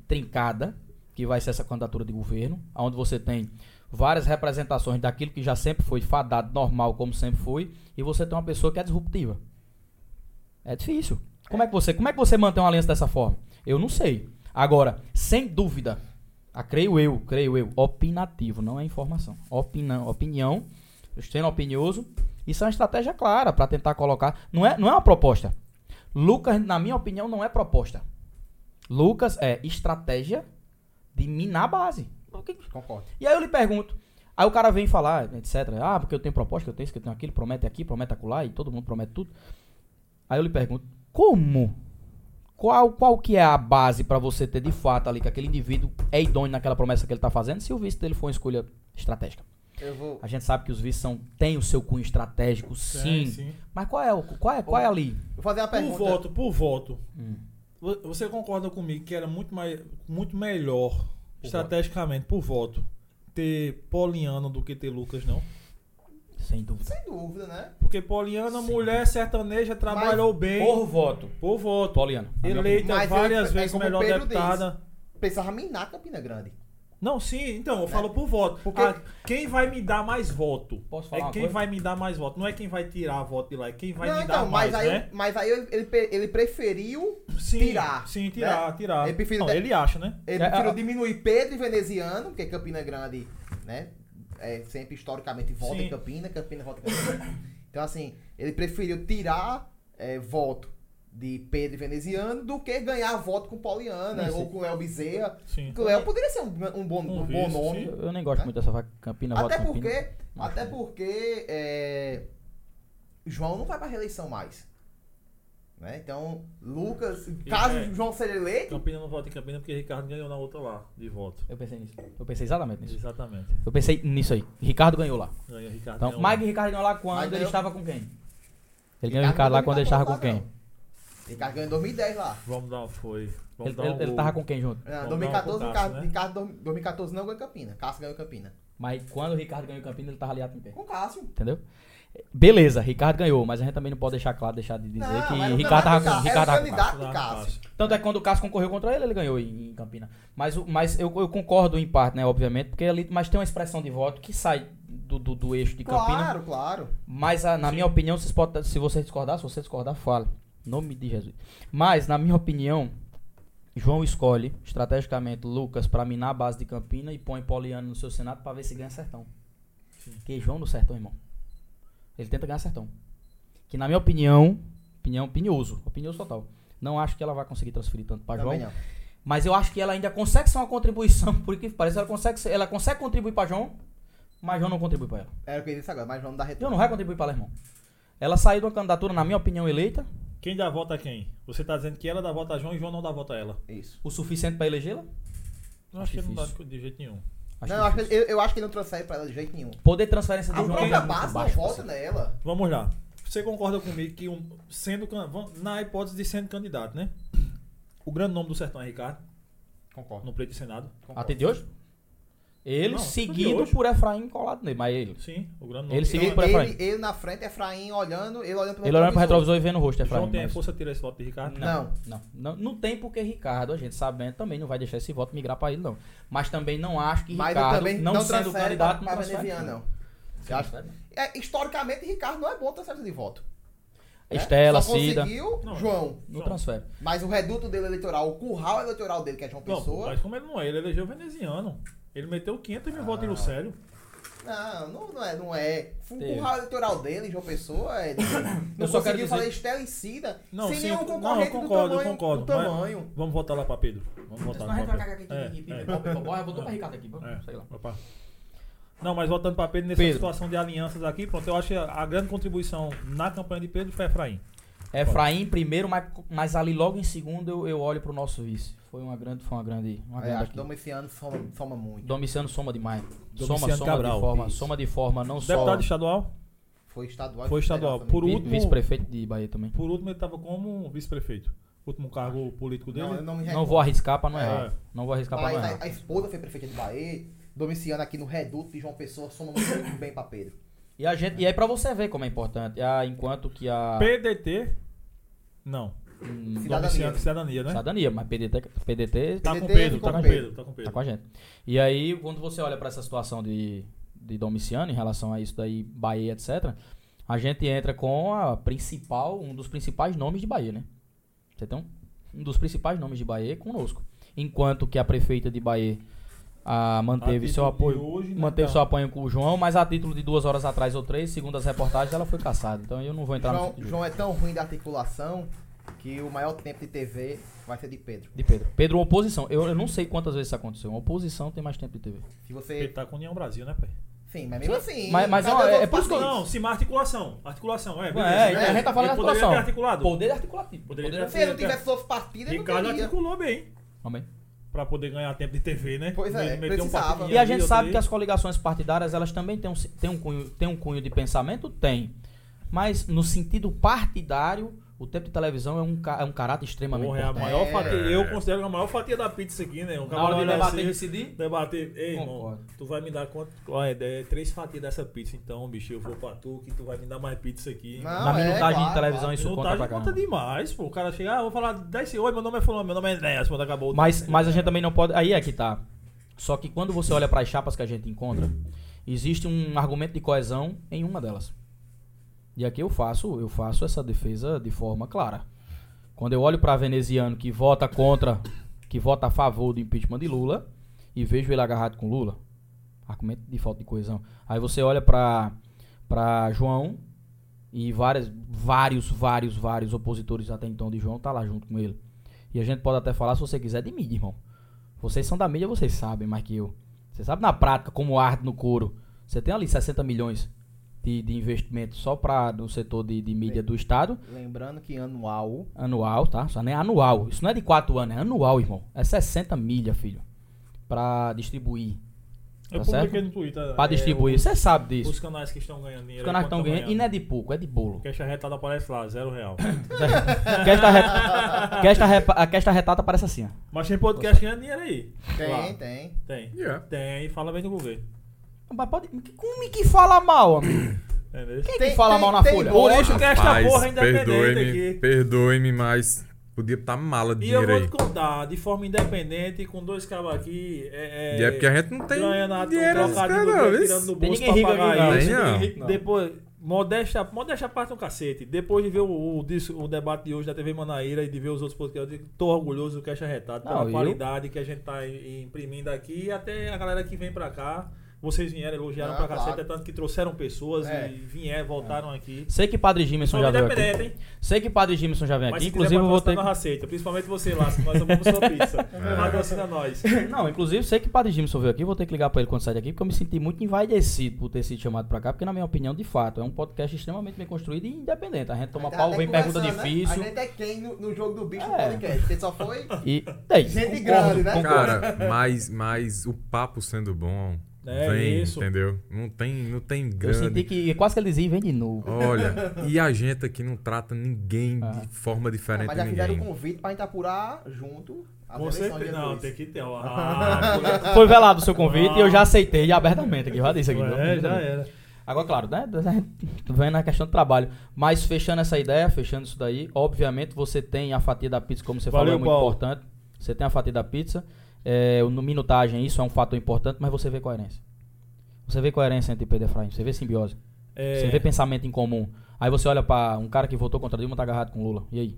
[SPEAKER 3] trincada, que vai ser essa candidatura de governo, onde você tem várias representações daquilo que já sempre foi fadado, normal, como sempre foi, e você tem uma pessoa que é disruptiva. É difícil. Como é que você, como é que você mantém uma aliança dessa forma? Eu não sei. Agora, sem dúvida, ah, creio eu, creio eu, opinativo, não é informação. Opinão, opinião, sendo opinioso, isso é uma estratégia clara para tentar colocar, não é, não é uma proposta. Lucas, na minha opinião, não é proposta. Lucas é estratégia de minar a base. O que-
[SPEAKER 4] Concordo.
[SPEAKER 3] e aí eu lhe pergunto. Aí o cara vem falar, etc. Ah, porque eu tenho proposta, que eu tenho isso, que eu tenho aquilo, promete aqui, promete acolá, e todo mundo promete tudo. Aí eu lhe pergunto, como? Qual, qual que é a base pra você ter de fato ali que aquele indivíduo é idôneo naquela promessa que ele tá fazendo, se o vice dele for uma escolha estratégica?
[SPEAKER 4] Eu vou.
[SPEAKER 3] A gente sabe que os vices são, têm o seu cunho estratégico, sim. Mas qual é, o, qual é, qual é ali?
[SPEAKER 4] Vou fazer uma
[SPEAKER 1] Por
[SPEAKER 4] pergunta.
[SPEAKER 1] Um voto, por voto.
[SPEAKER 3] Hum.
[SPEAKER 1] Vo- Você concorda comigo que era muito, mais, muito melhor, estrategicamente, por voto, ter Poliano do que ter Lucas, não?
[SPEAKER 3] Sem dúvida.
[SPEAKER 4] Sem dúvida, né?
[SPEAKER 1] Porque Poliana,
[SPEAKER 3] Sim.
[SPEAKER 1] mulher sertaneja, trabalhou bem
[SPEAKER 3] Por voto.
[SPEAKER 1] por voto.
[SPEAKER 3] Poliana. na minha
[SPEAKER 1] Eleita
[SPEAKER 4] Mas eu-
[SPEAKER 1] várias
[SPEAKER 4] é
[SPEAKER 1] vezes
[SPEAKER 4] como o
[SPEAKER 1] melhor
[SPEAKER 4] Pedro
[SPEAKER 1] deputada.
[SPEAKER 4] Precisava minar Campina Grande.
[SPEAKER 1] Não, sim, então, eu falo por voto.
[SPEAKER 4] Né? Porque-
[SPEAKER 1] Ah, quem vai me dar mais voto?
[SPEAKER 3] Posso falar
[SPEAKER 1] É
[SPEAKER 3] uma
[SPEAKER 1] quem
[SPEAKER 3] coisa?
[SPEAKER 1] vai me dar mais voto. Não é quem vai tirar voto de lá, é quem vai
[SPEAKER 4] não,
[SPEAKER 1] me
[SPEAKER 4] então,
[SPEAKER 1] dar
[SPEAKER 4] mas,
[SPEAKER 1] mais,
[SPEAKER 4] aí,
[SPEAKER 1] né?
[SPEAKER 4] mas aí ele, ele, pre- ele preferiu.
[SPEAKER 1] Sim,
[SPEAKER 4] tirar, né?
[SPEAKER 1] Sim, tirar, tirar.
[SPEAKER 4] Eu prefiro
[SPEAKER 1] Não,
[SPEAKER 4] de-
[SPEAKER 1] ele acha, né?
[SPEAKER 4] Ele
[SPEAKER 3] É,
[SPEAKER 4] preferiu
[SPEAKER 3] a-
[SPEAKER 4] diminuir Pedro e Veneziano, porque Campina Grande, né? É, sempre historicamente vota
[SPEAKER 1] Sim.
[SPEAKER 4] em Campina, Campina vota em Campina. então, assim, ele preferiu tirar é, voto de Pedro e Veneziano do que ganhar voto com Pauliana
[SPEAKER 3] Não,
[SPEAKER 4] ou
[SPEAKER 3] sim.
[SPEAKER 4] com Léo Bezerra.
[SPEAKER 1] Sim.
[SPEAKER 4] Porque o Léo poderia ser um, um bom,
[SPEAKER 1] Então, é Um
[SPEAKER 4] um bom
[SPEAKER 1] vice,
[SPEAKER 4] nome.
[SPEAKER 1] sim.
[SPEAKER 3] Eu nem gosto muito dessa vaca Campina,
[SPEAKER 4] Até
[SPEAKER 3] voto Campina.
[SPEAKER 4] porque,
[SPEAKER 3] Mas-
[SPEAKER 4] até porque é, João não vai pra reeleição mais. Né? Então, Lucas, caso
[SPEAKER 1] é.
[SPEAKER 4] João seja eleito,
[SPEAKER 1] Campina não vota em Campina porque Ricardo ganhou na outra lá, de voto.
[SPEAKER 3] Eu pensei nisso. Eu pensei exatamente nisso.
[SPEAKER 1] Exatamente.
[SPEAKER 3] Eu pensei nisso aí. Ricardo ganhou lá.
[SPEAKER 1] Ganhou Ricardo.
[SPEAKER 3] Então,
[SPEAKER 1] ganhou.
[SPEAKER 3] Mike e Ricardo ganhou lá quando
[SPEAKER 4] Mas
[SPEAKER 3] ele
[SPEAKER 4] ganhou-
[SPEAKER 3] estava com quem? Ele ganhou o Ricardo lá
[SPEAKER 4] não
[SPEAKER 3] quando ele
[SPEAKER 4] vai
[SPEAKER 3] estava com
[SPEAKER 4] votar,
[SPEAKER 3] quem?
[SPEAKER 4] não. Ricardo ganhou em 2010 lá.
[SPEAKER 1] Vamos dar, foi. Vamos
[SPEAKER 3] Ele,
[SPEAKER 1] dar um
[SPEAKER 3] ele, ele
[SPEAKER 1] gol.
[SPEAKER 3] tava com quem junto?
[SPEAKER 4] Não,
[SPEAKER 1] Vamos
[SPEAKER 4] 2014,
[SPEAKER 1] dar um
[SPEAKER 4] Ricardo,
[SPEAKER 1] contato, né?
[SPEAKER 4] Ricardo, 2014 não ganhou em Campina. Cássio ganhou em Campina.
[SPEAKER 3] Mas quando o Ricardo ganhou o Campina, ele tava aliado com quem?
[SPEAKER 4] Com Cássio.
[SPEAKER 3] Entendeu? Beleza, Ricardo ganhou, mas a gente também não pode deixar claro, deixar de dizer
[SPEAKER 4] Não,
[SPEAKER 3] que
[SPEAKER 4] era o
[SPEAKER 3] Ricardo tava com
[SPEAKER 4] candidato-
[SPEAKER 3] Ricardo tava
[SPEAKER 4] era o
[SPEAKER 3] com Cássio.
[SPEAKER 4] candidato
[SPEAKER 1] Lá
[SPEAKER 4] de
[SPEAKER 1] no
[SPEAKER 4] Ah, Cássio.
[SPEAKER 3] Tanto é que quando o Cássio concorreu contra ele, ele ganhou em, em Campina. Mas, o- mas eu, eu concordo em parte, né, obviamente, porque ali, mas tem uma expressão de voto que sai do, do, do eixo de Campina.
[SPEAKER 4] Claro, claro.
[SPEAKER 3] Mas, a- na minha opinião, vocês podem- tá, se você discordar, se você discordar, fale. Em Nome de Jesus. Mas, na minha opinião, João escolhe estrategicamente Lucas pra minar a base de Campina e põe Poliano no seu Senado pra ver se ganha Sertão.
[SPEAKER 1] Sim.
[SPEAKER 3] Porque João no Sertão, irmão. Ele tenta ganhar Sertão. Que, na minha opinião, opinião opinioso, opinioso total. Não acho que ela vai conseguir transferir tanto pra João.
[SPEAKER 4] Também não.
[SPEAKER 3] Mas eu acho que ela ainda consegue ser uma contribuição, por que parece, ela consegue, ser- ela consegue contribuir pra João, mas João não contribui pra ela.
[SPEAKER 4] Era o que eu disse agora, mas João não dá
[SPEAKER 3] Eu
[SPEAKER 4] retorno.
[SPEAKER 3] não vai contribuir para Lermão. Ela saiu de uma candidatura, na minha opinião, eleita,
[SPEAKER 1] Quem dá voto a quem? Você tá dizendo que ela dá voto a João e João não dá voto a ela.
[SPEAKER 4] Isso.
[SPEAKER 3] o suficiente para elegê-la?
[SPEAKER 1] Eu acho que ele não dá
[SPEAKER 3] Tá Difícil.
[SPEAKER 1] de jeito nenhum.
[SPEAKER 4] não, eu acho,
[SPEAKER 3] difícil.
[SPEAKER 4] que, eu, eu acho que ele não transfere pra ela de jeito nenhum.
[SPEAKER 3] Poder de transferência
[SPEAKER 4] A
[SPEAKER 3] do João
[SPEAKER 4] própria
[SPEAKER 3] é muito
[SPEAKER 4] base não
[SPEAKER 3] baixo,
[SPEAKER 4] vota
[SPEAKER 3] assim.
[SPEAKER 4] nela.
[SPEAKER 1] Vamos lá. Você concorda comigo que um, sendo can- vam- na hipótese de sendo candidato, né? O grande nome do sertão é Ricardo,
[SPEAKER 4] Concordo.
[SPEAKER 1] no pleito do Senado.
[SPEAKER 3] Até de hoje?
[SPEAKER 1] Não,
[SPEAKER 3] Ele
[SPEAKER 1] de
[SPEAKER 3] seguido
[SPEAKER 1] hoje.
[SPEAKER 3] por Efraim colado nele, mas ele.
[SPEAKER 1] Sim, o grande nome.
[SPEAKER 3] Ele
[SPEAKER 4] Ele,
[SPEAKER 3] seguiu pra frente.
[SPEAKER 4] ele, ele na frente, é Efraim olhando, ele olhando pro
[SPEAKER 3] Ele olhando para retrovisor e vendo o rosto de Efraim.
[SPEAKER 1] João tem a
[SPEAKER 3] mas-
[SPEAKER 1] força de tirar esse voto de Ricardo?
[SPEAKER 4] Não.
[SPEAKER 3] Não, não, não tem porque Ricardo, a gente sabendo, também não vai deixar esse voto migrar para ele, não. Mas também não acho que
[SPEAKER 4] Mas eu
[SPEAKER 3] Ricardo,
[SPEAKER 4] também
[SPEAKER 3] não,
[SPEAKER 4] não
[SPEAKER 3] sendo
[SPEAKER 4] transfere
[SPEAKER 3] candidato,
[SPEAKER 4] pra- pra
[SPEAKER 3] transfere
[SPEAKER 4] veneziano,
[SPEAKER 3] nada.
[SPEAKER 4] não. Eu acho- É, historicamente, Ricardo não é bom transferência de voto.
[SPEAKER 3] É?
[SPEAKER 4] né?
[SPEAKER 3] Estela,
[SPEAKER 4] Só
[SPEAKER 3] Cida,
[SPEAKER 4] conseguiu
[SPEAKER 1] Não,
[SPEAKER 4] João.
[SPEAKER 3] não
[SPEAKER 1] Só.
[SPEAKER 3] transfere.
[SPEAKER 4] Mas o reduto dele eleitoral, o curral eleitoral dele, que é João
[SPEAKER 1] Não, pô,
[SPEAKER 4] Pessoa. Ah.
[SPEAKER 1] mas como ele não é, ele elegeu veneziano. Ele meteu 500 mil votos em Lucélio.
[SPEAKER 4] Não, não, não é. Não é. Foi O curral eleitoral dele, João Pessoa, é. Não
[SPEAKER 3] Eu só quero
[SPEAKER 4] conseguiu
[SPEAKER 3] dizer-
[SPEAKER 4] fazer estelicida
[SPEAKER 1] Não,
[SPEAKER 4] sem
[SPEAKER 1] sim,
[SPEAKER 4] nenhum
[SPEAKER 1] eu- não, eu
[SPEAKER 4] concorrente
[SPEAKER 1] concordo, eu
[SPEAKER 4] do tamanho.
[SPEAKER 1] concordo,
[SPEAKER 4] do
[SPEAKER 1] mas-
[SPEAKER 4] tamanho.
[SPEAKER 1] Vamos voltar lá pra Pedro. Vamos voltar
[SPEAKER 3] Senão
[SPEAKER 1] lá
[SPEAKER 3] a gente
[SPEAKER 1] pra
[SPEAKER 3] vai cagar aqui,
[SPEAKER 1] Pedro.
[SPEAKER 3] aqui, aqui,
[SPEAKER 1] É, é.
[SPEAKER 3] pipoca, bora, Botou pra Ricardo aqui, bora,
[SPEAKER 1] É.
[SPEAKER 3] sei lá.
[SPEAKER 1] Opa. Não, mas voltando para Pedro, nessa
[SPEAKER 3] Pedro.
[SPEAKER 1] situação de alianças aqui, pronto, eu acho que a grande contribuição na campanha de Pedro foi Efraim.
[SPEAKER 3] É, Efraim em primeiro, mas, mas ali logo em segundo eu, eu olho pro nosso vice. Foi uma grande, foi uma grande, uma
[SPEAKER 4] É,
[SPEAKER 3] grande
[SPEAKER 4] acho que
[SPEAKER 3] aqui.
[SPEAKER 4] Domiciano soma, soma muito.
[SPEAKER 3] Domiciano soma demais. soma,
[SPEAKER 1] Domiciano
[SPEAKER 3] soma
[SPEAKER 1] Cabral.
[SPEAKER 3] de forma,
[SPEAKER 4] Isso.
[SPEAKER 3] soma de forma não
[SPEAKER 1] Deputado
[SPEAKER 3] só
[SPEAKER 1] estadual,
[SPEAKER 4] Foi estadual.
[SPEAKER 1] Foi
[SPEAKER 4] e federal
[SPEAKER 1] estadual,
[SPEAKER 4] também.
[SPEAKER 1] por um
[SPEAKER 3] vi-
[SPEAKER 1] último-
[SPEAKER 3] vice-prefeito de Bahia também.
[SPEAKER 1] por último ele estava como um vice-prefeito. Último cargo político dele.
[SPEAKER 4] Não, eu não me
[SPEAKER 3] Não vou arriscar pra não
[SPEAKER 4] É.
[SPEAKER 3] errar. Não vou arriscar pra
[SPEAKER 4] Mas
[SPEAKER 3] não
[SPEAKER 4] a,
[SPEAKER 3] errar.
[SPEAKER 4] a esposa foi prefeita de Bahia. Domiciano aqui no Reduto de João Pessoa soma muito bem pra Pedro.
[SPEAKER 3] E, a gente, e aí pra você ver como é importante. A, enquanto que
[SPEAKER 4] tá.
[SPEAKER 3] a
[SPEAKER 1] PDT, não.
[SPEAKER 3] hum,
[SPEAKER 4] Cidadania.
[SPEAKER 1] Domiciano Cidadania, né?
[SPEAKER 3] cidadania, mas PDT, PDT
[SPEAKER 1] Tá com
[SPEAKER 4] PDT
[SPEAKER 1] Pedro,
[SPEAKER 4] ficou
[SPEAKER 1] tá com
[SPEAKER 4] com
[SPEAKER 1] Pedro, tá com
[SPEAKER 3] Tá
[SPEAKER 1] Pedro.
[SPEAKER 3] com a gente. E aí, quando você olha pra essa situação de, de Domiciano, em relação a isso daí, Bahia, etc., a gente entra com a principal, um dos principais nomes de Bahia, né? Você tem um, um dos principais nomes de Bahia conosco. Enquanto que a prefeita de Bahia ah,
[SPEAKER 1] A
[SPEAKER 3] manteve
[SPEAKER 1] título
[SPEAKER 3] seu
[SPEAKER 1] de
[SPEAKER 3] apoio.
[SPEAKER 1] hoje, né,
[SPEAKER 3] Manteve
[SPEAKER 1] tá.
[SPEAKER 3] seu apoio com o João, mas a título de duas horas atrás ou três, segundo as reportagens, ela foi caçada. Então eu não vou entrar
[SPEAKER 4] João,
[SPEAKER 3] no.
[SPEAKER 4] João é tão ruim da articulação que o maior tempo de TV vai ser de Pedro.
[SPEAKER 3] De Pedro. Pedro, oposição. Eu, eu não sei quantas vezes isso aconteceu. Uma oposição tem mais tempo de TV.
[SPEAKER 4] Se você.
[SPEAKER 1] Ele tá com União Brasil, né, pai?
[SPEAKER 4] Sim, mas mesmo assim.
[SPEAKER 3] Mas- mas
[SPEAKER 4] cadê
[SPEAKER 3] ó,
[SPEAKER 4] os
[SPEAKER 3] é- é
[SPEAKER 4] outros
[SPEAKER 3] por isso que eu-
[SPEAKER 4] partidos?
[SPEAKER 1] Não, sim, mas articulação. Articulação, é. beleza.
[SPEAKER 3] É,
[SPEAKER 4] né?
[SPEAKER 3] a gente tá falando de
[SPEAKER 1] Ele poderia
[SPEAKER 3] articulação.
[SPEAKER 1] ter articulado.
[SPEAKER 3] Poder articulativo.
[SPEAKER 1] Poderia
[SPEAKER 3] Poder
[SPEAKER 1] ter
[SPEAKER 4] Se ele não tivesse outros partidos, ele não
[SPEAKER 1] é Ricardo
[SPEAKER 4] teria.
[SPEAKER 1] articulou bem.
[SPEAKER 3] Amém.
[SPEAKER 1] Pra poder ganhar tempo de TV, né?
[SPEAKER 4] Pois é,
[SPEAKER 1] Me- meter um
[SPEAKER 4] precisava.
[SPEAKER 1] papinho
[SPEAKER 3] E a
[SPEAKER 1] ali,
[SPEAKER 3] gente
[SPEAKER 1] outro
[SPEAKER 3] sabe
[SPEAKER 1] ali.
[SPEAKER 3] que as coligações partidárias, elas também têm um, ci- têm um, cunho, têm um cunho de pensamento? Tem. Mas no sentido partidário, o tempo de televisão é um, ca- é um caráter extremamente
[SPEAKER 1] Porra, é a
[SPEAKER 3] importante.
[SPEAKER 1] maior
[SPEAKER 4] É.
[SPEAKER 1] fatia. Eu considero a maior fatia da pizza aqui, né? Um
[SPEAKER 3] Na hora de
[SPEAKER 1] vai
[SPEAKER 3] debater
[SPEAKER 1] ser-
[SPEAKER 3] e decidir,
[SPEAKER 1] Debater. Ei, irmão,
[SPEAKER 3] Concordo.
[SPEAKER 1] tu vai me dar quanto? Olha, é três fatias dessa pizza, então, bicho. Eu vou pra tu que tu vai me dar mais pizza aqui.
[SPEAKER 4] Não,
[SPEAKER 3] na
[SPEAKER 4] é,
[SPEAKER 3] minutagem
[SPEAKER 4] claro,
[SPEAKER 3] de televisão
[SPEAKER 4] claro.
[SPEAKER 3] isso
[SPEAKER 1] Minutagem
[SPEAKER 3] conta pra
[SPEAKER 1] conta
[SPEAKER 3] caramba.
[SPEAKER 1] demais, pô. O cara chega, ah, vou falar 10 se- Oi, meu nome é Fulano, meu nome é Enéas, quando acabou o
[SPEAKER 3] Mas, mas a gente também não pode... Aí é que tá. Só que quando você olha para as chapas que a gente encontra, existe um argumento de coesão em uma delas. E aqui eu faço, eu faço essa defesa de forma clara. Quando eu olho para veneziano que vota contra, que vota a favor do impeachment de Lula, e vejo ele agarrado com Lula, argumento de falta de coesão. Aí você olha para para João e várias, vários, vários, vários opositores até então de João tá lá junto com ele. E a gente pode até falar se você quiser de mídia, irmão. Vocês são da mídia, vocês sabem mais que eu. Você sabe na prática como arde no couro. Você tem ali 60 milhões de, de investimento só para no setor de, de mídia do Estado.
[SPEAKER 4] Lembrando que anual.
[SPEAKER 3] Anual, tá? Isso nem é anual. Isso não é de 4 anos, é anual, irmão. É 60 milha, filho. Pra distribuir.
[SPEAKER 1] Eu
[SPEAKER 3] Tá
[SPEAKER 1] publiquei
[SPEAKER 3] certo?
[SPEAKER 1] no Twitter.
[SPEAKER 3] Pra
[SPEAKER 1] é,
[SPEAKER 3] distribuir. Você sabe disso.
[SPEAKER 1] Os canais que estão ganhando dinheiro.
[SPEAKER 3] Os canais estão
[SPEAKER 1] quanto
[SPEAKER 3] ganhando. E não é de pouco, é de bolo.
[SPEAKER 1] Queixa retada aparece lá, zero real.
[SPEAKER 3] Questa, re... Questa, repa- a Questa retata parece assim, ó.
[SPEAKER 1] Mas tem podcast ganhando dinheiro aí.
[SPEAKER 4] Tem,
[SPEAKER 1] Lá.
[SPEAKER 4] tem.
[SPEAKER 1] Tem.
[SPEAKER 2] Yeah.
[SPEAKER 1] Tem, e fala bem do governo.
[SPEAKER 3] Mas pode... Como é que fala mal, amigo?
[SPEAKER 1] Entendeu?
[SPEAKER 3] Quem é
[SPEAKER 4] Tem-
[SPEAKER 3] que fala
[SPEAKER 4] tem-
[SPEAKER 3] mal na
[SPEAKER 4] tem
[SPEAKER 3] folha?
[SPEAKER 4] bolo.
[SPEAKER 1] Deixa que esta porra
[SPEAKER 2] Mas,
[SPEAKER 1] independente
[SPEAKER 2] perdoe-me,
[SPEAKER 1] aqui.
[SPEAKER 2] perdoe-me, mas podia estar mala de
[SPEAKER 1] E eu
[SPEAKER 2] dinheiro
[SPEAKER 1] vou
[SPEAKER 2] aí.
[SPEAKER 1] te contar, de forma independente, com dois cabos aqui. É, é,
[SPEAKER 2] E é porque a gente não tem
[SPEAKER 1] ganhando a-
[SPEAKER 2] dinheiro
[SPEAKER 1] um
[SPEAKER 2] nesse
[SPEAKER 1] trocadinho do
[SPEAKER 2] canal,
[SPEAKER 1] dedo,
[SPEAKER 2] viu?
[SPEAKER 1] tirando do
[SPEAKER 3] Tem
[SPEAKER 1] bolso
[SPEAKER 3] ninguém rico
[SPEAKER 1] pra
[SPEAKER 3] aqui,
[SPEAKER 1] pagar
[SPEAKER 3] não.
[SPEAKER 2] Tem
[SPEAKER 1] isso.
[SPEAKER 2] não.
[SPEAKER 3] Tem ninguém rico, não.
[SPEAKER 1] Depois, modéstia, modéstia à parte é um cacete. Depois de ver o, o dis- o debate de hoje da TV Manaíra e de ver os outros podcasts, eu digo, tô orgulhoso do Caixa é Retado, pela
[SPEAKER 3] Não, eu-
[SPEAKER 1] qualidade que a gente tá i- imprimindo aqui e até a galera que vem pra cá. Vocês vieram, elogiaram
[SPEAKER 4] Ah,
[SPEAKER 1] pra cacete,
[SPEAKER 4] claro.
[SPEAKER 1] é tanto que trouxeram pessoas
[SPEAKER 4] É.
[SPEAKER 1] e vieram, voltaram aqui.
[SPEAKER 3] Sei que Padre Gimerson
[SPEAKER 1] Sou
[SPEAKER 3] já veio aqui.
[SPEAKER 1] independente, hein?
[SPEAKER 3] Sei É, que Padre Gimerson já vem
[SPEAKER 1] Mas
[SPEAKER 3] aqui.
[SPEAKER 1] se
[SPEAKER 3] Inclusive, eu vou ter...
[SPEAKER 1] na receita, principalmente você lá, nós amamos sua pizza. Patrocina nós.
[SPEAKER 3] Não, inclusive, sei que o Padre Gimson veio aqui, vou ter que ligar pra ele quando sair daqui, porque eu me senti muito envaidecido por ter sido chamado pra cá, porque, na minha opinião, de fato, é um podcast extremamente bem construído e independente. A gente toma
[SPEAKER 4] Tá
[SPEAKER 3] pau,
[SPEAKER 4] até
[SPEAKER 3] vem pergunta
[SPEAKER 4] conversando, né?
[SPEAKER 3] difícil.
[SPEAKER 4] A gente é quem no, no jogo do bicho no
[SPEAKER 3] É.
[SPEAKER 4] podcast. Porque só foi.
[SPEAKER 3] E. Daí,
[SPEAKER 4] Gente
[SPEAKER 3] concordo,
[SPEAKER 4] grande, né?
[SPEAKER 3] concordo.
[SPEAKER 2] Cara, mas, mas o papo sendo bom
[SPEAKER 1] É
[SPEAKER 2] vem,
[SPEAKER 1] isso.
[SPEAKER 2] entendeu? Não tem, não tem
[SPEAKER 3] Eu
[SPEAKER 2] grande.
[SPEAKER 3] senti que quase que ele dizia, vem de novo.
[SPEAKER 2] Olha, e a gente aqui não trata ninguém
[SPEAKER 3] Ah.
[SPEAKER 2] de forma diferente
[SPEAKER 4] Mas
[SPEAKER 2] de
[SPEAKER 4] já fizeram o
[SPEAKER 2] ninguém.
[SPEAKER 4] convite pra gente apurar junto. as
[SPEAKER 1] Com
[SPEAKER 4] eleições
[SPEAKER 1] certeza.
[SPEAKER 4] de
[SPEAKER 1] Não,
[SPEAKER 4] dois.
[SPEAKER 1] tem que ter. ó. Ah,
[SPEAKER 3] Foi velado o seu convite e eu já aceitei abertamente aqui. Já disse aqui. não,
[SPEAKER 1] é,
[SPEAKER 3] não,
[SPEAKER 1] já
[SPEAKER 3] não.
[SPEAKER 1] era.
[SPEAKER 3] Agora, claro, né? Vem na questão do trabalho. Mas fechando essa ideia, fechando isso daí, obviamente você tem a fatia da pizza, como você falou,
[SPEAKER 1] Valeu,
[SPEAKER 3] é muito
[SPEAKER 1] Paulo.
[SPEAKER 3] importante. Você tem a fatia da pizza. É, o no- minutagem, isso é um fator importante, mas você vê coerência. Você vê coerência entre Pedro e Efraim, você vê simbiose,
[SPEAKER 1] É,
[SPEAKER 3] você vê pensamento em comum. Aí você olha pra um cara que votou contra Dilma tá agarrado com Lula. E aí?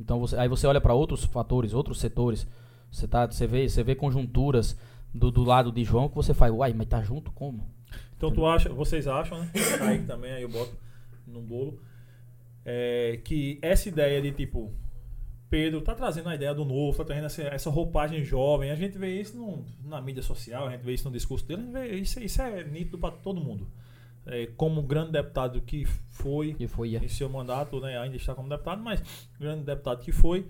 [SPEAKER 3] Então você, aí você olha pra outros fatores, outros setores. Você tá, você vê, você vê conjunturas do, do lado de João que você faz, uai, mas tá junto como?
[SPEAKER 1] Então tu acha, vocês acham, né? Kaique também, aí eu boto num bolo. é, que essa ideia de tipo, Pedro tá trazendo a ideia do novo, tá trazendo essa, essa roupagem jovem. A gente vê isso no- na mídia social, a gente vê isso no discurso dele, a gente vê isso, isso é nítido para todo mundo. É, como um grande deputado que foi
[SPEAKER 3] E foi. é.
[SPEAKER 1] em seu mandato, né, ainda está como deputado, mas grande deputado que foi.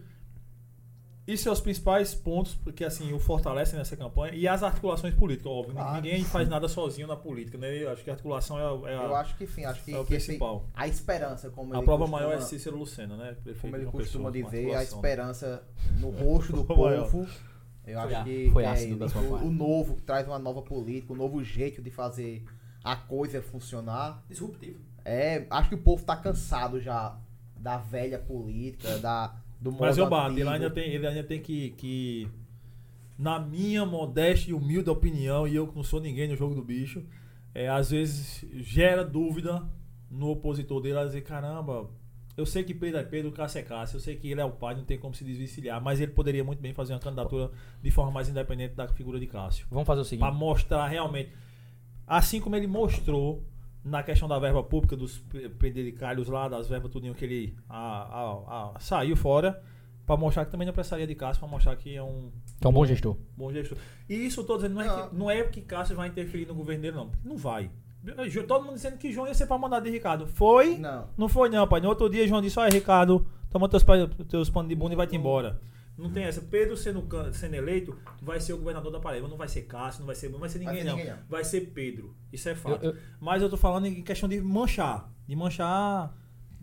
[SPEAKER 1] E seus principais pontos que assim o fortalecem nessa campanha e as articulações políticas, óbvio.
[SPEAKER 4] Claro.
[SPEAKER 1] Ninguém faz nada sozinho na política, né? Eu acho que a articulação é, a- é a,
[SPEAKER 4] Eu acho que sim, acho que,
[SPEAKER 1] é o
[SPEAKER 4] que esse-
[SPEAKER 1] principal.
[SPEAKER 4] a esperança, como
[SPEAKER 1] a
[SPEAKER 4] ele
[SPEAKER 1] prova
[SPEAKER 4] costuma-
[SPEAKER 1] maior é Cícero Lucena, né? Prefeito
[SPEAKER 4] Como
[SPEAKER 1] de
[SPEAKER 4] ele
[SPEAKER 1] uma
[SPEAKER 4] costuma
[SPEAKER 1] pessoa, uma
[SPEAKER 4] dizer, é a
[SPEAKER 1] articulação. né.
[SPEAKER 4] esperança no rosto do
[SPEAKER 1] Foi maior.
[SPEAKER 4] povo.
[SPEAKER 3] Foi
[SPEAKER 4] Eu acho
[SPEAKER 3] á-
[SPEAKER 4] que
[SPEAKER 3] foi
[SPEAKER 4] que é
[SPEAKER 3] ácido da
[SPEAKER 4] isso.
[SPEAKER 3] sua parte.
[SPEAKER 4] o, o novo que traz uma nova política, um novo jeito de fazer a coisa funcionar.
[SPEAKER 5] Disruptivo.
[SPEAKER 4] É, acho que o povo tá cansado já da velha política, da do modo
[SPEAKER 1] Mas eu bato,
[SPEAKER 4] antigo.
[SPEAKER 1] ele ainda tem, ele ainda tem que, que. Na minha modesta e humilde opinião, e eu que não sou ninguém no jogo do bicho, é, às vezes gera dúvida no opositor dele a dizer: caramba, eu sei que Pedro é Pedro, Cássio é Cássio, eu sei que ele é o pai, não tem como se desvencilhar, mas ele poderia muito bem fazer uma candidatura de forma mais independente da figura de Cássio.
[SPEAKER 3] Vamos fazer o
[SPEAKER 1] Pra
[SPEAKER 3] seguinte.
[SPEAKER 1] mostrar realmente. Assim como ele mostrou na questão da verba pública, dos pe- penduricalhos lá, das verbas tudinho que ele ah, ah, ah, saiu fora, pra mostrar que também não precisaria de Cássio, pra mostrar que é um
[SPEAKER 3] Que é um bom gestor.
[SPEAKER 1] bom gestor. E isso eu tô dizendo, não é,
[SPEAKER 4] Não.
[SPEAKER 1] Que, não é que Cássio vai interferir no governo dele, não. Não vai. Eu- Todo mundo dizendo que João ia ser pra mandar de Ricardo. Foi?
[SPEAKER 4] Não.
[SPEAKER 1] Não foi não, pai. No outro dia, João disse, olha, Ricardo, toma teus, pa- teus panos de bunda e vai-te embora. Não tem essa. Pedro sendo, can- sendo eleito, vai ser o governador da Paraíba. Não vai ser Cássio, não vai ser, não vai ser
[SPEAKER 4] Vai
[SPEAKER 1] ninguém,
[SPEAKER 4] ser
[SPEAKER 1] não.
[SPEAKER 4] ninguém, não.
[SPEAKER 1] Vai ser Pedro. Isso é fato.
[SPEAKER 3] Eu- eu-
[SPEAKER 1] Mas eu tô falando em questão de manchar. De manchar...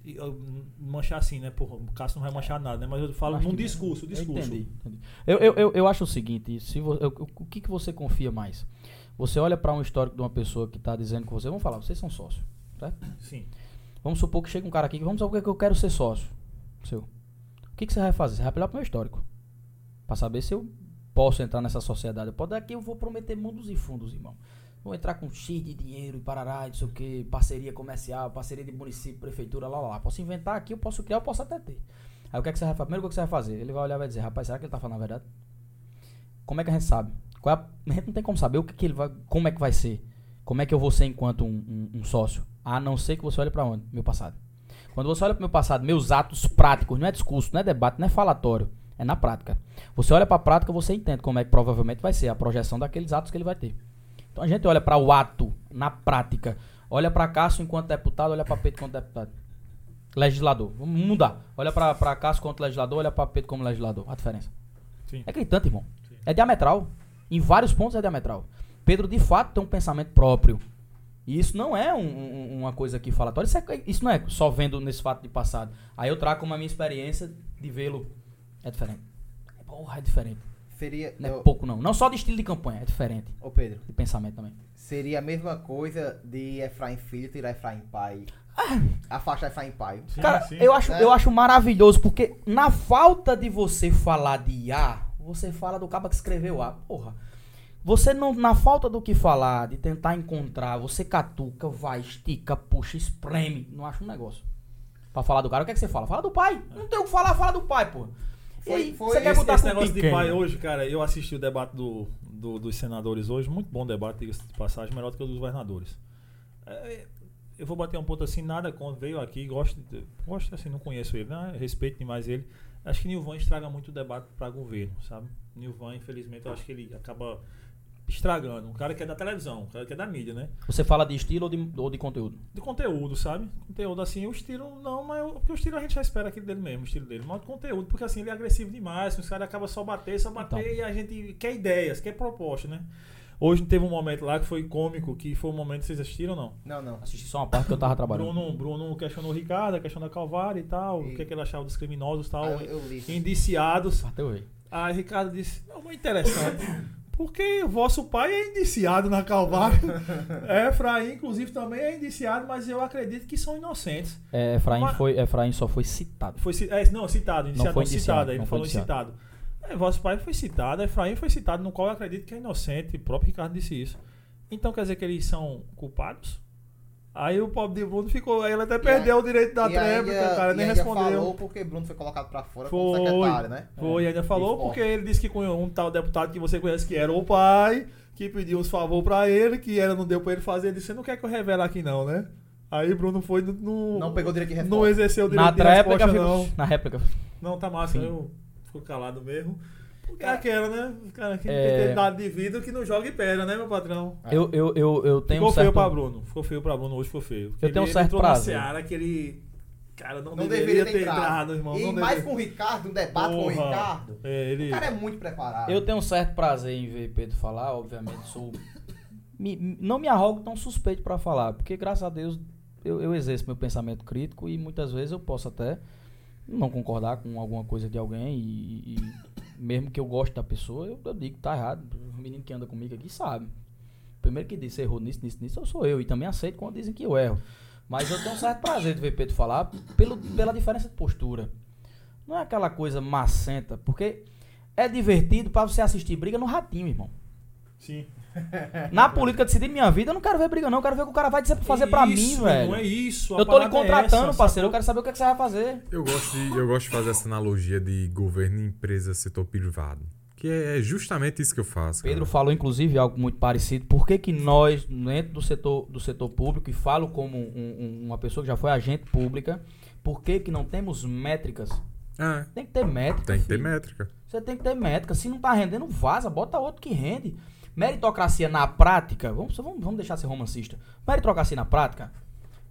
[SPEAKER 1] e, uh, Manchar assim, né? Porra, o Cássio não vai manchar nada, né? Mas eu falo
[SPEAKER 3] Acho
[SPEAKER 1] num
[SPEAKER 3] que- é.
[SPEAKER 1] discurso, discurso.
[SPEAKER 3] Eu entendi, entendi. Eu, eu, eu, eu acho o seguinte, se vo- eu- o que, que você confia mais? Você olha para um histórico de uma pessoa que está dizendo com você, vamos falar, vocês são sócios, certo?
[SPEAKER 1] Sim.
[SPEAKER 3] Vamos supor que chega um cara aqui que vamos supor que eu quero ser sócio seu. O que, que você vai fazer? Você vai apelar pro meu histórico. Pra saber se eu posso entrar nessa sociedade. Pode daqui eu vou prometer mundos e fundos, irmão. Vou entrar com X de dinheiro e parará, e não sei o que, parceria comercial, parceria de município, prefeitura, lá, lá, lá. Posso inventar aqui, eu posso criar, eu posso até ter. Aí o que, é que você vai fazer? Primeiro o que você vai fazer? Ele vai olhar e vai dizer, rapaz, será que ele tá falando a verdade? Como é que a gente sabe? Qual é a... a gente não tem como saber o que, que ele vai. como é que vai ser. Como é que eu vou ser enquanto um, um- um sócio? A não ser que você olhe pra onde? Meu passado. Quando você olha pro meu passado, meus atos práticos, não é discurso, não é debate, não é falatório, é na prática. Você olha pra prática, você entende como é que provavelmente vai ser a projeção daqueles atos que ele vai ter. Então a gente olha pra o ato na prática, olha pra Cássio enquanto deputado, olha pra Pedro enquanto deputado. Legislador, vamos mudar. Olha pra pra Cássio enquanto legislador, olha pra Pedro como legislador. A diferença.
[SPEAKER 1] Sim.
[SPEAKER 3] É gritante, irmão. É diametral. Em vários pontos é diametral. Pedro, de fato, tem um pensamento próprio. E isso não é um- um- uma coisa que falatória. Isso, é- isso não é só vendo nesse fato de passado. Aí eu trago uma minha experiência de vê-lo. É diferente. Porra, é diferente.
[SPEAKER 4] Seria.
[SPEAKER 3] Não é
[SPEAKER 4] eu-
[SPEAKER 3] pouco, não. Não só de estilo de campanha, é diferente.
[SPEAKER 4] Ô Pedro,
[SPEAKER 3] De pensamento também.
[SPEAKER 4] seria a mesma coisa de Efraim Filho tirar Efraim Pai.
[SPEAKER 3] Ah!
[SPEAKER 4] Afastar Efraim Pai.
[SPEAKER 3] Cara, eu, acho,
[SPEAKER 4] É.
[SPEAKER 3] eu acho maravilhoso, porque na falta de você falar de A, você fala do cabo que escreveu A. Porra. Você não, na falta do que falar, de tentar encontrar, você catuca, vai, estica, puxa, espreme. Não acha um negócio. Pra falar do cara, o que é que você fala? Fala do pai. Não tem o que falar, fala do pai, porra. E aí,
[SPEAKER 4] Foi-
[SPEAKER 3] você
[SPEAKER 4] foi
[SPEAKER 3] quer
[SPEAKER 1] esse,
[SPEAKER 3] botar
[SPEAKER 1] esse
[SPEAKER 3] com
[SPEAKER 1] negócio
[SPEAKER 3] quem?
[SPEAKER 1] de pai hoje, cara, eu assisti o debate do, do- dos senadores hoje, muito bom debate, diga-se de passagem, melhor do que o dos governadores. É, eu vou bater um ponto assim, nada contra, veio aqui, gosto, de- gosto assim, não conheço ele, né? respeito demais ele. Acho que Nilvan estraga muito o debate para governo, sabe? Nilvan, infelizmente, eu acho que ele acaba estragando. Um cara que é da televisão, um cara que é da mídia, né?
[SPEAKER 3] Você fala de estilo ou de, ou de conteúdo?
[SPEAKER 1] De conteúdo, sabe? Conteúdo assim, o estilo não, mas eu, porque o estilo a gente já espera aquele dele mesmo, o estilo dele. Mas o conteúdo, porque assim, ele é agressivo demais, os caras acabam só bater, só bater
[SPEAKER 3] Então.
[SPEAKER 1] e a gente quer ideias, quer proposta, né? Hoje teve um momento lá que foi cômico, que foi um momento, vocês assistiram ou não?
[SPEAKER 4] Não, não.
[SPEAKER 3] Assisti só uma parte que eu tava trabalhando.
[SPEAKER 1] Bruno, Bruno questionou o Ricardo, a questão da Calvário e tal,
[SPEAKER 4] E-
[SPEAKER 1] o que, é que ele achava dos criminosos e tal,
[SPEAKER 4] Ah, eu, eu li.
[SPEAKER 1] indiciados.
[SPEAKER 3] Até hoje.
[SPEAKER 1] Aí Ricardo disse, não, mas interessante. Porque o vosso pai é indiciado na Calvário. é, Efraim, inclusive, também é indiciado, mas eu acredito que são inocentes.
[SPEAKER 3] É, Efraim,
[SPEAKER 1] Mas-
[SPEAKER 3] foi, Efraim só foi citado.
[SPEAKER 1] Foi, ci- é, não, citado, iniciado, não
[SPEAKER 3] foi
[SPEAKER 1] citado,
[SPEAKER 3] indiciado,
[SPEAKER 1] aí
[SPEAKER 3] não
[SPEAKER 1] ele
[SPEAKER 3] foi
[SPEAKER 1] falou
[SPEAKER 3] indiciado.
[SPEAKER 1] citado. É, vosso pai foi citado, é, Efraim foi citado, no qual eu acredito que é inocente, o próprio Ricardo disse isso. Então quer dizer que eles são culpados? Aí o pobre de Bruno ficou. Aí ele até
[SPEAKER 4] E
[SPEAKER 1] perdeu
[SPEAKER 4] aí-
[SPEAKER 1] o direito da
[SPEAKER 4] e a
[SPEAKER 1] tréplica,
[SPEAKER 4] Índia-
[SPEAKER 1] cara.
[SPEAKER 4] e
[SPEAKER 1] Nem
[SPEAKER 4] a Índia falou
[SPEAKER 1] respondeu.
[SPEAKER 4] porque Bruno foi colocado pra fora como
[SPEAKER 1] Foi.
[SPEAKER 4] secretário, né?
[SPEAKER 1] Foi, ainda falou,
[SPEAKER 4] Isso, ó.
[SPEAKER 1] porque ele disse que conhe- um tal deputado que você conhece que era o pai, que pediu uns favor pra ele, que ela não deu pra ele fazer. Ele disse: Você não quer que eu revele aqui, não, né? Aí Bruno foi no. no-
[SPEAKER 4] Não pegou direito de
[SPEAKER 1] Não
[SPEAKER 4] resposta.
[SPEAKER 1] exerceu o
[SPEAKER 3] Na
[SPEAKER 1] direito de
[SPEAKER 3] réplica,
[SPEAKER 1] resposta,
[SPEAKER 3] ficou-
[SPEAKER 1] não.
[SPEAKER 3] na réplica.
[SPEAKER 1] Não, tá massa,
[SPEAKER 3] Sim.
[SPEAKER 1] eu fico calado mesmo. Porque é aquela, né? O cara que
[SPEAKER 3] É.
[SPEAKER 1] tem idade de vida que não joga e pega, né, meu patrão?
[SPEAKER 4] É.
[SPEAKER 3] Eu, eu, eu, eu tenho
[SPEAKER 1] ficou
[SPEAKER 3] um certo...
[SPEAKER 1] feio pra Bruno. Ficou feio pra Bruno hoje, ficou feio. Porque
[SPEAKER 3] Eu tenho um
[SPEAKER 1] ele
[SPEAKER 3] certo
[SPEAKER 1] entrou
[SPEAKER 3] prazer.
[SPEAKER 1] na seara que ele. Cara, não,
[SPEAKER 4] Não
[SPEAKER 1] deveria, ter entrado, irmão.
[SPEAKER 4] E
[SPEAKER 1] não
[SPEAKER 4] mais
[SPEAKER 1] deveria.
[SPEAKER 4] com o Ricardo, um debate com o
[SPEAKER 1] Porra.
[SPEAKER 4] Ricardo.
[SPEAKER 1] É, ele.
[SPEAKER 4] O cara é muito preparado.
[SPEAKER 3] Eu tenho um certo prazer em ver Pedro falar, obviamente sou. me- me- não me arrogo tão suspeito pra falar, porque graças a Deus eu, eu exerço meu pensamento crítico e muitas vezes eu posso até não concordar com alguma coisa de alguém e, e- mesmo que eu goste da pessoa, eu, eu digo tá errado. O menino que anda comigo aqui sabe. Primeiro que disse errou nisso, nisso, nisso, eu sou eu e também aceito quando dizem que eu erro. Mas eu tenho um certo prazer de ver Pedro falar pelo, pela diferença de postura. Não é aquela coisa macenta, porque é divertido pra você assistir briga no ratinho, irmão.
[SPEAKER 1] Sim. É,
[SPEAKER 3] Na política decidir minha vida, eu não quero ver briga, não. Eu quero ver o que o cara vai dizer pra fazer pra mim,
[SPEAKER 1] Isso,
[SPEAKER 3] velho.
[SPEAKER 1] Não é isso. a
[SPEAKER 3] eu tô lhe
[SPEAKER 1] parada é
[SPEAKER 3] contratando,
[SPEAKER 1] essa,
[SPEAKER 3] parceiro. Eu
[SPEAKER 1] sacou?
[SPEAKER 3] quero saber o que, é que você vai fazer.
[SPEAKER 2] Eu gosto, de, eu gosto de fazer essa analogia de governo, empresa, setor privado. Que é justamente isso que eu faço. cara.
[SPEAKER 3] Pedro falou, inclusive, algo muito parecido. Por que, que nós, dentro do setor, do setor público, e falo como um- um- uma pessoa que já foi agente pública, por que, que não temos métricas?
[SPEAKER 2] É,
[SPEAKER 3] Tem que ter métrica.
[SPEAKER 2] tem que ter
[SPEAKER 3] filho.
[SPEAKER 2] métrica.
[SPEAKER 3] Você tem que ter métrica. Se não tá rendendo, vaza, bota outro que rende. Meritocracia na prática, vamos, vamos, vamos deixar ser romancista. Meritocracia na prática,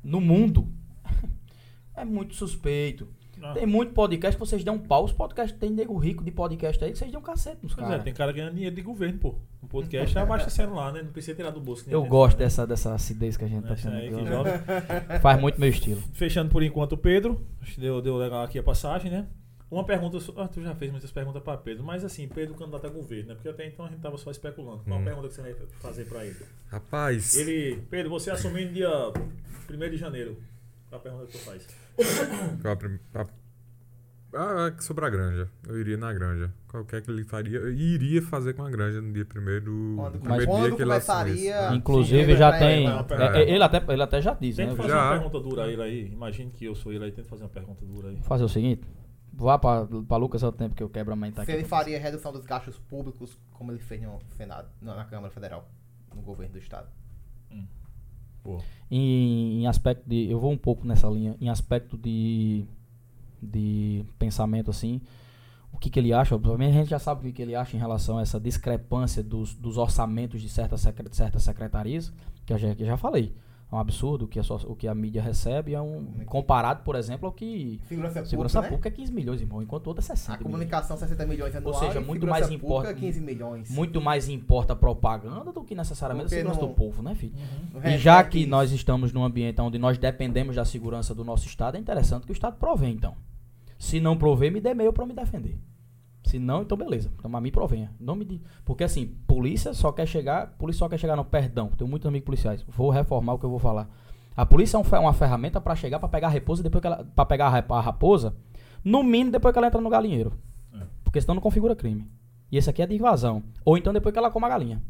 [SPEAKER 3] no mundo, é muito suspeito.
[SPEAKER 1] Ah.
[SPEAKER 3] Tem muito podcast que vocês dão pau. Os podcasts tem nego rico de podcast aí que vocês dão cacete nos
[SPEAKER 1] Pois é,
[SPEAKER 3] caras.
[SPEAKER 1] tem cara ganhando dinheiro de governo, pô. Um podcast tá abastecendo lá, né? Não precisa tirar do bolso. né?
[SPEAKER 3] Eu gosto dessa, dessa acidez que a gente tá
[SPEAKER 1] Essa
[SPEAKER 3] tendo
[SPEAKER 1] aí que
[SPEAKER 3] aqui.
[SPEAKER 1] joga.
[SPEAKER 3] Faz muito meu estilo.
[SPEAKER 1] Fechando por enquanto o Pedro. Acho que Deu, deu legal aqui a passagem, né? Uma pergunta. só- Ah, tu já fez muitas perguntas pra Pedro, mas assim, Pedro candidato a governo, né? Porque até então a gente tava só especulando. Qual a
[SPEAKER 2] Hum.
[SPEAKER 1] pergunta que você vai fazer pra ele?
[SPEAKER 2] Rapaz,
[SPEAKER 1] Ele. Pedro, você assumindo dia 1 de janeiro. Qual a pergunta que tu faz?
[SPEAKER 2] qual a prim- a- Ah, é sobre a granja. Eu iria na granja. Qualquer que ele faria, eu iria fazer com a granja no dia primeiro,
[SPEAKER 4] Quando-
[SPEAKER 2] no primeiro
[SPEAKER 3] mas
[SPEAKER 2] dia
[SPEAKER 4] quando
[SPEAKER 2] que ele assumisse.
[SPEAKER 4] começaria-
[SPEAKER 2] Ah,
[SPEAKER 3] Inclusive,
[SPEAKER 4] sim,
[SPEAKER 3] já
[SPEAKER 4] vai,
[SPEAKER 3] tem.
[SPEAKER 1] vai, vai.
[SPEAKER 3] é, é, ele, até, ele até já diz, né?
[SPEAKER 1] Tenta fazer
[SPEAKER 2] Já.
[SPEAKER 1] uma pergunta dura a ele aí. Imagine que eu sou ele aí. Tenta fazer uma pergunta dura aí.
[SPEAKER 3] Vou fazer o seguinte. Vá pra, pra Lucas, é o tempo que eu quebro a mente
[SPEAKER 4] Se
[SPEAKER 3] aqui.
[SPEAKER 4] ele faria redução dos gastos públicos, como ele fez no Senado, na na Câmara Federal, no governo do Estado.
[SPEAKER 1] Hum. Pô.
[SPEAKER 3] em, em aspecto de eu vou um pouco nessa linha em aspecto de de pensamento assim o que, que ele acha obviamente a gente já sabe o que, que ele acha em relação a essa discrepância dos, dos orçamentos de certas secre- certas secretarias que eu já, que eu já falei é um absurdo o que a, so- o que a mídia recebe é um comparado por exemplo ao que
[SPEAKER 4] Segurança,
[SPEAKER 3] segurança
[SPEAKER 4] pública, né?
[SPEAKER 3] pública é 15 milhões irmão enquanto outra é
[SPEAKER 4] A
[SPEAKER 3] 60 milhões.
[SPEAKER 4] comunicação, 60 milhões anual.
[SPEAKER 3] seja,
[SPEAKER 4] e
[SPEAKER 3] muito
[SPEAKER 4] segurança
[SPEAKER 3] mais
[SPEAKER 4] pública,
[SPEAKER 3] importa-
[SPEAKER 4] 15 milhões.
[SPEAKER 3] muito mais importa a propaganda do que necessariamente
[SPEAKER 4] Porque
[SPEAKER 3] a segurança
[SPEAKER 4] não-
[SPEAKER 3] do povo né filho
[SPEAKER 4] No
[SPEAKER 3] E
[SPEAKER 4] resto
[SPEAKER 3] já
[SPEAKER 4] é
[SPEAKER 3] que
[SPEAKER 4] isso.
[SPEAKER 3] nós estamos num ambiente onde nós dependemos da segurança do nosso Estado, é interessante que o Estado provê, então. Se não prover, me dê meio para me defender. Se não, então beleza. Então, mas me provenha. Não me di- Porque assim, polícia só quer chegar. Polícia só quer chegar, não, perdão. Tenho muitos amigos policiais. Vou reformar o que eu vou falar. A polícia é um fe- uma ferramenta para chegar, para pegar a raposa, e depois que ela. para pegar a rap- a raposa, no mínimo depois que ela entra no galinheiro.
[SPEAKER 1] É.
[SPEAKER 3] Porque senão não configura crime. E esse aqui é de invasão. Ou então depois que ela come a galinha.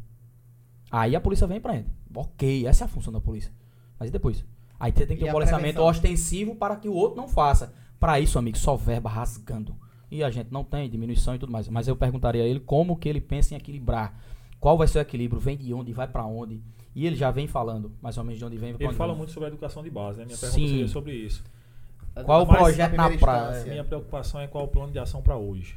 [SPEAKER 3] Aí a polícia vem e prende. Ok, essa é a função da polícia. Mas e depois? Aí você tem que
[SPEAKER 4] E
[SPEAKER 3] ter um
[SPEAKER 4] a
[SPEAKER 3] policiamento
[SPEAKER 4] prevenção?
[SPEAKER 3] ostensivo para que o outro não faça. Para isso, amigo, só verba rasgando. E a gente não tem diminuição e tudo mais. Mas eu perguntaria a ele como que ele pensa em equilibrar. Qual vai ser o equilíbrio? Vem de onde? Vai para onde? E ele já vem falando, mais ou menos de onde vem. pra
[SPEAKER 1] Ele
[SPEAKER 3] onde
[SPEAKER 1] fala
[SPEAKER 3] vai.
[SPEAKER 1] muito sobre a educação de base, né? Minha
[SPEAKER 3] Sim.
[SPEAKER 1] pergunta seria sobre isso.
[SPEAKER 3] Qual o
[SPEAKER 4] Mas,
[SPEAKER 3] projeto na
[SPEAKER 4] É primeira
[SPEAKER 3] praia?
[SPEAKER 4] instância,
[SPEAKER 1] Minha preocupação é qual o plano de ação para hoje.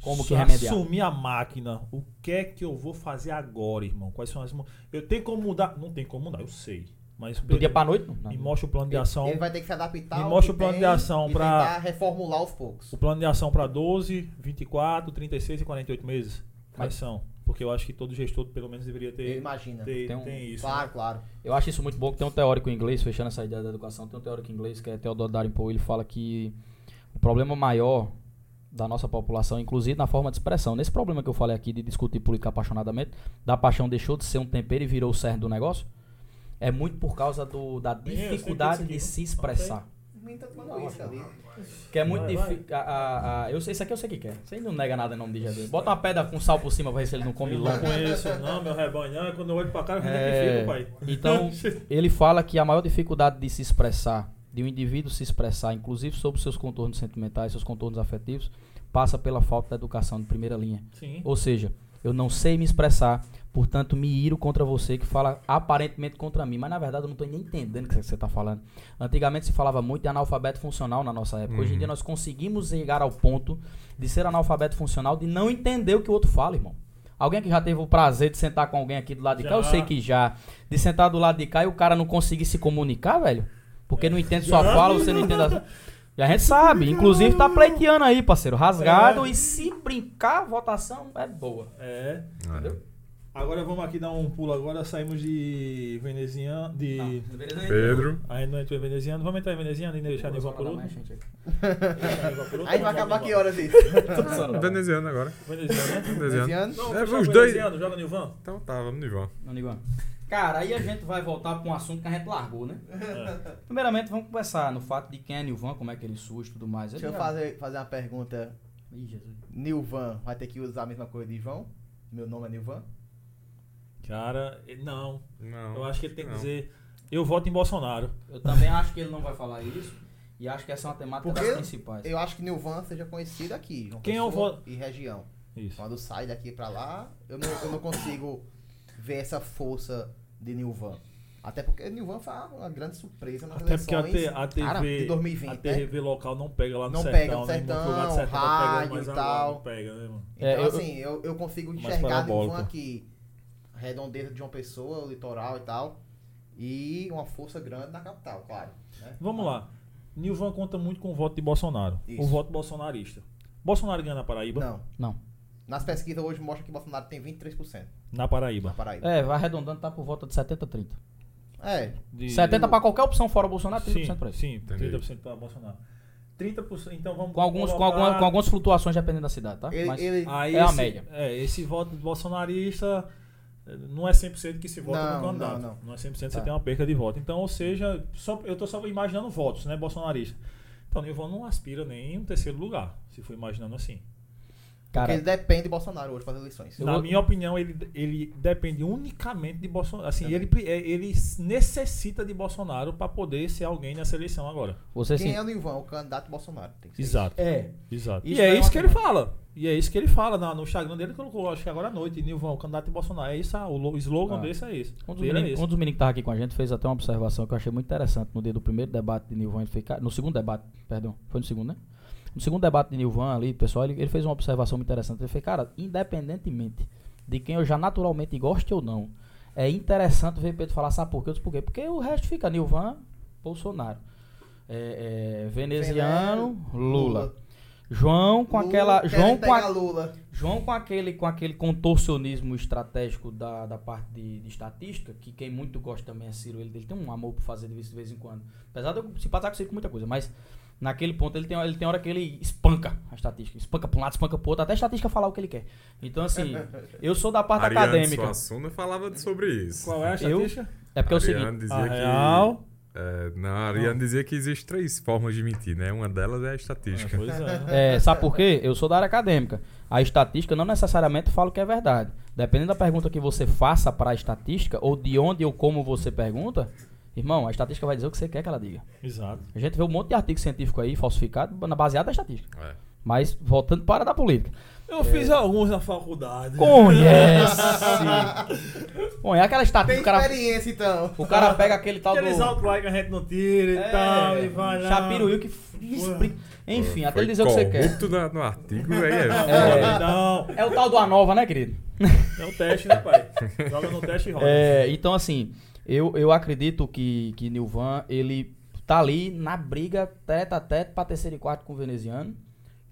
[SPEAKER 3] Como
[SPEAKER 1] Se
[SPEAKER 3] que remediar?
[SPEAKER 1] Assumir a máquina. O que é que eu vou fazer agora, irmão? Quais são as. mu- Eu tenho como mudar? Não tem como mudar, eu sei. Mas
[SPEAKER 3] Do dia para noite? Não.
[SPEAKER 1] me
[SPEAKER 3] não.
[SPEAKER 1] mostra o plano de ação.
[SPEAKER 4] Ele vai ter que se adaptar.
[SPEAKER 1] Me
[SPEAKER 4] ao
[SPEAKER 1] mostra
[SPEAKER 4] que
[SPEAKER 1] o plano de
[SPEAKER 4] tem
[SPEAKER 1] ação
[SPEAKER 4] e
[SPEAKER 1] pra-
[SPEAKER 4] tentar reformular aos poucos.
[SPEAKER 1] O plano de ação para 12, 24, 36 e 48 meses. Quais
[SPEAKER 3] Mas-
[SPEAKER 1] são? Porque eu acho que todo gestor, pelo menos, deveria
[SPEAKER 4] Eu
[SPEAKER 1] ter.
[SPEAKER 4] imagino.
[SPEAKER 1] ter-
[SPEAKER 3] Tem um-
[SPEAKER 1] tem isso.
[SPEAKER 4] claro,
[SPEAKER 1] né?
[SPEAKER 4] claro.
[SPEAKER 3] Eu acho isso muito bom que tem um teórico em inglês, fechando essa ideia da educação, tem um teórico em inglês que é Theodore Darimpour, ele fala que o problema maior da nossa população, inclusive na forma de expressão, nesse problema que eu falei aqui de discutir política apaixonadamente, da paixão deixou de ser um tempero e virou o cerne do negócio, é muito por causa do, da
[SPEAKER 1] Bem, eu sei que
[SPEAKER 3] dificuldade
[SPEAKER 1] isso aqui-
[SPEAKER 3] de se expressar.
[SPEAKER 4] nem tanto quanto isso ali.
[SPEAKER 3] Que é muito
[SPEAKER 1] Vai, vai.
[SPEAKER 3] difícil. A, a- eu sei, isso aqui eu sei que quer. Você não nega nada em nome de Jesus. Bota uma pedra com sal por cima pra ver se ele não come
[SPEAKER 1] Eu
[SPEAKER 3] logo.
[SPEAKER 1] não conheço, não, meu rebanho. Ah, Quando eu olho pra cara, eu
[SPEAKER 3] É,
[SPEAKER 1] identifico, pai.
[SPEAKER 3] Então, ele fala que a maior dificuldade de se expressar, de um indivíduo se expressar, inclusive sobre seus contornos sentimentais, seus contornos afetivos, passa pela falta da educação de primeira linha.
[SPEAKER 1] Sim.
[SPEAKER 3] Ou seja, eu não sei me expressar, portanto me iro contra você que fala aparentemente contra mim, mas na verdade eu não estou nem entendendo o que você está falando. Antigamente se falava muito de analfabeto funcional na nossa época. Hoje em
[SPEAKER 2] Uhum.
[SPEAKER 3] dia nós conseguimos chegar ao ponto de ser analfabeto funcional, de não entender o que o outro fala, irmão. Alguém que já teve o prazer de sentar com alguém aqui do lado de cá, eu
[SPEAKER 1] Já.
[SPEAKER 3] sei que já. De sentar do lado de cá e o cara não conseguir se comunicar, velho. Porque não entende sua
[SPEAKER 1] Já.
[SPEAKER 3] fala, você não entende a. E a gente sabe, inclusive tá pleiteando aí, parceiro, rasgado.
[SPEAKER 1] É.
[SPEAKER 3] E se brincar, a votação é boa.
[SPEAKER 1] É.
[SPEAKER 2] É.
[SPEAKER 1] Agora vamos aqui dar um pulo agora. Saímos de veneziano. De.
[SPEAKER 2] É, Pedro.
[SPEAKER 1] Aí não entrou em veneziano. Vamos entrar em veneziano e deixar de por um. outro. Deixar Nival por outro,
[SPEAKER 4] Aí vai
[SPEAKER 1] vamos
[SPEAKER 4] acabar
[SPEAKER 1] embora.
[SPEAKER 4] que horas isso?
[SPEAKER 2] Veneziano agora.
[SPEAKER 1] Veneziano, né?
[SPEAKER 2] Veneziano.
[SPEAKER 1] Não,
[SPEAKER 2] É,
[SPEAKER 1] puxa
[SPEAKER 2] os
[SPEAKER 1] com
[SPEAKER 2] dois.
[SPEAKER 1] veneziano, joga Nilvan.
[SPEAKER 2] Então tá, vamos de vó.
[SPEAKER 3] Cara, aí a gente vai voltar pra um assunto que a gente largou, né? Primeiramente, vamos conversar no fato de quem é Nilvan, como é que ele surge e tudo mais.
[SPEAKER 4] Deixa eu
[SPEAKER 3] Ele- é-
[SPEAKER 4] fazer, fazer uma pergunta.
[SPEAKER 3] Ih, Jesus.
[SPEAKER 4] Nilvan vai ter que usar a mesma coisa de João? Meu nome é Nilvan?
[SPEAKER 1] Cara, ele- não.
[SPEAKER 2] Não.
[SPEAKER 1] Eu acho que ele tem que
[SPEAKER 2] não.
[SPEAKER 1] dizer. Eu voto em Bolsonaro.
[SPEAKER 3] Eu também acho que ele não vai falar isso. E acho que essa é uma temática
[SPEAKER 4] Porque
[SPEAKER 3] das principais.
[SPEAKER 4] Eu acho que Nilvan seja conhecido aqui. João
[SPEAKER 1] Quem eu
[SPEAKER 4] Pessoa
[SPEAKER 1] vou-
[SPEAKER 4] E região.
[SPEAKER 1] Isso.
[SPEAKER 4] Quando sai daqui pra lá, eu não, eu não consigo ver essa força de Nilvan. Até porque Nilvan foi uma grande surpresa nas
[SPEAKER 1] Até porque a,
[SPEAKER 4] eleições
[SPEAKER 1] T- a TV,
[SPEAKER 4] cara, de 2020,
[SPEAKER 1] a
[SPEAKER 4] né?
[SPEAKER 1] TV local não pega lá no
[SPEAKER 4] Não
[SPEAKER 1] sertão,
[SPEAKER 4] pega no
[SPEAKER 1] né? Em muito
[SPEAKER 4] sertão,
[SPEAKER 1] lugar do sertão tá
[SPEAKER 4] rádio
[SPEAKER 1] pegando, mas
[SPEAKER 4] e
[SPEAKER 1] agora
[SPEAKER 4] tal.
[SPEAKER 1] Não pega, né, mano?
[SPEAKER 4] Então,
[SPEAKER 3] É, eu-
[SPEAKER 4] assim, eu, eu consigo
[SPEAKER 1] Mais
[SPEAKER 4] enxergar
[SPEAKER 1] parabólico.
[SPEAKER 4] Nilvan aqui, a redondeza de João Pessoa, o litoral e tal, e uma força grande na capital, claro. né?
[SPEAKER 1] Vamos lá. Nilvan conta muito com o voto de Bolsonaro.
[SPEAKER 4] Isso.
[SPEAKER 1] O voto bolsonarista. Bolsonaro ganha na Paraíba?
[SPEAKER 4] Não.
[SPEAKER 3] Não.
[SPEAKER 4] Nas pesquisas hoje mostra que Bolsonaro tem 23%
[SPEAKER 1] Na
[SPEAKER 4] na
[SPEAKER 1] Paraíba.
[SPEAKER 4] Paraíba.
[SPEAKER 3] É, vai arredondando, tá por volta de 70 a 30.
[SPEAKER 4] É,
[SPEAKER 1] De-
[SPEAKER 3] 70 pra qualquer opção fora Bolsonaro, 30%
[SPEAKER 1] Sim,
[SPEAKER 3] pra ele.
[SPEAKER 1] sim
[SPEAKER 2] Entendi.
[SPEAKER 1] 30% para Bolsonaro. 30%, então vamos
[SPEAKER 3] Com, alguns, com,
[SPEAKER 1] colocar-
[SPEAKER 3] alguma- com algumas flutuações dependendo da cidade, tá?
[SPEAKER 4] ele,
[SPEAKER 3] Mas
[SPEAKER 4] ele-
[SPEAKER 1] Aí
[SPEAKER 3] É a
[SPEAKER 1] esse-
[SPEAKER 3] média.
[SPEAKER 1] É, esse voto bolsonarista eh, não é 100% que se vota
[SPEAKER 4] Não,
[SPEAKER 1] no candidato.
[SPEAKER 4] não, não.
[SPEAKER 1] é 100% você
[SPEAKER 4] Tá.
[SPEAKER 1] tem uma perca de voto. Então, ou seja, só, eu tô só imaginando votos, né, bolsonarista. Então, Nilvan não aspira nem em um terceiro lugar, se for imaginando assim.
[SPEAKER 4] porque
[SPEAKER 3] cara,
[SPEAKER 4] ele depende de Bolsonaro hoje para as eleições.
[SPEAKER 3] Eu
[SPEAKER 1] Na
[SPEAKER 3] vou-
[SPEAKER 1] minha opinião, ele, ele depende unicamente de Bolsonaro. Assim,
[SPEAKER 4] Também.
[SPEAKER 1] ele, pre- é, ele necessita de Bolsonaro para poder ser alguém nessa eleição agora.
[SPEAKER 3] você
[SPEAKER 4] Quem
[SPEAKER 3] sim.
[SPEAKER 4] é o Nilvan? O candidato Bolsonaro. Tem que ser
[SPEAKER 1] Exato,
[SPEAKER 3] É,
[SPEAKER 1] exato.
[SPEAKER 3] Isso
[SPEAKER 1] e é
[SPEAKER 3] é
[SPEAKER 1] isso que ele
[SPEAKER 3] ótimo.
[SPEAKER 1] fala. E é isso que ele fala na- no Instagram dele, que colocou, acho que agora à noite, Nilvão, candidato de Bolsonaro. É isso, ah, o lo- o slogan
[SPEAKER 3] Ah.
[SPEAKER 1] desse é esse.
[SPEAKER 3] Um dos,
[SPEAKER 1] Dele é
[SPEAKER 3] meninos,
[SPEAKER 1] esse.
[SPEAKER 3] um dos meninos que tava aqui com a gente fez até uma observação que eu achei muito interessante no dia do primeiro debate de Nilvan. Ele fez, cara, no segundo debate, perdão, foi no segundo, né? No segundo debate de Nilvan ali, pessoal, ele, ele fez uma observação muito interessante. Ele fez, cara, independentemente de quem eu já naturalmente goste ou não, é interessante ver Pedro falar, sabe por quê? Eu disse, por quê? Porque o resto fica Nilvan, Bolsonaro. É, é, veneziano, Lula. João Então, com
[SPEAKER 4] Lula
[SPEAKER 3] aquela.
[SPEAKER 4] querendo
[SPEAKER 3] João com a,
[SPEAKER 4] pegar Lula.
[SPEAKER 3] João com aquele, com aquele contorcionismo estratégico da, da parte de, de estatística, que quem muito gosta também é Ciro, ele, ele tem um amor por fazer de vez, de vez em quando. Apesar de eu simpatizar com Ciro com muita coisa, mas naquele ponto ele tem, ele tem hora que ele espanca a estatística. Espanca pra um lado, espanca pro outro, até a estatística falar o que ele quer. Então, assim, eu sou da parte
[SPEAKER 2] Ariane
[SPEAKER 3] acadêmica.
[SPEAKER 2] Suassuna falava sobre isso.
[SPEAKER 1] Qual é a
[SPEAKER 3] Eu-
[SPEAKER 1] estatística?
[SPEAKER 3] É porque é o
[SPEAKER 2] Ariane
[SPEAKER 3] seguinte.
[SPEAKER 2] dizia
[SPEAKER 1] A
[SPEAKER 2] que-
[SPEAKER 1] real.
[SPEAKER 2] É, não, a Ariane dizia que existem três formas de mentir, né? Uma delas é a
[SPEAKER 1] Ah,
[SPEAKER 2] estatística.
[SPEAKER 1] pois é.
[SPEAKER 3] É, sabe por quê? Eu sou da área acadêmica. A estatística não necessariamente fala o que é verdade. Dependendo da pergunta que você faça para a estatística, ou de onde ou como você pergunta, irmão, a estatística vai dizer o que você quer que ela diga.
[SPEAKER 1] Exato.
[SPEAKER 3] A gente vê um monte de artigo científico aí falsificado na- baseado na estatística.
[SPEAKER 2] É.
[SPEAKER 3] Mas voltando para a da política.
[SPEAKER 1] Eu fiz alguns na faculdade. Tá
[SPEAKER 3] Conhece! Conhece aquela estatística.
[SPEAKER 4] Tem
[SPEAKER 3] O cara,
[SPEAKER 4] experiência, então.
[SPEAKER 3] o cara pega aquele tal
[SPEAKER 1] Aqueles
[SPEAKER 3] do.
[SPEAKER 1] outright que a gente não tira e
[SPEAKER 3] É,
[SPEAKER 1] tal, e vai lá.
[SPEAKER 3] Chapiruil que. Enfim, até
[SPEAKER 2] Foi
[SPEAKER 3] ele dizer o que você quer.
[SPEAKER 2] corrupto na- no artigo, aí é.
[SPEAKER 3] É.
[SPEAKER 1] Não,
[SPEAKER 3] É o tal do Anova, né, querido?
[SPEAKER 1] é um teste, né, pai? Joga no teste e rola.
[SPEAKER 3] É, então, assim, eu, eu acredito que, que Nilvan, ele tá ali na briga tete a tete pra terceiro e quarto com o veneziano.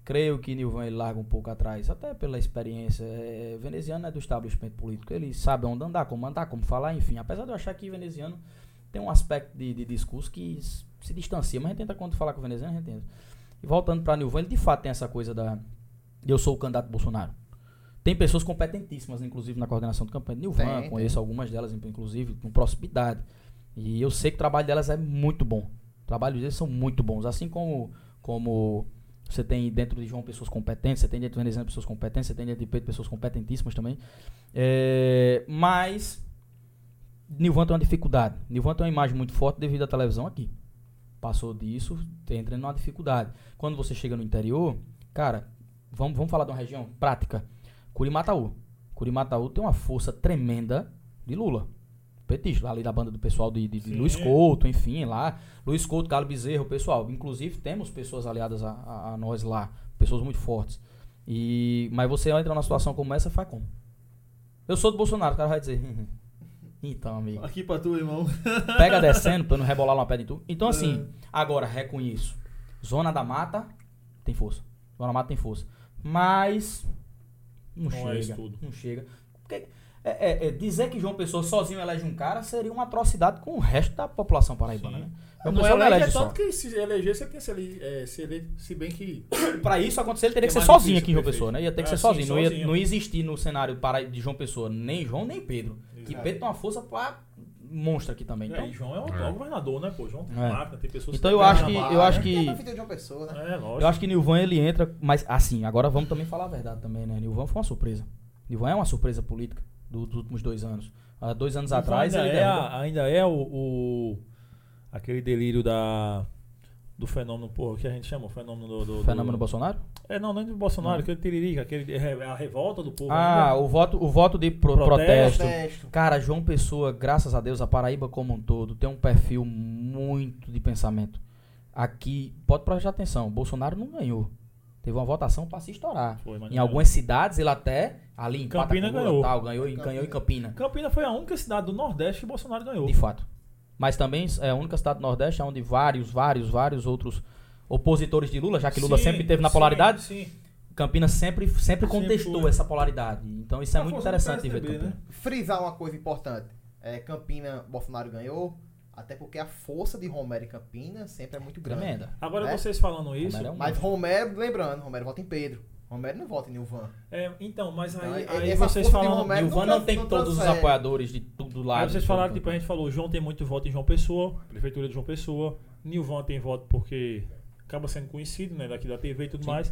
[SPEAKER 3] Creio que Nilvan ele larga um pouco atrás, até pela experiência. É, veneziano é do establishment político, ele sabe onde andar, como andar, como falar, enfim. Apesar de eu achar que veneziano tem um aspecto de, de discurso que s- se distancia, mas a gente tenta quando falar com o veneziano, a gente tenta. E voltando pra Nilvan, ele de fato tem essa coisa da. Eu sou o candidato Bolsonaro. Tem pessoas competentíssimas, inclusive, na coordenação de campanha. de Nilvan,
[SPEAKER 4] Tem,
[SPEAKER 3] conheço algumas delas, inclusive, com proximidade. E eu sei que o trabalho delas é muito bom. trabalhos deles são muito bons. Assim como, como você tem dentro de João pessoas competentes, você tem dentro de Veneziano pessoas competentes, você tem dentro de Pedro pessoas competentíssimas também. É, mas Nilvan tem uma dificuldade. Nilvan tem uma imagem muito forte devido à televisão aqui. Passou disso, entra numa dificuldade. Quando você chega no interior, cara, vamos, vamos falar de uma região prática. Curimataú. Curimataú tem uma força tremenda de Lula. Petista, lá ali da banda do pessoal de, de, de
[SPEAKER 1] Sim.
[SPEAKER 3] Luiz Couto, enfim, lá. Luiz Couto, Galo Bezerro, pessoal. Inclusive, temos pessoas aliadas a, a- a nós lá, pessoas muito fortes. E, mas você entra numa situação como essa, faz como? Eu sou do Bolsonaro, o cara vai dizer. "Hum, Então, amigo.
[SPEAKER 1] Aqui pra tu, irmão.
[SPEAKER 3] Pega descendo pra não rebolar uma pedra em tu. Então, assim, agora, reconheço. Zona da Mata tem força. Zona da Mata tem força. Mas. Não,
[SPEAKER 1] Não
[SPEAKER 3] chega.
[SPEAKER 1] é isso tudo.
[SPEAKER 3] Não chega. Porque, é, é, é, dizer que João Pessoa sozinho elege um cara seria uma atrocidade com o resto da população paraibana,
[SPEAKER 1] Sim. Ah,
[SPEAKER 3] né? João
[SPEAKER 5] Não
[SPEAKER 3] Pessoa não
[SPEAKER 5] elege, é
[SPEAKER 3] elege
[SPEAKER 5] tanto
[SPEAKER 3] só.
[SPEAKER 5] que se eleger, você tem que se eleger, é, se, ele- se bem que
[SPEAKER 3] Pra isso acontecer, ele teria que
[SPEAKER 5] É
[SPEAKER 3] ser
[SPEAKER 5] mais
[SPEAKER 3] sozinho
[SPEAKER 5] difícil,
[SPEAKER 3] aqui em João
[SPEAKER 5] perfeito.
[SPEAKER 3] Pessoa, né? Ia ter que
[SPEAKER 1] Ah,
[SPEAKER 3] ser
[SPEAKER 1] sim,
[SPEAKER 3] sozinho. Não, ia,
[SPEAKER 1] sozinho.
[SPEAKER 3] não ia existir no cenário para de João Pessoa nem João nem Pedro. Que
[SPEAKER 5] Exato.
[SPEAKER 3] Pedro tem uma força pra monstro aqui também. Então,
[SPEAKER 1] É, e João é um
[SPEAKER 2] É.
[SPEAKER 1] é. governador, né, pô? João tem
[SPEAKER 3] É.
[SPEAKER 1] máquina, tem pessoas
[SPEAKER 3] Então
[SPEAKER 1] que
[SPEAKER 3] eu
[SPEAKER 1] tem
[SPEAKER 3] acho
[SPEAKER 1] na
[SPEAKER 3] que-
[SPEAKER 1] barra,
[SPEAKER 3] eu acho
[SPEAKER 1] né?
[SPEAKER 3] que-
[SPEAKER 4] Tem a vida é de uma pessoa, né?
[SPEAKER 1] É, lógico.
[SPEAKER 3] Eu acho que Nilvan ele entra, mas assim, agora vamos também falar a verdade também, né? Nilvan foi uma surpresa. Nilvan é uma surpresa política do- dos últimos dois anos. Há dois anos atrás
[SPEAKER 1] ainda
[SPEAKER 3] ele
[SPEAKER 1] é,
[SPEAKER 3] derruba-
[SPEAKER 1] a- ainda é o, o- aquele delírio da do fenômeno, porra, que a gente chama, o fenômeno do, do- do-
[SPEAKER 3] Fenômeno Bolsonaro?
[SPEAKER 1] É, não, não é do Bolsonaro,
[SPEAKER 3] Não.
[SPEAKER 1] aquele tiririca, aquele é a revolta do povo. né?
[SPEAKER 3] Ah,
[SPEAKER 1] ainda.
[SPEAKER 3] o voto, o voto de pro-
[SPEAKER 1] Protesto.
[SPEAKER 3] protesto.
[SPEAKER 4] Protesto.
[SPEAKER 3] Cara, João Pessoa, graças a Deus, a Paraíba como um todo tem um perfil muito de pensamento. Aqui, pode prestar atenção, Bolsonaro não ganhou. Teve uma votação pra se estourar.
[SPEAKER 1] Foi, mas
[SPEAKER 3] Em
[SPEAKER 1] não é
[SPEAKER 3] algumas cidades ele até ali em
[SPEAKER 1] Campina
[SPEAKER 3] Patacoa,
[SPEAKER 1] ganhou.
[SPEAKER 3] Tal, ganhou, em- ganhou em Campina.
[SPEAKER 1] Campina foi a única cidade do Nordeste que Bolsonaro ganhou.
[SPEAKER 3] De fato. Mas também é a única cidade do Nordeste onde vários, vários, vários outros opositores de Lula, já que Lula
[SPEAKER 1] Sim,
[SPEAKER 3] sempre teve na
[SPEAKER 1] sim,
[SPEAKER 3] polaridade,
[SPEAKER 1] Sim.
[SPEAKER 3] Campinas sempre, sempre contestou
[SPEAKER 1] foi. Tá
[SPEAKER 3] essa polaridade. Então isso é
[SPEAKER 1] A
[SPEAKER 3] muito
[SPEAKER 1] força do
[SPEAKER 3] interessante de ver
[SPEAKER 1] PSDB,
[SPEAKER 3] Campinas.
[SPEAKER 4] Frisar uma coisa importante. É, Campina, Bolsonaro ganhou, até porque a força de Romero em Campina sempre é muito grande.
[SPEAKER 3] Tremenda.
[SPEAKER 1] Agora
[SPEAKER 4] Né?
[SPEAKER 1] vocês falando isso,
[SPEAKER 3] Romero é um-
[SPEAKER 4] Mas Romero, lembrando, Romero vota em Pedro. Romero não vota em Nilvan.
[SPEAKER 1] é, então, mas
[SPEAKER 4] Então,
[SPEAKER 1] aí,
[SPEAKER 4] é-
[SPEAKER 1] aí
[SPEAKER 4] essa
[SPEAKER 1] vocês
[SPEAKER 4] força de
[SPEAKER 1] falando,
[SPEAKER 4] Romero- Mas
[SPEAKER 3] Nilvan
[SPEAKER 4] não
[SPEAKER 3] não tem
[SPEAKER 4] trans- não
[SPEAKER 3] todos os
[SPEAKER 4] transfere.
[SPEAKER 3] apoiadores de tudo lá.
[SPEAKER 1] Aí vocês
[SPEAKER 3] então,
[SPEAKER 1] falaram, tipo, a gente falou, João tem muito voto em João Pessoa, prefeitura de João Pessoa, Nilvan tem voto porque acaba sendo conhecido, né, daqui da TV e tudo
[SPEAKER 3] Sim.
[SPEAKER 1] mais.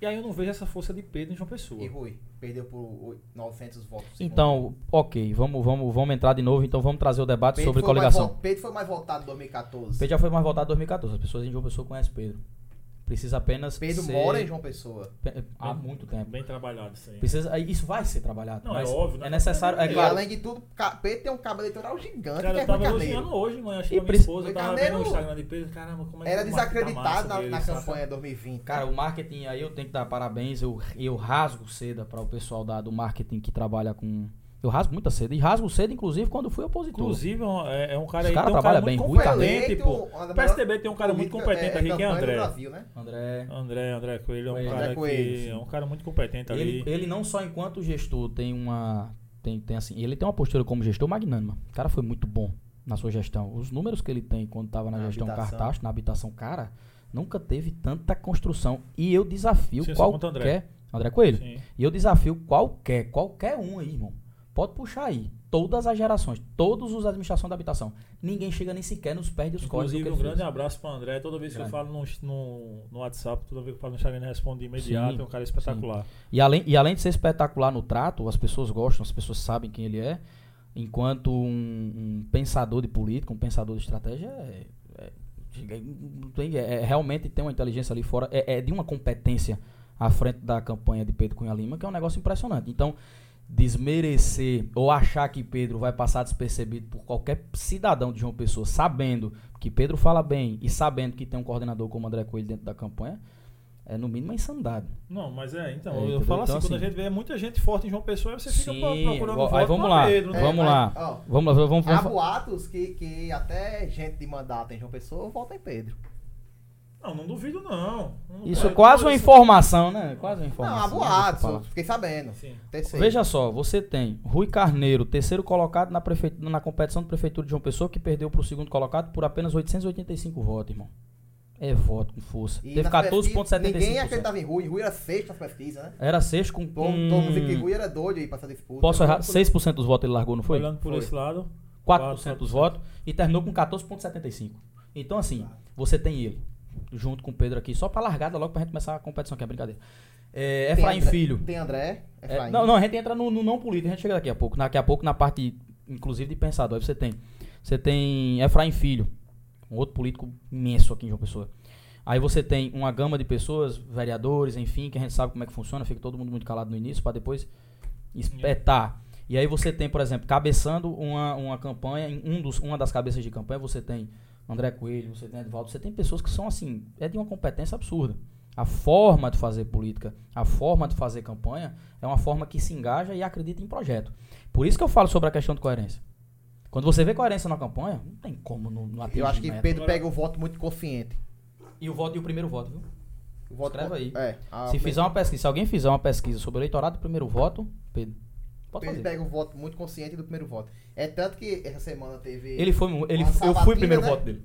[SPEAKER 1] E aí eu não vejo essa força de Pedro em João Pessoa.
[SPEAKER 4] E Rui perdeu por oi- 900 votos.
[SPEAKER 3] Então, ok, vamos, vamos, vamos entrar de novo, então vamos trazer o debate
[SPEAKER 4] Pedro
[SPEAKER 3] sobre
[SPEAKER 4] foi mais
[SPEAKER 3] coligação.
[SPEAKER 4] vo- Pedro foi mais votado em 2014.
[SPEAKER 3] Pedro já foi mais votado em 2014, as pessoas em João Pessoa conhecem Pedro. Precisa apenas
[SPEAKER 4] Pedro
[SPEAKER 3] ser-
[SPEAKER 4] mora em João Pessoa.
[SPEAKER 3] Pe- Há muito tempo.
[SPEAKER 1] Bem trabalhado isso aí.
[SPEAKER 3] Precisa, aí isso vai ser trabalhado.
[SPEAKER 1] Não, é
[SPEAKER 3] mas
[SPEAKER 1] óbvio, né?
[SPEAKER 3] É necessário, é
[SPEAKER 4] e
[SPEAKER 3] claro.
[SPEAKER 4] além de tudo, ca- Pedro tem um cabo eleitoral
[SPEAKER 1] Cara,
[SPEAKER 4] gigante que é
[SPEAKER 1] eu
[SPEAKER 4] Rui
[SPEAKER 1] tava
[SPEAKER 4] Carneiro.
[SPEAKER 1] elogiando hoje, mãe, achei
[SPEAKER 3] E
[SPEAKER 1] que minha
[SPEAKER 3] preci-
[SPEAKER 1] esposa, eu tava
[SPEAKER 4] Rui Carneiro
[SPEAKER 1] vendo o Instagram de Pedro, caramba, como é que
[SPEAKER 4] Era
[SPEAKER 1] o Marco tá massa
[SPEAKER 4] desacreditado na,
[SPEAKER 1] dele,
[SPEAKER 4] na
[SPEAKER 1] saca?
[SPEAKER 4] campanha 2020.
[SPEAKER 3] Cara, o marketing aí eu tenho que dar parabéns. Eu, eu rasgo seda para o pessoal da, do marketing que trabalha com. Eu rasgo muita seda. E rasgo seda, inclusive, quando fui opositor.
[SPEAKER 1] Inclusive, é um- é, é um cara
[SPEAKER 3] Os
[SPEAKER 1] aí,
[SPEAKER 3] cara
[SPEAKER 1] tem um
[SPEAKER 3] trabalha
[SPEAKER 1] cara
[SPEAKER 3] bem,
[SPEAKER 1] muito
[SPEAKER 3] Rui tipo,
[SPEAKER 4] Foi
[SPEAKER 1] competente,
[SPEAKER 4] eleito
[SPEAKER 1] pô.
[SPEAKER 4] uma das
[SPEAKER 1] O PSDB tem um cara muito
[SPEAKER 4] política-
[SPEAKER 1] competente
[SPEAKER 4] é,
[SPEAKER 1] aqui, que é
[SPEAKER 4] campanha do
[SPEAKER 1] André.
[SPEAKER 4] Brasil, né?
[SPEAKER 3] André.
[SPEAKER 1] André, André Coelho é um
[SPEAKER 3] Coelho.
[SPEAKER 1] cara
[SPEAKER 4] André Coelho,
[SPEAKER 1] que
[SPEAKER 4] sim.
[SPEAKER 1] é um cara muito competente ali.
[SPEAKER 3] Ele, ele não só enquanto gestor tem uma. Tem, tem assim, ele tem uma postura como gestor magnânima. O cara foi muito bom na sua gestão. Os números que ele tem quando estava na,
[SPEAKER 4] Na
[SPEAKER 3] gestão
[SPEAKER 4] habitação.
[SPEAKER 3] cartaz, na habitação, cara, nunca teve tanta construção. E eu desafio
[SPEAKER 1] Sim, só conta
[SPEAKER 3] qualquer.
[SPEAKER 1] o André.
[SPEAKER 3] André. Coelho.
[SPEAKER 1] Sim.
[SPEAKER 3] E eu desafio qualquer, qualquer um aí, irmão. Pode puxar aí. Todas as gerações, todos os administrações da habitação. Ninguém chega nem sequer nos pés dos códigos. do que
[SPEAKER 1] Inclusive, um
[SPEAKER 3] ele
[SPEAKER 1] grande
[SPEAKER 3] fez.
[SPEAKER 1] abraço para André. Toda vez que
[SPEAKER 3] Grande.
[SPEAKER 1] eu falo no, no, no WhatsApp, toda vez que eu falo no Instagram, ele responde de imediato.
[SPEAKER 3] Sim,
[SPEAKER 1] é um cara espetacular.
[SPEAKER 3] E além, e além de ser espetacular no trato, as pessoas gostam, as pessoas sabem quem ele é. Enquanto um, um pensador de política, um pensador de estratégia, é, é- não tem- é- é- realmente tem uma inteligência ali fora, é, é de uma competência à frente da campanha de Pedro Cunha Lima, que é um negócio impressionante. Então, desmerecer ou achar que Pedro vai passar despercebido por qualquer cidadão de João Pessoa, sabendo que Pedro fala bem e sabendo que tem um coordenador como André Coelho dentro da campanha, é no mínimo uma insanidade.
[SPEAKER 1] Não, mas é, então,
[SPEAKER 3] É,
[SPEAKER 1] eu
[SPEAKER 3] entendeu?
[SPEAKER 1] falo assim,
[SPEAKER 3] Então,
[SPEAKER 1] quando
[SPEAKER 3] assim-
[SPEAKER 1] a gente vê muita gente forte em João Pessoa, aí você
[SPEAKER 3] Sim,
[SPEAKER 1] fica pro- procurando
[SPEAKER 3] aí
[SPEAKER 1] voto
[SPEAKER 3] vamos
[SPEAKER 1] pra
[SPEAKER 3] lá.
[SPEAKER 1] Pedro, né?
[SPEAKER 3] É. Vamos lá.
[SPEAKER 4] ó, É
[SPEAKER 3] Vamos lá, vamos,
[SPEAKER 4] há
[SPEAKER 3] vamos,
[SPEAKER 4] boatos que, que até gente de mandato em João Pessoa vota em Pedro.
[SPEAKER 1] Não, não duvido, não. Não
[SPEAKER 3] Isso é
[SPEAKER 1] duvido.
[SPEAKER 3] quase uma
[SPEAKER 1] Isso-
[SPEAKER 3] informação, né? Quase uma
[SPEAKER 4] Não, é há
[SPEAKER 3] informação. né? Deixa eu falar.
[SPEAKER 4] boatos, fiquei sabendo.
[SPEAKER 1] Sim.
[SPEAKER 4] Terceiro.
[SPEAKER 3] Veja só, você tem Rui Carneiro, terceiro colocado na, prefe... na competição de prefeitura de João Pessoa, que perdeu para o segundo colocado por apenas 885 votos, irmão. É voto com força.
[SPEAKER 4] E
[SPEAKER 3] Teve
[SPEAKER 4] nas pesquisas, Ninguém
[SPEAKER 3] 14,75%.
[SPEAKER 4] acreditava em Rui. Rui era sexto nas pesquisas, né?
[SPEAKER 3] Era sexto com.
[SPEAKER 4] Todo todo mundo dizia que
[SPEAKER 3] com...
[SPEAKER 4] Rui era doido aí pra essa disputa.
[SPEAKER 3] Hum. Posso errar? 6% dos votos ele largou, não foi?
[SPEAKER 1] Olhando por
[SPEAKER 4] Foi.
[SPEAKER 1] esse lado,
[SPEAKER 3] 4% dos
[SPEAKER 1] 4%.
[SPEAKER 3] votos e terminou com 14,75%. Então, assim, você tem ele, junto com o Pedro aqui, só pra largada logo pra gente começar a competição, que é brincadeira. É,
[SPEAKER 4] Tem
[SPEAKER 3] Efraim
[SPEAKER 4] André-
[SPEAKER 3] Filho.
[SPEAKER 4] Tem André,
[SPEAKER 3] É,
[SPEAKER 4] Efraim.
[SPEAKER 3] não, não, a gente entra no, no não político, a gente chega daqui a pouco. Daqui a pouco, na parte, inclusive, de pensador, aí você tem. Você tem Efraim Filho, um outro político imenso aqui em João Pessoa. Aí você tem uma gama de pessoas, vereadores, enfim, que a gente sabe como é que funciona, fica todo mundo muito calado no início, para depois espetar. E aí você tem, por exemplo, cabeçando uma, uma campanha, em um dos, uma das cabeças de campanha, você tem André Coelho, você tem Edvaldo, você tem pessoas que são assim, é de uma competência absurda. A forma de fazer política, a forma de fazer campanha, é uma forma que se engaja e acredita em projeto. Por isso que eu falo sobre a questão de coerência. Quando você vê coerência na campanha, não tem como não, não atingir
[SPEAKER 4] Eu acho que
[SPEAKER 3] meta.
[SPEAKER 4] Pedro pega o voto muito consciente.
[SPEAKER 3] E o voto e o primeiro voto, viu?
[SPEAKER 4] O voto
[SPEAKER 3] Escreve aí.
[SPEAKER 4] É, a-
[SPEAKER 3] se fizer uma pesquisa, se alguém fizer uma pesquisa sobre o eleitorado do primeiro voto, Pedro, pode
[SPEAKER 4] Pedro
[SPEAKER 3] fazer.
[SPEAKER 4] pega o voto muito consciente do primeiro voto. É tanto que essa semana teve.
[SPEAKER 3] Ele foi, mu- ele,
[SPEAKER 4] Uma
[SPEAKER 3] eu fui
[SPEAKER 4] sabatina,
[SPEAKER 3] o primeiro
[SPEAKER 4] né?
[SPEAKER 3] voto dele.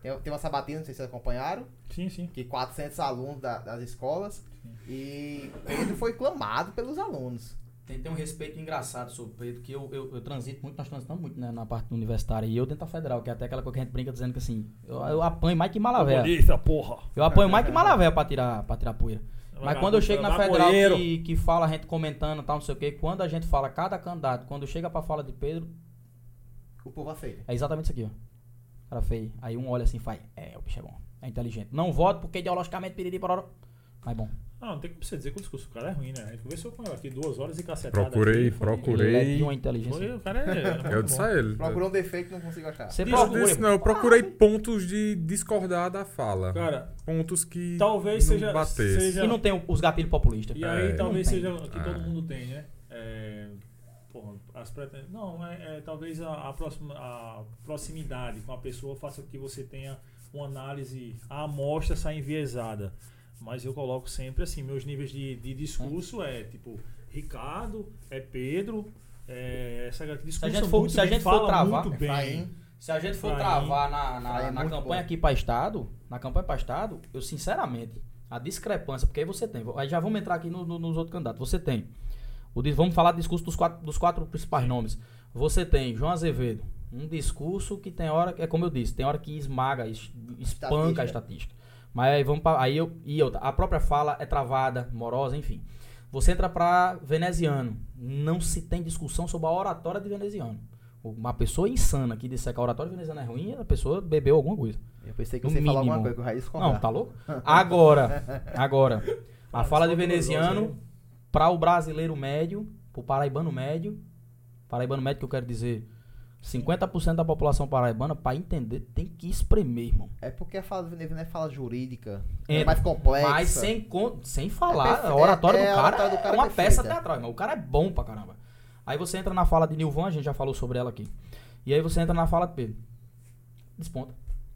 [SPEAKER 4] Tem, tem uma sabatina, não sei se vocês acompanharam,
[SPEAKER 1] Sim, sim.
[SPEAKER 4] que 400 alunos da- das escolas. E Pedro foi clamado pelos alunos.
[SPEAKER 3] Tem, tem um respeito engraçado sobre o Pedro, que eu, eu, eu transito muito, nós transitamos muito né, na parte universitária, e eu dentro da federal, que é até aquela coisa que a gente brinca dizendo que assim, eu, eu apanho mais que Malavé.
[SPEAKER 1] Comunista, porra.
[SPEAKER 3] Eu apanho mais que Malavé pra tirar, pra tirar poeira.
[SPEAKER 1] Tá
[SPEAKER 3] Mas quando eu
[SPEAKER 1] né?
[SPEAKER 3] chego na federal
[SPEAKER 1] é Maconheiro.
[SPEAKER 3] que, que fala, a gente comentando e tal, não sei o quê, quando a gente fala cada candidato, quando chega pra fala de Pedro,
[SPEAKER 4] O povo aceita.
[SPEAKER 3] É exatamente isso aqui, ó. Cara feio. Aí um olha assim e faz. É, o bicho é bom. É inteligente. Não voto porque ideologicamente piriri pororó. Mas bom.
[SPEAKER 1] Ah, Não, não tem como você dizer que o discurso do cara é ruim, né? A gente conversou com ela aqui duas horas e cacetada.
[SPEAKER 2] Procurei,
[SPEAKER 1] aqui, foi-
[SPEAKER 2] procurei.
[SPEAKER 3] Ele é de uma inteligência.
[SPEAKER 1] Foi, o cara é. é
[SPEAKER 2] Eu disse a ele.
[SPEAKER 4] Procurou um defeito não consigo achar.
[SPEAKER 3] Você
[SPEAKER 2] Eu
[SPEAKER 3] procura.
[SPEAKER 2] disse, não, eu procurei pontos de discordar da fala.
[SPEAKER 1] Cara,
[SPEAKER 2] pontos que
[SPEAKER 1] talvez
[SPEAKER 2] não
[SPEAKER 1] seja.
[SPEAKER 2] batesse.
[SPEAKER 1] seja
[SPEAKER 3] E não tem o- os gatilhos populistas.
[SPEAKER 1] é E aí
[SPEAKER 2] É.
[SPEAKER 1] talvez
[SPEAKER 3] Não tem.
[SPEAKER 1] seja o que todo
[SPEAKER 2] É.
[SPEAKER 1] mundo tem, né? É, porra, as preten... Não, é, é, talvez a, a, próxima, a proximidade com a pessoa faça com que você tenha uma análise, a amostra sai enviesada. Mas eu coloco sempre assim, meus níveis de, de discurso é. tipo Ricardo, é Pedro, é, essa galera que
[SPEAKER 3] a
[SPEAKER 1] discursa
[SPEAKER 3] gente for-
[SPEAKER 1] muito
[SPEAKER 3] se a
[SPEAKER 1] bem,
[SPEAKER 3] gente for
[SPEAKER 1] fala
[SPEAKER 3] travar- é,
[SPEAKER 1] muito bem.
[SPEAKER 4] Efraim,
[SPEAKER 3] Se a gente for
[SPEAKER 1] Pra
[SPEAKER 3] travar na, na-
[SPEAKER 4] pra mim é
[SPEAKER 3] na
[SPEAKER 4] muito
[SPEAKER 3] campanha
[SPEAKER 4] bom.
[SPEAKER 3] aqui pra Estado, na campanha pra Estado, eu sinceramente, a discrepância, porque aí você tem, aí já vamos entrar aqui no- no- nos outros candidatos, você tem, o dis- vamos falar do discurso dos quatro, dos quatro principais nomes, você tem João Azevedo, um discurso que tem hora, que- é como eu disse, tem hora que esmaga, es- espanca
[SPEAKER 4] Estatística.
[SPEAKER 3] a estatística. Mas aí vamos pra, aí eu, e outra, a própria fala é travada, morosa, enfim. Você entra pra veneziano, não se tem discussão sobre a oratória de veneziano. Uma pessoa insana que disser que a oratória veneziana é ruim, a pessoa bebeu alguma coisa.
[SPEAKER 4] Eu pensei que
[SPEAKER 3] No
[SPEAKER 4] você ia falar
[SPEAKER 3] mínimo.
[SPEAKER 4] alguma coisa que o Raiz
[SPEAKER 3] Não, tá louco? Agora, agora, a
[SPEAKER 1] Ah,
[SPEAKER 3] fala
[SPEAKER 1] desculpa,
[SPEAKER 3] de
[SPEAKER 1] eu
[SPEAKER 3] veneziano para o brasileiro médio, para o paraibano médio, paraibano médio que eu quero dizer, 50% da população paraibana, para entender, tem que espremer, irmão.
[SPEAKER 4] É porque a fala do Venevino é fala jurídica.
[SPEAKER 3] Entra.
[SPEAKER 4] É mais complexa.
[SPEAKER 3] Mas sem, con- sem falar,
[SPEAKER 4] É perfe-
[SPEAKER 3] a oratória
[SPEAKER 4] é- é
[SPEAKER 3] do
[SPEAKER 4] a
[SPEAKER 3] cara
[SPEAKER 4] oratória do cara
[SPEAKER 3] é uma
[SPEAKER 4] perfeita.
[SPEAKER 3] peça teatral, irmão. O cara é bom pra caramba. Aí você entra na fala de Nilvan, a gente já falou sobre ela aqui. E aí você entra na fala de Pedro. Desponta.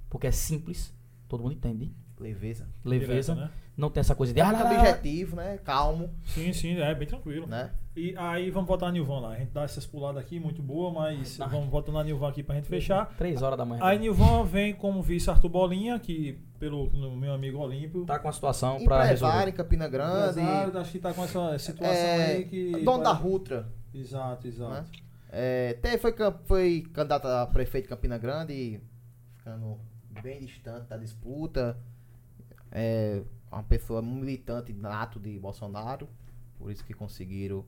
[SPEAKER 3] Porque é simples, todo mundo entende.
[SPEAKER 4] Leveza.
[SPEAKER 3] Leveza,
[SPEAKER 1] Direta, né?
[SPEAKER 3] não tem essa coisa de...
[SPEAKER 4] É
[SPEAKER 3] "Ah,
[SPEAKER 4] muito
[SPEAKER 3] lá, lá, lá".
[SPEAKER 4] objetivo, né? Calmo,
[SPEAKER 1] Sim, sim, é bem tranquilo.
[SPEAKER 4] né?
[SPEAKER 1] E aí vamos botar a Nilvan lá. A gente dá essas puladas aqui, muito boa, mas
[SPEAKER 3] Tá.
[SPEAKER 1] vamos botando a Nilvan aqui pra gente fechar.
[SPEAKER 3] Três horas da manhã.
[SPEAKER 1] Aí Nilvan vem como vice Arthur Bolinha, que pelo no meu amigo Olímpio.
[SPEAKER 3] tá com a situação pra
[SPEAKER 4] Empresário
[SPEAKER 3] resolver.
[SPEAKER 4] em Campina Grande.
[SPEAKER 1] empresário, acho que tá com essa situação
[SPEAKER 4] é,
[SPEAKER 1] aí que.
[SPEAKER 4] dono da Rutra.
[SPEAKER 1] Exato,
[SPEAKER 4] né?
[SPEAKER 1] exato.
[SPEAKER 4] É, até foi, cam- foi candidato a prefeito de Campina Grande, e ficando bem distante da disputa. É uma pessoa militante nato de Bolsonaro, por isso que conseguiram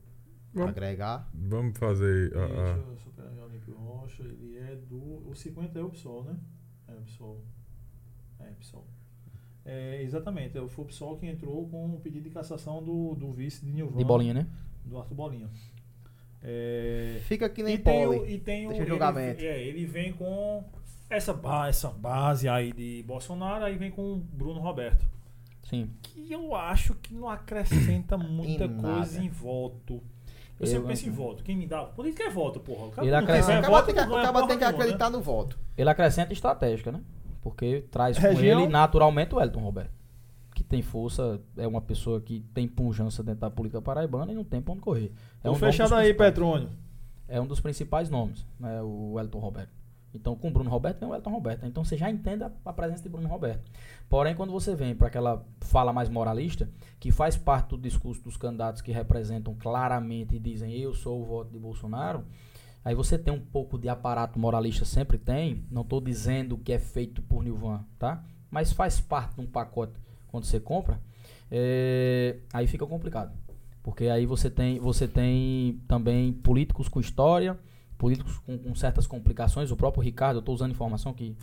[SPEAKER 2] Bom.
[SPEAKER 4] agregar.
[SPEAKER 2] Vamos fazer. ah, a- a-
[SPEAKER 1] Deixa eu só pegar o Olímpio Rocha, ele é do. O 50 é o PSOL, né? É o PSOL. É, PSOL. É, exatamente, é o- foi o PSOL que entrou com o pedido de cassação do, do vice de Nilvan.
[SPEAKER 3] De bolinha, né?
[SPEAKER 1] Do Arthur Bolinha. É,
[SPEAKER 4] Fica aqui nem
[SPEAKER 1] e tem o,
[SPEAKER 4] pole.
[SPEAKER 1] e tem o
[SPEAKER 4] Deixa o
[SPEAKER 1] ele-
[SPEAKER 4] julgamento.
[SPEAKER 1] é, ele vem com essa, ba essa base aí de Bolsonaro, aí vem com o Bruno Roberto.
[SPEAKER 3] Sim.
[SPEAKER 1] Que eu acho que não acrescenta muita
[SPEAKER 4] Em
[SPEAKER 1] coisa
[SPEAKER 4] nada.
[SPEAKER 1] em voto. Eu,
[SPEAKER 3] Eu
[SPEAKER 1] sempre penso em
[SPEAKER 3] não-
[SPEAKER 1] voto. Quem me dá. Política é voto, porra. O cara
[SPEAKER 3] Ele
[SPEAKER 1] não quiser
[SPEAKER 3] acrescenta-
[SPEAKER 4] Acaba,
[SPEAKER 1] voto,
[SPEAKER 4] tem que,
[SPEAKER 1] não ganha
[SPEAKER 4] acaba
[SPEAKER 1] porra
[SPEAKER 4] tem que
[SPEAKER 1] nenhuma, né?
[SPEAKER 4] acrescentar no voto.
[SPEAKER 3] Ele acrescenta estratégica, né? Porque traz com
[SPEAKER 1] Região?
[SPEAKER 3] ele naturalmente o Elton Roberto. Que tem força, é uma pessoa que tem punjança dentro da política paraibana e não tem pra onde correr. É
[SPEAKER 1] Tô
[SPEAKER 3] um nome
[SPEAKER 1] fechado
[SPEAKER 3] dos
[SPEAKER 1] aí,
[SPEAKER 3] principais.
[SPEAKER 1] Petrônio.
[SPEAKER 3] É um dos principais nomes, né? O Elton Roberto. Então, com o Bruno Roberto vem o Elton Roberto. Então, você já entende a, a presença de Bruno Roberto. Porém, quando você vem para aquela fala mais moralista, que faz parte do discurso dos candidatos que representam claramente e dizem eu sou o voto de Bolsonaro, Aí você tem um pouco de aparato moralista, sempre tem. Não estou dizendo que é feito por Nilvan, tá? Mas faz parte de um pacote quando você compra. É, aí fica complicado. Porque aí você tem, você tem também políticos com história, políticos com, com certas complicações. O próprio Ricardo, eu estou usando informação que,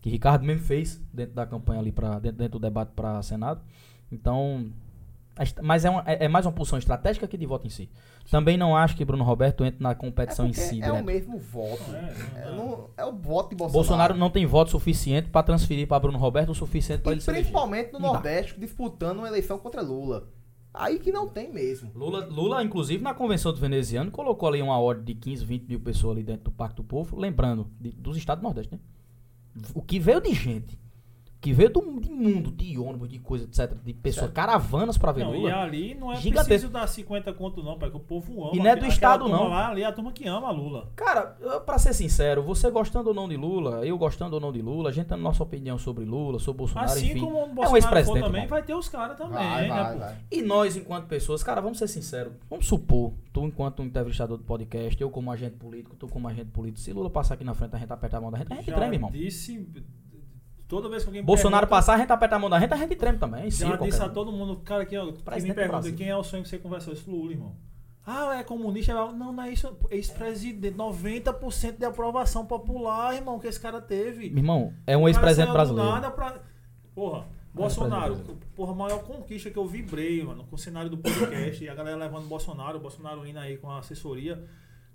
[SPEAKER 3] que Ricardo mesmo fez dentro da campanha ali, pra, dentro, dentro do debate para Senado. Então, a est- mas é, uma- é- é mais uma pulsão estratégica que de voto em si. Também não acho que Bruno Roberto entre na competição em
[SPEAKER 4] porque
[SPEAKER 3] si.
[SPEAKER 4] é o
[SPEAKER 3] direto.
[SPEAKER 4] mesmo voto.
[SPEAKER 1] É,
[SPEAKER 4] É,
[SPEAKER 1] não dá.
[SPEAKER 4] não- é o voto de Bolsonaro.
[SPEAKER 3] Bolsonaro não tem voto suficiente para transferir para Bruno Roberto o suficiente para
[SPEAKER 4] E
[SPEAKER 3] ele ser
[SPEAKER 4] principalmente no
[SPEAKER 3] Não dá.
[SPEAKER 4] Nordeste, disputando uma eleição contra Lula. Aí que não tem mesmo.
[SPEAKER 3] Lula, Lula, inclusive, na convenção do veneziano, colocou ali uma ordem de 15, 20 mil pessoas ali dentro do Pacto do Povo, lembrando, de- dos estados do Nordeste, né? O que veio de gente, que veio do, de mundo, de ônibus, de coisa, etc., de pessoas, caravanas pra ver
[SPEAKER 1] Não, e
[SPEAKER 3] Lula.
[SPEAKER 1] ali não é
[SPEAKER 3] Gigantesco.
[SPEAKER 1] preciso dar 50 conto, não, pai, que o povo ama.
[SPEAKER 3] E não é do
[SPEAKER 1] Aquela
[SPEAKER 3] Estado,
[SPEAKER 1] turma
[SPEAKER 3] não.
[SPEAKER 1] Lá, ali é a turma que ama a Lula.
[SPEAKER 3] Cara, eu- pra ser sincero, você gostando ou não de Lula, eu gostando ou não de Lula, a gente dando nossa opinião sobre Lula, sobre Bolsonaro,
[SPEAKER 1] assim
[SPEAKER 3] enfim.
[SPEAKER 1] como o
[SPEAKER 3] é um
[SPEAKER 1] Bolsonaro for
[SPEAKER 3] ex-presidente.
[SPEAKER 1] também,
[SPEAKER 3] irmão.
[SPEAKER 1] vai ter os caras também,
[SPEAKER 4] Vai,
[SPEAKER 1] né,
[SPEAKER 4] vai,
[SPEAKER 1] pô?
[SPEAKER 4] vai.
[SPEAKER 3] E nós, enquanto pessoas, cara, vamos ser sinceros. Vamos supor, tu, enquanto um entrevistador do podcast, eu como agente político, tu como agente político, se Lula passar aqui na frente, a gente apertar a mão da gente, a gente
[SPEAKER 1] Já
[SPEAKER 3] treme, É, irmão.
[SPEAKER 1] disse toda vez que alguém
[SPEAKER 3] Bolsonaro
[SPEAKER 1] pergunta,
[SPEAKER 3] passar, a gente apertar a mão da gente, a gente treme também. Sim,
[SPEAKER 1] já
[SPEAKER 3] qualquer
[SPEAKER 1] disse a
[SPEAKER 3] um.
[SPEAKER 1] todo mundo, cara, que, ó, que me
[SPEAKER 3] Presidente do
[SPEAKER 1] pergunta
[SPEAKER 3] Brasil.
[SPEAKER 1] quem é o sonho que você conversou, isso Lula, irmão. Ah, é comunista, é- não, não é isso, ex-presidente, 90% de aprovação popular, irmão, que esse cara teve.
[SPEAKER 3] Meu Irmão, é um ex-presidente
[SPEAKER 1] Cara, saiu do
[SPEAKER 3] brasileiro. Um
[SPEAKER 1] nada pra- Porra, Bolsonaro, porra, a maior conquista que eu vibrei, mano, com o cenário do podcast e a galera levando Bolsonaro, o Bolsonaro indo aí com a assessoria.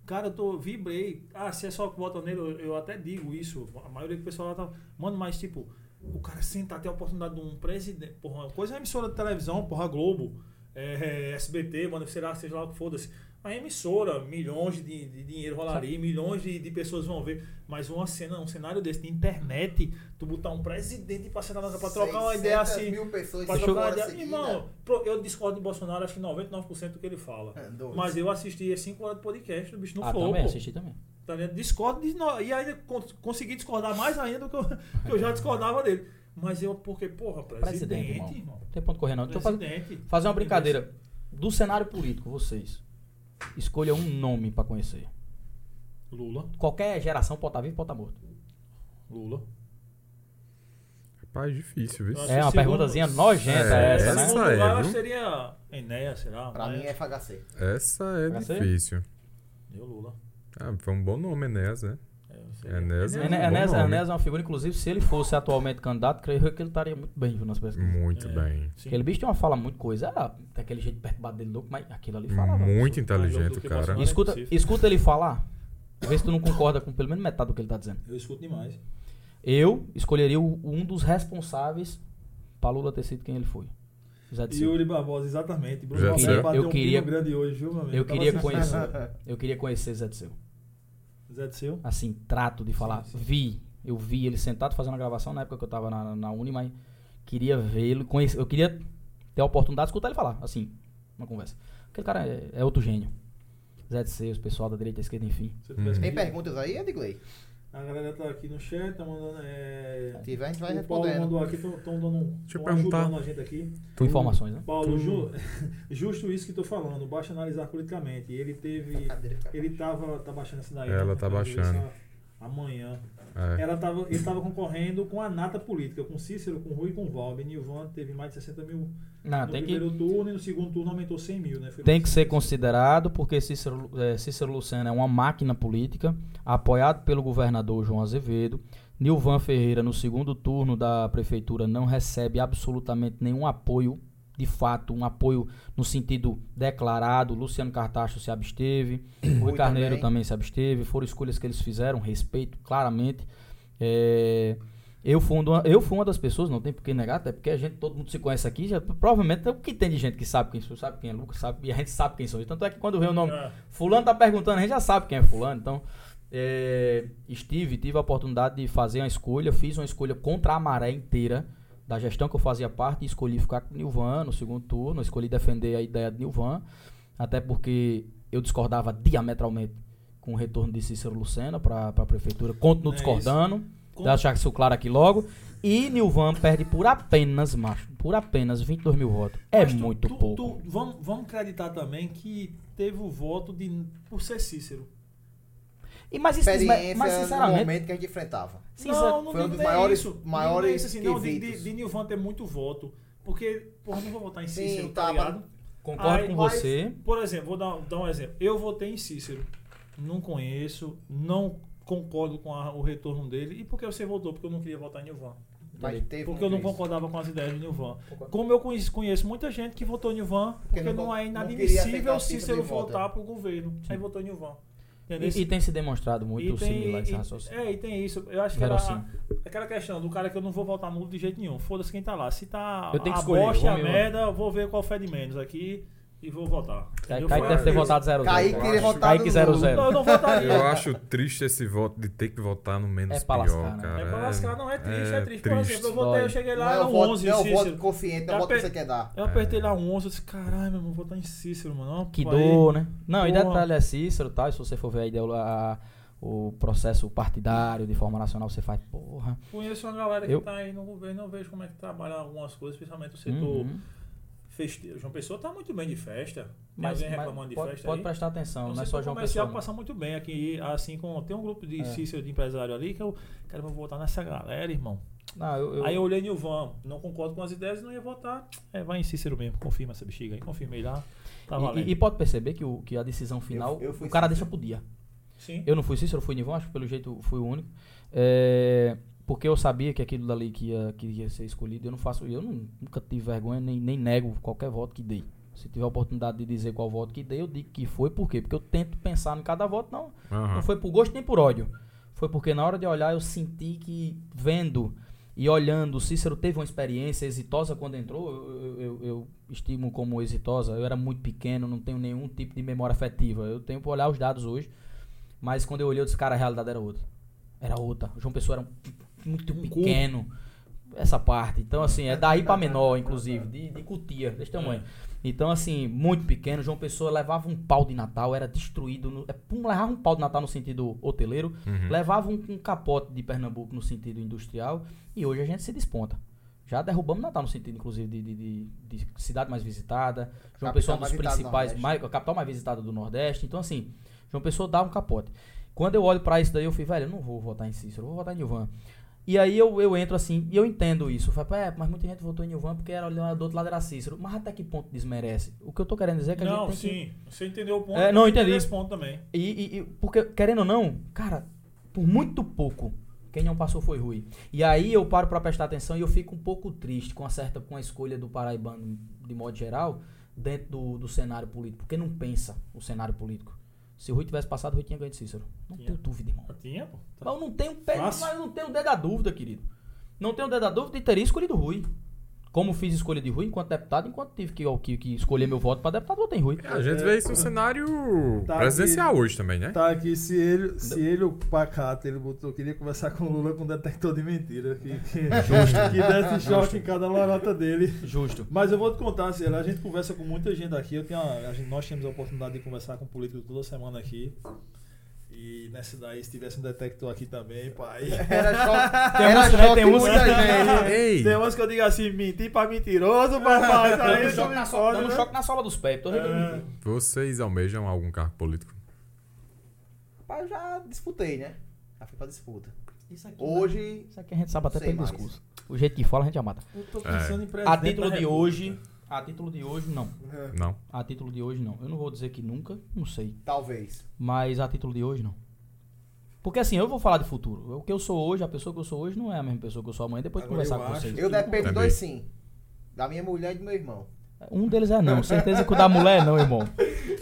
[SPEAKER 1] Cara, eu tô, vibrei. Ah, se é só que vota nele, eu, eu até digo isso. A maioria do pessoal lá tá. Mano, mas tipo, o cara sentar até a oportunidade de um presidente. Porra, uma coisa é emissora de televisão, porra, Globo, é, SBT, mano, será, seja lá o que foda-se. A é emissora, milhões de, de dinheiro rolaria, milhões de, de pessoas vão ver. Mas uma cena, um cenário desse de internet, tu botar um presidente pra sentar na pra trocar uma ideia
[SPEAKER 4] 600
[SPEAKER 1] assim.
[SPEAKER 4] mil pessoas
[SPEAKER 1] Pra
[SPEAKER 4] em
[SPEAKER 1] trocar uma
[SPEAKER 4] hora
[SPEAKER 1] ideia.
[SPEAKER 4] seguida.
[SPEAKER 1] Irmão, pro- eu discordo de Bolsonaro, acho que 99% do que ele fala.
[SPEAKER 4] É, dois.
[SPEAKER 1] Mas eu assisti as 5 horas de podcast do bicho no
[SPEAKER 3] Ah,
[SPEAKER 1] Flow.
[SPEAKER 3] também,
[SPEAKER 1] pô.
[SPEAKER 3] assisti também.
[SPEAKER 1] Tá ligado? Discordo de no- e ainda con- consegui discordar mais ainda do que eu, que eu já discordava dele. Mas eu, porque, porra, presidente,
[SPEAKER 3] É. Presidente, irmão.
[SPEAKER 1] irmão.
[SPEAKER 3] Não tem ponto de correr, não. Deixa eu fazer,
[SPEAKER 1] Presidente.
[SPEAKER 3] fazer uma brincadeira. Do cenário político, vocês, escolham um nome pra conhecer.
[SPEAKER 1] Lula,
[SPEAKER 3] Qualquer geração pode estar vivo, pode estar morto.
[SPEAKER 1] Lula.
[SPEAKER 2] ah. Rapaz, difícil, viu?
[SPEAKER 1] Eu acho
[SPEAKER 3] É uma
[SPEAKER 1] Segundo-
[SPEAKER 3] perguntazinha nojenta
[SPEAKER 2] É,
[SPEAKER 3] essa,
[SPEAKER 2] essa
[SPEAKER 3] né?
[SPEAKER 1] Segundo
[SPEAKER 2] é,
[SPEAKER 1] lugar, eu acho
[SPEAKER 2] viu?
[SPEAKER 1] que seria Enéas, será?
[SPEAKER 4] Pra
[SPEAKER 1] Mas
[SPEAKER 4] mim é FHC.
[SPEAKER 2] Essa é
[SPEAKER 3] Vai ser?
[SPEAKER 2] difícil.
[SPEAKER 1] Eu, Lula.
[SPEAKER 2] Ah, foi um bom nome, Enéas, né?
[SPEAKER 1] É, eu sei.
[SPEAKER 2] Enéas é um
[SPEAKER 3] Ené-
[SPEAKER 2] bom
[SPEAKER 3] Enéas,
[SPEAKER 2] nome.
[SPEAKER 3] Enéas é uma figura, inclusive, se ele fosse atualmente candidato, creio eu que ele estaria muito bem viu, nas pesquisas.
[SPEAKER 2] Muito
[SPEAKER 1] É.
[SPEAKER 2] bem.
[SPEAKER 1] Sim.
[SPEAKER 3] Aquele bicho tem uma fala muito coisa, era daquele jeito perturbado dele louco, mas aquilo ali falava.
[SPEAKER 2] Muito
[SPEAKER 1] do
[SPEAKER 2] inteligente,
[SPEAKER 1] que
[SPEAKER 2] o cara.
[SPEAKER 1] Bolsonaro.
[SPEAKER 3] Escuta,
[SPEAKER 1] Não é possível.
[SPEAKER 3] escuta ele falar, vê se tu não concorda com pelo menos metade do que ele tá dizendo.
[SPEAKER 1] Eu escuto demais.
[SPEAKER 3] Eu escolheria o- um dos responsáveis pra Lula ter sido quem ele foi. Zé de Silva.
[SPEAKER 1] Yuri Barbosa, exatamente. Bruno
[SPEAKER 2] Já
[SPEAKER 1] Roberto
[SPEAKER 2] disse.
[SPEAKER 1] bateu
[SPEAKER 3] Eu queria-
[SPEAKER 1] um pino grande hoje, viu, meu amigo?
[SPEAKER 3] Eu
[SPEAKER 1] Tava assim.
[SPEAKER 3] queria
[SPEAKER 1] assistindo.
[SPEAKER 3] conhecer. Eu queria conhecer Zé de Silva.
[SPEAKER 1] Zé de Seu.
[SPEAKER 3] Assim, trato de falar.
[SPEAKER 1] sim.
[SPEAKER 3] Vi, eu vi ele sentado fazendo a gravação na época que eu tava na, na Uni, mas queria vê-lo, conhecer. Eu queria ter a oportunidade de escutar ele falar, assim, uma conversa. Aquele cara é, é outro gênio. Zé de Silva, pessoal da direita, esquerda, enfim.
[SPEAKER 1] Se eu tivesse
[SPEAKER 2] Hum.
[SPEAKER 4] Tem
[SPEAKER 1] pedido-
[SPEAKER 4] perguntas aí, Edgley?
[SPEAKER 1] A galera tá aqui no chat, tá mandando. É...
[SPEAKER 4] Se tiver, a gente vai
[SPEAKER 1] o Paulo
[SPEAKER 4] respondendo.
[SPEAKER 1] mandou aqui, estão dando um.
[SPEAKER 2] Deixa eu
[SPEAKER 1] tão ajudando
[SPEAKER 2] perguntar.
[SPEAKER 1] a gente aqui.
[SPEAKER 3] Com informações, né?
[SPEAKER 1] Paulo, ju- justo isso que tô falando, basta analisar politicamente. E Ele teve.
[SPEAKER 4] Cadeira, cara.
[SPEAKER 1] Ele tava. Tá baixando essa daí.
[SPEAKER 2] Ela
[SPEAKER 1] né?
[SPEAKER 2] tá
[SPEAKER 1] Eu vi isso
[SPEAKER 2] baixando.
[SPEAKER 1] a- Amanhã.
[SPEAKER 2] É.
[SPEAKER 1] Ela tava, ele estava concorrendo com a nata política, com Cícero, com Rui, com Valber. Nilvan teve mais de 60 mil
[SPEAKER 3] Não,
[SPEAKER 1] no
[SPEAKER 3] Ah, tem que.
[SPEAKER 1] primeiro turno e no segundo turno aumentou 100 mil, né? Foi
[SPEAKER 3] tem
[SPEAKER 1] mais
[SPEAKER 3] que
[SPEAKER 1] de
[SPEAKER 3] ser
[SPEAKER 1] 60.
[SPEAKER 3] considerado, porque Cícero, eh, Cícero Lucena é uma máquina política, apoiado pelo governador João Azevedo. Nilvan Ferreira, no segundo turno da prefeitura, não recebe absolutamente nenhum apoio, de fato, um apoio no sentido declarado. Luciano Cartacho se absteve, Rui
[SPEAKER 4] Rui
[SPEAKER 3] Carneiro
[SPEAKER 4] também.
[SPEAKER 3] também. se absteve. Foram escolhas que eles fizeram, respeito, claramente. Eh, eu fui, uma, eu fui uma das pessoas, não tem por que negar, até porque a gente, todo mundo se conhece aqui, já, provavelmente é o que tem de gente que sabe quem sou, sabe quem é Lucas, sabe, e a gente sabe quem sou. eu. Tanto é que quando vê o nome,
[SPEAKER 1] É.
[SPEAKER 3] fulano tá perguntando, a gente já sabe quem é fulano, então é, estive, tive a oportunidade de fazer uma escolha, fiz uma escolha contra a maré inteira da gestão que eu fazia parte e escolhi ficar com o Nilvan no segundo turno, escolhi defender a ideia de Nilvan, até porque eu discordava diametralmente com o retorno de Cícero Lucena para a prefeitura, continuo
[SPEAKER 1] É isso.
[SPEAKER 3] discordando,
[SPEAKER 1] Com-
[SPEAKER 3] Deixa eu deixar isso claro aqui logo. E Nilvan perde por apenas, macho, por apenas 22 mil votos. É
[SPEAKER 1] Mas tu-
[SPEAKER 3] muito
[SPEAKER 1] tu-
[SPEAKER 3] pouco.
[SPEAKER 1] tu- vamos, vamos acreditar também que teve o voto de por ser Cícero.
[SPEAKER 3] E, mas, isso,
[SPEAKER 4] experiência
[SPEAKER 3] mas
[SPEAKER 4] no
[SPEAKER 3] sinceramente.
[SPEAKER 4] momento que a gente enfrentava.
[SPEAKER 3] sincer-
[SPEAKER 4] Foi um dos
[SPEAKER 1] nem
[SPEAKER 4] maiores-
[SPEAKER 1] isso.
[SPEAKER 4] maiores
[SPEAKER 1] Não digo isso, assim, não, de, de,
[SPEAKER 4] quesitos.
[SPEAKER 1] de Nilvan ter muito voto. Porque, porra, não vou votar em
[SPEAKER 4] Sim,
[SPEAKER 1] Cícero, tá
[SPEAKER 4] tava-
[SPEAKER 1] ligado?
[SPEAKER 3] Concordo
[SPEAKER 1] Aí,
[SPEAKER 3] com
[SPEAKER 1] mas-
[SPEAKER 3] você.
[SPEAKER 1] Por exemplo, vou dar, dar um exemplo. Eu votei em Cícero. Não conheço, não concordo com a- o retorno dele. E por que você votou? Porque eu não queria votar em Nilvan.
[SPEAKER 4] Mas teve
[SPEAKER 1] Porque eu não
[SPEAKER 4] muito isso.
[SPEAKER 1] concordava com as ideias de Nilvan. Como eu conheço, conheço muita gente que votou em Nilvan, porque,
[SPEAKER 4] não
[SPEAKER 1] não,
[SPEAKER 4] con-
[SPEAKER 1] é
[SPEAKER 4] não queria
[SPEAKER 1] inadmissível
[SPEAKER 4] aceitar o
[SPEAKER 1] se
[SPEAKER 4] Cícero
[SPEAKER 1] Cícero
[SPEAKER 4] de volta.
[SPEAKER 1] voltar pro governo. Aí votou em Nilvan. Entendeu?
[SPEAKER 3] E, e tem se demonstrado
[SPEAKER 1] é E
[SPEAKER 3] muito
[SPEAKER 1] tem-
[SPEAKER 3] similar esse
[SPEAKER 1] e-
[SPEAKER 3] raciocínio.
[SPEAKER 1] É, e tem isso. Eu acho que era
[SPEAKER 3] Verossímil.
[SPEAKER 1] a- aquela questão do cara que eu não vou votar nulo de jeito nenhum. Foda-se quem tá lá. Se tá
[SPEAKER 3] Eu tenho que
[SPEAKER 1] a
[SPEAKER 3] escolher,
[SPEAKER 1] bosta e a
[SPEAKER 3] homem ou
[SPEAKER 1] merda, eu vou ver qual é fede menos aqui e vou votar.
[SPEAKER 3] Ca-
[SPEAKER 1] Eu
[SPEAKER 3] Kaique
[SPEAKER 1] fui-
[SPEAKER 3] deve ter
[SPEAKER 2] eu-
[SPEAKER 3] votado 0
[SPEAKER 4] Kaique teria votado
[SPEAKER 3] Kaique
[SPEAKER 4] nulo.
[SPEAKER 3] 0
[SPEAKER 1] Não, eu
[SPEAKER 3] 0
[SPEAKER 1] não votaria.
[SPEAKER 2] Eu acho triste esse voto de ter que votar no menos
[SPEAKER 3] É pra
[SPEAKER 2] pior,
[SPEAKER 3] lascar, né?
[SPEAKER 2] cara.
[SPEAKER 1] É pra lascar, não é triste, é, triste. Por exemplo, eu
[SPEAKER 3] vou-
[SPEAKER 1] votei, eu
[SPEAKER 3] Dói.
[SPEAKER 1] cheguei
[SPEAKER 4] Não
[SPEAKER 1] lá,
[SPEAKER 4] é
[SPEAKER 1] era
[SPEAKER 4] o voto,
[SPEAKER 1] 11
[SPEAKER 4] não é o voto
[SPEAKER 1] Cícero.
[SPEAKER 4] consciente, não é
[SPEAKER 1] Já
[SPEAKER 4] o voto
[SPEAKER 1] pe-
[SPEAKER 4] que você quer dar.
[SPEAKER 1] Eu apertei lá um 11, eu disse, caralho, meu irmão, vou votar em Cícero, mano.
[SPEAKER 3] Que
[SPEAKER 1] Aí-
[SPEAKER 3] dor, né? Não, e
[SPEAKER 1] Porra.
[SPEAKER 3] detalhe é Cícero, tá? Se você for ver a ideolo- a- o processo partidário de forma nacional, você faz, porra.
[SPEAKER 1] Conheço uma galera que
[SPEAKER 3] Eu-
[SPEAKER 1] tá aí no governo, eu vejo como é que trabalha algumas coisas, principalmente o setor
[SPEAKER 3] Uhum.
[SPEAKER 1] festeiro. João Pessoa tá muito bem de festa. Tem
[SPEAKER 3] Mas,
[SPEAKER 1] alguém
[SPEAKER 3] mas
[SPEAKER 1] reclamando de
[SPEAKER 3] pode,
[SPEAKER 1] festa
[SPEAKER 3] pode
[SPEAKER 1] aí? Então,
[SPEAKER 3] prestar atenção, não é só João
[SPEAKER 1] comercial
[SPEAKER 3] Pessoa. não.
[SPEAKER 1] passa muito bem aqui, assim, com, tem um grupo de
[SPEAKER 3] É.
[SPEAKER 1] Cícero de empresário ali que eu, cara, eu vou votar nessa galera, irmão.
[SPEAKER 3] Não, eu, eu-
[SPEAKER 1] Aí eu olhei Nilvan, não concordo com as ideias, não ia votar. É, vai em Cícero mesmo, confirma essa bexiga aí, confirmei lá. Tá
[SPEAKER 3] e-
[SPEAKER 1] valendo.
[SPEAKER 3] e, e pode perceber que, o, que a decisão final,
[SPEAKER 4] eu fui
[SPEAKER 3] o cara
[SPEAKER 4] Cícero.
[SPEAKER 3] deixa pro dia.
[SPEAKER 1] Sim.
[SPEAKER 3] Eu não fui Cícero, fui Nivon, acho que pelo jeito fui o único. É, porque eu sabia que aquilo dali que ia, que ia ser escolhido, eu não faço, eu nu- nunca tive vergonha, nem, nem nego qualquer voto que dei. Se tiver a oportunidade de dizer qual voto que dei, eu digo que foi, por quê? Porque eu tento pensar em cada voto, não, não foi por gosto nem por ódio. Foi porque na hora de olhar eu senti que, vendo e olhando, o Cícero teve uma experiência exitosa quando entrou. Eu, eu- eu- eu estimo como exitosa. Eu era muito pequeno, não tenho nenhum tipo de memória afetiva. Eu tenho que olhar os dados hoje. Mas quando eu olhei, eu disse, cara, a realidade era outra. Era outra. O João Pessoa era um- muito pequeno. Essa parte. Então, assim, é daí pra menor, inclusive, de, de cutia, desse tamanho. Então, assim, muito pequeno, João Pessoa levava um pau de Natal, era destruído. No, é, pum, levava um pau de Natal no sentido hoteleiro,
[SPEAKER 2] Uhum.
[SPEAKER 1] Uhum.
[SPEAKER 3] levava um, um capote de Pernambuco no sentido industrial, e hoje a gente se desponta. Já derrubamos Natal no sentido, inclusive, de, de- de- de cidade mais visitada. João
[SPEAKER 4] Capital
[SPEAKER 3] Pessoa é um dos
[SPEAKER 4] mais visitada do
[SPEAKER 3] principais,
[SPEAKER 4] Nordeste.
[SPEAKER 3] mais, a capital mais visitada do Nordeste. Então, assim, João Pessoa dá um capote. Quando eu olho pra isso daí, eu falei, velho, eu não vou votar em Cícero, eu vou votar em Nilvan. E aí eu, eu entro assim, e eu entendo isso. Eu falo, "Pá, é, mas muita gente votou em Nilvan porque era, do outro lado era Cícero. Mas até que ponto desmerece? O que eu tô querendo dizer é que a
[SPEAKER 1] não,
[SPEAKER 3] gente tem que-
[SPEAKER 1] sim. Você entendeu o ponto.
[SPEAKER 3] É, não,
[SPEAKER 1] eu entendi
[SPEAKER 3] entendi.
[SPEAKER 1] esse ponto também.
[SPEAKER 3] E, e- e- porque, querendo ou não, cara, por muito pouco, quem não passou foi Rui. E aí eu paro pra prestar atenção e eu fico um pouco triste com a certa com a escolha do paraibano de modo geral dentro do, do cenário político, porque não pensa o cenário político. Se o Rui tivesse passado, o Rui tinha ganho de Cícero. Não
[SPEAKER 1] Tinha.
[SPEAKER 3] tenho dúvida, irmão.
[SPEAKER 1] Tinha, pô. Tá
[SPEAKER 3] Mas eu não tenho pé, mas
[SPEAKER 1] Fácil.
[SPEAKER 3] eu não tenho o dedo da dúvida, querido. Não tenho o dedo da dúvida de teria escolhido Rui. Como fiz escolha de Rui enquanto deputado, enquanto tive que, que, que escolher meu voto pra deputado, votei em Rui.
[SPEAKER 2] A gente vê isso no cenário
[SPEAKER 6] Tá
[SPEAKER 2] presidencial hoje também, né?
[SPEAKER 6] Tá aqui, se ele, se ele o pacato, ele botou, queria conversar com o Lula com um detector de mentira. Que, que, que desse choque em cada lorota dele.
[SPEAKER 1] É
[SPEAKER 3] Justo.
[SPEAKER 6] Mas eu vou te contar, Cielo, a gente conversa com muita gente aqui. Eu tenho a, a gente, nós temos a oportunidade de conversar com político toda semana aqui. E nessa daí, se tivesse um detector aqui também, pai.
[SPEAKER 4] Era choque,
[SPEAKER 1] um
[SPEAKER 3] Tem
[SPEAKER 4] era
[SPEAKER 3] uns, né?
[SPEAKER 4] choque
[SPEAKER 3] Tem
[SPEAKER 4] em
[SPEAKER 3] uns-
[SPEAKER 4] muita gente.
[SPEAKER 2] Ei!
[SPEAKER 6] Tem umas que eu digo assim, mentir pra mentiroso, papai. Tá
[SPEAKER 3] Dando um
[SPEAKER 6] aí,
[SPEAKER 3] choque, na sola, dando choque na sola dos pés. Tô
[SPEAKER 6] É.
[SPEAKER 3] reprimindo.
[SPEAKER 2] Vocês almejam algum cargo político?
[SPEAKER 4] Rapaz, eu já disputei, né? Já fui pra disputa.
[SPEAKER 3] Isso aqui,
[SPEAKER 4] Hoje,
[SPEAKER 3] Isso aqui a gente sabe até
[SPEAKER 4] Sei
[SPEAKER 3] pelo
[SPEAKER 4] mais.
[SPEAKER 3] discurso. O jeito que fala, a gente já mata.
[SPEAKER 1] Eu tô
[SPEAKER 3] É.
[SPEAKER 2] pensando
[SPEAKER 1] em
[SPEAKER 3] A título de hoje. A título de hoje, não.
[SPEAKER 6] É.
[SPEAKER 2] Não.
[SPEAKER 3] A título de hoje, não. Eu não vou dizer que nunca, não sei.
[SPEAKER 4] talvez.
[SPEAKER 3] Mas a título de hoje, não. Porque assim, eu vou falar de futuro. O que eu sou hoje, a pessoa que eu sou hoje, não é a mesma pessoa que eu sou amanhã, depois de
[SPEAKER 6] Agora,
[SPEAKER 3] conversar
[SPEAKER 6] eu
[SPEAKER 3] com
[SPEAKER 6] acho
[SPEAKER 3] vocês. Tipo,
[SPEAKER 4] Eu dependo de
[SPEAKER 2] Também.
[SPEAKER 4] dois sim. Da minha mulher e do meu irmão.
[SPEAKER 3] Um deles é não. Certeza que o da mulher é não, irmão.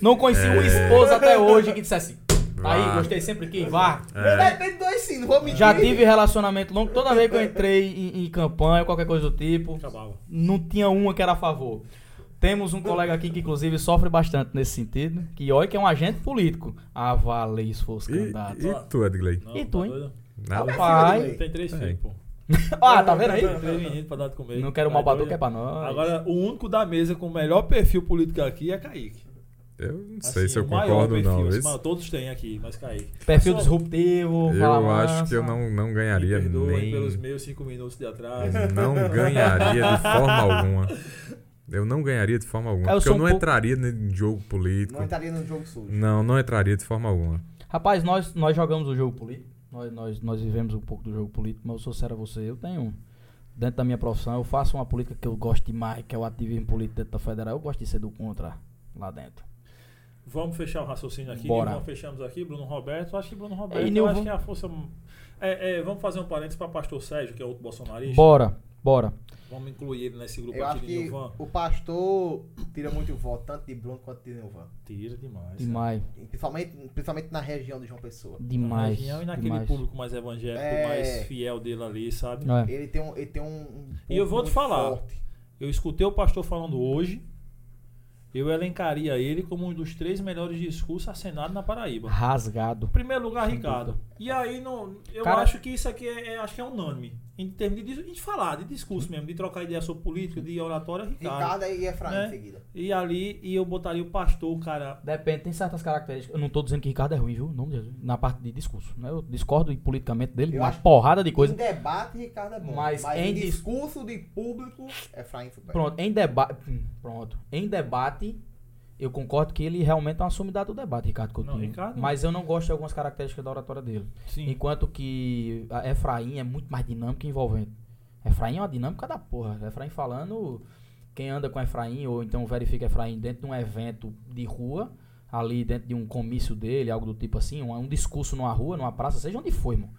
[SPEAKER 3] Não conheci uma esposa até hoje que dissesse assim. "Tá Aí,
[SPEAKER 2] Vá.
[SPEAKER 3] gostei sempre que vá.
[SPEAKER 4] Eu
[SPEAKER 1] É.
[SPEAKER 2] É.
[SPEAKER 4] dependo de dois sim, não vou mentir.
[SPEAKER 3] É. Já tive relacionamento longo. Toda vez que eu entrei em, em campanha, qualquer coisa do tipo,
[SPEAKER 1] Acabava.
[SPEAKER 3] não tinha uma que era a favor. Temos um colega aqui que, inclusive, sofre bastante nesse sentido, que olha que é um agente político. Ah, valeu se fosse
[SPEAKER 2] E,
[SPEAKER 3] candidato.
[SPEAKER 2] e tu, Edgley?
[SPEAKER 1] Não,
[SPEAKER 3] E
[SPEAKER 1] tá
[SPEAKER 3] tu, hein?
[SPEAKER 1] doido?
[SPEAKER 2] Nada?
[SPEAKER 3] Pai.
[SPEAKER 1] Tem três
[SPEAKER 2] Tem.
[SPEAKER 1] filhos, pô.
[SPEAKER 3] Ah, tá vendo
[SPEAKER 1] Tem
[SPEAKER 3] aí?
[SPEAKER 1] três meninos pra dar de comer.
[SPEAKER 3] Não quero
[SPEAKER 1] Tá
[SPEAKER 3] malbador
[SPEAKER 1] doido?
[SPEAKER 3] que é pra nós.
[SPEAKER 1] Agora, o único da mesa com o melhor perfil político aqui é Kaique.
[SPEAKER 2] Eu não sei
[SPEAKER 1] Assim,
[SPEAKER 2] se eu
[SPEAKER 1] o maior
[SPEAKER 2] concordo ou não.
[SPEAKER 1] perfil,
[SPEAKER 2] Esse-
[SPEAKER 1] mano, todos têm aqui, mas Kaique.
[SPEAKER 3] Perfil
[SPEAKER 1] Só-
[SPEAKER 3] disruptivo.
[SPEAKER 2] Eu
[SPEAKER 3] fala
[SPEAKER 2] acho que eu
[SPEAKER 3] mansa.
[SPEAKER 2] não, não
[SPEAKER 1] Me
[SPEAKER 2] ganharia
[SPEAKER 1] perdoem pelos
[SPEAKER 2] nem.
[SPEAKER 1] meus cinco minutos de
[SPEAKER 3] Uhum.
[SPEAKER 1] atraso.
[SPEAKER 2] Não ganharia de forma alguma. Eu não ganharia de forma alguma.
[SPEAKER 3] Eu
[SPEAKER 2] porque
[SPEAKER 3] sou
[SPEAKER 2] eu
[SPEAKER 3] um
[SPEAKER 2] não
[SPEAKER 3] pouco-
[SPEAKER 2] entraria em jogo político.
[SPEAKER 4] Não entraria no jogo sujo.
[SPEAKER 2] Não, não entraria de forma alguma.
[SPEAKER 3] Rapaz, nós, nós jogamos o jogo político. Nós, nós, nós vivemos um pouco do jogo político, mas eu sou sério a você. Eu tenho, dentro da minha profissão, eu faço uma política que eu gosto demais, que é o ativismo político dentro da federal. Eu gosto de ser do contra lá dentro.
[SPEAKER 1] Vamos fechar o raciocínio aqui.
[SPEAKER 3] Bora.
[SPEAKER 1] Nilvan, fechamos aqui. Bruno Roberto. Acho que Bruno Roberto eu
[SPEAKER 3] Nilvan.
[SPEAKER 1] acho que é a força. É, é, vamos fazer um parênteses para pastor Sérgio, que é outro bolsonarista.
[SPEAKER 3] Bora, bora.
[SPEAKER 1] Vamos incluir ele nesse grupo
[SPEAKER 4] Eu
[SPEAKER 1] aqui
[SPEAKER 4] acho
[SPEAKER 1] de
[SPEAKER 4] que
[SPEAKER 1] Nilvan.
[SPEAKER 4] o pastor tira muito voto, tanto de Bruno quanto de Nilvan.
[SPEAKER 1] Tira demais.
[SPEAKER 3] Demais,
[SPEAKER 4] E Principalmente, principalmente na região de João Pessoa.
[SPEAKER 3] demais.
[SPEAKER 1] Na região E naquele
[SPEAKER 3] demais.
[SPEAKER 1] público mais evangélico,
[SPEAKER 4] É.
[SPEAKER 1] mais fiel dele ali, sabe?
[SPEAKER 3] É.
[SPEAKER 4] Ele tem um. Ele tem um, um
[SPEAKER 1] E eu
[SPEAKER 4] ponto
[SPEAKER 1] vou te
[SPEAKER 4] muito
[SPEAKER 1] falar.
[SPEAKER 4] forte.
[SPEAKER 1] Eu escutei o pastor falando hoje. Eu elencaria ele como um dos três melhores discursos assinados na Paraíba.
[SPEAKER 3] Rasgado.
[SPEAKER 1] Primeiro lugar, Ricardo. E aí, não, eu
[SPEAKER 3] Cara-
[SPEAKER 1] acho que isso aqui é, é- acho que é unânime. Em termos de, dis- de falar, de discurso mesmo, de trocar ideia sobre política, de oratória, Ricardo.
[SPEAKER 4] Ricardo e Efraim
[SPEAKER 1] Né?
[SPEAKER 4] em seguida.
[SPEAKER 1] E ali, e eu botaria o pastor, cara.
[SPEAKER 3] Depende, tem certas características. Eu não tô dizendo que Ricardo é ruim, viu? Em nome de Jesus. Na parte de discurso. Né? Eu discordo politicamente dele,
[SPEAKER 4] Eu
[SPEAKER 3] uma
[SPEAKER 4] acho-
[SPEAKER 3] porrada de coisa.
[SPEAKER 4] Em debate, Ricardo é bom.
[SPEAKER 3] Mas
[SPEAKER 4] Mas,
[SPEAKER 3] em
[SPEAKER 4] em
[SPEAKER 3] dis-
[SPEAKER 4] discurso de público, Efraim supera.
[SPEAKER 3] Pronto, em debate. Pronto. Em debate, eu concordo que ele realmente é uma sumidade do debate, Ricardo Coutinho.
[SPEAKER 1] Não, Ricardo-
[SPEAKER 3] Mas eu não gosto de algumas características da oratória dele.
[SPEAKER 1] Sim.
[SPEAKER 3] Enquanto que a Efraim é muito mais dinâmica e envolvente. Efraim é uma dinâmica da porra. Efraim falando, quem anda com Efraim, ou então verifica Efraim dentro de um evento de rua, ali dentro de um comício dele, algo do tipo assim, um, um discurso numa rua, numa praça, seja onde for, irmão.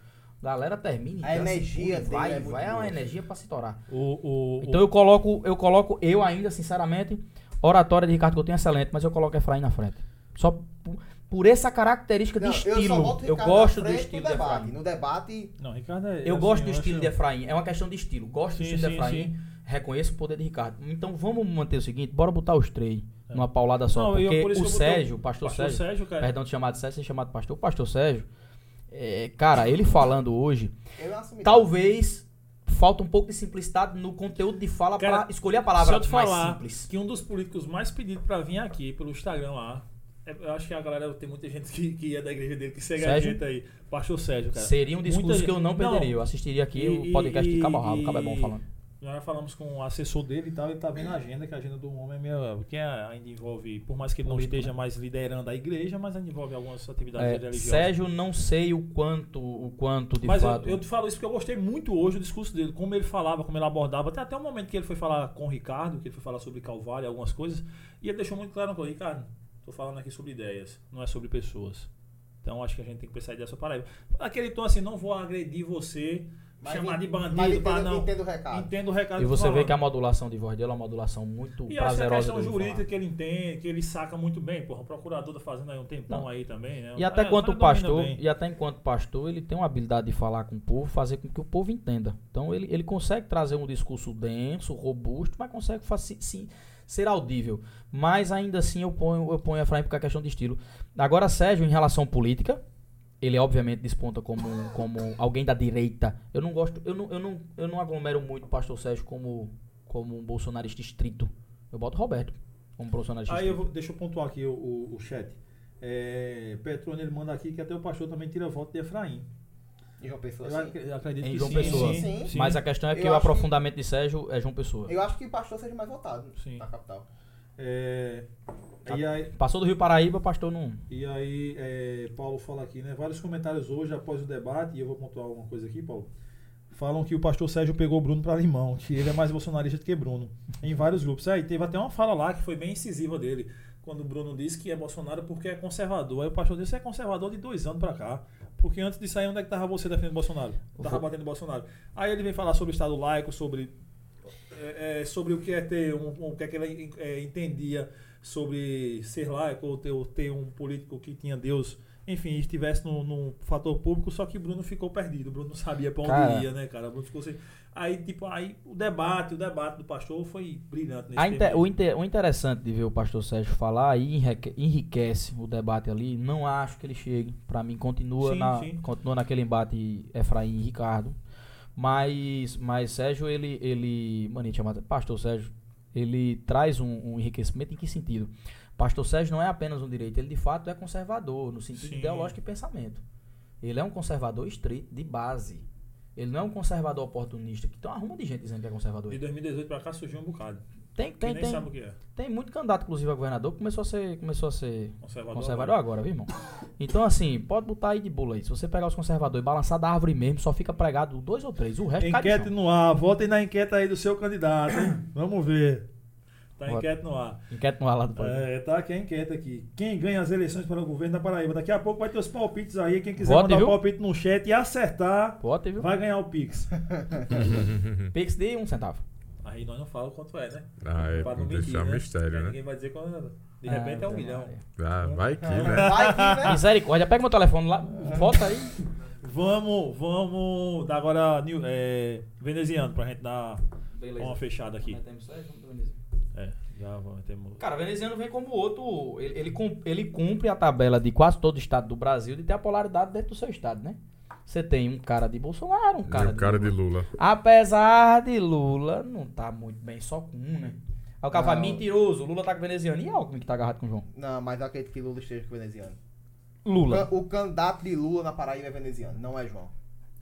[SPEAKER 3] Galera termina,
[SPEAKER 4] A
[SPEAKER 3] dança, pula
[SPEAKER 4] energia
[SPEAKER 3] e
[SPEAKER 4] dele
[SPEAKER 3] vai,
[SPEAKER 4] é muito
[SPEAKER 3] vai, é uma
[SPEAKER 4] boa.
[SPEAKER 3] energia pra se torar.
[SPEAKER 1] O, o,
[SPEAKER 3] Então eu coloco, eu coloco, eu ainda, sinceramente, oratória de Ricardo Coutinho é excelente, mas eu coloco Efraim na frente. Só por, por essa característica
[SPEAKER 4] Não,
[SPEAKER 3] de
[SPEAKER 4] eu só
[SPEAKER 3] estilo.
[SPEAKER 4] boto
[SPEAKER 3] Eu,
[SPEAKER 4] Ricardo na
[SPEAKER 3] gosto do
[SPEAKER 4] frente é
[SPEAKER 3] estilo
[SPEAKER 4] no
[SPEAKER 3] de
[SPEAKER 4] debate.
[SPEAKER 3] Efraim.
[SPEAKER 4] No debate,
[SPEAKER 1] o- Não, Ricardo é.
[SPEAKER 3] Eu
[SPEAKER 1] assim,
[SPEAKER 3] gosto do estilo
[SPEAKER 1] acho-
[SPEAKER 3] de Efraim. É uma questão de estilo. Gosto do
[SPEAKER 1] Sim,
[SPEAKER 3] estilo de
[SPEAKER 1] sim,
[SPEAKER 3] Efraim. Reconheço o poder de Ricardo. Então vamos manter o seguinte, bora botar os três numa paulada só.
[SPEAKER 1] É. Não, eu-
[SPEAKER 3] porque
[SPEAKER 1] por isso
[SPEAKER 3] o
[SPEAKER 1] que eu botei
[SPEAKER 3] Sérgio, o pastor,
[SPEAKER 1] pastor
[SPEAKER 3] Sérgio,
[SPEAKER 1] Sérgio, cara.
[SPEAKER 3] perdão de chamar de Sérgio, sem chamar de pastor, o pastor Sérgio, é, cara, ele falando hoje,
[SPEAKER 4] eu assumi.
[SPEAKER 3] talvez falta um pouco de simplicidade no conteúdo de fala
[SPEAKER 1] Cara,
[SPEAKER 3] pra escolher a
[SPEAKER 1] Se
[SPEAKER 3] palavra
[SPEAKER 1] eu te
[SPEAKER 3] mais
[SPEAKER 1] falar
[SPEAKER 3] simples.
[SPEAKER 1] que um dos políticos mais pedidos pra vir aqui pelo Instagram lá. é- Eu acho que a galera tem muita gente que, que é da igreja dele que segue
[SPEAKER 3] Sérgio?
[SPEAKER 1] a gente aí. Pastor Sérgio, cara.
[SPEAKER 3] Seria um
[SPEAKER 1] Muita
[SPEAKER 3] discurso
[SPEAKER 1] gente-
[SPEAKER 3] que eu não perderia.
[SPEAKER 1] Não,
[SPEAKER 3] eu assistiria aqui
[SPEAKER 1] E-
[SPEAKER 3] o podcast
[SPEAKER 1] e-
[SPEAKER 3] de Cabo Rabo.
[SPEAKER 1] e-
[SPEAKER 3] Cabo é bom falando.
[SPEAKER 1] Nós falamos com o assessor dele e tal, ele tá vendo a agenda, que a agenda do homem é meio, que ainda envolve, por mais que ele não
[SPEAKER 3] Político,
[SPEAKER 1] esteja mais liderando a igreja, mas ainda envolve algumas atividades
[SPEAKER 3] né? É,
[SPEAKER 1] religiosas.
[SPEAKER 3] Sérgio, não sei o quanto, o quanto de
[SPEAKER 1] Mas eu,
[SPEAKER 3] fato. né?
[SPEAKER 1] eu te falo isso porque eu gostei muito hoje do discurso dele, como ele falava, como ele abordava, até, até o momento que ele foi falar com o Ricardo, que ele foi falar sobre Calvário, algumas coisas, e ele deixou muito claro uma coisa, Ricardo, tô falando aqui sobre ideias, não é sobre pessoas. Então acho que a gente tem que pensar dessa parada. Aquele tom assim, não vou agredir você,
[SPEAKER 4] Mas
[SPEAKER 1] chamar
[SPEAKER 4] en-
[SPEAKER 1] de bandido,
[SPEAKER 4] mas
[SPEAKER 1] pá,
[SPEAKER 4] entendo-
[SPEAKER 1] não.
[SPEAKER 4] entendo o recado.
[SPEAKER 1] Entendo o recado
[SPEAKER 3] E
[SPEAKER 1] que
[SPEAKER 3] você
[SPEAKER 1] tô
[SPEAKER 3] vê
[SPEAKER 1] falando.
[SPEAKER 3] que a modulação de voz dele é uma modulação muito
[SPEAKER 1] E essa é a
[SPEAKER 3] prazerosa.
[SPEAKER 1] questão
[SPEAKER 3] de ouvir
[SPEAKER 1] jurídica
[SPEAKER 3] falar.
[SPEAKER 1] que ele entende, que ele saca muito bem, porra. O procurador tá fazendo aí um tempão
[SPEAKER 3] Não.
[SPEAKER 1] aí também, né?
[SPEAKER 3] E até
[SPEAKER 1] É,
[SPEAKER 3] quanto
[SPEAKER 1] o
[SPEAKER 3] o
[SPEAKER 1] cara domina
[SPEAKER 3] pastor,
[SPEAKER 1] bem.
[SPEAKER 3] e até enquanto pastor, ele tem uma habilidade de falar com o povo, fazer com que o povo entenda. Então ele, ele consegue trazer um discurso denso, robusto, mas consegue faci- sim, ser audível. Mas ainda assim eu ponho, eu ponho Efraim porque é questão de estilo. Agora, Sérgio, em relação à política, ele obviamente desponta como, como alguém da direita. Eu não gosto, eu não, eu não, eu não aglomero muito o pastor Sérgio como, como um bolsonarista estrito. Eu boto Roberto como um bolsonarista
[SPEAKER 6] Aí eu
[SPEAKER 3] estrito.
[SPEAKER 6] vou, deixa eu pontuar aqui o, o, o chat. É, Petrônio, ele manda aqui que até o pastor também tira voto de Efraim.
[SPEAKER 4] E João Pessoa,
[SPEAKER 6] Eu
[SPEAKER 4] assim.
[SPEAKER 6] ac- acredito
[SPEAKER 3] Em
[SPEAKER 6] que
[SPEAKER 3] João
[SPEAKER 6] sim.
[SPEAKER 3] Pessoa.
[SPEAKER 6] sim.
[SPEAKER 4] Sim, sim.
[SPEAKER 3] Mas a questão é que
[SPEAKER 4] Eu
[SPEAKER 3] o
[SPEAKER 4] acho que-
[SPEAKER 3] aprofundamento de Sérgio é João Pessoa.
[SPEAKER 4] Eu acho que o pastor seja mais votado
[SPEAKER 1] Sim.
[SPEAKER 4] na capital.
[SPEAKER 6] É,
[SPEAKER 3] Tá.
[SPEAKER 6] e aí,
[SPEAKER 3] Passou do Rio Paraíba, pastor não.
[SPEAKER 6] E aí, é, Paulo fala aqui, né? Vários comentários hoje após o debate, e eu vou pontuar alguma coisa aqui, Paulo. Falam que o pastor Sérgio pegou o Bruno para limão, que ele é mais bolsonarista do que Bruno, em vários grupos.
[SPEAKER 1] É,
[SPEAKER 6] Aí teve até uma
[SPEAKER 1] fala lá que foi bem incisiva dele. Quando o Bruno disse que é Bolsonaro porque é conservador. Aí o pastor disse: você é conservador de dois anos pra cá. Porque antes de sair, onde é que tava você defendendo Bolsonaro? Tava
[SPEAKER 3] Vou-
[SPEAKER 1] batendo Bolsonaro. Aí ele vem falar sobre o Estado laico, sobre, é, é, sobre o que é ter, um, um- o que é que ele é, entendia sobre ser laico ou ter, ou ter um político que tinha Deus. Enfim, estivesse no, no fator público, só que Bruno ficou perdido. Bruno não sabia pra onde
[SPEAKER 3] Cara.
[SPEAKER 1] ia, né, cara? Bruno ficou sem. Aí, tipo, aí o debate, o debate do pastor foi brilhante nesse
[SPEAKER 3] A inte-
[SPEAKER 1] tema.
[SPEAKER 3] o, inter- o interessante de ver o pastor Sérgio falar e enrique- enriquece o debate ali. Não acho que ele chegue. Pra mim, continua,
[SPEAKER 1] Sim,
[SPEAKER 3] na,
[SPEAKER 1] sim.
[SPEAKER 3] continua naquele embate Efraim e Ricardo. Mas, mas Sérgio, ele. ele mano, ele chama- pastor Sérgio, ele traz um, um enriquecimento em que sentido? Pastor Sérgio não é apenas um direito, ele de fato é conservador, no sentido
[SPEAKER 1] Sim.
[SPEAKER 3] ideológico e pensamento. Ele é um conservador estrito, de base. Ele não é um conservador oportunista, que tem uma arruma de gente dizendo que é conservador.
[SPEAKER 1] De 2018 pra cá surgiu um bocado.
[SPEAKER 3] Tem,
[SPEAKER 1] Que
[SPEAKER 3] tem,
[SPEAKER 1] nem
[SPEAKER 3] tem.
[SPEAKER 1] sabe o que é.
[SPEAKER 3] Tem muito candidato, inclusive, a governador, que começou a ser, começou a ser
[SPEAKER 1] Conservador. né?
[SPEAKER 3] conservador agora, viu, irmão? Então, assim, pode botar aí de bula aí. Se você pegar os conservadores e balançar da árvore mesmo, só fica pregado dois ou três. O resto cai do
[SPEAKER 6] Enquete
[SPEAKER 3] chão.
[SPEAKER 6] no ar, votem na enquete aí do seu candidato, hein? Vamos ver.
[SPEAKER 1] Tá inquieto no ar.
[SPEAKER 3] Enquete no ar lá do país.
[SPEAKER 6] É, tá aqui a enquete aqui. Quem ganha as eleições para o governo da Paraíba? Daqui a pouco vai ter os palpites aí. Quem quiser
[SPEAKER 3] Vote,
[SPEAKER 6] mandar o
[SPEAKER 3] viu?
[SPEAKER 6] palpite no chat e acertar,
[SPEAKER 3] Vote, viu?
[SPEAKER 6] vai ganhar o Pix.
[SPEAKER 3] Pix de um centavo.
[SPEAKER 1] Aí nós não falamos quanto é, né?
[SPEAKER 2] Ah, é pra deixar mistério,
[SPEAKER 1] Aí
[SPEAKER 2] né?
[SPEAKER 1] Ninguém vai dizer quando De
[SPEAKER 3] Ah,
[SPEAKER 1] repente é um
[SPEAKER 3] Ave
[SPEAKER 1] milhão.
[SPEAKER 3] Maria.
[SPEAKER 2] Ah, vai que, né?
[SPEAKER 4] Vai que,
[SPEAKER 1] Ah.
[SPEAKER 4] né?
[SPEAKER 3] Misericórdia, pega meu telefone lá,
[SPEAKER 1] É.
[SPEAKER 3] volta aí.
[SPEAKER 1] Vamos, vamos dar agora new, é, veneziano pra gente dar uma fechada aqui. É, já vamos ter.
[SPEAKER 3] Cara, o veneziano vem como outro. Ele, ele, cum- ele cumpre a tabela de quase todo o estado do Brasil de ter a polaridade dentro do seu estado, né? Você tem um cara de Bolsonaro, um cara,
[SPEAKER 2] e o cara de
[SPEAKER 3] Lula.
[SPEAKER 2] Lula.
[SPEAKER 3] Apesar de Lula não tá muito bem só com um, né? Aí o cara fala,
[SPEAKER 4] Não.
[SPEAKER 3] mentiroso, Lula tá com o veneziano. E Alckmin que tá agarrado com o João?
[SPEAKER 4] Não, mas eu acredito que Lula esteja com o veneziano.
[SPEAKER 3] Lula.
[SPEAKER 4] O candidato de Lula na Paraíba é veneziano, não é João.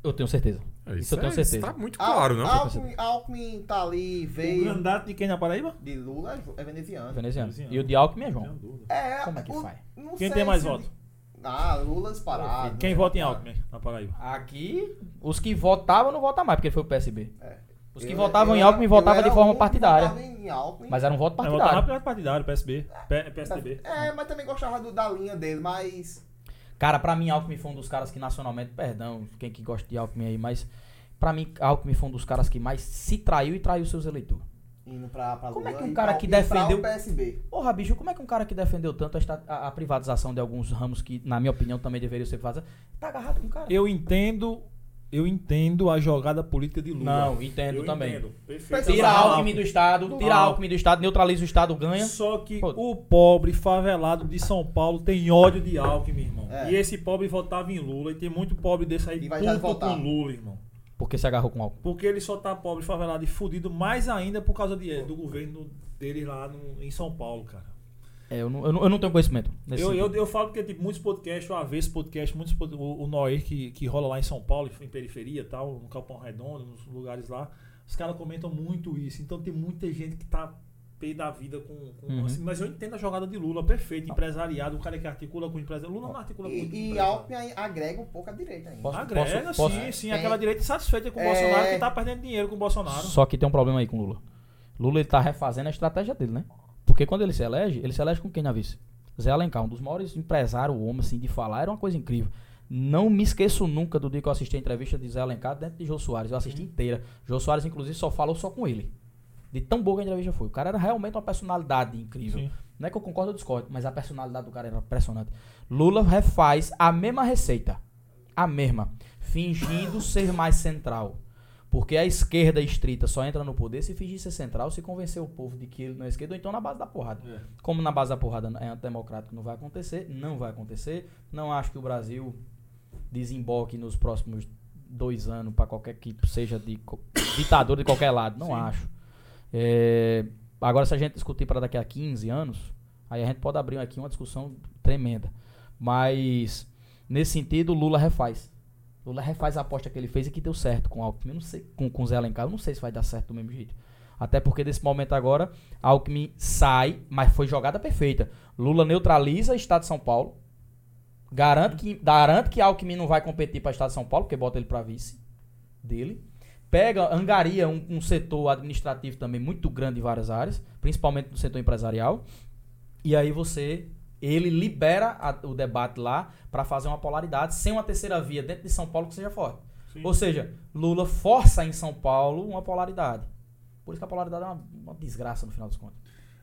[SPEAKER 3] Eu tenho certeza.
[SPEAKER 2] É,
[SPEAKER 3] Isso, eu tenho
[SPEAKER 2] é-
[SPEAKER 3] certeza.
[SPEAKER 2] Isso tá muito claro, não?
[SPEAKER 4] Alckmin, Alckmin tá ali,
[SPEAKER 6] O
[SPEAKER 4] veio.
[SPEAKER 6] candidato de quem na Paraíba?
[SPEAKER 4] De Lula é Jo- é veneziano.
[SPEAKER 3] Veneziano.
[SPEAKER 1] veneziano.
[SPEAKER 3] E o de Alckmin é João.
[SPEAKER 4] É,
[SPEAKER 3] Como é que
[SPEAKER 4] o-
[SPEAKER 3] faz?
[SPEAKER 4] não
[SPEAKER 1] Quem
[SPEAKER 4] sei
[SPEAKER 1] tem mais
[SPEAKER 4] se-
[SPEAKER 1] voto?
[SPEAKER 4] Ah, Lula disparado.
[SPEAKER 3] né?
[SPEAKER 4] né?
[SPEAKER 1] Quem vota em Alckmin na Paraíba?
[SPEAKER 3] Aqui, os que votavam não votam mais, porque ele foi o PSB.
[SPEAKER 4] É.
[SPEAKER 3] Os que
[SPEAKER 4] Eu-
[SPEAKER 3] votavam
[SPEAKER 4] eu
[SPEAKER 3] em
[SPEAKER 4] era-
[SPEAKER 3] Alckmin
[SPEAKER 4] eu
[SPEAKER 3] votavam de
[SPEAKER 4] era
[SPEAKER 3] forma
[SPEAKER 4] um que
[SPEAKER 3] partidária.
[SPEAKER 4] votava em Alckmin.
[SPEAKER 3] Mas era um voto
[SPEAKER 1] Vai votar
[SPEAKER 3] partidário.
[SPEAKER 1] rápido é partidário, PSB. P- PSDB.
[SPEAKER 4] É, mas também gostava do, da linha dele, mas.
[SPEAKER 3] Cara, pra mim, Alckmin foi um dos caras que nacionalmente, perdão, quem que gosta de Alckmin aí, mas pra mim, Alckmin foi um dos caras que mais se traiu e traiu seus eleitores.
[SPEAKER 4] Indo pra, pra
[SPEAKER 3] Como
[SPEAKER 4] Lula
[SPEAKER 3] é que um
[SPEAKER 4] e
[SPEAKER 3] cara
[SPEAKER 4] pra-
[SPEAKER 3] que
[SPEAKER 4] e pra
[SPEAKER 3] defendeu-
[SPEAKER 4] o PSB.
[SPEAKER 3] Porra, bicho, como é que um cara que defendeu tanto a, esta- a- a privatização de alguns ramos que, na minha opinião, também deveriam ser privatizados, tá agarrado com o cara?
[SPEAKER 1] Eu entendo. Eu entendo a jogada política de Lula.
[SPEAKER 3] Não, entendo também.
[SPEAKER 1] Perfeito.
[SPEAKER 4] Tira
[SPEAKER 3] Tira Alckmin
[SPEAKER 1] Alckmin
[SPEAKER 3] do Estado, tira
[SPEAKER 1] Ah.
[SPEAKER 3] Alckmin do Estado, neutraliza o Estado, ganha.
[SPEAKER 1] Só que
[SPEAKER 3] Pô.
[SPEAKER 1] o pobre favelado de São Paulo tem ódio de Alckmin, irmão.
[SPEAKER 4] É.
[SPEAKER 1] E esse pobre votava em Lula. E tem muito pobre desse aí
[SPEAKER 4] E vai já
[SPEAKER 1] puto
[SPEAKER 4] votar.
[SPEAKER 1] com Lula, irmão.
[SPEAKER 3] Porque se agarrou com Alckmin.
[SPEAKER 1] Porque ele só tá pobre, favelado e fudido mais ainda por causa de- do governo dele lá no- em São Paulo, cara.
[SPEAKER 3] É, eu não, eu não, eu não tenho conhecimento. nesse
[SPEAKER 1] Eu, eu,
[SPEAKER 3] sentido.
[SPEAKER 1] eu falo porque tipo, muitos podcasts, o Avesso Podcast, muitos pod- o, o Noir que, que rola lá em São Paulo, em periferia e tal, no Capão Redondo, nos lugares lá, os caras comentam muito isso. Então tem muita gente que tá pé da vida com. com-
[SPEAKER 3] Uhum. Ah.
[SPEAKER 1] assim, mas eu entendo a jogada de Lula, perfeito, empresariado, o cara que articula com o empresário. Lula não articula com o
[SPEAKER 4] E, e
[SPEAKER 1] empresário.
[SPEAKER 4] Alckmin aí agrega um pouco a direita ainda.
[SPEAKER 3] Posso-
[SPEAKER 1] Agrega,
[SPEAKER 3] posso- posso-
[SPEAKER 1] sim, sim,
[SPEAKER 4] Tem-
[SPEAKER 1] aquela direita insatisfeita com o
[SPEAKER 4] É.
[SPEAKER 1] Bolsonaro que tá perdendo dinheiro com o Bolsonaro.
[SPEAKER 3] Só que tem um problema aí com Lula. Lula ele tá refazendo a estratégia dele, né? Porque quando ele se elege, ele se elege com quem na vice? Zé Alencar, um dos maiores empresários, homem assim, de falar, era uma coisa incrível. Não me esqueço nunca do dia que eu assisti a entrevista de Zé Alencar dentro de Jô Soares. Eu
[SPEAKER 1] Uhum.
[SPEAKER 3] assisti inteira. Jô Soares, inclusive, só falou só com ele. De tão boa que a entrevista foi. O cara era realmente uma personalidade incrível.
[SPEAKER 1] Sim.
[SPEAKER 3] Não é que eu concordo ou discordo, mas a personalidade do cara era impressionante. Lula refaz a mesma receita. A mesma. Fingindo ser mais central. Porque a esquerda estrita só entra no poder se fingir ser central, se convencer o povo de que ele não é esquerda, ou então na base da porrada. Como na base da porrada é antidemocrático, não vai acontecer, não vai acontecer. Não acho que o Brasil desemboque nos próximos dois anos para qualquer que seja de co- ditador de qualquer lado. Não acho. É, agora, se a gente discutir para daqui a 15 anos, aí a gente pode abrir aqui uma discussão tremenda. Mas, nesse sentido, Lula refaz. Lula refaz a aposta que ele fez e que deu certo com o Alckmin. Eu não sei, com, com o Zé Alencar, eu não sei se vai dar certo do mesmo jeito. Até porque nesse momento agora, Alckmin sai, mas foi jogada perfeita. Lula neutraliza o Estado de São Paulo. Garante que, garante que Alckmin não vai competir para o Estado de São Paulo, porque bota ele para vice dele. Pega, angaria um, um setor administrativo também muito grande em várias áreas, principalmente no setor empresarial. E aí você, ele libera a- o debate lá para fazer uma polaridade sem uma terceira via dentro de São Paulo que seja forte. Ou seja, Lula força em São Paulo uma polaridade. Por isso que a polaridade é uma, uma desgraça no final dos contos.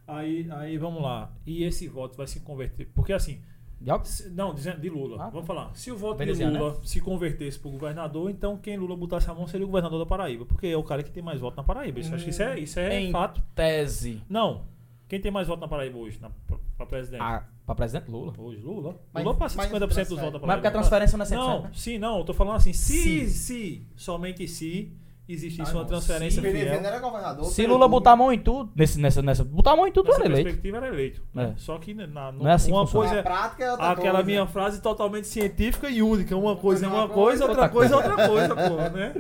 [SPEAKER 1] Aí, aí vamos lá. E esse voto vai se converter. Porque assim,
[SPEAKER 3] E Alckmin?
[SPEAKER 1] Se- Não, dizendo de Lula.
[SPEAKER 3] Ah,
[SPEAKER 1] Vamos falar. Se o voto de
[SPEAKER 3] Veneziano, né?
[SPEAKER 1] Lula se convertesse pro governador, então quem Lula botasse a mão seria o governador da Paraíba, porque é o cara que tem mais voto na Paraíba. Isso, acho que isso é, isso é
[SPEAKER 3] Em
[SPEAKER 1] fato.
[SPEAKER 3] tese
[SPEAKER 1] Não. Quem tem mais voto na Paraíba hoje, na, pra- pra presidente?
[SPEAKER 3] para presidente Lula.
[SPEAKER 1] Hoje, Lula.
[SPEAKER 4] Mas-
[SPEAKER 1] Lula passa
[SPEAKER 4] mas
[SPEAKER 1] 50% dos
[SPEAKER 4] transfere.
[SPEAKER 1] votos da Paraíba.
[SPEAKER 3] Ah. Mas porque a transferência não é 100%,
[SPEAKER 1] Não,
[SPEAKER 3] né?
[SPEAKER 1] sim, não. Eu tô falando assim, se,
[SPEAKER 3] Se.
[SPEAKER 1] se, somente se, existisse
[SPEAKER 3] Ah,
[SPEAKER 1] uma
[SPEAKER 3] não,
[SPEAKER 1] transferência
[SPEAKER 3] se
[SPEAKER 4] Veneziano
[SPEAKER 1] fiel,
[SPEAKER 4] era é governador.
[SPEAKER 3] Se
[SPEAKER 4] pelo
[SPEAKER 3] Lula
[SPEAKER 4] Lula.
[SPEAKER 3] botar a mão em tudo, nesse, nessa, nessa, botar a mão em tudo,
[SPEAKER 1] nessa
[SPEAKER 3] ele é eleito.
[SPEAKER 1] perspectiva era eleito. né?
[SPEAKER 3] É.
[SPEAKER 1] Só que na, na-
[SPEAKER 3] Não é assim que
[SPEAKER 1] uma
[SPEAKER 3] funciona.
[SPEAKER 1] coisa
[SPEAKER 4] Na
[SPEAKER 1] é,
[SPEAKER 4] prática é outra
[SPEAKER 1] Aquela
[SPEAKER 4] coisa.
[SPEAKER 1] minha frase totalmente científica e única. Uma coisa é uma
[SPEAKER 4] Uma
[SPEAKER 1] coisa,
[SPEAKER 4] coisa,
[SPEAKER 1] outra coisa é outra coisa, pô, né?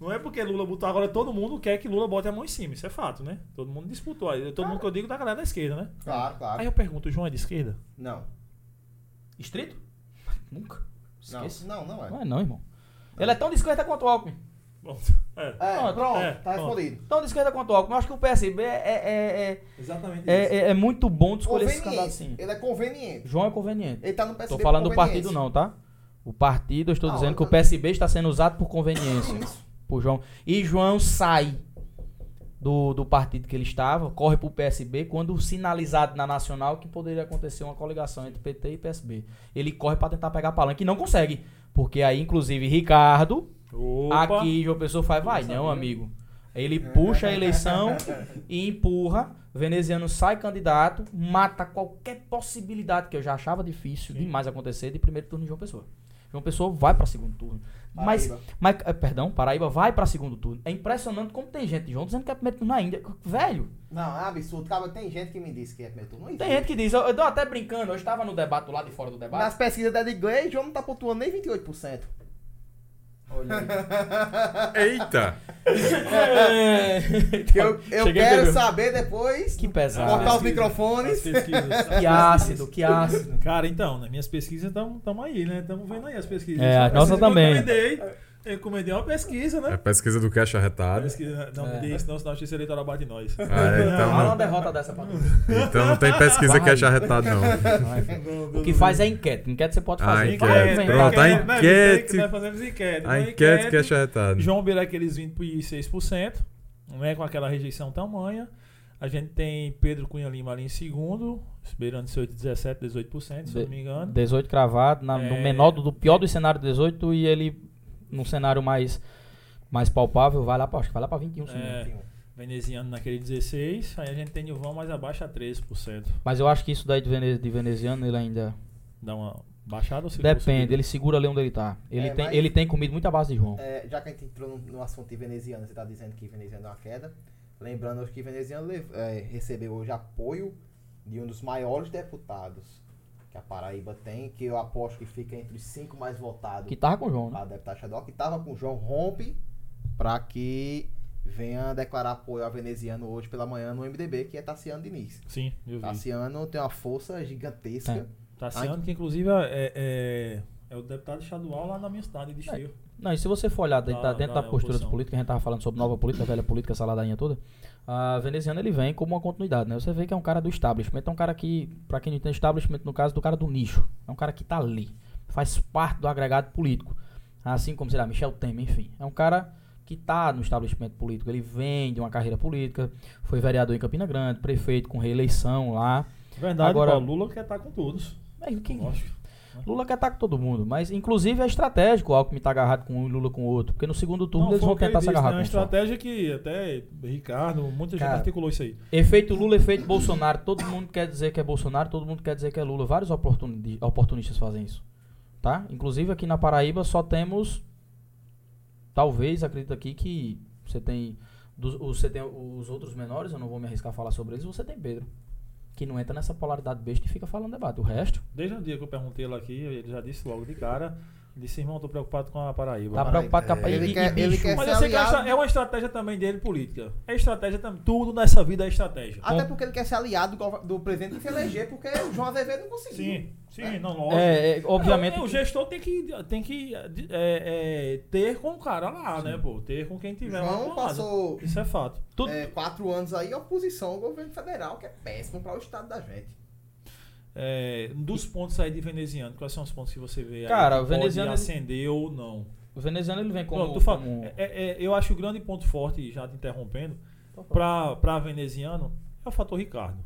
[SPEAKER 1] Não é porque Lula botou. Agora todo mundo quer que Lula bote a mão em cima, isso é fato, né? Todo mundo disputou. aí. Todo mundo que eu digo da galera da esquerda, né?
[SPEAKER 4] Claro,
[SPEAKER 1] Aí
[SPEAKER 4] claro.
[SPEAKER 1] eu pergunto, o João é de esquerda?
[SPEAKER 4] Não.
[SPEAKER 3] Estrito? Nunca.
[SPEAKER 4] Não,
[SPEAKER 3] Esquece.
[SPEAKER 4] não, não é.
[SPEAKER 3] Não é não, irmão. Ele é tão de esquerda quanto o Alckmin.
[SPEAKER 1] Bom, é.
[SPEAKER 4] É,
[SPEAKER 3] Pronto,
[SPEAKER 4] pronto,
[SPEAKER 1] é,
[SPEAKER 4] tá
[SPEAKER 1] pronto.
[SPEAKER 4] respondido.
[SPEAKER 3] Tão de esquerda quanto o Alckmin. Eu acho que o PSB é, é, é,
[SPEAKER 6] Exatamente
[SPEAKER 3] é, é- é muito bom de escolher esses candidatos
[SPEAKER 4] Conveniente.
[SPEAKER 3] sim.
[SPEAKER 4] Ele é conveniente.
[SPEAKER 3] João é conveniente.
[SPEAKER 4] Ele tá no PSDB
[SPEAKER 3] Estou
[SPEAKER 4] por
[SPEAKER 3] falando do
[SPEAKER 4] conveniência.
[SPEAKER 3] partido não, tá? O partido, eu estou
[SPEAKER 4] Ah,
[SPEAKER 3] dizendo
[SPEAKER 4] olha,
[SPEAKER 3] que o
[SPEAKER 4] tá-
[SPEAKER 3] PSB está sendo usado por conveniência. por João. E João sai do, do partido que ele estava, corre pro PSB, quando sinalizado na Nacional que poderia acontecer uma coligação entre PT e PSB. Ele corre para tentar pegar palanque e não consegue. Porque aí, inclusive, Ricardo,
[SPEAKER 1] é. Opa.
[SPEAKER 3] aqui João Pessoa faz, vai, não, amigo. Ele puxa a eleição e empurra. Veneziano sai candidato, mata qualquer possibilidade que eu já achava difícil demais acontecer de primeiro turno de João Pessoa. João Pessoa vai para segundo turno. Mas,
[SPEAKER 4] Paraíba.
[SPEAKER 3] mas, eh, perdão, Paraíba vai para segundo turno. É impressionante como tem gente, João, dizendo que é primeiro turno ainda. Velho,
[SPEAKER 4] Não, é absurdo. Cara, tem gente que me disse que é primeiro turno. Não
[SPEAKER 3] tem
[SPEAKER 4] existe.
[SPEAKER 3] gente que diz, eu, eu tô até brincando, eu estava no debate lá de fora do debate.
[SPEAKER 4] Nas pesquisas da Edgley, o João não tá pontuando nem 28%.
[SPEAKER 2] Eita!
[SPEAKER 4] Eu, eu
[SPEAKER 3] Cheguei
[SPEAKER 4] quero
[SPEAKER 3] pegando.
[SPEAKER 4] saber depois.
[SPEAKER 3] Que
[SPEAKER 4] Cortar os
[SPEAKER 3] pesado.
[SPEAKER 4] microfones.
[SPEAKER 6] As pesquisas.
[SPEAKER 3] Que ácido, que ácido.
[SPEAKER 6] Cara, então, né? Minhas pesquisas estão aí, né? Estamos vendo aí as pesquisas.
[SPEAKER 3] É, a
[SPEAKER 6] As pesquisas
[SPEAKER 3] nossa
[SPEAKER 6] que eu
[SPEAKER 3] também.
[SPEAKER 6] Encomendei, eu encomendei uma pesquisa,
[SPEAKER 2] É
[SPEAKER 6] né?
[SPEAKER 2] pesquisa do cash arretado.
[SPEAKER 3] É.
[SPEAKER 1] né?
[SPEAKER 6] Pesquisa, não me dê isso, não, senão a justiça eleitoral bate em nós.
[SPEAKER 2] Ah, é,
[SPEAKER 3] Fala uma
[SPEAKER 2] então,
[SPEAKER 3] derrota dessa pra tu.
[SPEAKER 2] não, então não tem pesquisa
[SPEAKER 3] Vai.
[SPEAKER 2] cash arretado, não.
[SPEAKER 3] O que faz é enquete. Enquete você pode
[SPEAKER 2] Ah,
[SPEAKER 3] fazer.
[SPEAKER 2] enquete.
[SPEAKER 3] Fala, vem,
[SPEAKER 2] Pronto,
[SPEAKER 3] tá.
[SPEAKER 2] a
[SPEAKER 6] Né,
[SPEAKER 2] enquete.
[SPEAKER 6] Nós fazemos enquete.
[SPEAKER 2] A
[SPEAKER 6] Uma
[SPEAKER 2] enquete cash arretado.
[SPEAKER 1] João beira aqueles 26%, não é com aquela rejeição tamanha. A gente tem Pedro Cunha Lima ali em segundo, beirando seus 17, 18%, se eu não me engano.
[SPEAKER 3] 18 cravado, na- no
[SPEAKER 1] É.
[SPEAKER 3] menor do, do pior dos cenários 18 e ele num cenário mais mais palpável vai lá para acho que vai lá para 21, se não me engano.
[SPEAKER 1] É, veneziano naquele 16, aí a gente tem Nilvão mais abaixo a 13%.
[SPEAKER 3] Mas eu acho que isso daí de, vene, de veneziano ele ainda
[SPEAKER 1] Dá uma baixada ou se
[SPEAKER 3] depende, ele segura ali onde ele tá. Ele
[SPEAKER 4] É,
[SPEAKER 3] tem
[SPEAKER 4] mas-
[SPEAKER 3] ele tem comido muita base de João.
[SPEAKER 4] É, já que a gente entrou no, no assunto de veneziano, você tá dizendo que veneziano é uma queda. Lembrando que veneziano lev- é, recebeu hoje apoio de um dos maiores deputados que a Paraíba tem, que eu aposto que fica entre os cinco mais votados.
[SPEAKER 3] Que tava com o João, né?
[SPEAKER 4] a deputada estadual, que estava com o João Rompe, para que venha declarar apoio ao veneziano hoje pela manhã no MDB, que é Tassiano Diniz.
[SPEAKER 1] Sim, eu
[SPEAKER 3] Tá
[SPEAKER 1] vi.
[SPEAKER 4] Tassiano tem uma força gigantesca.
[SPEAKER 1] Tassiano, que inclusive é, é, é o deputado estadual lá na minha cidade
[SPEAKER 3] É.
[SPEAKER 1] de Esteio.
[SPEAKER 3] Não, e se você for olhar dentro,
[SPEAKER 1] Dá-
[SPEAKER 3] da, dentro
[SPEAKER 1] dá
[SPEAKER 3] da postura
[SPEAKER 1] oposição.
[SPEAKER 3] dos políticos, a gente tava falando sobre nova política, velha política, essa ladainha toda, a veneziana ele vem como uma continuidade, né? Você vê que é um cara do establishment, é um cara que, pra quem não entende establishment, no caso, do cara do nicho. É um cara que tá ali, faz parte do agregado político. Assim como, sei lá, Michel Temer, enfim. É um cara que tá no estabelecimento político, ele vem de uma carreira política, foi vereador em Campina Grande, prefeito com reeleição lá.
[SPEAKER 1] Verdade,
[SPEAKER 3] Agora-
[SPEAKER 1] Paulo, Lula quer estar com todos.
[SPEAKER 3] Mas quem,
[SPEAKER 1] Lógico.
[SPEAKER 3] Lula quer estar com todo mundo, mas inclusive é estratégico o Alckmin tá agarrado com um e Lula com o outro, porque no segundo turno
[SPEAKER 1] Não,
[SPEAKER 3] eles
[SPEAKER 1] foi
[SPEAKER 3] vão
[SPEAKER 1] o que ele
[SPEAKER 3] tentar se
[SPEAKER 1] disse,
[SPEAKER 3] agarrar
[SPEAKER 1] né?
[SPEAKER 3] com
[SPEAKER 1] uma
[SPEAKER 3] um só.
[SPEAKER 1] estratégia que até Ricardo, muita gente
[SPEAKER 3] Cara,
[SPEAKER 1] articulou isso aí.
[SPEAKER 3] Efeito Lula, efeito Bolsonaro. Todo mundo quer dizer que é Bolsonaro, todo mundo quer dizer que é Lula. Vários oportuni- oportunistas fazem isso. Tá? Inclusive aqui na Paraíba só temos. Talvez, acredito aqui que você tem. dos- os- você tem os outros menores, eu não vou me arriscar a falar sobre eles. Você tem Pedro. Que não entra nessa polaridade besta e fica falando debate. O resto
[SPEAKER 1] Desde o dia que eu perguntei ele aqui, ele já disse logo de cara. Disse, irmão, tô preocupado com a Paraíba.
[SPEAKER 3] tá preocupado com a
[SPEAKER 4] é, Ele
[SPEAKER 3] e- e
[SPEAKER 4] quer- ele
[SPEAKER 3] bicho.
[SPEAKER 4] quer-
[SPEAKER 1] Mas
[SPEAKER 4] Esse
[SPEAKER 1] eu sei que é uma
[SPEAKER 4] aliado-
[SPEAKER 1] estra- é uma estratégia também dele política. É estratégia também. Tudo nessa vida é estratégia.
[SPEAKER 4] Até porque ele quer ser aliado do, gov- do presidente que se eleger, porque o João Azevedo não conseguiu.
[SPEAKER 1] Sim, sim, não, lógico.
[SPEAKER 3] É, é, obviamente.
[SPEAKER 1] Não, O gestor tem que, tem que é, é, ter com o cara lá, né, pô? Ter com quem tiver lá do
[SPEAKER 4] João
[SPEAKER 1] lado.
[SPEAKER 4] passou
[SPEAKER 1] Isso é fato.
[SPEAKER 3] tudo,
[SPEAKER 4] é, quatro anos aí em oposição ao governo federal, que é péssimo para o estado da gente.
[SPEAKER 1] É, dos pontos aí de veneziano, quais são os pontos que você vê aí?
[SPEAKER 3] Cara,
[SPEAKER 1] que
[SPEAKER 3] o veneziano-
[SPEAKER 1] Pode acender ou não.
[SPEAKER 3] o veneziano ele vem né, como.
[SPEAKER 1] Pronto, tu fala-
[SPEAKER 3] como-
[SPEAKER 1] é- é- é, eu acho que o grande ponto forte, já te interrompendo, para veneziano é o fator Ricardo.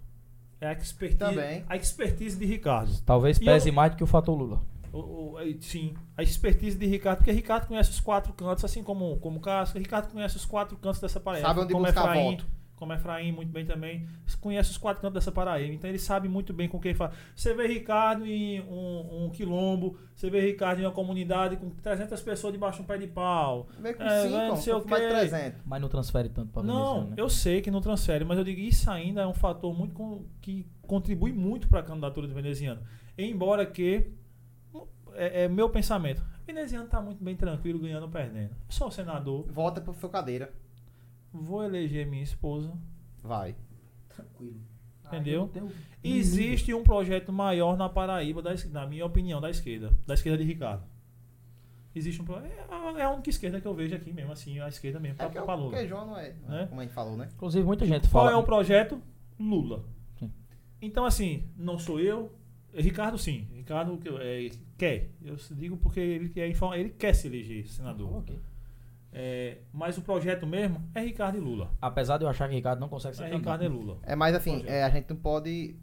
[SPEAKER 1] É a expertise,
[SPEAKER 4] Também.
[SPEAKER 1] a expertise de Ricardo.
[SPEAKER 3] Talvez
[SPEAKER 1] E eu
[SPEAKER 3] pese
[SPEAKER 1] não-
[SPEAKER 3] mais do que o fator Lula.
[SPEAKER 1] O- o- é, sim, a expertise de Ricardo, porque Ricardo conhece os quatro cantos, assim como como Casca, Ricardo conhece os quatro cantos dessa Paraíba.
[SPEAKER 4] Sabe onde
[SPEAKER 1] como é
[SPEAKER 4] buscar
[SPEAKER 1] Efraim,
[SPEAKER 4] voto.
[SPEAKER 1] Como é Efraim, muito bem também, conhece os quatro cantos dessa Paraíba, então ele sabe muito bem com quem fala. Você vê Ricardo em um, um quilombo, você vê Ricardo em uma comunidade com 300 pessoas debaixo de um pé de pau.
[SPEAKER 4] Vem com
[SPEAKER 1] É,
[SPEAKER 4] cinco,
[SPEAKER 1] vai, não sei
[SPEAKER 4] ó,
[SPEAKER 1] o
[SPEAKER 4] mais de
[SPEAKER 1] quê.
[SPEAKER 4] 300.
[SPEAKER 3] Mas não transfere tanto pra
[SPEAKER 1] Não,
[SPEAKER 3] veneziano. né?
[SPEAKER 1] eu sei que não transfere, mas eu digo isso ainda é um fator muito con- que contribui muito para a candidatura do veneziano. Embora que é, é meu pensamento. Veneziano tá muito bem tranquilo, ganhando ou perdendo. Sou senador,
[SPEAKER 4] Volta pra sua cadeira.
[SPEAKER 1] vou eleger minha esposa,
[SPEAKER 4] Vai.
[SPEAKER 7] Tranquilo.
[SPEAKER 1] entendeu?
[SPEAKER 4] um
[SPEAKER 1] Existe um projeto maior na Paraíba, da, es- na minha opinião, da esquerda. Da esquerda de Ricardo. Existe um projeto. É, a única esquerda que eu vejo aqui mesmo, assim, a esquerda mesmo,
[SPEAKER 4] É
[SPEAKER 1] pra,
[SPEAKER 4] porque
[SPEAKER 1] pra
[SPEAKER 4] o
[SPEAKER 1] Lula.
[SPEAKER 4] queijão não é, não é
[SPEAKER 1] Né?
[SPEAKER 4] como a gente falou, né?
[SPEAKER 3] Inclusive, muita gente
[SPEAKER 1] Qual é
[SPEAKER 3] fala.
[SPEAKER 1] o projeto? Lula.
[SPEAKER 3] Sim.
[SPEAKER 1] Então, assim, não sou eu. É Ricardo, sim. Ricardo eh, quer. Eu digo porque ele, quer info- ele quer se eleger senador.
[SPEAKER 3] Ok.
[SPEAKER 1] É, mas o projeto mesmo é Ricardo e Lula.
[SPEAKER 3] Apesar de eu achar que Ricardo não consegue ser
[SPEAKER 1] É
[SPEAKER 3] candidato.
[SPEAKER 1] Ricardo e Lula.
[SPEAKER 4] É, mas assim,
[SPEAKER 1] Projeto.
[SPEAKER 4] é, a gente não pode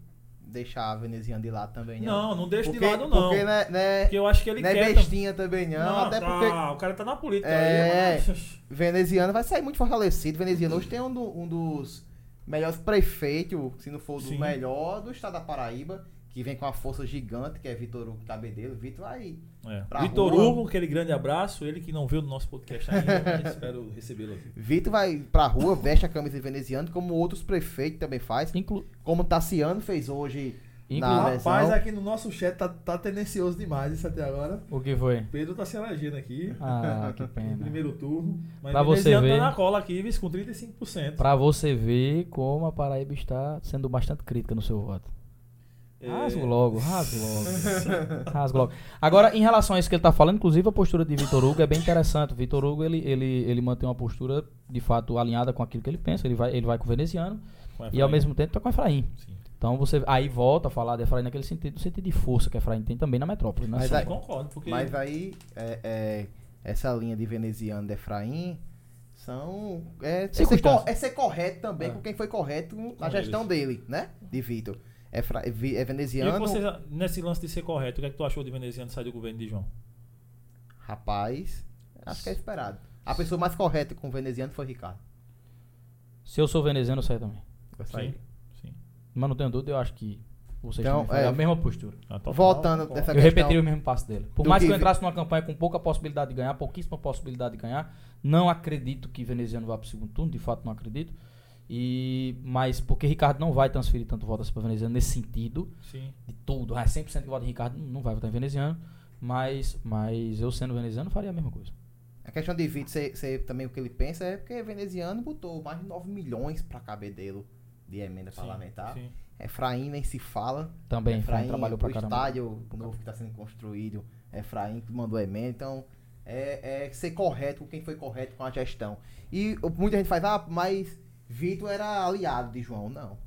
[SPEAKER 4] deixar a veneziana de lado também, não.
[SPEAKER 1] Não, não deixa de
[SPEAKER 4] Porque-
[SPEAKER 1] lado, não.
[SPEAKER 4] Porque
[SPEAKER 1] Porque,
[SPEAKER 4] né, né,
[SPEAKER 1] eu acho que ele
[SPEAKER 4] não é
[SPEAKER 1] quer.
[SPEAKER 4] bestinha também, não. até
[SPEAKER 1] tá,
[SPEAKER 4] porque
[SPEAKER 1] O cara tá na política.
[SPEAKER 4] É.
[SPEAKER 1] aí, mas-
[SPEAKER 4] veneziano vai sair muito fortalecido. Veneziano hoje tem um, do- um dos melhores prefeitos, se não for o do
[SPEAKER 1] Sim.
[SPEAKER 4] melhor, do estado da Paraíba, que vem com uma força gigante, que é Vitor Hugo Cabedelo. Vitor aí.
[SPEAKER 1] É.
[SPEAKER 4] Pra
[SPEAKER 1] Vitor
[SPEAKER 4] rua.
[SPEAKER 1] Hugo, aquele grande abraço. Ele que não viu no nosso podcast ainda, mas espero recebê-lo aqui.
[SPEAKER 4] Vitor vai pra rua, veste a camisa de veneziano, como outros prefeitos também faz.
[SPEAKER 3] Inclu-
[SPEAKER 4] Como Tassiano fez hoje na
[SPEAKER 3] Inclu-
[SPEAKER 6] Rapaz,
[SPEAKER 4] lesão.
[SPEAKER 6] aqui no nosso chat tá, tá tendencioso demais isso até agora.
[SPEAKER 3] O que foi?
[SPEAKER 6] Pedro tá se elegendo aqui.
[SPEAKER 3] Ah, que
[SPEAKER 6] No
[SPEAKER 3] pena.
[SPEAKER 6] primeiro turno. Mas
[SPEAKER 3] Pra você
[SPEAKER 1] Veneziano
[SPEAKER 3] ver.
[SPEAKER 1] tá na cola aqui, vice, com 35%.
[SPEAKER 3] Pra você ver como a Paraíba está sendo bastante crítica no seu voto.
[SPEAKER 1] É.
[SPEAKER 3] Rasgo logo, rasgo logo. rasgo logo. Agora, em relação a isso que ele tá falando, inclusive a postura de Vitor Hugo é bem interessante. O Vitor Hugo, ele, ele, ele mantém uma postura, de fato, alinhada com aquilo que ele pensa. Ele vai, ele vai com o veneziano
[SPEAKER 1] Com
[SPEAKER 3] e, ao
[SPEAKER 1] É Efraim.
[SPEAKER 3] mesmo tempo, tá com o Efraim.
[SPEAKER 1] Sim.
[SPEAKER 3] Então, você aí volta a falar de Efraim naquele sentido, sentido de força que Efraim tem também na metrópole. Né?
[SPEAKER 4] Mas
[SPEAKER 3] Assim,
[SPEAKER 4] aí-
[SPEAKER 1] Concordo, porque
[SPEAKER 4] Mas aí, é- é, essa linha de veneziano de Efraim são. É, é ser,
[SPEAKER 3] Circunstâncias.
[SPEAKER 4] co- é ser correto também com quem foi correto na
[SPEAKER 1] eles.
[SPEAKER 4] gestão dele, né? De Vitor. É, fra- é vi- é
[SPEAKER 1] E o que
[SPEAKER 4] veneziano.
[SPEAKER 1] você, nesse lance de ser correto, o que é que tu achou de veneziano sair do governo de João?
[SPEAKER 4] Rapaz, acho que é esperado. A pessoa mais correta com o veneziano foi Ricardo.
[SPEAKER 3] Se eu sou veneziano, eu saio também.
[SPEAKER 1] Sim. Sim.
[SPEAKER 3] Mas não tenho dúvida, eu acho que vocês
[SPEAKER 4] Então,
[SPEAKER 3] também foram
[SPEAKER 4] é-
[SPEAKER 3] a mesma postura.
[SPEAKER 1] Ah, total.
[SPEAKER 4] Voltando dessa
[SPEAKER 3] Eu
[SPEAKER 4] questão.
[SPEAKER 3] repetiria o mesmo passo dele. Por
[SPEAKER 4] Do
[SPEAKER 3] mais que
[SPEAKER 4] que
[SPEAKER 3] eu
[SPEAKER 4] vi-
[SPEAKER 3] entrasse numa campanha com pouca possibilidade de ganhar, pouquíssima possibilidade de ganhar, não acredito que veneziano vá para o segundo turno, de fato não acredito. E, mas porque Ricardo não vai transferir tanto voto assim para veneziano nesse sentido,
[SPEAKER 1] Sim.
[SPEAKER 3] de tudo, ah, 100% que vota em Ricardo não vai votar em veneziano, mas, mas eu sendo veneziano faria a mesma coisa.
[SPEAKER 4] A questão de Vitor, você- você também o que ele pensa é porque veneziano botou mais de 9 milhões pra cabedelo de emenda parlamentar.
[SPEAKER 1] Sim.
[SPEAKER 4] Efraim nem se fala.
[SPEAKER 3] Também, Efraim
[SPEAKER 4] Efraim,
[SPEAKER 3] trabalhou para
[SPEAKER 4] o
[SPEAKER 3] um caramba.
[SPEAKER 4] estádio novo que está sendo construído, Efraim que mandou emenda, então é, é ser correto com quem foi correto com a gestão. E o- muita gente faz, ah, mas Vitor era aliado de João. Não.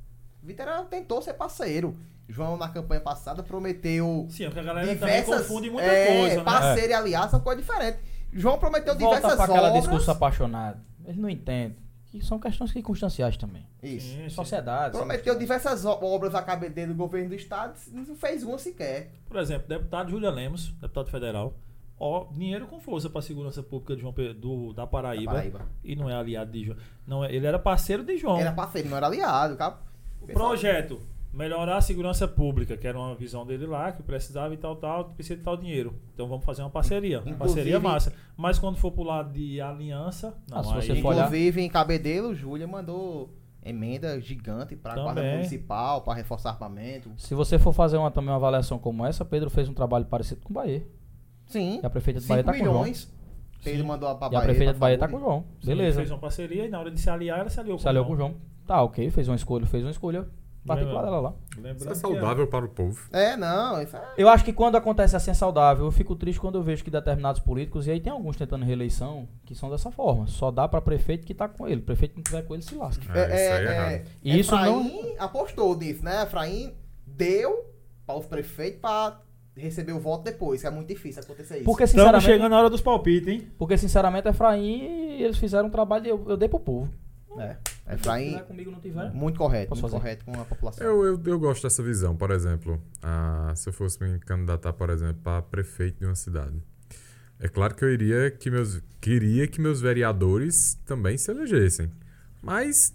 [SPEAKER 4] Vitor era- tentou ser parceiro. João, na campanha passada, prometeu
[SPEAKER 1] Sim, é que a galera também
[SPEAKER 4] diversas...
[SPEAKER 1] confunde muita
[SPEAKER 4] é,
[SPEAKER 1] coisa, né?
[SPEAKER 4] Parceiro e aliado são coisas diferentes. João prometeu
[SPEAKER 3] Volta
[SPEAKER 4] Então, diversas
[SPEAKER 3] para aquela
[SPEAKER 4] obras.
[SPEAKER 3] discurso apaixonado. Eles não entendem. Que são questões circunstanciais também.
[SPEAKER 4] Isso.
[SPEAKER 1] Sim, sim.
[SPEAKER 3] Sociedade.
[SPEAKER 4] Prometeu
[SPEAKER 3] circunstâncias.
[SPEAKER 4] diversas o- obras a cabeceira do governo do estado, não fez uma sequer.
[SPEAKER 1] Por exemplo, deputado Júlia Lemos, deputado federal, ó, dinheiro com força para a segurança pública de João Pe- do, da, Paraíba,
[SPEAKER 4] Paraíba.
[SPEAKER 1] E não é aliado de João. Não, é- ele era parceiro de João.
[SPEAKER 4] Era parceiro, não era aliado. cara.
[SPEAKER 1] O projeto melhorar a segurança pública, que era uma visão dele lá, que precisava e tal, tal, precisa de tal dinheiro. Então vamos fazer uma parceria. Uma
[SPEAKER 4] Inclusive-
[SPEAKER 1] parceria massa. Mas quando for pro lado de aliança, não,
[SPEAKER 3] Ah, se você
[SPEAKER 1] aí-
[SPEAKER 3] for olhar-
[SPEAKER 4] Inclusive, em Cabedelo, Júlia mandou emenda gigante para a Guarda
[SPEAKER 1] Também.
[SPEAKER 4] Municipal, para reforçar armamento.
[SPEAKER 3] Se você for fazer uma, também uma avaliação como essa, Pedro fez um trabalho parecido com o Bahia.
[SPEAKER 4] Sim.
[SPEAKER 3] E a prefeita de
[SPEAKER 4] 5
[SPEAKER 3] Bahia tá com o João.
[SPEAKER 4] milhões. Pedro
[SPEAKER 1] Sim.
[SPEAKER 4] mandou
[SPEAKER 3] E
[SPEAKER 4] pra
[SPEAKER 3] a
[SPEAKER 4] Bahia.
[SPEAKER 3] prefeita
[SPEAKER 4] pra
[SPEAKER 3] de Bahia tá
[SPEAKER 4] saúde.
[SPEAKER 3] com o João.
[SPEAKER 1] Sim, ele
[SPEAKER 3] Beleza.
[SPEAKER 1] fez um uma parceria e na hora de se aliar, ela se aliou com
[SPEAKER 3] Se aliou com
[SPEAKER 1] o
[SPEAKER 3] o
[SPEAKER 1] João.
[SPEAKER 3] João. Tá, ok. Fez uma escolha, fez uma escolha particular dela lá.
[SPEAKER 2] Isso
[SPEAKER 1] Lembrando
[SPEAKER 2] é
[SPEAKER 1] que
[SPEAKER 2] saudável para o povo.
[SPEAKER 4] É, não. Isso
[SPEAKER 2] Ah,
[SPEAKER 4] é...
[SPEAKER 3] Eu acho que quando acontece assim é saudável. Eu fico triste quando eu vejo que determinados políticos, e aí tem alguns tentando reeleição, que são dessa forma. Só dá pra prefeito que tá com ele. Prefeito que não tiver com ele se lasca.
[SPEAKER 2] É, isso aí é errado.
[SPEAKER 3] E isso não-
[SPEAKER 4] Efraim apostou nisso, né? Efraim deu para os prefeitos para receber o voto depois, que é muito difícil acontecer isso.
[SPEAKER 3] Porque,
[SPEAKER 1] Estamos
[SPEAKER 3] sinceramente,
[SPEAKER 1] chegando na hora dos palpites, hein?
[SPEAKER 3] porque, sinceramente Efraim, eles fizeram um trabalho, de, eu, eu dei pro povo.
[SPEAKER 4] É. Efraim,
[SPEAKER 3] comigo, não tiver.
[SPEAKER 4] muito correto,
[SPEAKER 3] Posso
[SPEAKER 4] muito
[SPEAKER 3] fazer?
[SPEAKER 4] correto com a população.
[SPEAKER 2] Eu, eu, eu gosto dessa visão, por exemplo. ah, se eu fosse me candidatar, por exemplo, para prefeito de uma cidade. É claro que eu iria que meus, queria que meus vereadores também se elegessem. Mas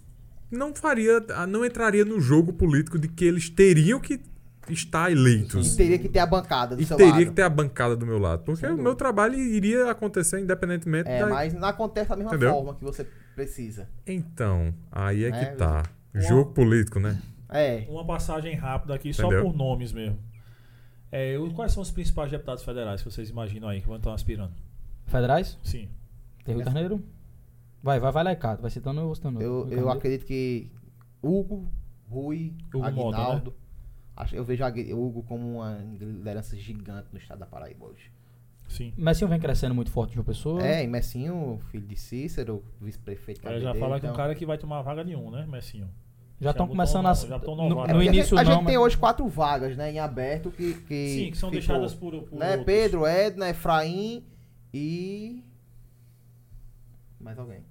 [SPEAKER 2] não faria. ah, não entraria no jogo político de que eles teriam que estar
[SPEAKER 4] E
[SPEAKER 2] eleitos.
[SPEAKER 4] teria que ter a bancada do
[SPEAKER 2] E
[SPEAKER 4] seu
[SPEAKER 2] teria
[SPEAKER 4] lado.
[SPEAKER 2] que ter a bancada do meu lado. Porque o meu trabalho iria acontecer independentemente
[SPEAKER 4] É,
[SPEAKER 2] da.
[SPEAKER 4] mas não acontece da mesma
[SPEAKER 2] Entendeu?
[SPEAKER 4] forma que você precisa.
[SPEAKER 2] Então, aí é que
[SPEAKER 4] É,
[SPEAKER 2] tá. Jogo político, né?
[SPEAKER 4] É.
[SPEAKER 1] Uma passagem rápida aqui, só
[SPEAKER 2] Entendeu?
[SPEAKER 1] por nomes mesmo. É, o- quais são os principais deputados federais que vocês imaginam aí que vão estar aspirando?
[SPEAKER 3] Federais?
[SPEAKER 1] Sim.
[SPEAKER 3] Tem Rui Carneiro? Vai, vai, vai lá, Ricardo. Vai citando eu vou citando.
[SPEAKER 4] Eu,
[SPEAKER 3] Rui
[SPEAKER 4] eu
[SPEAKER 3] Carneiro.
[SPEAKER 4] acredito que Hugo, Rui,
[SPEAKER 1] Hugo né? Mota,
[SPEAKER 4] Aguinaldo. acho- Eu vejo Agui- o Hugo como uma liderança gigante no estado da Paraíba hoje.
[SPEAKER 1] Sim.
[SPEAKER 3] Messinho vem crescendo muito forte de uma pessoa.
[SPEAKER 4] É, e Messinho, filho de Cícero, vice-prefeito
[SPEAKER 1] Aí já
[SPEAKER 4] KBD,
[SPEAKER 1] falar que
[SPEAKER 4] então-
[SPEAKER 1] um cara que vai tomar a vaga de um, né, Messinho?
[SPEAKER 3] já
[SPEAKER 1] já
[SPEAKER 3] estão
[SPEAKER 1] botou
[SPEAKER 3] começando
[SPEAKER 1] no-
[SPEAKER 3] a.
[SPEAKER 1] já estão
[SPEAKER 3] no,
[SPEAKER 1] novatos.
[SPEAKER 4] É
[SPEAKER 3] no
[SPEAKER 4] porque a
[SPEAKER 3] início
[SPEAKER 4] gente, a
[SPEAKER 3] não,
[SPEAKER 4] gente tem
[SPEAKER 3] mas-
[SPEAKER 4] hoje quatro vagas, né, em aberto que. que
[SPEAKER 1] Sim, que são
[SPEAKER 4] ficou,
[SPEAKER 1] deixadas por, por
[SPEAKER 4] né,
[SPEAKER 1] outros.
[SPEAKER 4] Pedro, Edna, Efraim e. Mais alguém.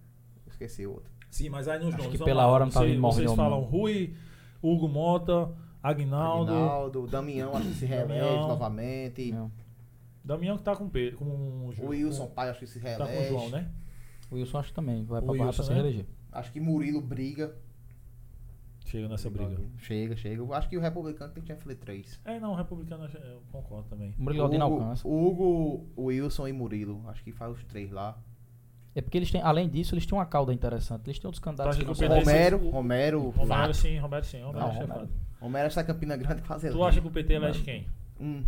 [SPEAKER 4] Esqueci o outro.
[SPEAKER 1] Sim, mas aí nos
[SPEAKER 3] Acho
[SPEAKER 1] nomes.
[SPEAKER 3] que
[SPEAKER 1] vamos
[SPEAKER 3] pela
[SPEAKER 1] lá.
[SPEAKER 3] hora não tá
[SPEAKER 1] vocês,
[SPEAKER 3] vindo mal
[SPEAKER 1] Vocês
[SPEAKER 3] nenhum.
[SPEAKER 1] falam Rui, Hugo Mota, Agnaldo.
[SPEAKER 4] Aguinaldo, Damião, acho que se reelege
[SPEAKER 1] Damião.
[SPEAKER 4] novamente.
[SPEAKER 3] Não.
[SPEAKER 1] Damião que tá com Pedro, com o
[SPEAKER 4] O
[SPEAKER 1] Ju-
[SPEAKER 4] Wilson
[SPEAKER 1] com-
[SPEAKER 4] Pai, acho que se
[SPEAKER 1] tá com o
[SPEAKER 4] reelege.
[SPEAKER 1] João, né?
[SPEAKER 3] O Wilson acho que também. Vai
[SPEAKER 1] O
[SPEAKER 3] pra barra
[SPEAKER 1] Wilson,
[SPEAKER 3] pra se
[SPEAKER 1] né?
[SPEAKER 3] reeleger.
[SPEAKER 4] Acho que Murilo briga.
[SPEAKER 1] Chega nessa briga.
[SPEAKER 4] Chega, chega. Eu acho que o republicano tem que ter três.
[SPEAKER 1] É, não, o republicano eu concordo também.
[SPEAKER 3] O Murilo Aldino
[SPEAKER 4] Hugo-
[SPEAKER 3] alcança.
[SPEAKER 4] Hugo, Wilson e Murilo. Acho que faz os três lá.
[SPEAKER 3] É porque eles têm, além disso, eles têm uma cauda interessante. Eles têm outros candidatos
[SPEAKER 1] Tá,
[SPEAKER 3] que não
[SPEAKER 1] o
[SPEAKER 3] são.
[SPEAKER 1] PDC
[SPEAKER 4] Romero,
[SPEAKER 1] o-
[SPEAKER 4] Romero,
[SPEAKER 1] Romero
[SPEAKER 4] fato.
[SPEAKER 1] sim, Romero sim, Romero
[SPEAKER 4] Não,
[SPEAKER 1] é
[SPEAKER 3] Romero.
[SPEAKER 1] chefado.
[SPEAKER 4] Romero está Campina Grande fazer
[SPEAKER 1] Tu acha que o PT elege quem?
[SPEAKER 4] Hum,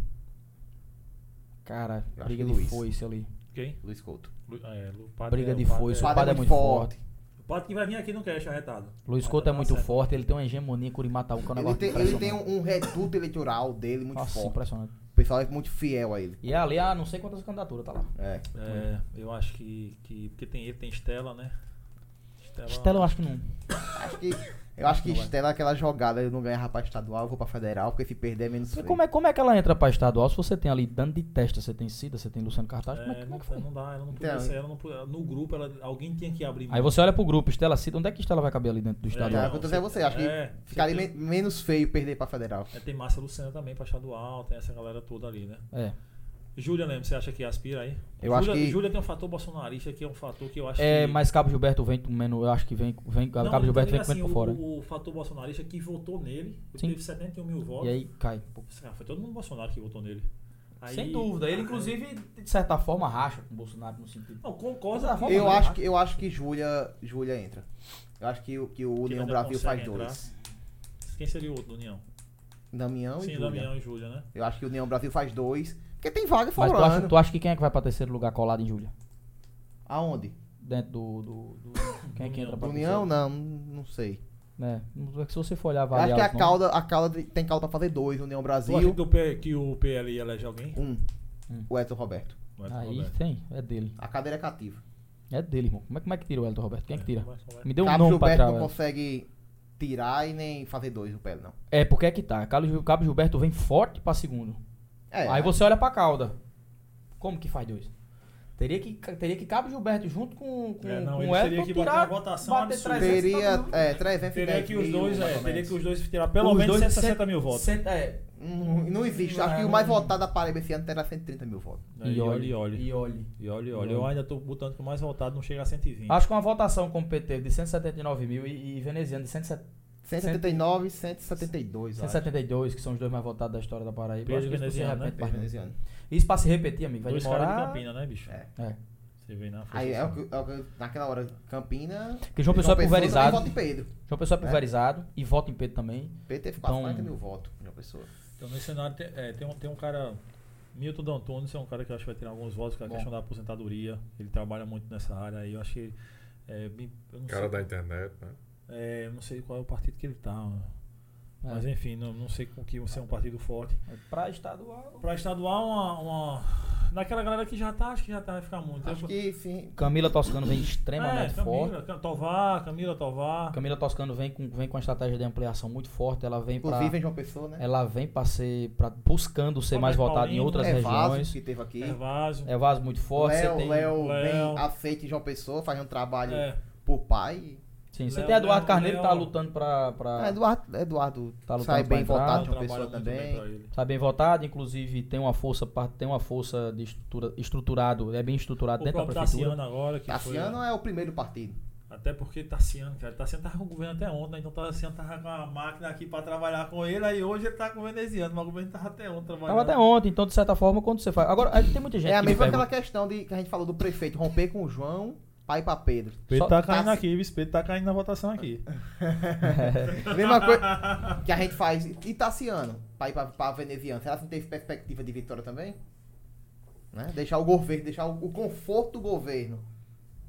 [SPEAKER 3] Cara,
[SPEAKER 4] Eu acho
[SPEAKER 3] briga
[SPEAKER 4] que
[SPEAKER 3] de
[SPEAKER 4] Luiz.
[SPEAKER 3] foice ali.
[SPEAKER 1] Quem?
[SPEAKER 4] Luiz Couto.
[SPEAKER 1] Lu- ah, é, Lu- Pato
[SPEAKER 3] Briga
[SPEAKER 1] é-
[SPEAKER 3] de
[SPEAKER 1] o Pato
[SPEAKER 3] foice.
[SPEAKER 1] é-
[SPEAKER 3] O
[SPEAKER 4] Pato
[SPEAKER 3] Padre é muito forte.
[SPEAKER 1] O Pato que vai vir aqui no cash arretado.
[SPEAKER 3] Luiz
[SPEAKER 1] Vai
[SPEAKER 3] Couto é
[SPEAKER 1] dar
[SPEAKER 3] muito
[SPEAKER 1] tá certo.
[SPEAKER 3] forte. Ele tem uma hegemonia em Curimataú, que é um
[SPEAKER 4] Ele
[SPEAKER 3] negócio
[SPEAKER 4] tem, ele tem
[SPEAKER 3] impressionante.
[SPEAKER 4] um, um reduto eleitoral dele muito
[SPEAKER 3] Nossa,
[SPEAKER 4] forte.
[SPEAKER 3] impressionante.
[SPEAKER 4] O pessoal é muito fiel a ele.
[SPEAKER 3] E é ali, ah, não sei quantas candidaturas tá lá.
[SPEAKER 4] É.
[SPEAKER 1] É, eu acho que, que. Porque tem ele, tem Estela, né? Estela.
[SPEAKER 3] Estela eu acho que não.
[SPEAKER 4] Acho que, eu acho que Estela é aquela jogada. Eu não ganhava pra estadual, eu vou pra federal, porque se perder é menos
[SPEAKER 3] E
[SPEAKER 4] feio.
[SPEAKER 3] como é, como é que ela entra pra estadual se você tem ali dando de testa, você tem Cida, você tem Luciano Cartaz? como,
[SPEAKER 1] É,
[SPEAKER 3] é, como é
[SPEAKER 1] não,
[SPEAKER 3] que foi?
[SPEAKER 1] não dá, ela não
[SPEAKER 4] Então,
[SPEAKER 1] podia ser, ela não podia- No grupo, ela, alguém tinha que abrir.
[SPEAKER 3] Aí você olha pro grupo, Estela Cida, onde é que Estela vai caber ali dentro do
[SPEAKER 4] É,
[SPEAKER 3] estadual?
[SPEAKER 4] eu tô dizendo a você, acho que Ficaria
[SPEAKER 1] tem,
[SPEAKER 4] men- menos feio perder pra federal.
[SPEAKER 1] é, tem Márcia Lucena também pra estadual, tem essa galera toda ali, né?
[SPEAKER 3] É.
[SPEAKER 1] Júlia Lemos, você acha que aspira aí?
[SPEAKER 4] Eu acho
[SPEAKER 1] Júlia-
[SPEAKER 4] que-
[SPEAKER 1] Júlia tem um fator bolsonarista que é um fator que eu acho que.
[SPEAKER 3] É, mas Cabo Gilberto vem com menos. Eu acho que vem. vem
[SPEAKER 1] Não,
[SPEAKER 3] Cabo
[SPEAKER 1] eu tô
[SPEAKER 3] Gilberto vem
[SPEAKER 1] dizendo
[SPEAKER 3] com
[SPEAKER 1] assim,
[SPEAKER 3] menos por fora.
[SPEAKER 1] O, o fator bolsonarista que votou nele, ele
[SPEAKER 3] Sim.
[SPEAKER 1] teve 71 mil votos.
[SPEAKER 3] E aí cai.
[SPEAKER 1] Ah, Foi todo mundo Bolsonaro que votou nele. Aí- Ah,
[SPEAKER 3] Sem dúvida. Ele, inclusive, de certa forma, racha com o Bolsonaro no sentido.
[SPEAKER 1] é. Não, concordo.
[SPEAKER 3] Mas a Vamos
[SPEAKER 4] Eu
[SPEAKER 3] ver,
[SPEAKER 1] é
[SPEAKER 4] acho
[SPEAKER 3] acho
[SPEAKER 4] que, eu acho que Júlia, Júlia entra. Eu acho que, o- que o União
[SPEAKER 1] ainda
[SPEAKER 4] Brasil faz
[SPEAKER 1] consegue
[SPEAKER 4] dois.
[SPEAKER 1] Quem seria o outro do União?
[SPEAKER 4] Damião e
[SPEAKER 1] Sim,
[SPEAKER 4] Júlia.
[SPEAKER 1] Damião e Júlia, né?
[SPEAKER 4] Eu acho que o União Brasil faz dois. Porque tem vaga
[SPEAKER 3] Mas tu acha,
[SPEAKER 4] falando.
[SPEAKER 3] tu acha que quem é que vai pra terceiro lugar colado em Júlia?
[SPEAKER 4] Aonde?
[SPEAKER 3] Dentro do. do- do- quem é que entra pra
[SPEAKER 4] União? Não, não sei.
[SPEAKER 3] terceiro? É. não é que Se você for olhar
[SPEAKER 4] Eu acho
[SPEAKER 3] avaliar
[SPEAKER 4] que a
[SPEAKER 3] os nomes-
[SPEAKER 4] cauda, a cauda de- tem cauda pra fazer dois. União
[SPEAKER 1] Tu acha
[SPEAKER 4] Brasil,
[SPEAKER 1] que o, P, que o PL ia eleger alguém?
[SPEAKER 4] um.
[SPEAKER 3] Hum.
[SPEAKER 4] O Edson Roberto.
[SPEAKER 1] Não é,
[SPEAKER 3] Aí
[SPEAKER 1] Roberto?
[SPEAKER 3] tem. É dele.
[SPEAKER 4] A cadeira é cativa.
[SPEAKER 3] É dele, irmão. Como é, como é que tira o Elton Roberto? Quem é que tira?
[SPEAKER 1] Roberto, Roberto.
[SPEAKER 3] Me deu um
[SPEAKER 4] Cabo
[SPEAKER 3] nome pra
[SPEAKER 4] Gilberto
[SPEAKER 3] trás.
[SPEAKER 4] não
[SPEAKER 3] velho.
[SPEAKER 4] consegue tirar e nem fazer dois no pé, não.
[SPEAKER 3] É, porque é que tá. Cabo Gil- Cabo Gilberto vem forte pra segundo.
[SPEAKER 4] É,
[SPEAKER 3] Aí você olha pra cauda. Como que faz dois? Teria que, teria que Cabo Gilberto junto com, com,
[SPEAKER 1] É, não,
[SPEAKER 3] com
[SPEAKER 1] ele
[SPEAKER 3] o Elton
[SPEAKER 1] teria que
[SPEAKER 3] tirar,
[SPEAKER 1] bater uma votação
[SPEAKER 3] bater
[SPEAKER 1] absurda.
[SPEAKER 3] 300 e
[SPEAKER 4] Teria
[SPEAKER 3] tá bom.
[SPEAKER 4] é, 300
[SPEAKER 1] né? Teria que os dois, é, teria que os dois tirar pelo
[SPEAKER 3] Os
[SPEAKER 1] menos
[SPEAKER 3] dois,
[SPEAKER 1] 160
[SPEAKER 3] cento-
[SPEAKER 1] mil votos.
[SPEAKER 3] cento- é.
[SPEAKER 4] Hum, Não, não existe. Acho que o mais votado da Paraíba esse ano terá 130 mil votos.
[SPEAKER 1] E olha, e olha.
[SPEAKER 3] E olhe.
[SPEAKER 1] E olha, e olha. Eu ainda tô botando que o mais votado não chega a 120.
[SPEAKER 3] Acho que uma votação como PT de 179 mil e, e veneziano de 170
[SPEAKER 4] 179 e 172, eu acho.
[SPEAKER 3] 172, que são os dois mais votados da história da Paraíba.
[SPEAKER 1] Pedro
[SPEAKER 3] Acho que isso se
[SPEAKER 1] veneziano,
[SPEAKER 3] repete
[SPEAKER 1] né?
[SPEAKER 3] mais
[SPEAKER 4] Perdão,
[SPEAKER 3] vezes.
[SPEAKER 4] esse ano.
[SPEAKER 3] Isso pra se repetir, amigo, vai
[SPEAKER 1] Dois caras de
[SPEAKER 3] demorar.
[SPEAKER 1] Campina, né, bicho?
[SPEAKER 4] É.
[SPEAKER 3] É.
[SPEAKER 1] Você né, vem na
[SPEAKER 4] Aí é o,
[SPEAKER 1] associação.
[SPEAKER 4] que- é o que- naquela hora, Campina.
[SPEAKER 3] Porque assim. João Pessoa é
[SPEAKER 4] também
[SPEAKER 3] pulverizado.
[SPEAKER 4] vota em Pedro.
[SPEAKER 3] João Pessoa é
[SPEAKER 4] É.
[SPEAKER 3] pulverizado e vota em Pedro também.
[SPEAKER 4] Pedro teve quase
[SPEAKER 3] Então-
[SPEAKER 4] 40 mil votos. João Pessoa.
[SPEAKER 1] Então, nesse cenário, tem, é, tem um, tem um cara. Milton D'Antoni é um cara que eu acho que vai tirar alguns votos com a
[SPEAKER 3] Bom.
[SPEAKER 1] questão da aposentadoria. Ele trabalha muito nessa área aí. Eu acho que. É, bem- eu não
[SPEAKER 2] Cara
[SPEAKER 1] sei,
[SPEAKER 2] da internet, né?
[SPEAKER 1] é, eu não sei qual é o partido que ele tá.
[SPEAKER 3] É.
[SPEAKER 1] Mas enfim, não, não sei com que você é um partido forte.
[SPEAKER 3] Pra estadual.
[SPEAKER 1] Pra estadual, uma. uma- Daquela galera que já tá, acho que já tá, vai ficar muito.
[SPEAKER 4] Acho
[SPEAKER 1] Eu-
[SPEAKER 4] que sim.
[SPEAKER 3] Camila Toscano vem extremamente
[SPEAKER 1] é,
[SPEAKER 3] forte.
[SPEAKER 1] Camila, tá. Cam- Tovar, Camila Tovar.
[SPEAKER 3] Camila Toscano vem com, vem com uma estratégia de ampliação muito forte. Ela vem pra,
[SPEAKER 4] Inclusive em João Pessoa, né?
[SPEAKER 3] ela vem para ser, pra, buscando ser
[SPEAKER 1] Roberto
[SPEAKER 3] mais votada em
[SPEAKER 1] Paulinho,
[SPEAKER 3] é outras
[SPEAKER 4] é Vaso,
[SPEAKER 3] regiões.
[SPEAKER 4] que teve aqui.
[SPEAKER 1] Gervásio.
[SPEAKER 3] É vaso muito forte. você
[SPEAKER 4] Léo,
[SPEAKER 3] tem,
[SPEAKER 4] Léo,
[SPEAKER 1] Léo.
[SPEAKER 4] bem aceito em João Pessoa, faz um trabalho
[SPEAKER 1] É.
[SPEAKER 3] Tá,
[SPEAKER 4] por pai.
[SPEAKER 3] sim, você
[SPEAKER 1] Léo,
[SPEAKER 3] tem Eduardo
[SPEAKER 1] Léo,
[SPEAKER 3] Carneiro que tá
[SPEAKER 1] Léo.
[SPEAKER 3] lutando pra. pra
[SPEAKER 4] Ah, Eduardo, Eduardo
[SPEAKER 3] Tá lutando
[SPEAKER 4] sai
[SPEAKER 3] pra
[SPEAKER 4] bem
[SPEAKER 3] entrar,
[SPEAKER 4] votado em João
[SPEAKER 1] trabalha
[SPEAKER 4] Pessoa
[SPEAKER 1] muito bem pra
[SPEAKER 4] também.
[SPEAKER 1] ele.
[SPEAKER 3] Tá bem votado, inclusive tem uma força, par- tem uma força de estrutura, estruturado, é bem estruturado
[SPEAKER 1] O
[SPEAKER 3] dentro da
[SPEAKER 1] próprio
[SPEAKER 3] prefeitura.
[SPEAKER 1] Tassiano agora. Que foi,
[SPEAKER 4] Cassiano é o primeiro partido.
[SPEAKER 1] Até porque Tarciano, cara, Tarciano tava com o governo até ontem, então Tarciano tava com a máquina aqui pra trabalhar com ele, aí hoje ele tá com o veneziano, mas o governo tava até ontem trabalhando.
[SPEAKER 3] Tava até ontem, então de certa forma, quando você faz. Agora, aí tem muita gente
[SPEAKER 4] é a
[SPEAKER 3] que me
[SPEAKER 4] mesma
[SPEAKER 3] pergunta,
[SPEAKER 4] aquela questão de, que a gente falou do prefeito romper com o João Pai pra Pedro.
[SPEAKER 6] Pedro
[SPEAKER 3] Só-
[SPEAKER 6] tá caindo
[SPEAKER 4] tá-
[SPEAKER 6] aqui, viu? Pedro tá caindo na votação aqui.
[SPEAKER 4] Mesma coisa que a gente faz. Itaciano, pra ir pra, pra veneziano. Será que não teve perspectiva de vitória também? Né? Deixar o governo, deixar o, o conforto do governo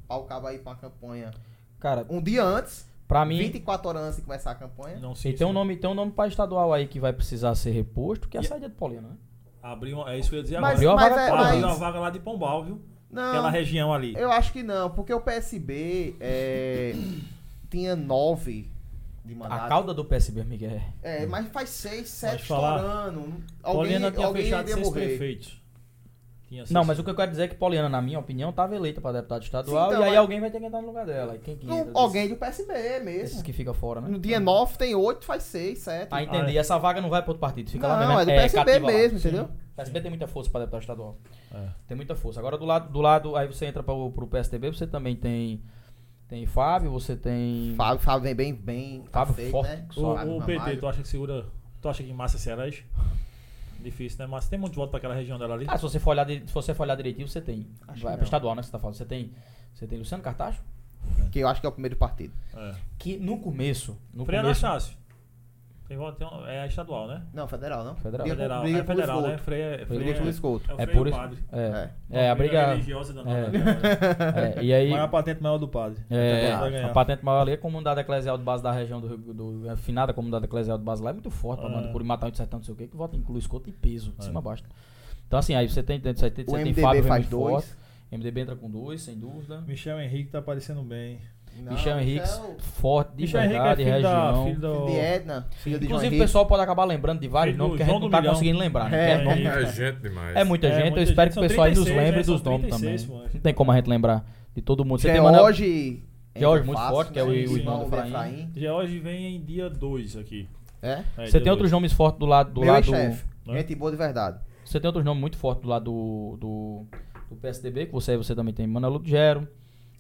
[SPEAKER 4] para o cabo aí pra campanha.
[SPEAKER 3] Cara,
[SPEAKER 4] Um dia antes,
[SPEAKER 3] pra mim.
[SPEAKER 4] 24 horas antes de começar a campanha.
[SPEAKER 1] Não sei
[SPEAKER 3] E tem um
[SPEAKER 1] se-
[SPEAKER 3] nome, tem um nome pra estadual aí que vai precisar ser reposto, que é a saída do Paulino, né?
[SPEAKER 1] Abriu, uma- é isso que eu ia dizer
[SPEAKER 4] Mas,
[SPEAKER 1] agora.
[SPEAKER 3] Abriu a
[SPEAKER 4] mas,
[SPEAKER 3] vaga
[SPEAKER 4] é-
[SPEAKER 3] pra
[SPEAKER 1] Abriu
[SPEAKER 4] mas-
[SPEAKER 1] uma vaga lá de Pombal, viu?
[SPEAKER 3] Ah.
[SPEAKER 1] Aquela
[SPEAKER 4] não,
[SPEAKER 1] região ali.
[SPEAKER 4] eu acho que não, porque o PSB é, tinha nove de mandato.
[SPEAKER 3] A cauda do PSB, amigo, é.
[SPEAKER 4] É, mas faz seis,
[SPEAKER 1] Pode
[SPEAKER 4] sete
[SPEAKER 1] falar.
[SPEAKER 4] estourando. Alguém,
[SPEAKER 1] Paulina tinha
[SPEAKER 4] alguém
[SPEAKER 1] fechado
[SPEAKER 4] ia
[SPEAKER 1] seis
[SPEAKER 4] morrer.
[SPEAKER 1] prefeitos. Tinha seis-
[SPEAKER 3] Não, mas o que eu quero dizer é que Pauliana, na minha opinião, estava eleita para deputado estadual
[SPEAKER 4] Sim, então,
[SPEAKER 3] e aí
[SPEAKER 4] mas-
[SPEAKER 3] alguém vai ter que entrar no lugar dela. E quem que
[SPEAKER 4] Não,
[SPEAKER 3] entra?
[SPEAKER 4] alguém do PSB
[SPEAKER 3] desses, desses
[SPEAKER 4] mesmo.
[SPEAKER 3] que fica fora, né?
[SPEAKER 4] No dia 9 tem 8, faz 6, 7.
[SPEAKER 3] Ah, entendi. Essa vaga não vai para outro partido, fica lá
[SPEAKER 4] não,
[SPEAKER 3] mesmo. né?
[SPEAKER 4] é do PSB
[SPEAKER 3] cativa lá.
[SPEAKER 4] mesmo, entendeu?
[SPEAKER 3] O PSB tem muita força para deputado estadual.
[SPEAKER 1] É.
[SPEAKER 3] Tem muita força. Agora do lado, do lado, aí você entra para o PSDB, você também tem tem Fábio, você tem
[SPEAKER 4] Fábio, Fábio vem bem, bem
[SPEAKER 3] Fábio
[SPEAKER 4] aceito,
[SPEAKER 3] forte,
[SPEAKER 4] né?
[SPEAKER 3] que
[SPEAKER 1] O,
[SPEAKER 3] só-
[SPEAKER 4] Fábio
[SPEAKER 1] o PT,
[SPEAKER 4] Ramalho.
[SPEAKER 1] tu acha que segura. Tu acha que Márcia Seras? Difícil, né? Márcia tem muito voto pra aquela região dela ali.
[SPEAKER 3] Ah, se você for olhar, di- se você for olhar direitinho, você tem.
[SPEAKER 4] Acho que
[SPEAKER 3] vai
[SPEAKER 4] não.
[SPEAKER 3] pro estadual, né, que você tá falando. Você tem, você tem Luciano Cartacho,
[SPEAKER 4] Que eu acho que é o primeiro partido.
[SPEAKER 1] É.
[SPEAKER 3] que no começo, no
[SPEAKER 1] Freire
[SPEAKER 3] começo,
[SPEAKER 1] Anastácio. Tem voto, tem um- é estadual, né?
[SPEAKER 4] Não, federal, não?
[SPEAKER 3] Federal.
[SPEAKER 4] Briga-
[SPEAKER 1] Federal.
[SPEAKER 4] briga
[SPEAKER 1] É federal,
[SPEAKER 4] por
[SPEAKER 1] né?
[SPEAKER 4] esgoto.
[SPEAKER 1] Freire, Freire,
[SPEAKER 4] Briga por esgoto.
[SPEAKER 1] é o
[SPEAKER 3] É
[SPEAKER 1] Freire
[SPEAKER 3] por
[SPEAKER 1] e o
[SPEAKER 3] isso-
[SPEAKER 1] padre.
[SPEAKER 3] é,
[SPEAKER 1] Uma
[SPEAKER 3] é, a briga
[SPEAKER 1] religiosa da
[SPEAKER 3] é.
[SPEAKER 1] é.
[SPEAKER 3] é, e aí
[SPEAKER 6] Mas a patente maior do padre.
[SPEAKER 3] É,
[SPEAKER 6] Vai ganhar.
[SPEAKER 3] a patente maior ali é a comunidade eclesial de base da região do, Rio- do é a afinada comunidade eclesial de base lá é muito forte, pra
[SPEAKER 1] É.
[SPEAKER 3] é. do Curimatá, de sertão, não sei o que, que vota inclui escoto e peso, de cima a baixo. Então assim, aí você tem, tem- você tem,
[SPEAKER 4] O
[SPEAKER 3] você tem
[SPEAKER 4] MDB
[SPEAKER 3] Fábio vem
[SPEAKER 4] faz
[SPEAKER 3] muito
[SPEAKER 4] dois.
[SPEAKER 3] forte, MDB entra com dois, sem dúvida.
[SPEAKER 6] Michel Henrique tá aparecendo bem.
[SPEAKER 4] Não, é
[SPEAKER 3] Michel Henrique,
[SPEAKER 4] Michel-
[SPEAKER 3] forte, de
[SPEAKER 1] Michel
[SPEAKER 3] verdade,
[SPEAKER 1] Henrique é filho da,
[SPEAKER 3] região.
[SPEAKER 1] filho do...
[SPEAKER 4] Filho de Edna, filho de João
[SPEAKER 3] Inclusive
[SPEAKER 4] Henrique.
[SPEAKER 3] o pessoal pode acabar lembrando de vários
[SPEAKER 1] Filho
[SPEAKER 3] nomes
[SPEAKER 1] do
[SPEAKER 3] que a gente
[SPEAKER 1] João
[SPEAKER 3] não
[SPEAKER 1] do
[SPEAKER 3] tá
[SPEAKER 1] Milhão.
[SPEAKER 3] conseguindo lembrar. né?
[SPEAKER 4] É.
[SPEAKER 3] Que é,
[SPEAKER 2] É gente demais.
[SPEAKER 3] é muita
[SPEAKER 1] É,
[SPEAKER 3] gente,
[SPEAKER 1] muita
[SPEAKER 3] eu espero
[SPEAKER 1] gente.
[SPEAKER 3] que o
[SPEAKER 1] São
[SPEAKER 3] pessoal aí nos
[SPEAKER 1] 36,
[SPEAKER 3] lembre
[SPEAKER 1] né?
[SPEAKER 3] dos
[SPEAKER 1] São
[SPEAKER 3] nomes
[SPEAKER 1] 36,
[SPEAKER 3] também.
[SPEAKER 1] mano.
[SPEAKER 3] Não tem como a gente lembrar de todo mundo. Você
[SPEAKER 4] é
[SPEAKER 3] tem Manoel-
[SPEAKER 4] George.
[SPEAKER 3] George,
[SPEAKER 4] entra
[SPEAKER 3] muito
[SPEAKER 4] fácil,
[SPEAKER 3] forte, que é o-
[SPEAKER 4] né?
[SPEAKER 1] o irmão
[SPEAKER 3] do
[SPEAKER 4] do
[SPEAKER 3] Efraim.
[SPEAKER 1] George vem em dia 2 aqui.
[SPEAKER 4] É?
[SPEAKER 1] É,
[SPEAKER 3] Você
[SPEAKER 1] dia
[SPEAKER 3] tem outros
[SPEAKER 1] dois.
[SPEAKER 3] nomes fortes do lado do
[SPEAKER 4] Meu
[SPEAKER 3] lado
[SPEAKER 4] chefe.
[SPEAKER 1] né?
[SPEAKER 4] Gente boa de verdade.
[SPEAKER 3] Você tem outros nomes muito fortes do lado do, do, do PSDB, que você, você também tem Manolo Gero,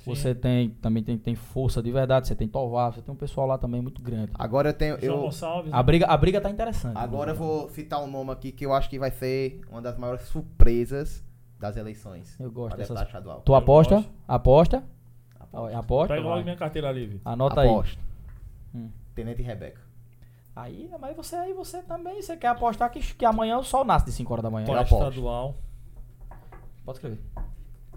[SPEAKER 3] você tem também tem, tem força de verdade, você tem Tovar, você tem um pessoal lá também muito grande.
[SPEAKER 4] Agora eu tenho.
[SPEAKER 1] João
[SPEAKER 4] Eu,
[SPEAKER 1] Gonçalves.
[SPEAKER 3] A briga, a briga tá interessante.
[SPEAKER 4] agora eu vou citar um nome aqui que eu acho que vai ser uma das maiores surpresas das eleições.
[SPEAKER 3] Eu gosto
[SPEAKER 4] pra
[SPEAKER 3] dessas-
[SPEAKER 4] deputado estadual.
[SPEAKER 3] Tu
[SPEAKER 1] Eu
[SPEAKER 3] aposta?
[SPEAKER 1] gosto.
[SPEAKER 3] Aposta?
[SPEAKER 4] Aposta.
[SPEAKER 3] Aposta?
[SPEAKER 1] Pega logo
[SPEAKER 3] vai.
[SPEAKER 1] minha carteira ali, Vitor.
[SPEAKER 3] Anota
[SPEAKER 4] Aposta.
[SPEAKER 3] Hum.
[SPEAKER 4] Tenente Rebeca.
[SPEAKER 3] aí. Aí, mas você aí você também, você quer apostar que, que amanhã o sol nasce de 5 horas da manhã.
[SPEAKER 1] Pode
[SPEAKER 4] aposto.
[SPEAKER 1] estadual.
[SPEAKER 3] Pode escrever.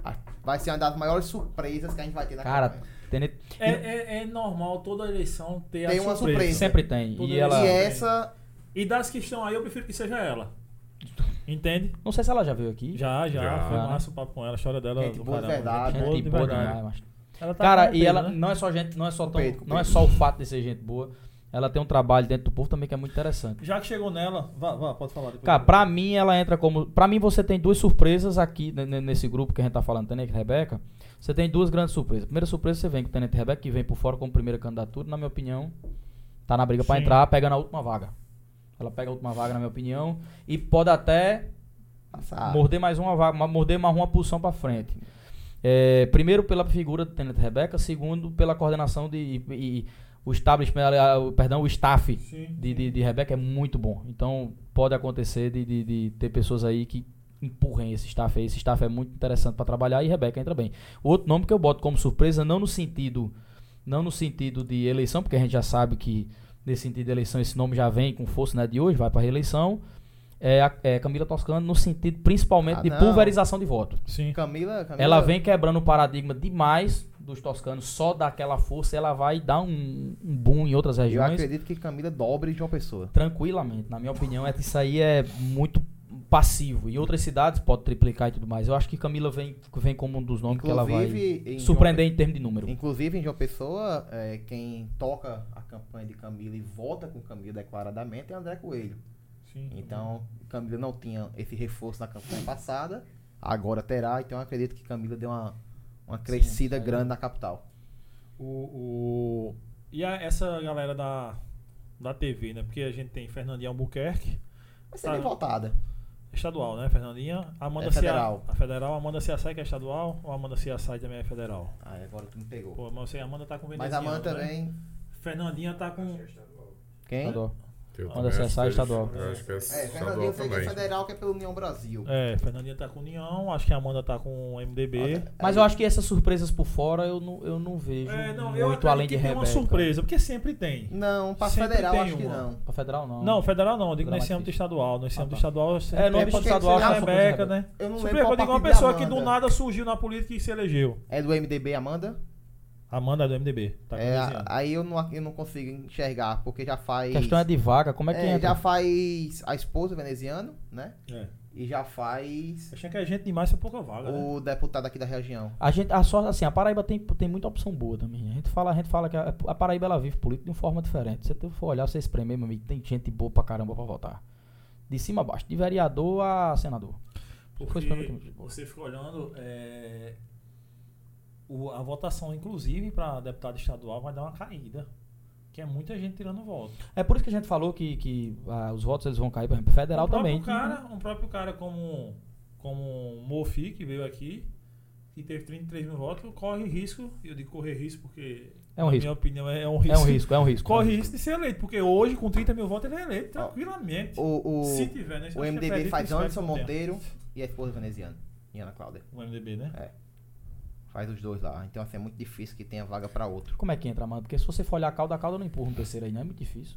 [SPEAKER 4] Ah, Vai ser uma das maiores surpresas que a gente vai ter na
[SPEAKER 3] Cara,
[SPEAKER 4] campanha.
[SPEAKER 3] Tenente,
[SPEAKER 1] É, é, é normal toda eleição ter
[SPEAKER 4] Tem
[SPEAKER 1] a
[SPEAKER 4] uma
[SPEAKER 1] surpresa.
[SPEAKER 4] surpresa.
[SPEAKER 3] sempre tem.
[SPEAKER 1] Tudo
[SPEAKER 3] E
[SPEAKER 1] isso. é-
[SPEAKER 3] ela.
[SPEAKER 4] E essa.
[SPEAKER 1] E das que estão aí, eu prefiro que seja ela. Entende?
[SPEAKER 3] Não sei se ela já veio aqui.
[SPEAKER 1] Já, já.
[SPEAKER 2] Já.
[SPEAKER 1] Foi massa o papo com ela. A história dela.
[SPEAKER 4] Gente
[SPEAKER 1] do
[SPEAKER 4] boa de
[SPEAKER 1] caramba.
[SPEAKER 4] verdade.
[SPEAKER 1] Gente boa de verdade.
[SPEAKER 3] mas-
[SPEAKER 1] Ela tá
[SPEAKER 3] Cara,
[SPEAKER 1] com
[SPEAKER 3] e
[SPEAKER 1] peso,
[SPEAKER 3] ela
[SPEAKER 1] né?
[SPEAKER 3] não é só gente, não é só tão,
[SPEAKER 4] Pedro, com
[SPEAKER 3] não é
[SPEAKER 4] Pedro.
[SPEAKER 3] só o fato de ser gente boa. Ela tem um trabalho dentro do povo também que é muito interessante.
[SPEAKER 6] Já que chegou nela, vá, vá, pode falar depois.
[SPEAKER 3] Cara, pra mim ela entra como, pra mim você tem duas surpresas aqui ne- ne- nesse grupo que a gente tá falando, Tenente Rebeca. Você tem duas grandes surpresas. Primeira surpresa você vem com o Tenente Rebeca que vem por fora como primeira candidatura, na minha opinião, tá na briga pra
[SPEAKER 1] Sim.
[SPEAKER 3] entrar, pegando a última vaga. Ela pega a última vaga na minha opinião e pode até
[SPEAKER 4] Passar.
[SPEAKER 3] morder mais uma vaga, ma- morder mais uma posição para frente. É, primeiro pela figura do Tenente Rebeca, segundo pela coordenação de e, e o establishment, ah, o- perdão, o staff de, de, de Rebeca é muito bom. Então pode acontecer de, de, de ter pessoas aí que empurrem esse staff aí. Esse staff é muito interessante para trabalhar e Rebeca entra bem. Outro nome que eu boto como surpresa, não no sentido não no sentido de eleição, porque a gente já sabe que nesse sentido de eleição esse nome já vem com força né, de hoje, vai para reeleição. É, a, é Camila Toscano no sentido principalmente
[SPEAKER 4] Ah,
[SPEAKER 3] de
[SPEAKER 4] não.
[SPEAKER 3] pulverização de voto.
[SPEAKER 1] Sim.
[SPEAKER 4] Camila, Camila.
[SPEAKER 3] Ela vem quebrando o paradigma demais dos toscanos, só daquela força ela vai dar um, um boom em outras
[SPEAKER 4] Eu
[SPEAKER 3] regiões.
[SPEAKER 4] acredito que Camila dobre de uma pessoa.
[SPEAKER 3] Tranquilamente, na minha opinião, é que isso aí é muito passivo. Em outras cidades pode triplicar e tudo mais. Eu acho que Camila vem, vem como um dos nomes que ela
[SPEAKER 4] Inclusive, em
[SPEAKER 3] vai
[SPEAKER 4] João
[SPEAKER 3] surpreender em termos de número. um.
[SPEAKER 4] Inclusive, em João Pessoa, é, quem toca a campanha de Camila e vota com Camila declaradamente é André Coelho.
[SPEAKER 1] Sim.
[SPEAKER 4] Então, Camila não tinha esse reforço na campanha passada, agora terá, então eu acredito que Camila deu uma, uma crescida grande na capital.
[SPEAKER 1] O, o- E a- essa galera da, da TV, né? Porque a gente tem Fernandinha Albuquerque,
[SPEAKER 4] Vai ser bem
[SPEAKER 1] Tá.
[SPEAKER 4] votada.
[SPEAKER 1] estadual, né, Fernandinha? Amanda
[SPEAKER 4] É federal.
[SPEAKER 1] Cia- a federal, Amanda Ciaçai, que é estadual, ou Amanda Ciaçai também é federal?
[SPEAKER 4] Ah, agora tu me pegou.
[SPEAKER 1] Pô, mas eu sei, a Amanda tá com
[SPEAKER 4] Mas
[SPEAKER 1] veneziano,
[SPEAKER 4] a Amanda
[SPEAKER 1] né?
[SPEAKER 4] também.
[SPEAKER 1] Fernandinha tá com...
[SPEAKER 4] Quem?
[SPEAKER 3] Adoro.
[SPEAKER 2] Eu também
[SPEAKER 3] Quando
[SPEAKER 2] acho
[SPEAKER 3] acessar
[SPEAKER 2] que
[SPEAKER 3] é estadual.
[SPEAKER 2] Eu acho que é
[SPEAKER 4] É, Fernandinho
[SPEAKER 2] estadual
[SPEAKER 4] fez a
[SPEAKER 2] também.
[SPEAKER 4] federal que é pela União Brasil.
[SPEAKER 1] É, Fernandinha tá com União, acho que a Amanda tá com MDB.
[SPEAKER 3] Mas eu acho que essas surpresas por fora eu não, eu não vejo
[SPEAKER 1] É, não, eu
[SPEAKER 3] muito
[SPEAKER 1] acredito
[SPEAKER 3] além de
[SPEAKER 1] que tem
[SPEAKER 3] Rebeca.
[SPEAKER 1] uma surpresa, porque sempre tem.
[SPEAKER 4] Não, pra
[SPEAKER 1] Sempre
[SPEAKER 4] federal
[SPEAKER 1] tem
[SPEAKER 4] acho que
[SPEAKER 1] uma.
[SPEAKER 4] não.
[SPEAKER 3] Pra federal não.
[SPEAKER 1] Não, federal não, eu digo
[SPEAKER 3] Federal
[SPEAKER 1] nesse
[SPEAKER 3] mais
[SPEAKER 1] âmbito
[SPEAKER 3] difícil.
[SPEAKER 1] estadual. Nesse
[SPEAKER 3] Ah,
[SPEAKER 1] âmbito
[SPEAKER 3] tá.
[SPEAKER 1] estadual sempre
[SPEAKER 3] É, no
[SPEAKER 1] tem
[SPEAKER 3] âmbito
[SPEAKER 4] porque
[SPEAKER 3] estadual
[SPEAKER 4] sei
[SPEAKER 3] acho que
[SPEAKER 4] lá,
[SPEAKER 3] é uma surpresa
[SPEAKER 1] Rebeca,
[SPEAKER 3] Rebeca.
[SPEAKER 1] né?
[SPEAKER 4] Eu não lembro
[SPEAKER 1] Surpresa,
[SPEAKER 4] qual
[SPEAKER 1] eu digo uma
[SPEAKER 4] partido é
[SPEAKER 1] pessoa que do
[SPEAKER 4] Amanda.
[SPEAKER 1] nada surgiu na política e se elegeu.
[SPEAKER 4] É do MDB, Amanda?
[SPEAKER 1] Amanda é do MDB. Tá com
[SPEAKER 4] É,
[SPEAKER 1] 12 anos.
[SPEAKER 4] aí eu não, eu não consigo enxergar, porque já
[SPEAKER 3] A
[SPEAKER 4] faz.
[SPEAKER 3] questão é de vaga, como é que
[SPEAKER 4] É,
[SPEAKER 3] entra?
[SPEAKER 4] já faz a esposa veneziano, né?
[SPEAKER 6] É.
[SPEAKER 4] E já faz
[SPEAKER 1] Achei que é gente demais pra pouca vaga. né?
[SPEAKER 4] o deputado aqui da região.
[SPEAKER 3] A gente, a só assim, a Paraíba tem, tem muita opção boa também. A gente fala, a gente fala que a, a Paraíba ela vive política de uma forma diferente. Se você for olhar, você espremer, meu amigo, tem gente boa pra caramba pra votar. De cima a baixo, de vereador a senador. Se for espremer, tem
[SPEAKER 1] Porque
[SPEAKER 3] gente boa.
[SPEAKER 1] você fica olhando. é, o- a votação, inclusive, para deputado estadual vai dar uma caída. Que é muita gente tirando voto.
[SPEAKER 3] É por isso que a gente falou que, que ah, os votos eles vão cair, por exemplo, federal
[SPEAKER 1] um
[SPEAKER 3] também. né?
[SPEAKER 1] Próprio cara, um próprio cara como, como Mofi, que veio aqui, que teve 33 mil votos, corre risco. Eu digo correr risco porque.
[SPEAKER 3] É um
[SPEAKER 1] na
[SPEAKER 3] risco.
[SPEAKER 1] Minha opinião é um risco.
[SPEAKER 3] É um risco, é um risco.
[SPEAKER 1] Corre risco de ser eleito, porque hoje, com 30 mil votos, ele é eleito tranquilamente.
[SPEAKER 4] O, o,
[SPEAKER 1] se tiver, né?
[SPEAKER 4] o MDB faz Anderson Monteiro e a esposa veneziana, e Ana Cláudia. É.
[SPEAKER 1] O MDB, né?
[SPEAKER 4] Faz os dois lá. Então assim, é muito difícil que tenha vaga pra outro.
[SPEAKER 3] Como é que entra, mano? Porque se você for olhar a cauda, a cauda não empurra um terceiro aí, não é muito difícil.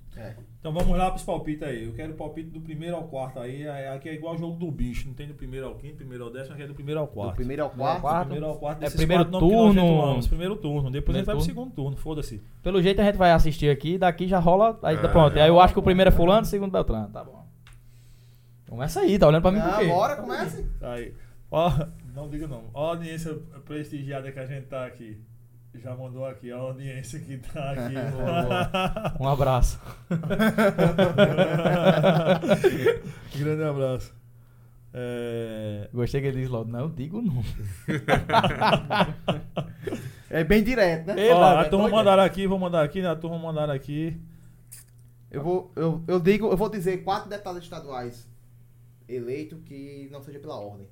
[SPEAKER 1] Então vamos lá pros palpites aí. Eu quero palpite do primeiro ao quarto aí. É- Aqui é igual o jogo do bicho. Não tem do primeiro ao quinto, primeiro ao décimo, aqui é do primeiro ao
[SPEAKER 4] Do
[SPEAKER 1] quarto.
[SPEAKER 4] primeiro ao
[SPEAKER 3] Primeiro ao
[SPEAKER 4] quarto,
[SPEAKER 3] quarto.
[SPEAKER 1] Do primeiro ao quarto.
[SPEAKER 3] É
[SPEAKER 1] desses
[SPEAKER 3] primeiro
[SPEAKER 1] quatro nomes que nós
[SPEAKER 3] turno.
[SPEAKER 1] efetuamos. Primeiro turno. Depois a gente
[SPEAKER 3] Primeiro
[SPEAKER 1] vai pro
[SPEAKER 3] turno.
[SPEAKER 1] segundo turno, foda-se.
[SPEAKER 3] Pelo jeito a gente vai assistir aqui, daqui já rola. Aí tá
[SPEAKER 1] Ah,
[SPEAKER 2] É.
[SPEAKER 3] pronto. Aí eu acho que o primeiro é fulano, o segundo Beltrano. Tá bom. Começa aí, tá olhando pra mim por
[SPEAKER 4] Não,
[SPEAKER 3] quê?
[SPEAKER 4] bora, comece.
[SPEAKER 1] Aí. Ó, não diga não. Ó a audiência prestigiada que a gente tá aqui. Já mandou aqui, ó a audiência que tá aqui.
[SPEAKER 3] Um abraço.
[SPEAKER 1] Grande abraço. É...
[SPEAKER 3] Gostei que ele diz logo, não digo não.
[SPEAKER 4] É bem direto, né?
[SPEAKER 1] Ó,
[SPEAKER 3] lá,
[SPEAKER 1] a
[SPEAKER 3] velho,
[SPEAKER 1] turma
[SPEAKER 3] olha.
[SPEAKER 1] mandaram aqui, vou mandar aqui, né? A turma mandaram aqui.
[SPEAKER 4] Eu vou, eu, eu digo, eu vou dizer quatro deputados estaduais eleito que não seja pela ordem.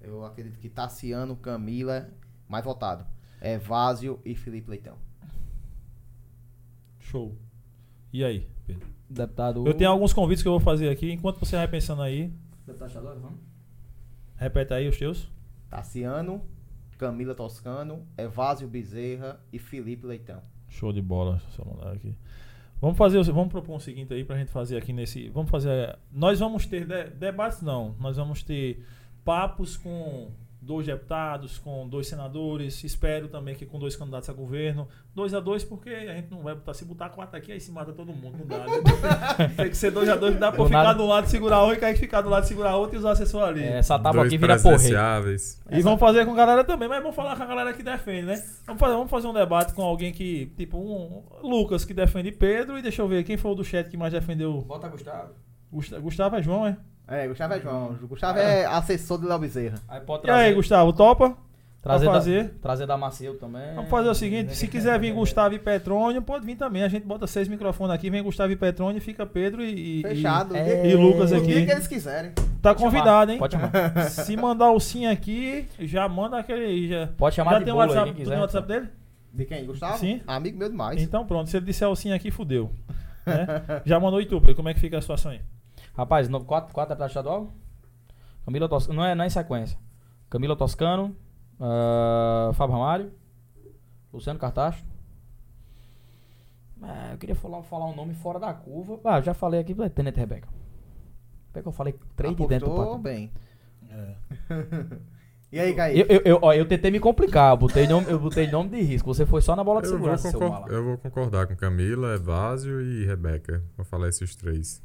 [SPEAKER 4] Eu acredito que Tassiano, Camila, mais votado. É Vázio e Felipe Leitão.
[SPEAKER 1] Show. E aí, Pedro?
[SPEAKER 3] Deputado.
[SPEAKER 1] Eu tenho alguns convites que eu vou fazer aqui. Enquanto você vai pensando aí,
[SPEAKER 3] Deputado estadual, vamos?
[SPEAKER 1] repete aí os teus.
[SPEAKER 4] Tassiano, Camila Toscano, Evásio Bezerra e Felipe Leitão.
[SPEAKER 1] Show de bola. Só mandar aqui. Vamos fazer, o- vamos propor o seguinte aí pra gente fazer aqui nesse, vamos fazer, nós vamos ter de- debates não, nós vamos ter papos com dois deputados, com dois senadores, espero também que com dois candidatos a governo, dois a dois porque a gente não vai botar, se botar quatro aqui aí se mata todo mundo, não dá, né? tem que ser dois a dois, dá pra
[SPEAKER 3] Do
[SPEAKER 1] ficar
[SPEAKER 3] nada. É,
[SPEAKER 1] do lado e segurar um e cair ficar do lado e segurar outro e os assessores ali.
[SPEAKER 3] Essa tábua
[SPEAKER 2] Dois
[SPEAKER 3] aqui vira porrete.
[SPEAKER 2] presidenciáveis.
[SPEAKER 1] E vamos fazer com a galera também, mas vamos falar com a galera que defende, né? Vamos fazer, vamos fazer um debate com alguém que, tipo, um Lucas que defende Pedro e deixa eu ver quem foi o do chat que mais defendeu.
[SPEAKER 3] Bota Gustavo.
[SPEAKER 1] Gusta- Gustavo é João, é?
[SPEAKER 4] É, Gustavo é João.
[SPEAKER 1] Uhum.
[SPEAKER 4] Gustavo é assessor de Léo Bezerra.
[SPEAKER 3] Aí pode
[SPEAKER 1] E aí, Gustavo, topa?
[SPEAKER 3] trazer,
[SPEAKER 1] pra
[SPEAKER 3] fazer.
[SPEAKER 1] fazer.
[SPEAKER 3] Da, É, trazer da Maceu também. Né?
[SPEAKER 1] Vamos fazer o seguinte, se quiser vir Gustavo e Petrônio, pode vir também. A gente bota seis microfones aqui, vem Gustavo e Petrônio, fica Pedro e, e-
[SPEAKER 4] Fechado.
[SPEAKER 3] É,
[SPEAKER 4] O
[SPEAKER 1] e, e Lucas
[SPEAKER 4] dia- o dia
[SPEAKER 1] aqui.
[SPEAKER 4] que eles quiserem.
[SPEAKER 1] Tá
[SPEAKER 3] Pode chamar,
[SPEAKER 1] convidado, hein?
[SPEAKER 3] Pode chamar.
[SPEAKER 1] Se mandar o sim aqui, já manda aquele aí, já.
[SPEAKER 3] Pode chamar
[SPEAKER 1] já
[SPEAKER 3] de
[SPEAKER 1] tem o
[SPEAKER 3] bolo aí,
[SPEAKER 1] WhatsApp,
[SPEAKER 3] quem
[SPEAKER 1] tu
[SPEAKER 3] quiser. então.
[SPEAKER 1] tem o WhatsApp dele?
[SPEAKER 4] De quem? Gustavo?
[SPEAKER 1] Sim.
[SPEAKER 4] Amigo meu demais.
[SPEAKER 1] Então pronto, se ele disser o sim aqui, fudeu. né? Já mandou e tu, Pedro, como é que fica a situação aí?
[SPEAKER 3] Rapaz, no, quatro, quatro deputados estadual? Camila Toscano. Não é, não é em sequência. Camila Toscano, ah, Fábio Ramário, Luciano Cartacho. É, eu queria falar, falar um nome fora da curva. Ah, eu já falei aqui, é Tenente Rebeca. Rebeca, eu falei três de dentro do
[SPEAKER 4] Aportou
[SPEAKER 3] pacote.
[SPEAKER 4] bem. E aí, Caí?
[SPEAKER 3] Eu, eu, eu, ó, eu tentei me complicar, eu botei, nome, eu botei nome de risco. Você foi só na bola de
[SPEAKER 2] Eu vou,
[SPEAKER 3] segurança, seu
[SPEAKER 2] concor-
[SPEAKER 3] mala.
[SPEAKER 2] eu vou concordar com Camila, Evásio e Rebeca. Vou falar esses três.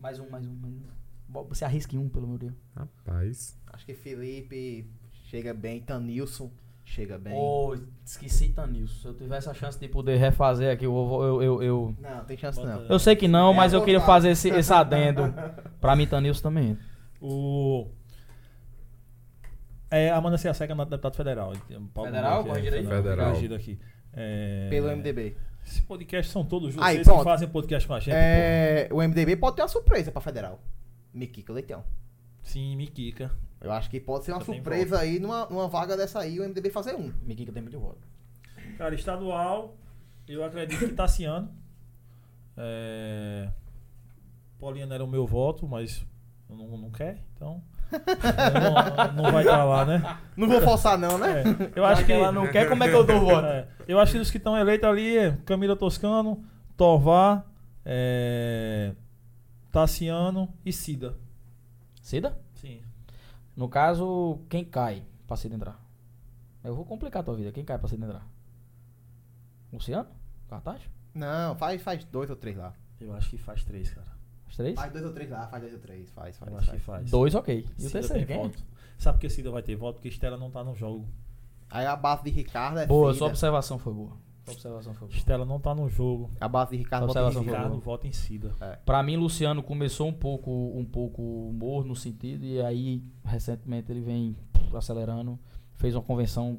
[SPEAKER 3] Mais um, mais um, mais um. Bo- Você arrisca em um, pelo meu Deus.
[SPEAKER 2] Rapaz.
[SPEAKER 4] Acho que Felipe chega bem. Tanilson chega bem.
[SPEAKER 3] Ô, esqueci Tanilson. Se eu tivesse a chance de poder refazer aqui, eu, vou- eu, eu, eu,
[SPEAKER 4] Não, tem chance não.
[SPEAKER 3] Eu sei que não,
[SPEAKER 4] É
[SPEAKER 3] mas eu queria
[SPEAKER 4] voltar.
[SPEAKER 3] fazer esse, esse adendo. Pra mim, Tanilson também.
[SPEAKER 1] O. É, Amanda Cia Seca, deputado federal. Paulo
[SPEAKER 3] Federal?
[SPEAKER 1] Moura, que é
[SPEAKER 3] Corrigir aí?
[SPEAKER 2] Federal.
[SPEAKER 1] corrigido aqui. É,
[SPEAKER 4] Pelo MDB.
[SPEAKER 1] Esse podcast são todos vocês
[SPEAKER 4] Aí,
[SPEAKER 1] que
[SPEAKER 4] pronto.
[SPEAKER 1] fazem podcast com a gente. pô.
[SPEAKER 4] É, o MDB pode ter uma surpresa pra federal. Miquica Leitão.
[SPEAKER 1] Sim, me quica.
[SPEAKER 4] Eu acho que pode ser uma
[SPEAKER 1] Eu também
[SPEAKER 4] surpresa aí, numa, numa vaga dessa aí, o MDB fazer um.
[SPEAKER 3] Miquica tem muito voto.
[SPEAKER 1] Cara, estadual, eu acredito que Tassiano. É, Paulino era o meu voto, mas não, não quer, então. não, não vai estar lá, né?
[SPEAKER 4] Não vou forçar, não, né?
[SPEAKER 1] É, eu acho que.
[SPEAKER 3] ela não quer, como é que eu dou voto?
[SPEAKER 1] É, eu acho que os que estão eleitos ali é Camila Toscano, Torvá, é, Tassiano e Cida.
[SPEAKER 3] Cida?
[SPEAKER 1] Sim.
[SPEAKER 3] No caso, quem cai pra Cida entrar? Eu vou complicar a tua vida. Quem cai pra Cida entrar? Luciano? Cartaz?
[SPEAKER 4] Não, faz, faz dois ou três lá.
[SPEAKER 1] Eu acho que faz três, cara.
[SPEAKER 3] Os três?
[SPEAKER 4] Faz dois ou três lá, faz dois ou três. Faz, faz.
[SPEAKER 1] Eu acho que
[SPEAKER 4] faz.
[SPEAKER 1] faz.
[SPEAKER 3] Dois, ok. E o
[SPEAKER 1] Cida
[SPEAKER 3] terceiro,
[SPEAKER 1] tem
[SPEAKER 3] quem?
[SPEAKER 1] voto. Sabe por que Cida vai ter voto? Porque Estela não tá no jogo.
[SPEAKER 4] Aí a base de Ricardo é.
[SPEAKER 3] Boa,
[SPEAKER 4] Cida.
[SPEAKER 3] sua observação foi boa. Sua observação foi boa.
[SPEAKER 1] Estela não tá no jogo.
[SPEAKER 4] A base de Ricardo bota
[SPEAKER 3] Observação
[SPEAKER 4] em Ricardo.
[SPEAKER 1] Ricardo vota em Cida.
[SPEAKER 3] Pra mim, Luciano começou um pouco um pouco morno no sentido, e aí, recentemente, ele vem acelerando. Fez uma convenção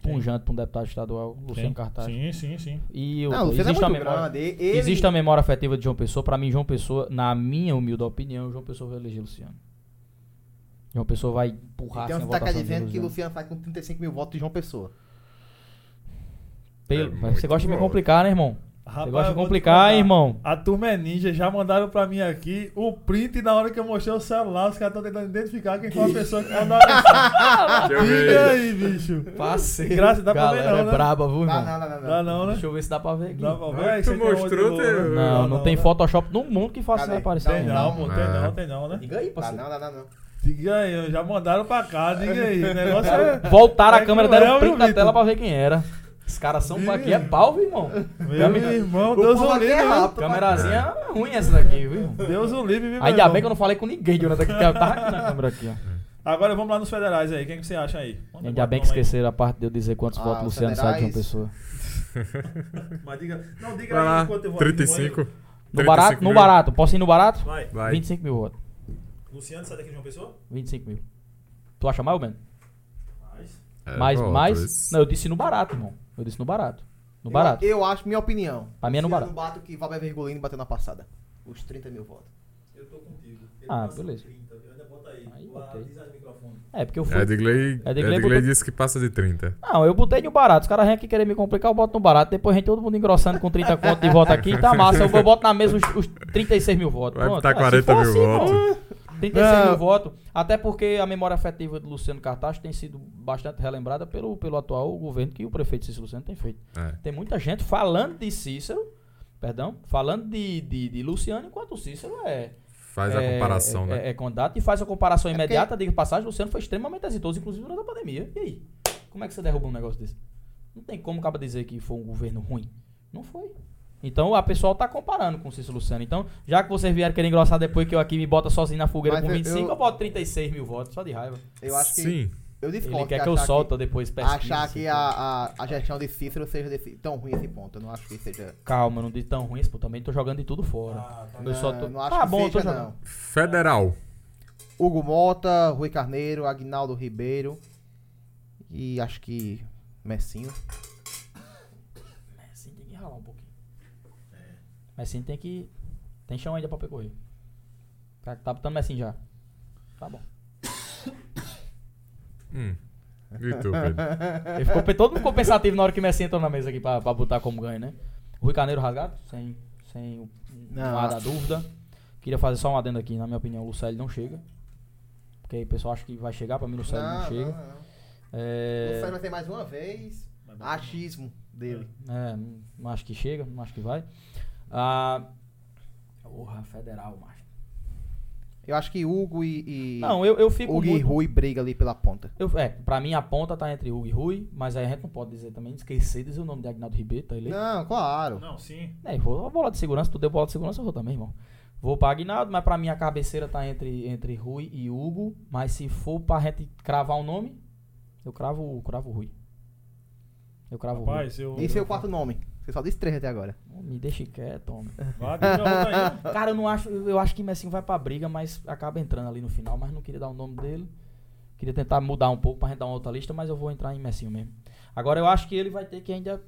[SPEAKER 1] Quem?
[SPEAKER 3] punjante pra um deputado estadual, Luciano
[SPEAKER 1] Sim.
[SPEAKER 3] um Cartaz.
[SPEAKER 1] Sim, sim, sim.
[SPEAKER 3] E o
[SPEAKER 4] Não, o Luciano é
[SPEAKER 3] existe a
[SPEAKER 4] muito
[SPEAKER 3] memória-
[SPEAKER 4] grande. Ele...
[SPEAKER 3] Existe a memória afetiva de João Pessoa. Pra mim, João Pessoa, na minha humilde opinião, João Pessoa vai eleger Luciano. João Pessoa vai empurrar
[SPEAKER 4] Então
[SPEAKER 3] sem
[SPEAKER 4] você
[SPEAKER 3] votação
[SPEAKER 4] tá
[SPEAKER 3] de
[SPEAKER 4] dizendo que
[SPEAKER 3] Luciano.
[SPEAKER 4] Luciano sai com 35 mil votos de João Pessoa.
[SPEAKER 3] Pelo-
[SPEAKER 2] É
[SPEAKER 3] mas
[SPEAKER 2] muito
[SPEAKER 3] você gosta de me
[SPEAKER 2] bom.
[SPEAKER 3] complicar, né, irmão?
[SPEAKER 1] Rapaz, é
[SPEAKER 3] você gosta
[SPEAKER 1] eu
[SPEAKER 3] de
[SPEAKER 1] vou te
[SPEAKER 3] complicar,
[SPEAKER 1] contar.
[SPEAKER 3] hein, irmão?
[SPEAKER 1] A turma é ninja, já mandaram pra mim aqui o print na hora que eu mostrei o celular, os caras estão tentando identificar quem foi a pessoa que mandou a mensagem.
[SPEAKER 2] Deixa eu ver.
[SPEAKER 1] Diga Ah, aí, bicho.
[SPEAKER 3] Parceiro.
[SPEAKER 1] Graças, dá pra
[SPEAKER 3] Galera,
[SPEAKER 1] ver não,
[SPEAKER 3] é
[SPEAKER 1] né?
[SPEAKER 3] braba, viu, irmão?
[SPEAKER 4] não, não,
[SPEAKER 1] Dá não, né?
[SPEAKER 3] Deixa eu ver se dá pra ver aqui.
[SPEAKER 1] Dá
[SPEAKER 3] Não,
[SPEAKER 1] pra ver?
[SPEAKER 2] Ah,
[SPEAKER 1] Aí
[SPEAKER 2] tu
[SPEAKER 1] você tem onde
[SPEAKER 2] mostrou,
[SPEAKER 1] no-
[SPEAKER 2] teu-
[SPEAKER 3] não,
[SPEAKER 1] não,
[SPEAKER 3] tem
[SPEAKER 1] né?
[SPEAKER 3] Photoshop no mundo que faça
[SPEAKER 4] Cadê?
[SPEAKER 3] isso aparecer.
[SPEAKER 1] Tem
[SPEAKER 3] não. É.
[SPEAKER 1] não, pô, tem
[SPEAKER 2] Ah.
[SPEAKER 1] não, tem não, né?
[SPEAKER 4] Diga aí,
[SPEAKER 3] parceiro.
[SPEAKER 4] Não, não, não, não.
[SPEAKER 1] Diga aí, já mandaram pra cá, diga aí. O negócio é.
[SPEAKER 3] Voltaram
[SPEAKER 1] É
[SPEAKER 3] a câmera,
[SPEAKER 1] cruel,
[SPEAKER 3] deram um print
[SPEAKER 1] viu,
[SPEAKER 3] na
[SPEAKER 1] Vitor?
[SPEAKER 3] tela pra ver quem era. Os caras são
[SPEAKER 1] Viu?
[SPEAKER 3] aqui, é pau, viu, irmão? um
[SPEAKER 1] Meu irmão, Deus o
[SPEAKER 4] povo aqui é
[SPEAKER 1] livre.
[SPEAKER 4] rápido,
[SPEAKER 3] Câmerazinha ruim essa daqui, viu? irmão?
[SPEAKER 1] viu? Deus o livre, viu, Tá meu
[SPEAKER 3] Ainda
[SPEAKER 1] irmão?
[SPEAKER 3] bem que eu não falei com ninguém durante aqui, que eu tava aqui na câmera aqui, ó.
[SPEAKER 1] Agora vamos lá nos federais aí. Quem que você acha aí? Manda
[SPEAKER 3] Ainda
[SPEAKER 1] uma
[SPEAKER 3] bem que
[SPEAKER 1] turma aí.
[SPEAKER 3] esqueceram a parte de eu dizer quantos
[SPEAKER 4] Ah,
[SPEAKER 3] votos
[SPEAKER 4] os
[SPEAKER 3] Luciano sai de uma
[SPEAKER 4] federais.
[SPEAKER 3] pessoa.
[SPEAKER 1] Mas diga. Não, diga
[SPEAKER 2] Vai
[SPEAKER 1] aí
[SPEAKER 2] lá,
[SPEAKER 1] enquanto eu vou aqui,
[SPEAKER 2] 35.
[SPEAKER 3] No barato? No
[SPEAKER 2] mil.
[SPEAKER 3] barato. Posso ir no barato?
[SPEAKER 1] Vai.
[SPEAKER 2] Vai.
[SPEAKER 3] 25 mil votos.
[SPEAKER 1] Luciano, sai daqui de uma pessoa?
[SPEAKER 3] 25 mil. Tu acha mais ou menos?
[SPEAKER 1] Mais.
[SPEAKER 2] É,
[SPEAKER 3] mais,
[SPEAKER 2] votos.
[SPEAKER 3] mais? Não, eu disse no barato, irmão. Eu disse no barato. No
[SPEAKER 4] Eu-
[SPEAKER 3] barato.
[SPEAKER 4] Eu, acho, minha opinião.
[SPEAKER 3] Pra mim é no
[SPEAKER 4] Luciano
[SPEAKER 3] barato.
[SPEAKER 4] bato que Valber Vergolini bateu na passada. Os 30 mil votos.
[SPEAKER 1] Eu tô contigo. Ele
[SPEAKER 3] Ah,
[SPEAKER 1] passa
[SPEAKER 3] beleza.
[SPEAKER 1] 30. Eu ainda boto
[SPEAKER 3] Aí,
[SPEAKER 1] Lá,
[SPEAKER 3] ok.
[SPEAKER 1] diz aí no microfone.
[SPEAKER 3] É, porque eu fui.
[SPEAKER 2] Edgley,
[SPEAKER 3] Edgley
[SPEAKER 2] Edgley
[SPEAKER 3] botou-
[SPEAKER 2] disse que passa de 30.
[SPEAKER 3] Não, eu botei no barato. Os caras vêm aqui querer me complicar, eu boto no barato. Depois a gente todo mundo engrossando com 30 conto de voto aqui. Tá massa. Eu, eu boto na mesa os, os 36 mil votos.
[SPEAKER 2] Vai
[SPEAKER 3] Pronto.
[SPEAKER 2] botar
[SPEAKER 3] Ah, se
[SPEAKER 2] 40
[SPEAKER 3] for
[SPEAKER 2] mil
[SPEAKER 3] assim,
[SPEAKER 2] votos.
[SPEAKER 3] pronto. 36
[SPEAKER 4] Não.
[SPEAKER 3] mil votos. Até porque a memória afetiva do Luciano Cartacho tem sido bastante relembrada pelo, pelo atual governo que o prefeito Cícero Luciano tem feito.
[SPEAKER 2] É.
[SPEAKER 3] Tem muita gente falando de Cícero, perdão, falando de, de, de Luciano, enquanto o Cícero é.
[SPEAKER 2] Faz a
[SPEAKER 3] é-
[SPEAKER 2] comparação,
[SPEAKER 3] é,
[SPEAKER 2] né?
[SPEAKER 3] É, é candidato e faz a comparação
[SPEAKER 4] É porque-
[SPEAKER 3] imediata. Diga de passagem, Luciano foi extremamente exitoso, inclusive durante a pandemia. E aí? Como é que você derruba um negócio desse? Não tem como acaba dizer que foi um governo ruim. Não foi. Então a pessoa tá comparando com o Cícero Luciano. Então, já que vocês vieram querer engrossar depois que eu aqui me bota sozinho na fogueira
[SPEAKER 4] Mas
[SPEAKER 3] com
[SPEAKER 4] eu-
[SPEAKER 3] 25, eu,
[SPEAKER 4] eu
[SPEAKER 3] boto 36 mil votos, só de raiva.
[SPEAKER 4] Eu acho que.
[SPEAKER 2] Sim.
[SPEAKER 4] Eu discordo.
[SPEAKER 3] Ele quer
[SPEAKER 4] de
[SPEAKER 3] que eu
[SPEAKER 4] achar
[SPEAKER 3] solta depois pesquisa.
[SPEAKER 4] achar
[SPEAKER 3] assim.
[SPEAKER 4] que a, a, a gestão de Cícero seja desse- tão ruim esse ponto. Eu não acho que seja.
[SPEAKER 3] Calma, eu não disse tão ruim, pô, também tô jogando de tudo fora.
[SPEAKER 1] Ah,
[SPEAKER 3] eu
[SPEAKER 4] não,
[SPEAKER 3] só tô...
[SPEAKER 4] não acho
[SPEAKER 3] tá
[SPEAKER 4] que
[SPEAKER 3] bom, eu
[SPEAKER 4] seja,
[SPEAKER 3] tô jogando.
[SPEAKER 4] não.
[SPEAKER 2] Federal.
[SPEAKER 4] Hugo Mota, Rui Carneiro, Agnaldo Ribeiro. E acho que. Messinho.
[SPEAKER 3] Messi tem que ralar um pouquinho.
[SPEAKER 4] É.
[SPEAKER 3] Messi tem que. Tem chão ainda pra percorrer. Tá, tá botando Messi já. Tá bom.
[SPEAKER 2] Hum. E tu, Pedro?
[SPEAKER 3] Ele ficou pe- todo mundo compensativo na hora que Messi entrou na mesa aqui pra, pra botar como ganho, né? Rui Carneiro rasgado, sem, sem o-
[SPEAKER 4] Não.
[SPEAKER 3] um ar da dúvida. Queria fazer só um adendo aqui, na minha opinião, o Lucélio não chega. Porque aí o pessoal acha que vai chegar, pra mim o Lucélio não, chega.
[SPEAKER 4] não, não.
[SPEAKER 3] É,
[SPEAKER 4] Lucélio vai ter mais uma vez.
[SPEAKER 1] É
[SPEAKER 4] Achismo dele.
[SPEAKER 3] É, não acho que chega, não acho que vai. Ah, porra, federal, macho.
[SPEAKER 4] É. Eu acho que Hugo e. e
[SPEAKER 3] Não, eu, eu fico.
[SPEAKER 4] Hugo e
[SPEAKER 3] muito-
[SPEAKER 4] Rui briga ali pela ponta.
[SPEAKER 3] Eu, é, pra mim a ponta tá entre Hugo e Rui, mas aí a gente não pode dizer também, esquecer de dizer o nome de Agnaldo Ribeiro, tá ele?
[SPEAKER 4] Não, claro.
[SPEAKER 1] Não, sim.
[SPEAKER 3] É, eu vou a bola de segurança, tu deu bola de segurança, eu vou também, irmão. Vou pra Agnaldo, mas pra mim a cabeceira tá entre, entre Rui e Hugo, mas se for pra gente cravar o nome, eu cravo, cravo o Rui. Eu cravo o Rui.
[SPEAKER 1] Rapaz, eu.
[SPEAKER 4] Esse é o quarto nome. Você só disse três até agora.
[SPEAKER 3] Me deixa quieto, homem.
[SPEAKER 1] Vai, diga, volta aí.
[SPEAKER 3] Cara, eu não acho, eu acho que Messinho vai pra briga, mas acaba entrando ali no final, mas não queria dar o nome dele. Queria tentar mudar um pouco pra gente dar uma outra lista, mas eu vou entrar em Messinho mesmo. Agora eu acho que ele vai ter que ainda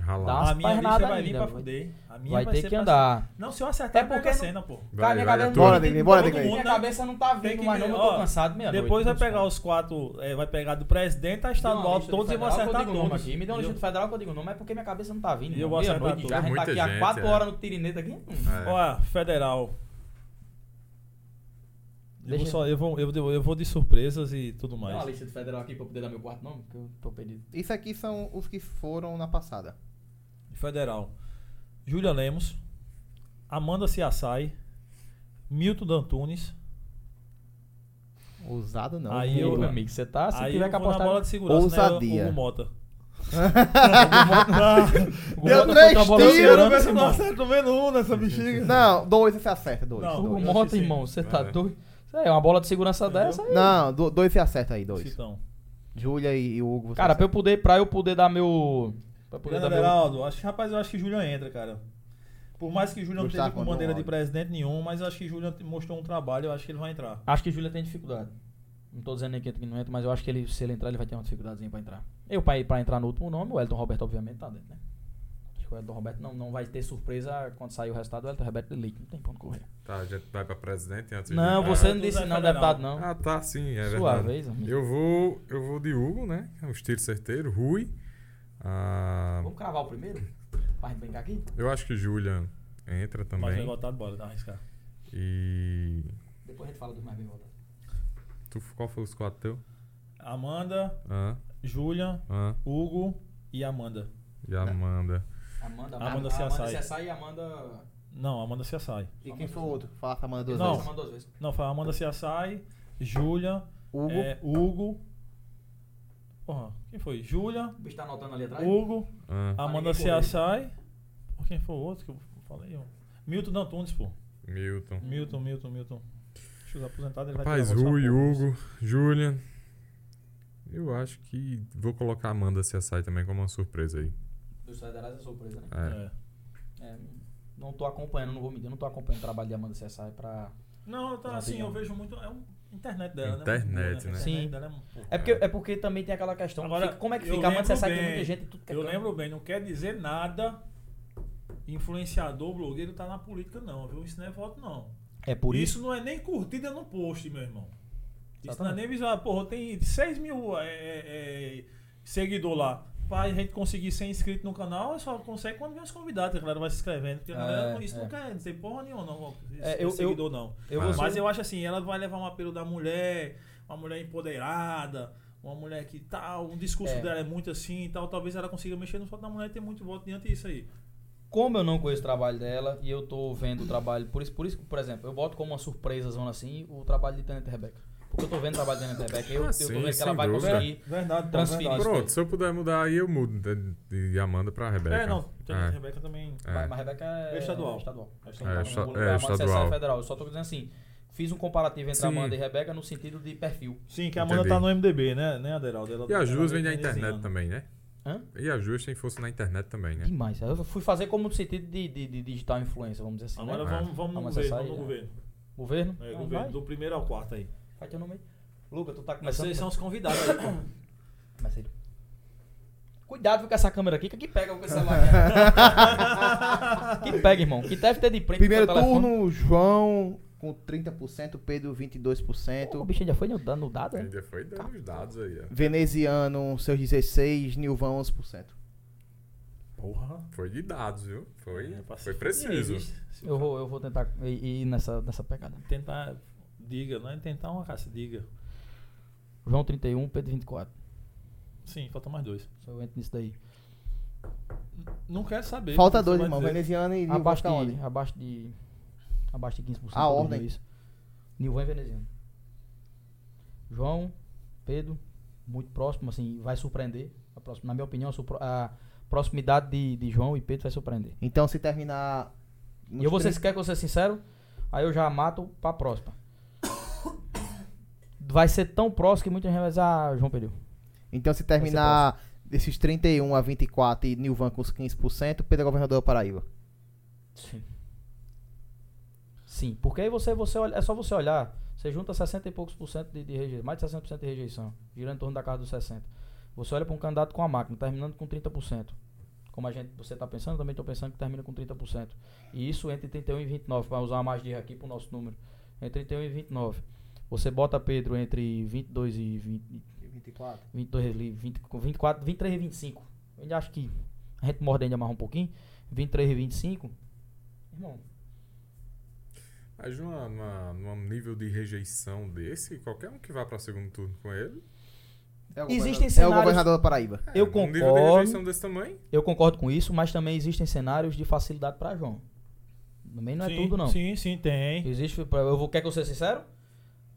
[SPEAKER 2] Ralar.
[SPEAKER 3] Dá.
[SPEAKER 1] A
[SPEAKER 3] As
[SPEAKER 1] minha
[SPEAKER 3] faz
[SPEAKER 1] lista
[SPEAKER 3] nada
[SPEAKER 1] vai vir
[SPEAKER 3] ainda,
[SPEAKER 1] pra
[SPEAKER 3] vai-
[SPEAKER 1] fuder. A minha
[SPEAKER 3] Vai
[SPEAKER 1] vai
[SPEAKER 3] ter
[SPEAKER 1] ser
[SPEAKER 3] que
[SPEAKER 1] pra-
[SPEAKER 3] andar.
[SPEAKER 1] Não, se eu acertar,
[SPEAKER 3] É
[SPEAKER 1] é porque
[SPEAKER 3] porque
[SPEAKER 1] a
[SPEAKER 3] não-
[SPEAKER 1] cena, pô.
[SPEAKER 2] Vai, vai,
[SPEAKER 3] minha cabeça-
[SPEAKER 2] Arthur.
[SPEAKER 4] Bora, Degley, bora,
[SPEAKER 1] Todo
[SPEAKER 4] Degley.
[SPEAKER 1] mundo,
[SPEAKER 3] Minha
[SPEAKER 1] né?
[SPEAKER 3] cabeça não tá
[SPEAKER 1] Tem
[SPEAKER 3] vindo,
[SPEAKER 1] que
[SPEAKER 3] mas não,
[SPEAKER 1] ver,
[SPEAKER 3] eu tô
[SPEAKER 1] ó,
[SPEAKER 3] cansado meia
[SPEAKER 1] Depois vai pegar os quatro, é, vai pegar do presidente a estadual todos e vou acertar
[SPEAKER 3] nome
[SPEAKER 1] todos.
[SPEAKER 3] aqui. Me um deu uma lista do
[SPEAKER 1] Eu-
[SPEAKER 3] federal que eu digo não, mas é porque minha cabeça não tá vindo.
[SPEAKER 1] Eu
[SPEAKER 3] irmão.
[SPEAKER 1] vou acertar
[SPEAKER 3] Meia-noite
[SPEAKER 1] tudo.
[SPEAKER 3] já, a gente tá
[SPEAKER 2] Muita
[SPEAKER 3] aqui há
[SPEAKER 2] gente,
[SPEAKER 3] 4
[SPEAKER 2] é.
[SPEAKER 3] horas no tirineta aqui. hum.
[SPEAKER 2] É.
[SPEAKER 1] Olha, federal. Eu
[SPEAKER 3] Deixa-
[SPEAKER 1] vou, só, eu, vou, eu, vou- eu vou de surpresas e tudo
[SPEAKER 3] Dá uma
[SPEAKER 1] mais.
[SPEAKER 3] lista do federal aqui pra eu poder dar meu quarto nome, que eu tô perdido.
[SPEAKER 4] Isso aqui são os que foram na passada.
[SPEAKER 1] Federal. Júlia Lemos. Amanda Ciaçai. Milton Dantunes.
[SPEAKER 4] Ousado não.
[SPEAKER 1] Aí
[SPEAKER 3] Ih,
[SPEAKER 1] eu-
[SPEAKER 3] meu amigo, você tá. Se
[SPEAKER 1] aí
[SPEAKER 3] tiver
[SPEAKER 1] eu
[SPEAKER 3] que
[SPEAKER 1] vou na
[SPEAKER 3] apostar.
[SPEAKER 1] bola de segurança,
[SPEAKER 4] Ousadia.
[SPEAKER 1] né? Hugo Mota.
[SPEAKER 4] Deu
[SPEAKER 1] Hugo
[SPEAKER 4] três
[SPEAKER 1] Mota botou a bola de
[SPEAKER 4] tiros,
[SPEAKER 1] segurança, irmão.
[SPEAKER 4] um nessa bexiga. Não, dois você acerta, dois.
[SPEAKER 1] Não,
[SPEAKER 3] Hugo
[SPEAKER 4] dois.
[SPEAKER 1] eu
[SPEAKER 3] Mota,
[SPEAKER 1] sei sim.
[SPEAKER 3] irmão, você tá
[SPEAKER 2] É.
[SPEAKER 3] doido. Isso aí É uma bola de segurança
[SPEAKER 1] Entendeu?
[SPEAKER 3] dessa. aí.
[SPEAKER 4] Não, do- dois você acerta aí, dois.
[SPEAKER 1] Citão.
[SPEAKER 4] Júlia e, e o Hugo. você
[SPEAKER 3] Cara, pra eu
[SPEAKER 4] acerta.
[SPEAKER 3] poder, pra eu poder dar meu. Pra eu poder
[SPEAKER 1] Leandro
[SPEAKER 3] dar meu.
[SPEAKER 1] Everaldo, acho, rapaz, eu acho que Julian entra, cara. Por mais que Julian não
[SPEAKER 4] Gustavo
[SPEAKER 1] esteja com
[SPEAKER 4] mandou
[SPEAKER 1] bandeira
[SPEAKER 4] um
[SPEAKER 1] de
[SPEAKER 4] áudio.
[SPEAKER 1] presidente nenhum, mas eu acho que Julian te- mostrou um trabalho, eu acho que ele vai entrar.
[SPEAKER 3] Acho que Júlia tem dificuldade. Não tô dizendo nem que entra, que não entra, mas eu acho que ele, se ele entrar, ele vai ter uma dificuldadezinha pra entrar. Eu, pra, pra entrar no último nome, o Elton Roberto, obviamente, tá dentro, né? Acho que o Elton Roberto não, não vai ter surpresa quando sair o resultado. O Elton Roberto é líquido, não tem pra onde correr.
[SPEAKER 2] Tá, a gente vai pra presidente antes
[SPEAKER 3] Não,
[SPEAKER 2] de...
[SPEAKER 1] vou-
[SPEAKER 3] você
[SPEAKER 1] Ah,
[SPEAKER 3] não
[SPEAKER 1] tu
[SPEAKER 3] disse
[SPEAKER 1] vai
[SPEAKER 3] não,
[SPEAKER 1] federal.
[SPEAKER 3] deputado, não.
[SPEAKER 2] Ah, tá, sim, é
[SPEAKER 3] Sua
[SPEAKER 2] verdade.
[SPEAKER 3] vez, amigo.
[SPEAKER 2] Eu vou, eu vou de Hugo, né? Um estilo certeiro, Rui.
[SPEAKER 1] tá.
[SPEAKER 2] Ah,
[SPEAKER 3] Vamos cravar o primeiro? Pra gente brincar aqui?
[SPEAKER 2] eu acho que Julian entra
[SPEAKER 1] Mas tá vai
[SPEAKER 2] também.
[SPEAKER 1] votar bora, dá arriscar.
[SPEAKER 2] E.
[SPEAKER 3] Depois a gente fala dos mais bem votados.
[SPEAKER 2] Tu, qual foi os quatro teus?
[SPEAKER 1] Amanda,
[SPEAKER 2] Ah,
[SPEAKER 1] Julian,
[SPEAKER 2] ah,
[SPEAKER 1] Hugo e Amanda.
[SPEAKER 2] e Amanda.
[SPEAKER 1] Amanda
[SPEAKER 3] Amanda, Amanda
[SPEAKER 1] Ciaçai.
[SPEAKER 3] Ciaçai e Amanda.
[SPEAKER 1] Não, Amanda se assai.
[SPEAKER 4] E quem foi o outro? Fala pra Amanda duas
[SPEAKER 1] Não.
[SPEAKER 4] vezes.
[SPEAKER 3] Amanda duas vezes.
[SPEAKER 1] Não, foi Amanda se assai, Julian,
[SPEAKER 4] Hugo.
[SPEAKER 1] é, Hugo. Porra, quem foi? Julian,
[SPEAKER 3] O bicho tá anotando ali atrás.
[SPEAKER 1] Hugo,
[SPEAKER 2] Ah,
[SPEAKER 1] Amanda se
[SPEAKER 3] ninguém
[SPEAKER 1] assai. Pô, Quem foi o outro que eu falei? ó? Milton Dantunes, pô.
[SPEAKER 2] Milton.
[SPEAKER 1] Milton, Milton, Milton. Deixa os aposentados, ele vai
[SPEAKER 2] Rapaz,
[SPEAKER 1] tirar voto
[SPEAKER 2] Rui,
[SPEAKER 1] só poucos.
[SPEAKER 2] Hugo, Julian. Eu acho que vou colocar a Amanda CSI também como uma surpresa aí.
[SPEAKER 3] Dos federais é surpresa, né?
[SPEAKER 2] É.
[SPEAKER 1] É.
[SPEAKER 3] É, não tô acompanhando, não vou mentir, não tô acompanhando o trabalho de Amanda Ciaçai pra.
[SPEAKER 1] Não, tá
[SPEAKER 3] Não,
[SPEAKER 1] assim,
[SPEAKER 3] tem
[SPEAKER 1] eu
[SPEAKER 3] não.
[SPEAKER 1] vejo muito. É um internet dela, né?
[SPEAKER 2] Internet,
[SPEAKER 1] Muito boa,
[SPEAKER 2] né?
[SPEAKER 1] A
[SPEAKER 3] Sim.
[SPEAKER 1] Internet dela é um pouco.
[SPEAKER 3] É porque, é porque também tem aquela questão.
[SPEAKER 1] Agora,
[SPEAKER 3] fica- como é que
[SPEAKER 1] eu
[SPEAKER 3] fica? Amanda
[SPEAKER 1] lembro
[SPEAKER 3] Ciaçai tem
[SPEAKER 1] bem.
[SPEAKER 3] muita gente. Tudo que é
[SPEAKER 1] Eu
[SPEAKER 3] canto.
[SPEAKER 1] lembro bem, não quer dizer nada. Influenciador, blogueiro tá na política, não, viu? Isso não é voto, não.
[SPEAKER 3] É por isso.
[SPEAKER 1] isso, não é nem curtida no post, meu irmão. Isso não é
[SPEAKER 3] Exatamente.
[SPEAKER 1] nem visual. Porra, tem 6 mil é, é, é, seguidor lá. Pra gente conseguir 100 inscritos no canal, só consegue quando vem os convidados. A galera vai se inscrevendo. Porque a galera,
[SPEAKER 3] É,
[SPEAKER 1] isso
[SPEAKER 3] é.
[SPEAKER 1] não quer dizer porra nenhuma, não. Esse,
[SPEAKER 3] É, eu- eu-
[SPEAKER 1] seguidor, não.
[SPEAKER 3] Eu
[SPEAKER 2] vou
[SPEAKER 1] Mas
[SPEAKER 3] ser-
[SPEAKER 1] eu acho assim, ela vai levar um apelo da mulher, uma mulher empoderada, uma mulher que tal, o discurso
[SPEAKER 3] É.
[SPEAKER 1] dela é muito assim e tal, talvez ela consiga mexer no voto da mulher e ter muito voto diante disso aí.
[SPEAKER 3] Como eu não conheço o trabalho dela e eu tô vendo o trabalho. Por isso, por isso, por exemplo, eu boto como uma surpresa zona assim o trabalho de Tenente Rebeca. Porque eu tô vendo o trabalho de Tenente Rebeca. Eu,
[SPEAKER 2] Ah,
[SPEAKER 3] eu
[SPEAKER 2] sim,
[SPEAKER 3] tô vendo que
[SPEAKER 2] sem
[SPEAKER 3] ela vai
[SPEAKER 2] dúvida.
[SPEAKER 3] conseguir.
[SPEAKER 6] Verdade, pô,
[SPEAKER 3] Transferir.
[SPEAKER 6] verdade.
[SPEAKER 2] Pronto, se eu puder mudar aí, eu mudo de, de Amanda pra Rebeca.
[SPEAKER 1] É, não, tem
[SPEAKER 2] É.
[SPEAKER 1] a Rebeca também.
[SPEAKER 2] É.
[SPEAKER 3] Mas, mas Rebeca é.
[SPEAKER 1] É estadual.
[SPEAKER 3] estadual. tá
[SPEAKER 1] É
[SPEAKER 2] É,
[SPEAKER 1] estadual.
[SPEAKER 2] esta-
[SPEAKER 3] Não,
[SPEAKER 2] é,
[SPEAKER 3] a Amanda Ciaçai
[SPEAKER 2] estadual.
[SPEAKER 3] federal. Eu só tô dizendo assim. Fiz um comparativo entre a
[SPEAKER 2] Sim.
[SPEAKER 3] Amanda e Rebeca no sentido de perfil.
[SPEAKER 1] Sim, que a Amanda
[SPEAKER 2] Entendi.
[SPEAKER 1] tá no MDB, né, né Aderaldo? Ela-
[SPEAKER 2] E as
[SPEAKER 1] ela
[SPEAKER 2] duas
[SPEAKER 1] vem
[SPEAKER 2] vêm da
[SPEAKER 1] desenhando.
[SPEAKER 2] internet também, né?
[SPEAKER 3] Hã?
[SPEAKER 2] E as duas têm força na internet também, né?
[SPEAKER 3] Demais. Eu fui fazer como no sentido de, de- de digital influencer, vamos dizer assim.
[SPEAKER 1] Agora
[SPEAKER 3] né?
[SPEAKER 2] É.
[SPEAKER 1] vamos, vamos no
[SPEAKER 3] Vamos
[SPEAKER 1] governo,
[SPEAKER 3] acessar
[SPEAKER 1] vamos no
[SPEAKER 3] aí,
[SPEAKER 1] governo.
[SPEAKER 3] Governo?
[SPEAKER 1] É,
[SPEAKER 3] Não,
[SPEAKER 1] governo,
[SPEAKER 3] vai.
[SPEAKER 1] do primeiro ao quarto aí.
[SPEAKER 3] Vai teu nome aí. Luca, tu tá
[SPEAKER 1] Mas
[SPEAKER 3] começando.
[SPEAKER 1] vocês são os convidados aí, pô.
[SPEAKER 3] Mas ele- Cuidado com essa câmera aqui, que aqui pega com esse celular. aqui. que pega, irmão. Que deve ter de print.
[SPEAKER 4] Primeiro
[SPEAKER 3] no teu telefone.
[SPEAKER 4] turno, João com 30%, Pedro 22%.
[SPEAKER 3] O bicho já foi no, dado- no dado,
[SPEAKER 1] É
[SPEAKER 3] né?
[SPEAKER 2] Ainda foi dando os dados aí, ó.
[SPEAKER 4] Veneziano, seus 16, Nilvão 11%.
[SPEAKER 1] Porra.
[SPEAKER 2] Foi de dados, viu? Foi,
[SPEAKER 1] É, pra
[SPEAKER 2] foi
[SPEAKER 1] se-
[SPEAKER 2] preciso.
[SPEAKER 1] E aí, se-
[SPEAKER 3] Eu vou, eu vou tentar ir, ir nessa, nessa pegada.
[SPEAKER 1] Tentar, diga, não é tentar uma caça, diga.
[SPEAKER 3] João 31, Pedro 24.
[SPEAKER 1] Sim, falta mais dois.
[SPEAKER 3] Só eu entro nisso daí.
[SPEAKER 1] Não quero saber.
[SPEAKER 4] Falta
[SPEAKER 1] você
[SPEAKER 4] dois,
[SPEAKER 1] vai
[SPEAKER 4] irmão.
[SPEAKER 1] dizer.
[SPEAKER 4] Veneziano e Nilvão
[SPEAKER 3] Abaixo
[SPEAKER 4] tá onde?
[SPEAKER 3] de, abaixo de. Abaixo de 15%.
[SPEAKER 4] A
[SPEAKER 3] do
[SPEAKER 4] ordem.
[SPEAKER 3] juiz. Nilvan e Veneziano. João, Pedro, muito próximo, assim, vai surpreender. A próxima- na minha opinião, a supro- a proximidade de, de João e Pedro vai surpreender.
[SPEAKER 4] Então, se terminar. nos
[SPEAKER 3] E eu vou ser,
[SPEAKER 4] 30,
[SPEAKER 3] quer que eu seja sincero? Aí eu já mato pra próxima. Vai ser tão próximo que muita gente vai dizer, ah, João perdeu.
[SPEAKER 4] Então, se terminar desses 31 a 24 e Nilvan com os 15%, Pedro é governador da Paraíba.
[SPEAKER 3] Sim. Sim, porque aí você, você olha, é só você olhar, você junta 60 e poucos por cento de, de rejeição, mais de 60% de rejeição, girando em torno da casa dos 60. Você olha para um candidato com a máquina, terminando com 30%. como a gente, você está pensando, eu também estou pensando que termina com 30%. E isso entre 31 e 29, para usar a magia aqui para o nosso número. Entre 31 e 29. Você bota Pedro entre 22 e 20,
[SPEAKER 6] 24.
[SPEAKER 3] 22 ali, 20, com 24, 23 e 25. Eu ainda acho que a gente morde ainda mais um pouquinho. 23 e 25. Irmão,
[SPEAKER 2] Mas numa- numa- num nível de rejeição desse, qualquer um que vá pra segundo turno com ele.
[SPEAKER 4] É o
[SPEAKER 3] Existem
[SPEAKER 4] governador- É o
[SPEAKER 3] cenários-
[SPEAKER 4] governador da Paraíba.
[SPEAKER 2] é,
[SPEAKER 3] Eu
[SPEAKER 2] num nível de
[SPEAKER 3] concordo.
[SPEAKER 2] rejeição desse tamanho.
[SPEAKER 3] eu concordo com isso, mas também existem cenários de facilidade para João. Também não é
[SPEAKER 1] Sim,
[SPEAKER 3] tudo, não.
[SPEAKER 1] Sim, sim, tem.
[SPEAKER 3] Existe. pra- Eu vou, quer que eu seja sincero?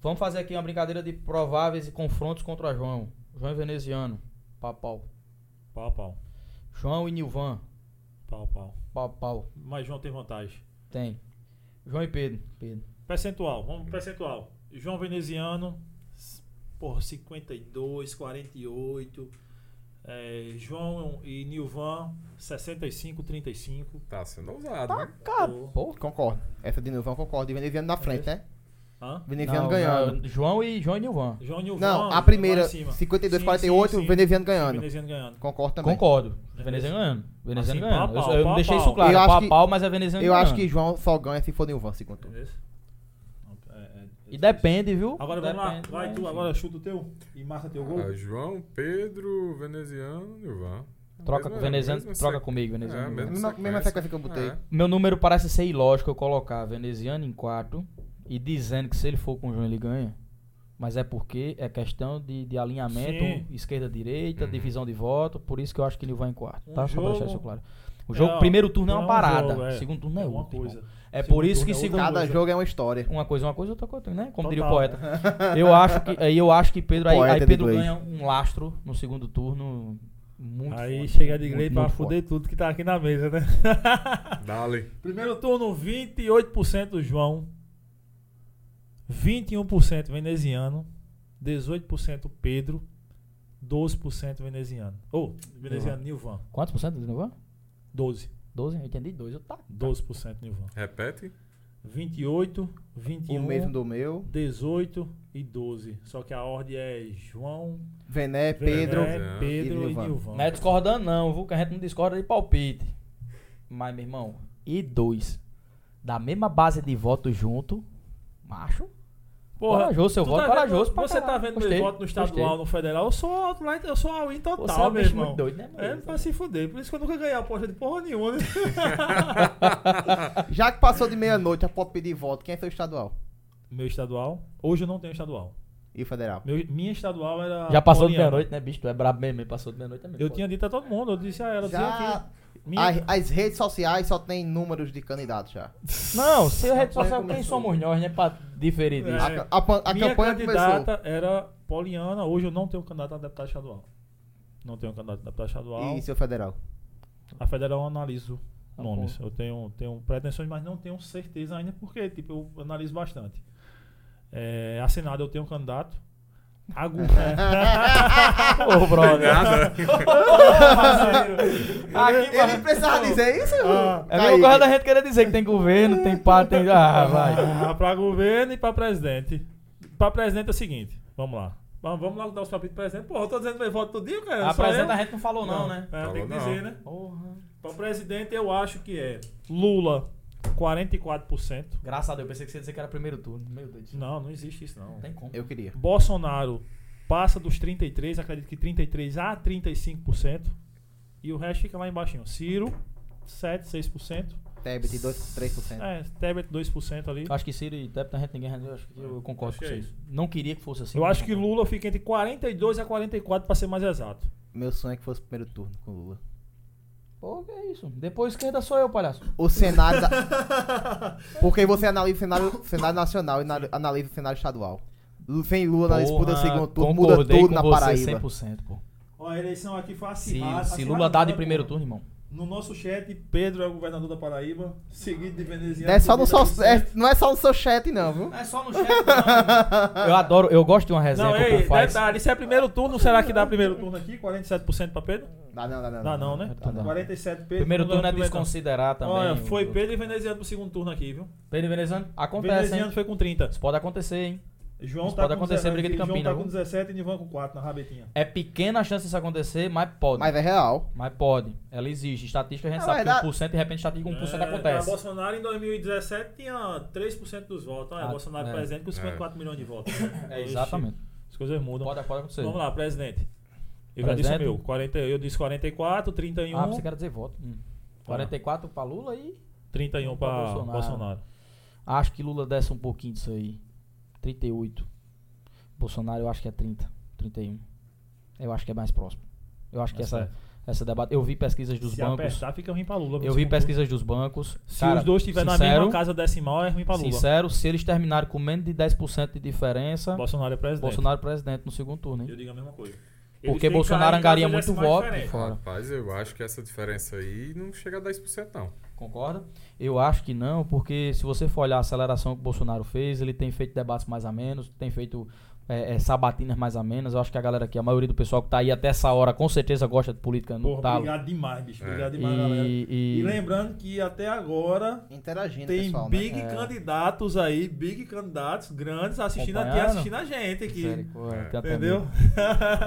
[SPEAKER 3] Vamos fazer aqui uma brincadeira de prováveis e confrontos contra João. João e Veneziano. Pau, pau.
[SPEAKER 1] Pau, pau.
[SPEAKER 3] João e Nilvan.
[SPEAKER 1] Pau, pau.
[SPEAKER 3] Pau, pau.
[SPEAKER 1] Mas João tem vantagem.
[SPEAKER 3] Tem. João e Pedro. Pedro.
[SPEAKER 1] Percentual, vamos pro percentual. João Veneziano, s- porra, 52, 48. É, João e Nilvan, 65, 35.
[SPEAKER 2] Tá sendo ousado. né?
[SPEAKER 1] Ou-
[SPEAKER 3] Pô.
[SPEAKER 4] Concordo. Essa de é Nilvão concordo. E Veneziano na frente,
[SPEAKER 1] É?
[SPEAKER 4] né?
[SPEAKER 1] Hã?
[SPEAKER 4] Veneziano
[SPEAKER 3] Não,
[SPEAKER 4] ganhando.
[SPEAKER 3] não, João e João e Nilvan.
[SPEAKER 1] João e Nilvan.
[SPEAKER 4] Não,
[SPEAKER 1] lá
[SPEAKER 4] a primeira,
[SPEAKER 1] em cima.
[SPEAKER 4] 52,
[SPEAKER 1] Sim,
[SPEAKER 4] 48,
[SPEAKER 1] sim, sim.
[SPEAKER 4] Veneziano ganhando.
[SPEAKER 1] Veneziano ganhando.
[SPEAKER 4] Concordo também.
[SPEAKER 3] Concordo. Veneziano ganhando. Veneziano
[SPEAKER 1] É Assim,
[SPEAKER 3] ganhando.
[SPEAKER 1] pau,
[SPEAKER 3] Eu-
[SPEAKER 1] pau,
[SPEAKER 3] eu não
[SPEAKER 1] pau,
[SPEAKER 3] deixei isso
[SPEAKER 1] pau.
[SPEAKER 3] claro.
[SPEAKER 4] Eu
[SPEAKER 3] É
[SPEAKER 4] acho
[SPEAKER 3] pau,
[SPEAKER 4] que-
[SPEAKER 3] pau, mas é Veneziano
[SPEAKER 4] Eu acho que
[SPEAKER 3] ganhando.
[SPEAKER 4] João só ganha se for Nilvan, segundo turno.
[SPEAKER 1] Beleza? É, é, é
[SPEAKER 3] E depende, viu?
[SPEAKER 1] Agora vamos lá,
[SPEAKER 3] Depende,
[SPEAKER 1] vai
[SPEAKER 3] mas,
[SPEAKER 1] tu,
[SPEAKER 3] enfim.
[SPEAKER 1] agora chuta.
[SPEAKER 6] Chuta o teu e marca teu gol.
[SPEAKER 2] Ah, João, Pedro, Veneziano, Nilvan.
[SPEAKER 3] Troca
[SPEAKER 1] é
[SPEAKER 3] com o Veneziano, troca comigo,
[SPEAKER 2] É,
[SPEAKER 3] Veneziano.
[SPEAKER 2] mesmo
[SPEAKER 3] Nilvan.
[SPEAKER 4] Mesma, mesma
[SPEAKER 2] sequência.
[SPEAKER 4] sequência que eu botei.
[SPEAKER 2] É.
[SPEAKER 3] Meu número parece ser ilógico eu colocar Veneziano em 4 e dizendo que se ele for com o João ele ganha. Mas é porque é questão de, de
[SPEAKER 1] Sim.
[SPEAKER 3] alinhamento esquerda-direita,
[SPEAKER 2] Uhum.
[SPEAKER 3] divisão de voto, por isso que eu acho que ele vai em quarto.
[SPEAKER 1] Um
[SPEAKER 3] tá? Só pra deixar
[SPEAKER 1] jogo-
[SPEAKER 3] isso claro. O
[SPEAKER 1] é,
[SPEAKER 3] jogo,
[SPEAKER 1] ó,
[SPEAKER 3] primeiro turno é
[SPEAKER 1] é
[SPEAKER 3] uma
[SPEAKER 1] um
[SPEAKER 3] parada,
[SPEAKER 1] jogo, é.
[SPEAKER 3] segundo turno é,
[SPEAKER 1] É uma
[SPEAKER 3] outra.
[SPEAKER 1] coisa.
[SPEAKER 3] irmão. É
[SPEAKER 1] Segundo
[SPEAKER 3] por isso que
[SPEAKER 1] turno é outra
[SPEAKER 3] segundo,
[SPEAKER 4] Cada jogo é uma história.
[SPEAKER 3] uma coisa é uma coisa, outra coisa, outra, né? Como diria o
[SPEAKER 1] Total.
[SPEAKER 3] poeta. Eu acho que aí eu acho que Pedro aí,
[SPEAKER 4] Poeta
[SPEAKER 3] aí
[SPEAKER 4] de
[SPEAKER 3] Pedro
[SPEAKER 4] inglês.
[SPEAKER 3] ganha um lastro no segundo turno muito
[SPEAKER 1] Aí
[SPEAKER 3] forte.
[SPEAKER 1] chega de igreja
[SPEAKER 3] Muito,
[SPEAKER 1] pra
[SPEAKER 3] muito
[SPEAKER 1] fuder tudo que tá aqui na mesa, né?
[SPEAKER 2] Dale.
[SPEAKER 1] Primeiro turno, 28% do João, 21% veneziano, 18% Pedro, 12% veneziano. Ou, veneziano Nilvan,
[SPEAKER 3] forte. Quantos por cento de novo?
[SPEAKER 1] 12.
[SPEAKER 3] 12, eu entendi 2, eu tá.
[SPEAKER 1] 12% Nilvan.
[SPEAKER 2] Repete.
[SPEAKER 1] 28,
[SPEAKER 4] O
[SPEAKER 1] 21,
[SPEAKER 4] mesmo do meu.
[SPEAKER 1] 18 e 12. Só que a ordem é João, Vené,
[SPEAKER 4] Vené, É Pedro.
[SPEAKER 2] Vené.
[SPEAKER 1] Pedro e
[SPEAKER 4] e Nilvan.
[SPEAKER 1] Nilvan.
[SPEAKER 3] Não é discordando, não, viu? Que a gente não discorda de palpite. Mas, meu irmão, e dois. Da mesma base de voto junto, macho. Corajoso, seu
[SPEAKER 1] tu
[SPEAKER 3] voto
[SPEAKER 1] tá
[SPEAKER 3] corajoso
[SPEAKER 1] vendo-
[SPEAKER 3] pra
[SPEAKER 1] Você tá
[SPEAKER 3] caralho.
[SPEAKER 1] vendo
[SPEAKER 3] Gostei,
[SPEAKER 1] meu voto no estadual,
[SPEAKER 3] gostei.
[SPEAKER 1] no federal? Eu sou alto lá, eu sou all in total,
[SPEAKER 3] Você é um
[SPEAKER 1] meu
[SPEAKER 3] bicho
[SPEAKER 1] irmão.
[SPEAKER 3] muito doido, né, mano?
[SPEAKER 1] É, pra se fuder. Por isso que eu nunca ganhei aposta de porra nenhuma, né?
[SPEAKER 4] Já que passou de meia-noite, a pode pedir voto. Quem é seu estadual?
[SPEAKER 1] Meu estadual. Hoje eu não tenho estadual.
[SPEAKER 4] E o federal?
[SPEAKER 1] Meu- minha estadual era.
[SPEAKER 3] Já passou de
[SPEAKER 1] Pauliana.
[SPEAKER 3] meia-noite, né, bicho? Tu é brabo mesmo, hein? passou de meia-noite também.
[SPEAKER 1] Eu
[SPEAKER 3] pô.
[SPEAKER 1] tinha dito a todo mundo, eu disse a ela. eu dizia
[SPEAKER 4] Já
[SPEAKER 1] que minha-
[SPEAKER 4] as, as redes sociais só tem números de candidatos já.
[SPEAKER 3] Não, se a rede social,
[SPEAKER 4] começou.
[SPEAKER 3] quem somos nós, né? Pra diferir disso.
[SPEAKER 4] A,
[SPEAKER 1] É.
[SPEAKER 4] ca- a pan- a
[SPEAKER 1] minha
[SPEAKER 4] campanha começou.
[SPEAKER 1] candidata era Poliana. Hoje eu não tenho candidato a deputado estadual. Não tenho candidato a deputado estadual.
[SPEAKER 4] E seu federal?
[SPEAKER 1] A federal eu analiso
[SPEAKER 3] Tá
[SPEAKER 1] nomes. Eu tenho, tenho pretensões, mas não tenho certeza ainda, porque tipo, eu analiso bastante. É, a Senado eu tenho um candidato. É, A, gu-
[SPEAKER 3] Ô, brother. Aqui,
[SPEAKER 4] Ele precisava dizer isso?
[SPEAKER 1] Ah.
[SPEAKER 4] Tá
[SPEAKER 3] é a mesma coisa da gente querer dizer que tem governo, tem pá, tem. Ah, vai.
[SPEAKER 1] Ah, pra governo e pra presidente. Pra presidente é o seguinte, vamos lá. Vamos, vamos logo dar os palpites pro presidente. Porra, eu tô dizendo meu voto tudinho, cara. é
[SPEAKER 3] A
[SPEAKER 1] só
[SPEAKER 3] presidente
[SPEAKER 1] eu.
[SPEAKER 3] a gente não falou, não, né?
[SPEAKER 1] É, tem
[SPEAKER 2] Falou
[SPEAKER 1] que
[SPEAKER 2] não.
[SPEAKER 1] dizer, né?
[SPEAKER 3] Porra.
[SPEAKER 1] Pra presidente eu acho que é Lula, 44%.
[SPEAKER 3] Graças a Deus, eu pensei que você ia dizer que era primeiro turno. Meu Deus do céu.
[SPEAKER 1] Não, não existe isso não.
[SPEAKER 3] Não tem como.
[SPEAKER 4] Eu queria.
[SPEAKER 1] Bolsonaro passa dos 33, acredito que 33 a 35%. E o resto fica lá embaixinho. Ciro, 7, 6%.
[SPEAKER 4] Tebet 2, 3%.
[SPEAKER 1] É, Tebet 2% ali.
[SPEAKER 3] Eu acho que Ciro e Tepta a gente ninguém rendeu, eu acho que eu concordo
[SPEAKER 1] Acho
[SPEAKER 3] com
[SPEAKER 1] que é
[SPEAKER 3] vocês. Não queria que fosse assim.
[SPEAKER 1] Eu
[SPEAKER 3] mas
[SPEAKER 1] acho que
[SPEAKER 3] concordo.
[SPEAKER 1] Lula fica entre 42 a 44 para ser mais exato.
[SPEAKER 4] Meu sonho é que fosse o primeiro turno com Lula.
[SPEAKER 3] Pô, que é isso? Depois esquerda sou eu, palhaço.
[SPEAKER 4] O cenário da... Porque você analisa o cenário, cenário nacional e na- analisa o cenário estadual. Lu- Vem Lula na disputa do
[SPEAKER 3] Porra,
[SPEAKER 4] segundo turno, muda
[SPEAKER 3] concordei
[SPEAKER 4] tudo
[SPEAKER 3] com
[SPEAKER 4] na
[SPEAKER 3] você
[SPEAKER 4] Paraíba.
[SPEAKER 3] 100%, pô.
[SPEAKER 6] Ó, a eleição aqui foi
[SPEAKER 3] Se,
[SPEAKER 6] acirrada.
[SPEAKER 3] se
[SPEAKER 6] acirrada
[SPEAKER 3] Lula dá de
[SPEAKER 6] não,
[SPEAKER 3] primeiro
[SPEAKER 6] pô.
[SPEAKER 3] turno, irmão.
[SPEAKER 6] No nosso chat, Pedro é o governador da Paraíba, seguido de
[SPEAKER 4] Não
[SPEAKER 6] Veneziano.
[SPEAKER 4] é, só no
[SPEAKER 6] seguido
[SPEAKER 4] seu-
[SPEAKER 6] de
[SPEAKER 4] é- não é só no seu chat, não, viu?
[SPEAKER 3] Não é só no chat, não. Eu adoro, eu gosto de uma resenha
[SPEAKER 1] Não,
[SPEAKER 3] que o
[SPEAKER 1] ei,
[SPEAKER 3] povo faz.
[SPEAKER 1] detalhe, se é primeiro turno, será que dá primeiro turno aqui? 47% para Pedro?
[SPEAKER 4] Dá não, dá não.
[SPEAKER 1] Dá não, né?
[SPEAKER 3] Tá dando.
[SPEAKER 6] 47 Pedro.
[SPEAKER 3] Primeiro turno é
[SPEAKER 1] primeiro turno.
[SPEAKER 3] desconsiderar também.
[SPEAKER 1] Olha,
[SPEAKER 3] o-
[SPEAKER 1] foi Pedro e Veneziano pro segundo turno aqui, viu?
[SPEAKER 3] Pedro e Veneziano? Acontece,
[SPEAKER 1] Veneziano
[SPEAKER 3] hein?
[SPEAKER 1] foi com 30.
[SPEAKER 3] Isso pode acontecer, hein?
[SPEAKER 6] João
[SPEAKER 3] Isso
[SPEAKER 6] tá
[SPEAKER 3] pode
[SPEAKER 6] com
[SPEAKER 3] acontecer,
[SPEAKER 6] 17,
[SPEAKER 3] briga de
[SPEAKER 6] João
[SPEAKER 3] Campina,
[SPEAKER 6] tá
[SPEAKER 3] viu?
[SPEAKER 6] com 17 e Nivan com 4 na rabetinha.
[SPEAKER 3] É pequena a chance disso acontecer, mas pode. Mas,
[SPEAKER 4] Mas é real.
[SPEAKER 3] pode. Ela existe. Estatística a gente
[SPEAKER 4] Na
[SPEAKER 3] sabe
[SPEAKER 4] verdade-
[SPEAKER 3] que 1% de repente estatística com
[SPEAKER 1] É,
[SPEAKER 3] 1% acontece.
[SPEAKER 1] então, Bolsonaro em 2017 tinha 3% dos votos. Olha,
[SPEAKER 3] Ah,
[SPEAKER 1] Bolsonaro
[SPEAKER 3] é.
[SPEAKER 1] presidente com 54 milhões de votos.
[SPEAKER 3] É, exatamente.
[SPEAKER 1] Oxi, As coisas mudam.
[SPEAKER 3] Pode, pode acontecer.
[SPEAKER 1] Vamos lá, presidente. Eu já disse o
[SPEAKER 3] Presidente.
[SPEAKER 1] meu. 40, eu disse 44, 31,
[SPEAKER 3] Ah, você quer dizer voto. Hum. 44 pra Lula e.
[SPEAKER 1] 31 para um Bolsonaro.
[SPEAKER 3] Bolsonaro. Acho que Lula desce um pouquinho disso aí. 38. Bolsonaro eu acho que é 30, 31. Eu acho que é mais próximo. Eu acho que
[SPEAKER 1] Tá
[SPEAKER 3] essa, essa debate. Eu vi pesquisas dos
[SPEAKER 1] Se
[SPEAKER 3] bancos.
[SPEAKER 1] apertar, fica ruim para Lula. viu?
[SPEAKER 3] Eu vi pesquisas dos bancos.
[SPEAKER 1] Se
[SPEAKER 3] Cara,
[SPEAKER 1] os dois estiverem na
[SPEAKER 3] sincero,
[SPEAKER 1] mesma casa decimal, é ruim para Lula.
[SPEAKER 3] Sincero, se eles terminarem com menos de 10% de diferença,
[SPEAKER 1] Bolsonaro é presidente.
[SPEAKER 3] Bolsonaro é presidente no segundo turno,
[SPEAKER 1] Eu
[SPEAKER 3] hein?
[SPEAKER 1] digo a mesma coisa. Eles
[SPEAKER 3] Porque
[SPEAKER 1] têm
[SPEAKER 3] Bolsonaro
[SPEAKER 1] cara em casa
[SPEAKER 3] angaria muito
[SPEAKER 1] decimal
[SPEAKER 3] voto.
[SPEAKER 1] diferente.
[SPEAKER 3] Fora.
[SPEAKER 2] Rapaz, eu acho que essa diferença aí não chega a 10% não.
[SPEAKER 3] Concorda? Eu acho que não, porque se você for olhar a aceleração que o Bolsonaro fez, ele tem feito debates mais a menos, tem feito é, é, sabatinas mais a menos. Eu acho que a galera aqui, a maioria do pessoal que tá aí até essa hora, com certeza gosta de política né? Tá no
[SPEAKER 6] Porra,
[SPEAKER 3] talo.
[SPEAKER 6] obrigado demais, bicho.
[SPEAKER 2] É.
[SPEAKER 6] Obrigado demais, galera.
[SPEAKER 3] E,
[SPEAKER 6] E...
[SPEAKER 3] e,
[SPEAKER 6] lembrando que até agora
[SPEAKER 4] Interagindo,
[SPEAKER 6] tem
[SPEAKER 4] pessoal, né?
[SPEAKER 3] É.
[SPEAKER 6] big candidatos aí, big candidatos grandes assistindo aqui,
[SPEAKER 3] Acompanharam?
[SPEAKER 6] assistindo a gente aqui.
[SPEAKER 3] Misericórdia, tem até
[SPEAKER 6] Entendeu?
[SPEAKER 3] medo.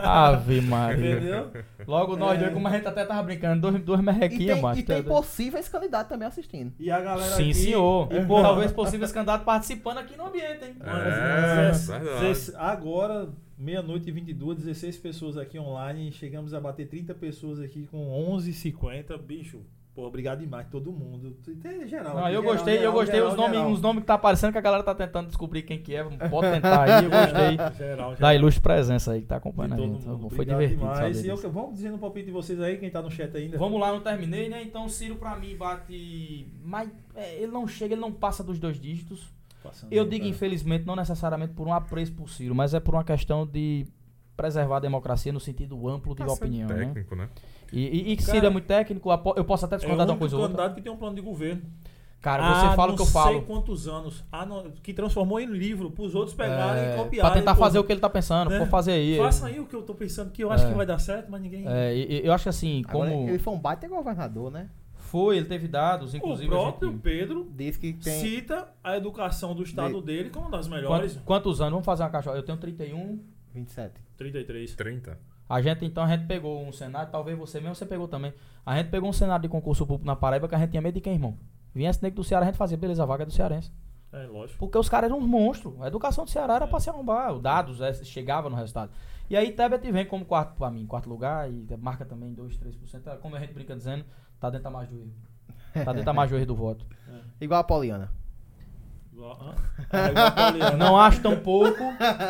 [SPEAKER 3] Ave Maria.
[SPEAKER 6] Entendeu?
[SPEAKER 3] Logo nós
[SPEAKER 6] É.
[SPEAKER 3] dois, como a gente até tava brincando, dois, dois
[SPEAKER 4] E
[SPEAKER 3] merrequinhas,
[SPEAKER 4] tem,
[SPEAKER 3] macho.
[SPEAKER 4] e tem
[SPEAKER 3] tá doido?
[SPEAKER 4] possíveis candidatos também assistindo.
[SPEAKER 6] E a galera
[SPEAKER 3] Sim,
[SPEAKER 6] aqui-
[SPEAKER 3] senhor.
[SPEAKER 6] É.
[SPEAKER 3] E por talvez possíveis candidatos participando aqui no ambiente, hein?
[SPEAKER 2] É,
[SPEAKER 6] dezesse-
[SPEAKER 2] verdade.
[SPEAKER 6] dezesse- Agora, meia-noite e 22, 16 pessoas aqui online. Chegamos a bater 30 pessoas aqui com 11h50. Bicho, pô, obrigado demais, todo mundo. Tem geral.
[SPEAKER 3] Não,
[SPEAKER 6] aqui,
[SPEAKER 3] Ah, eu
[SPEAKER 6] geral,
[SPEAKER 3] gostei, eu
[SPEAKER 6] geral,
[SPEAKER 3] gostei.
[SPEAKER 6] geral,
[SPEAKER 3] Os nomes,
[SPEAKER 6] geral.
[SPEAKER 3] uns nomes que tá aparecendo que a galera tá tentando descobrir quem que é. Pode tentar aí, eu gostei.
[SPEAKER 6] Geral,
[SPEAKER 3] Da
[SPEAKER 6] geral.
[SPEAKER 3] ilustre presença aí que tá
[SPEAKER 6] De
[SPEAKER 3] acompanhando a
[SPEAKER 6] todo
[SPEAKER 3] gente.
[SPEAKER 6] mundo.
[SPEAKER 3] Foi
[SPEAKER 6] Obrigado
[SPEAKER 3] divertido. saber
[SPEAKER 6] demais. E eu,
[SPEAKER 3] disso.
[SPEAKER 6] vamos dizendo o palpite de vocês aí, quem tá no chat ainda.
[SPEAKER 3] Vamos lá, eu não terminei, né? Então Ciro pra mim bate. Mas é, ele não chega, ele não passa dos dois dígitos.
[SPEAKER 6] Passando
[SPEAKER 3] Eu
[SPEAKER 6] aí,
[SPEAKER 3] digo,
[SPEAKER 6] cara.
[SPEAKER 3] infelizmente, não necessariamente por um apreço por Ciro, mas é por uma questão de preservar a democracia no sentido amplo de
[SPEAKER 2] Tá sendo
[SPEAKER 3] opinião, né?
[SPEAKER 2] técnico, né?
[SPEAKER 3] E, e, e que
[SPEAKER 1] Cara,
[SPEAKER 3] Ciro é muito técnico, apo- eu posso até
[SPEAKER 1] É o
[SPEAKER 3] discordar de uma
[SPEAKER 1] único
[SPEAKER 3] coisa ou outra.
[SPEAKER 1] candidato que tem um plano de governo.
[SPEAKER 3] Cara, você
[SPEAKER 1] Há
[SPEAKER 3] fala o que eu
[SPEAKER 1] Não
[SPEAKER 3] falo.
[SPEAKER 1] sei quantos anos. há não- que transformou em livro pros outros pegarem
[SPEAKER 3] É,
[SPEAKER 1] e copiarem.
[SPEAKER 3] pra tentar
[SPEAKER 1] pô,
[SPEAKER 3] fazer o que ele tá pensando,
[SPEAKER 1] né?
[SPEAKER 3] pô, fazer aí.
[SPEAKER 1] Faça aí o que eu tô pensando, que eu acho
[SPEAKER 3] É.
[SPEAKER 1] que vai dar certo, mas ninguém.
[SPEAKER 3] É, e- e- eu acho que assim,
[SPEAKER 4] Agora,
[SPEAKER 3] como
[SPEAKER 4] ele foi um baita governador, né?
[SPEAKER 3] foi, ele teve dados,
[SPEAKER 1] o
[SPEAKER 3] inclusive. a
[SPEAKER 1] próprio
[SPEAKER 3] gente-
[SPEAKER 1] Pedro
[SPEAKER 4] Diz que tem.
[SPEAKER 1] cita a educação do estado dele como uma das melhores.
[SPEAKER 3] Quantos, quantos anos? Vamos fazer uma caixa. Eu tenho 31.
[SPEAKER 4] 27.
[SPEAKER 1] 33.
[SPEAKER 2] 30.
[SPEAKER 3] A gente, então, a gente pegou um cenário, talvez você mesmo, você pegou também. A gente pegou um cenário de concurso público na Paraíba que a gente tinha medo de quem, irmão? Viesse negro do Ceará, a gente fazia, beleza, a vaga é do cearense.
[SPEAKER 1] É, lógico.
[SPEAKER 3] Porque os caras eram uns monstros. A educação do Ceará
[SPEAKER 1] É.
[SPEAKER 3] era pra se arrombar. O dados é, chegava no resultado. E aí Tebet vem como quarto pra mim, quarto lugar, e marca também 2, 3%. É, Como a gente brinca dizendo, tá dentro da mais do erro. Tá dentro da mais do erro do voto.
[SPEAKER 4] Igual a Poliana.
[SPEAKER 1] Igual- hã? É, igual a Paulina.
[SPEAKER 3] Não acho tão pouco,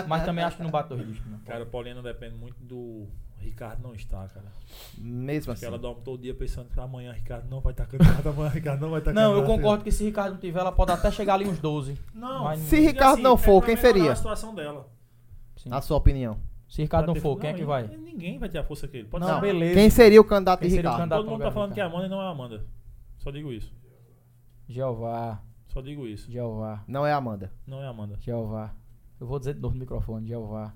[SPEAKER 3] mas também acho que não bate dois dígitos, não.
[SPEAKER 1] Cara, a Paulina depende muito do. Ricardo não está, cara.
[SPEAKER 3] Tá
[SPEAKER 4] Mesmo
[SPEAKER 1] Porque
[SPEAKER 4] assim.
[SPEAKER 1] ela dorme todo dia pensando que amanhã Ricardo não vai estar candidato, amanhã Ricardo não vai estar
[SPEAKER 3] Não,
[SPEAKER 1] candidato.
[SPEAKER 3] eu concordo que se Ricardo não tiver, ela pode até chegar ali uns 12.
[SPEAKER 1] Não,
[SPEAKER 3] Mas-
[SPEAKER 4] Se
[SPEAKER 1] porque, assim, é
[SPEAKER 4] Ricardo não for,
[SPEAKER 1] pra
[SPEAKER 4] quem
[SPEAKER 1] melhorar
[SPEAKER 4] seria?
[SPEAKER 1] a situação dela.
[SPEAKER 3] Sim.
[SPEAKER 4] Na sua opinião.
[SPEAKER 3] Se Ricardo
[SPEAKER 1] Pra
[SPEAKER 3] não
[SPEAKER 1] ter-
[SPEAKER 3] for, quem é que
[SPEAKER 1] e-
[SPEAKER 3] vai?
[SPEAKER 1] e Ninguém vai ter a força que ele. Pode
[SPEAKER 3] Não,
[SPEAKER 1] ser.
[SPEAKER 3] beleza.
[SPEAKER 4] Quem seria o candidato
[SPEAKER 3] Quem
[SPEAKER 4] de
[SPEAKER 3] seria o
[SPEAKER 4] Ricardo?
[SPEAKER 3] candidato?
[SPEAKER 1] Todo mundo tá
[SPEAKER 3] Ricardo.
[SPEAKER 1] falando que é a Amanda e não é a Amanda. Só digo isso.
[SPEAKER 3] Jeová,
[SPEAKER 1] Só digo isso.
[SPEAKER 3] Jeová,
[SPEAKER 4] Não é a Amanda.
[SPEAKER 1] Não é a Amanda.
[SPEAKER 3] Jeová. Eu vou dizer de novo no microfone, Jeová.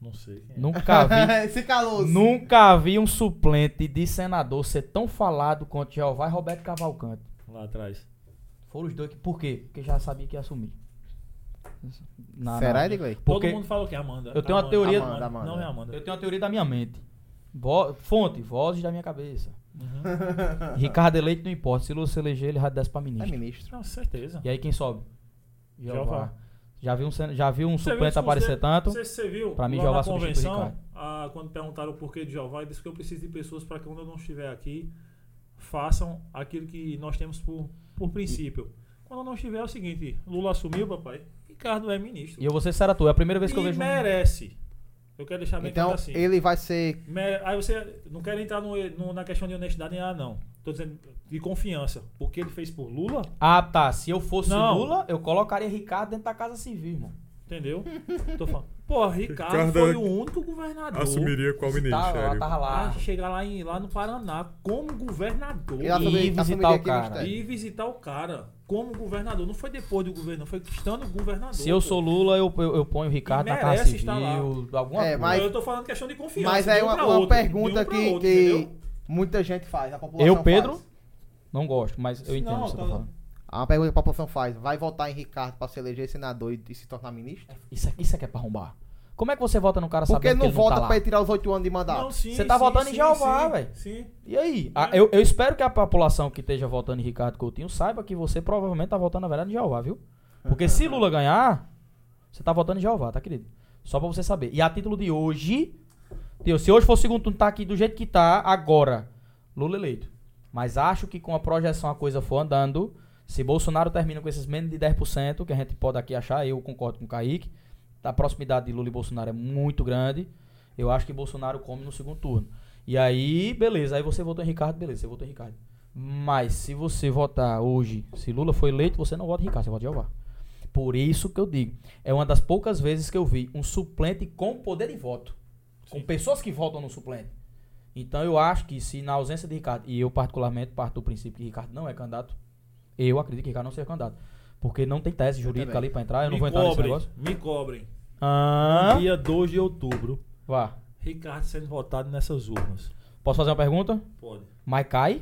[SPEAKER 1] Não sei. quem é.
[SPEAKER 3] Nunca vi,
[SPEAKER 4] Esse calor.
[SPEAKER 3] nunca vi um suplente de senador ser tão falado quanto Jeová e Roberto Cavalcante.
[SPEAKER 1] Lá atrás.
[SPEAKER 3] Foram os dois que, por quê? Porque já sabia que ia assumir. Na-
[SPEAKER 4] Será, É
[SPEAKER 3] na-
[SPEAKER 4] Edgley?
[SPEAKER 3] Porque-
[SPEAKER 1] Todo mundo fala o que? é Amanda.
[SPEAKER 3] Eu tenho uma
[SPEAKER 1] Amanda,
[SPEAKER 3] teoria-
[SPEAKER 1] Amanda,
[SPEAKER 4] Amanda,
[SPEAKER 1] Não é a
[SPEAKER 3] Eu
[SPEAKER 1] Amanda.
[SPEAKER 3] tenho uma teoria da minha mente. Vo- fonte, vozes da minha cabeça.
[SPEAKER 1] Uhum.
[SPEAKER 3] Ricardo eleito não importa. Se Lula se eleger, ele já desce pra
[SPEAKER 4] É
[SPEAKER 3] ministro.
[SPEAKER 4] ministro.
[SPEAKER 1] Não, certeza.
[SPEAKER 3] E aí quem sobe? Jeová.
[SPEAKER 1] Jeová.
[SPEAKER 3] Já viu um, sen- já viu um
[SPEAKER 1] Você viu
[SPEAKER 3] suplente
[SPEAKER 1] isso,
[SPEAKER 3] aparecer
[SPEAKER 1] você-
[SPEAKER 3] tanto?
[SPEAKER 1] Não sei se você viu.
[SPEAKER 3] Pra mim,
[SPEAKER 1] lá
[SPEAKER 3] Jeová
[SPEAKER 1] na
[SPEAKER 3] substitui
[SPEAKER 1] convenção,
[SPEAKER 3] Ricardo.
[SPEAKER 1] ah, quando perguntaram o porquê de Jeová, ele disse que eu preciso de pessoas para que quando eu não estiver aqui, façam aquilo que nós temos por, por princípio. Quando eu não estiver, é o seguinte: Lula assumiu, papai. Ricardo é ministro.
[SPEAKER 3] E eu vou ser sincero a tu, é a primeira vez que eu
[SPEAKER 1] E
[SPEAKER 3] vejo um...
[SPEAKER 1] merece. Eu quero deixar bem
[SPEAKER 4] Então,
[SPEAKER 1] claro assim.
[SPEAKER 4] ele vai ser.
[SPEAKER 1] Mer- Aí você não quer entrar no- no- na questão de honestidade nem nada, não. Tô dizendo de confiança. O que ele fez por Lula,
[SPEAKER 3] Ah, tá. Se eu fosse
[SPEAKER 1] Não.
[SPEAKER 3] Lula, eu colocaria Ricardo dentro da Casa Civil, irmão.
[SPEAKER 1] entendeu? Tô falando. Pô, Ricardo,
[SPEAKER 2] Ricardo
[SPEAKER 1] foi o único governador
[SPEAKER 2] Assumiria qual
[SPEAKER 3] Tava, ela
[SPEAKER 2] ministério?
[SPEAKER 3] Tá, tava
[SPEAKER 1] a
[SPEAKER 3] lá.
[SPEAKER 1] chegar lá, em, lá no Paraná como governador
[SPEAKER 4] Ele assumi-
[SPEAKER 3] visitar
[SPEAKER 4] assumiria
[SPEAKER 3] o
[SPEAKER 4] aqui no
[SPEAKER 3] cara.
[SPEAKER 4] estado.
[SPEAKER 1] e visitar o cara como governador. Não foi depois do governo, foi estando governador.
[SPEAKER 3] Se eu
[SPEAKER 1] pô.
[SPEAKER 3] sou Lula, eu, eu, eu ponho Ricardo na Casa
[SPEAKER 1] tá merece estar
[SPEAKER 3] Civil, alguma
[SPEAKER 4] É,
[SPEAKER 3] coisa.
[SPEAKER 4] mas-
[SPEAKER 1] Eu tô falando questão de confiança.
[SPEAKER 4] Mas
[SPEAKER 1] de
[SPEAKER 4] é
[SPEAKER 1] um
[SPEAKER 4] uma,
[SPEAKER 1] pra
[SPEAKER 4] uma
[SPEAKER 1] outro, de
[SPEAKER 4] pergunta
[SPEAKER 1] um pra
[SPEAKER 4] que,
[SPEAKER 1] outro,
[SPEAKER 4] que
[SPEAKER 1] entendeu?
[SPEAKER 4] muita gente faz. A população
[SPEAKER 3] Eu, Pedro,
[SPEAKER 4] faz.
[SPEAKER 3] não gosto, mas eu entendo
[SPEAKER 6] Não,
[SPEAKER 3] o que você tá
[SPEAKER 6] tá-
[SPEAKER 3] falando.
[SPEAKER 4] A A pergunta que a população faz: vai votar em Ricardo pra se eleger senador e, e se tornar ministro?
[SPEAKER 3] Isso, é- isso é que é pra arrombar. Como é que você vota num cara
[SPEAKER 4] Porque
[SPEAKER 3] sabendo que
[SPEAKER 4] não
[SPEAKER 3] ele
[SPEAKER 4] vota
[SPEAKER 3] não tá
[SPEAKER 4] pra
[SPEAKER 3] lá?
[SPEAKER 4] ele tirar os oito anos de mandato.
[SPEAKER 1] Não, sim,
[SPEAKER 3] Você tá
[SPEAKER 1] sim,
[SPEAKER 3] votando em
[SPEAKER 1] sim,
[SPEAKER 3] Jeová,
[SPEAKER 1] sim,
[SPEAKER 3] velho.
[SPEAKER 1] Sim.
[SPEAKER 3] E aí? A- eu, eu espero que a população que esteja votando em Ricardo Coutinho saiba que você provavelmente tá votando na verdade em Jeová, viu? Porque se Lula ganhar, você tá votando em Jeová, tá, querido? Só pra você saber. E a título de hoje, Deus, se hoje for o segundo turno, tá aqui do jeito que tá agora, Lula eleito. Mas acho que com a projeção a coisa for andando, se Bolsonaro termina com esses menos de 10%, que a gente pode aqui achar, eu concordo com o Kaique, a proximidade de Lula e Bolsonaro é muito grande, eu acho que Bolsonaro come no segundo turno. E aí, beleza, aí você votou em Ricardo, beleza, você votou em Ricardo. Mas se você votar hoje, se Lula foi eleito, você não vota em Ricardo, você vota em Jeová. Por isso que eu digo, é uma das poucas vezes que eu vi um suplente com poder de voto. Com pessoas que votam no suplente. Então eu acho que se na ausência de Ricardo, e eu particularmente parto do princípio que Ricardo não é candidato, eu acredito que Ricardo não seja candidato. Porque não tem tese jurídica
[SPEAKER 4] também.
[SPEAKER 3] ali pra entrar, Ah, eu não
[SPEAKER 1] me
[SPEAKER 3] vou entrar nesse
[SPEAKER 1] cobrem,
[SPEAKER 3] negócio.
[SPEAKER 1] me cobrem.
[SPEAKER 3] Ah,
[SPEAKER 1] Dia 2 de outubro,
[SPEAKER 3] vá.
[SPEAKER 1] Ricardo sendo votado nessas urnas.
[SPEAKER 3] Posso fazer uma pergunta?
[SPEAKER 1] Pode.
[SPEAKER 3] Mas cai,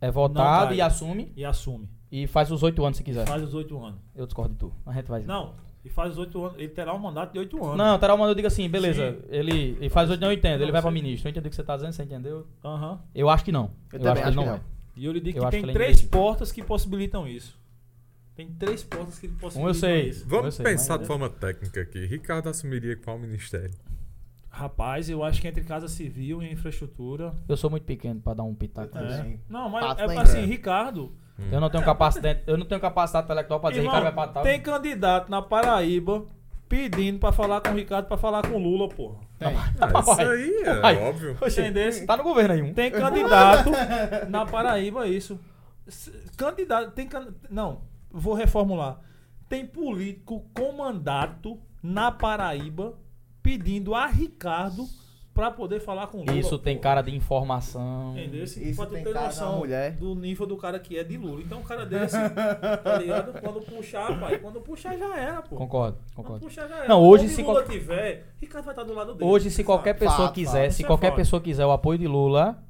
[SPEAKER 3] é votado
[SPEAKER 1] cai.
[SPEAKER 3] e assume,
[SPEAKER 1] E assume.
[SPEAKER 3] e faz os oito anos se quiser.
[SPEAKER 1] Faz os oito anos.
[SPEAKER 3] Eu discordo de tu, mas a gente vai
[SPEAKER 1] Não, e faz os oito anos. Ele terá um mandato de oito anos.
[SPEAKER 3] Não, Tarau mandou, eu digo assim, beleza,
[SPEAKER 1] Sim.
[SPEAKER 3] ele, ele faz oito, não eu entendo, ele
[SPEAKER 1] Não,
[SPEAKER 3] vai pra
[SPEAKER 1] sim.
[SPEAKER 3] ministro. Eu entendi o que você tá dizendo, você entendeu?
[SPEAKER 1] Aham.
[SPEAKER 3] Eu acho que não. é.
[SPEAKER 4] Eu também acho que não.
[SPEAKER 3] vai.
[SPEAKER 1] E eu lhe digo
[SPEAKER 3] Eu
[SPEAKER 1] que
[SPEAKER 3] acho
[SPEAKER 1] tem
[SPEAKER 3] que ele é
[SPEAKER 1] três
[SPEAKER 3] inelegível.
[SPEAKER 1] portas que possibilitam isso. Tem três portas que possibilitam
[SPEAKER 3] Um eu sei.
[SPEAKER 1] isso.
[SPEAKER 3] Eu
[SPEAKER 2] Vamos
[SPEAKER 3] sei,
[SPEAKER 2] pensar
[SPEAKER 3] mas-
[SPEAKER 2] de forma técnica aqui. Ricardo assumiria qual ministério?
[SPEAKER 1] Rapaz, eu acho que é entre Casa Civil e Infraestrutura.
[SPEAKER 3] Eu sou muito pequeno pra dar um pitaco.
[SPEAKER 4] Eu
[SPEAKER 3] nisso.
[SPEAKER 4] também.
[SPEAKER 1] Não, mas
[SPEAKER 4] Passa
[SPEAKER 1] é
[SPEAKER 4] na
[SPEAKER 1] assim,
[SPEAKER 4] entrada.
[SPEAKER 1] Ricardo.
[SPEAKER 3] Eu não tenho capacidade, eu não tenho capacidade intelectual pra dizer,
[SPEAKER 1] Hum. irmão,
[SPEAKER 3] Ricardo vai pra tal.
[SPEAKER 1] tem candidato na Paraíba pedindo pra falar com o Ricardo pra falar com o Lula, porra.
[SPEAKER 4] Tem.
[SPEAKER 2] Ah, isso
[SPEAKER 3] Vai.
[SPEAKER 2] aí é
[SPEAKER 3] Vai.
[SPEAKER 2] óbvio.
[SPEAKER 3] Oxê,
[SPEAKER 1] Entendesse?
[SPEAKER 3] Tá no governo aí um.
[SPEAKER 1] Tem candidato na Paraíba, isso. S- Candidato, tem can- Não, vou reformular. Tem político com mandato na Paraíba pedindo a Ricardo pra poder falar com o Lula.
[SPEAKER 3] Isso tem
[SPEAKER 1] porra.
[SPEAKER 3] cara de informação.
[SPEAKER 1] Entendeu? Esse-
[SPEAKER 4] Isso
[SPEAKER 1] pra tu
[SPEAKER 4] tem
[SPEAKER 1] ter
[SPEAKER 4] cara de
[SPEAKER 1] noção
[SPEAKER 4] uma mulher.
[SPEAKER 1] do nível do cara que é de Lula. Então o cara desse, tá ligado? Quando puxar, pai, quando puxar já era, pô.
[SPEAKER 3] Concordo,
[SPEAKER 1] Quando
[SPEAKER 3] concordo.
[SPEAKER 1] puxar já era.
[SPEAKER 3] Não, hoje
[SPEAKER 1] se
[SPEAKER 3] se
[SPEAKER 1] Lula
[SPEAKER 3] qual-
[SPEAKER 1] tiver, Ricardo vai estar do lado dele.
[SPEAKER 3] Hoje, se qualquer pessoa
[SPEAKER 4] fato,
[SPEAKER 3] quiser,
[SPEAKER 1] fato.
[SPEAKER 3] se
[SPEAKER 1] Isso é
[SPEAKER 3] qualquer
[SPEAKER 1] fato.
[SPEAKER 3] pessoa quiser o apoio de Lula,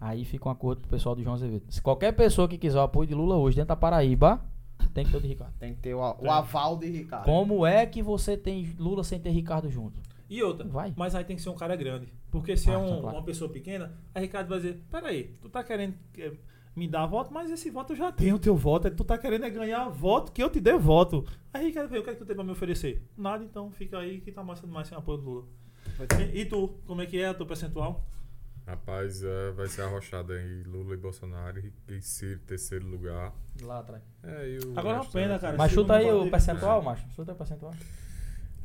[SPEAKER 3] aí fica um acordo pro pessoal do João Azevedo. Se qualquer pessoa que quiser o apoio de Lula hoje dentro da Paraíba, tem que ter o de Ricardo.
[SPEAKER 4] Tem que ter o, o aval de Ricardo.
[SPEAKER 3] Como é que você tem Lula sem ter Ricardo junto?
[SPEAKER 1] E outra,
[SPEAKER 3] Vai.
[SPEAKER 1] mas aí tem que ser um cara grande. Porque se é
[SPEAKER 3] Ah,
[SPEAKER 1] um-
[SPEAKER 3] tá claro.
[SPEAKER 1] uma pessoa pequena, aí Ricardo vai dizer, peraí, tu tá querendo eh, me dar voto, mas esse voto eu já tenho, teu voto. é- Tu tá querendo é ganhar voto que eu te dê voto. Aí Ricardo veio, o que é que tu tem pra me oferecer? Nada, então fica aí que tá massa demais sem apoio do Lula. E, e tu, como é que é o teu percentual?
[SPEAKER 2] Rapaz, é, vai ser arrochado aí Lula e Bolsonaro e- e Ciro terceiro lugar.
[SPEAKER 3] Lá atrás.
[SPEAKER 2] É, assim. e o
[SPEAKER 1] Agora é uma
[SPEAKER 2] resto
[SPEAKER 1] pena, cara.
[SPEAKER 3] Mas
[SPEAKER 1] Esse
[SPEAKER 3] chuta aí
[SPEAKER 1] não pode-
[SPEAKER 3] o percentual, macho. Chuta aí o percentual.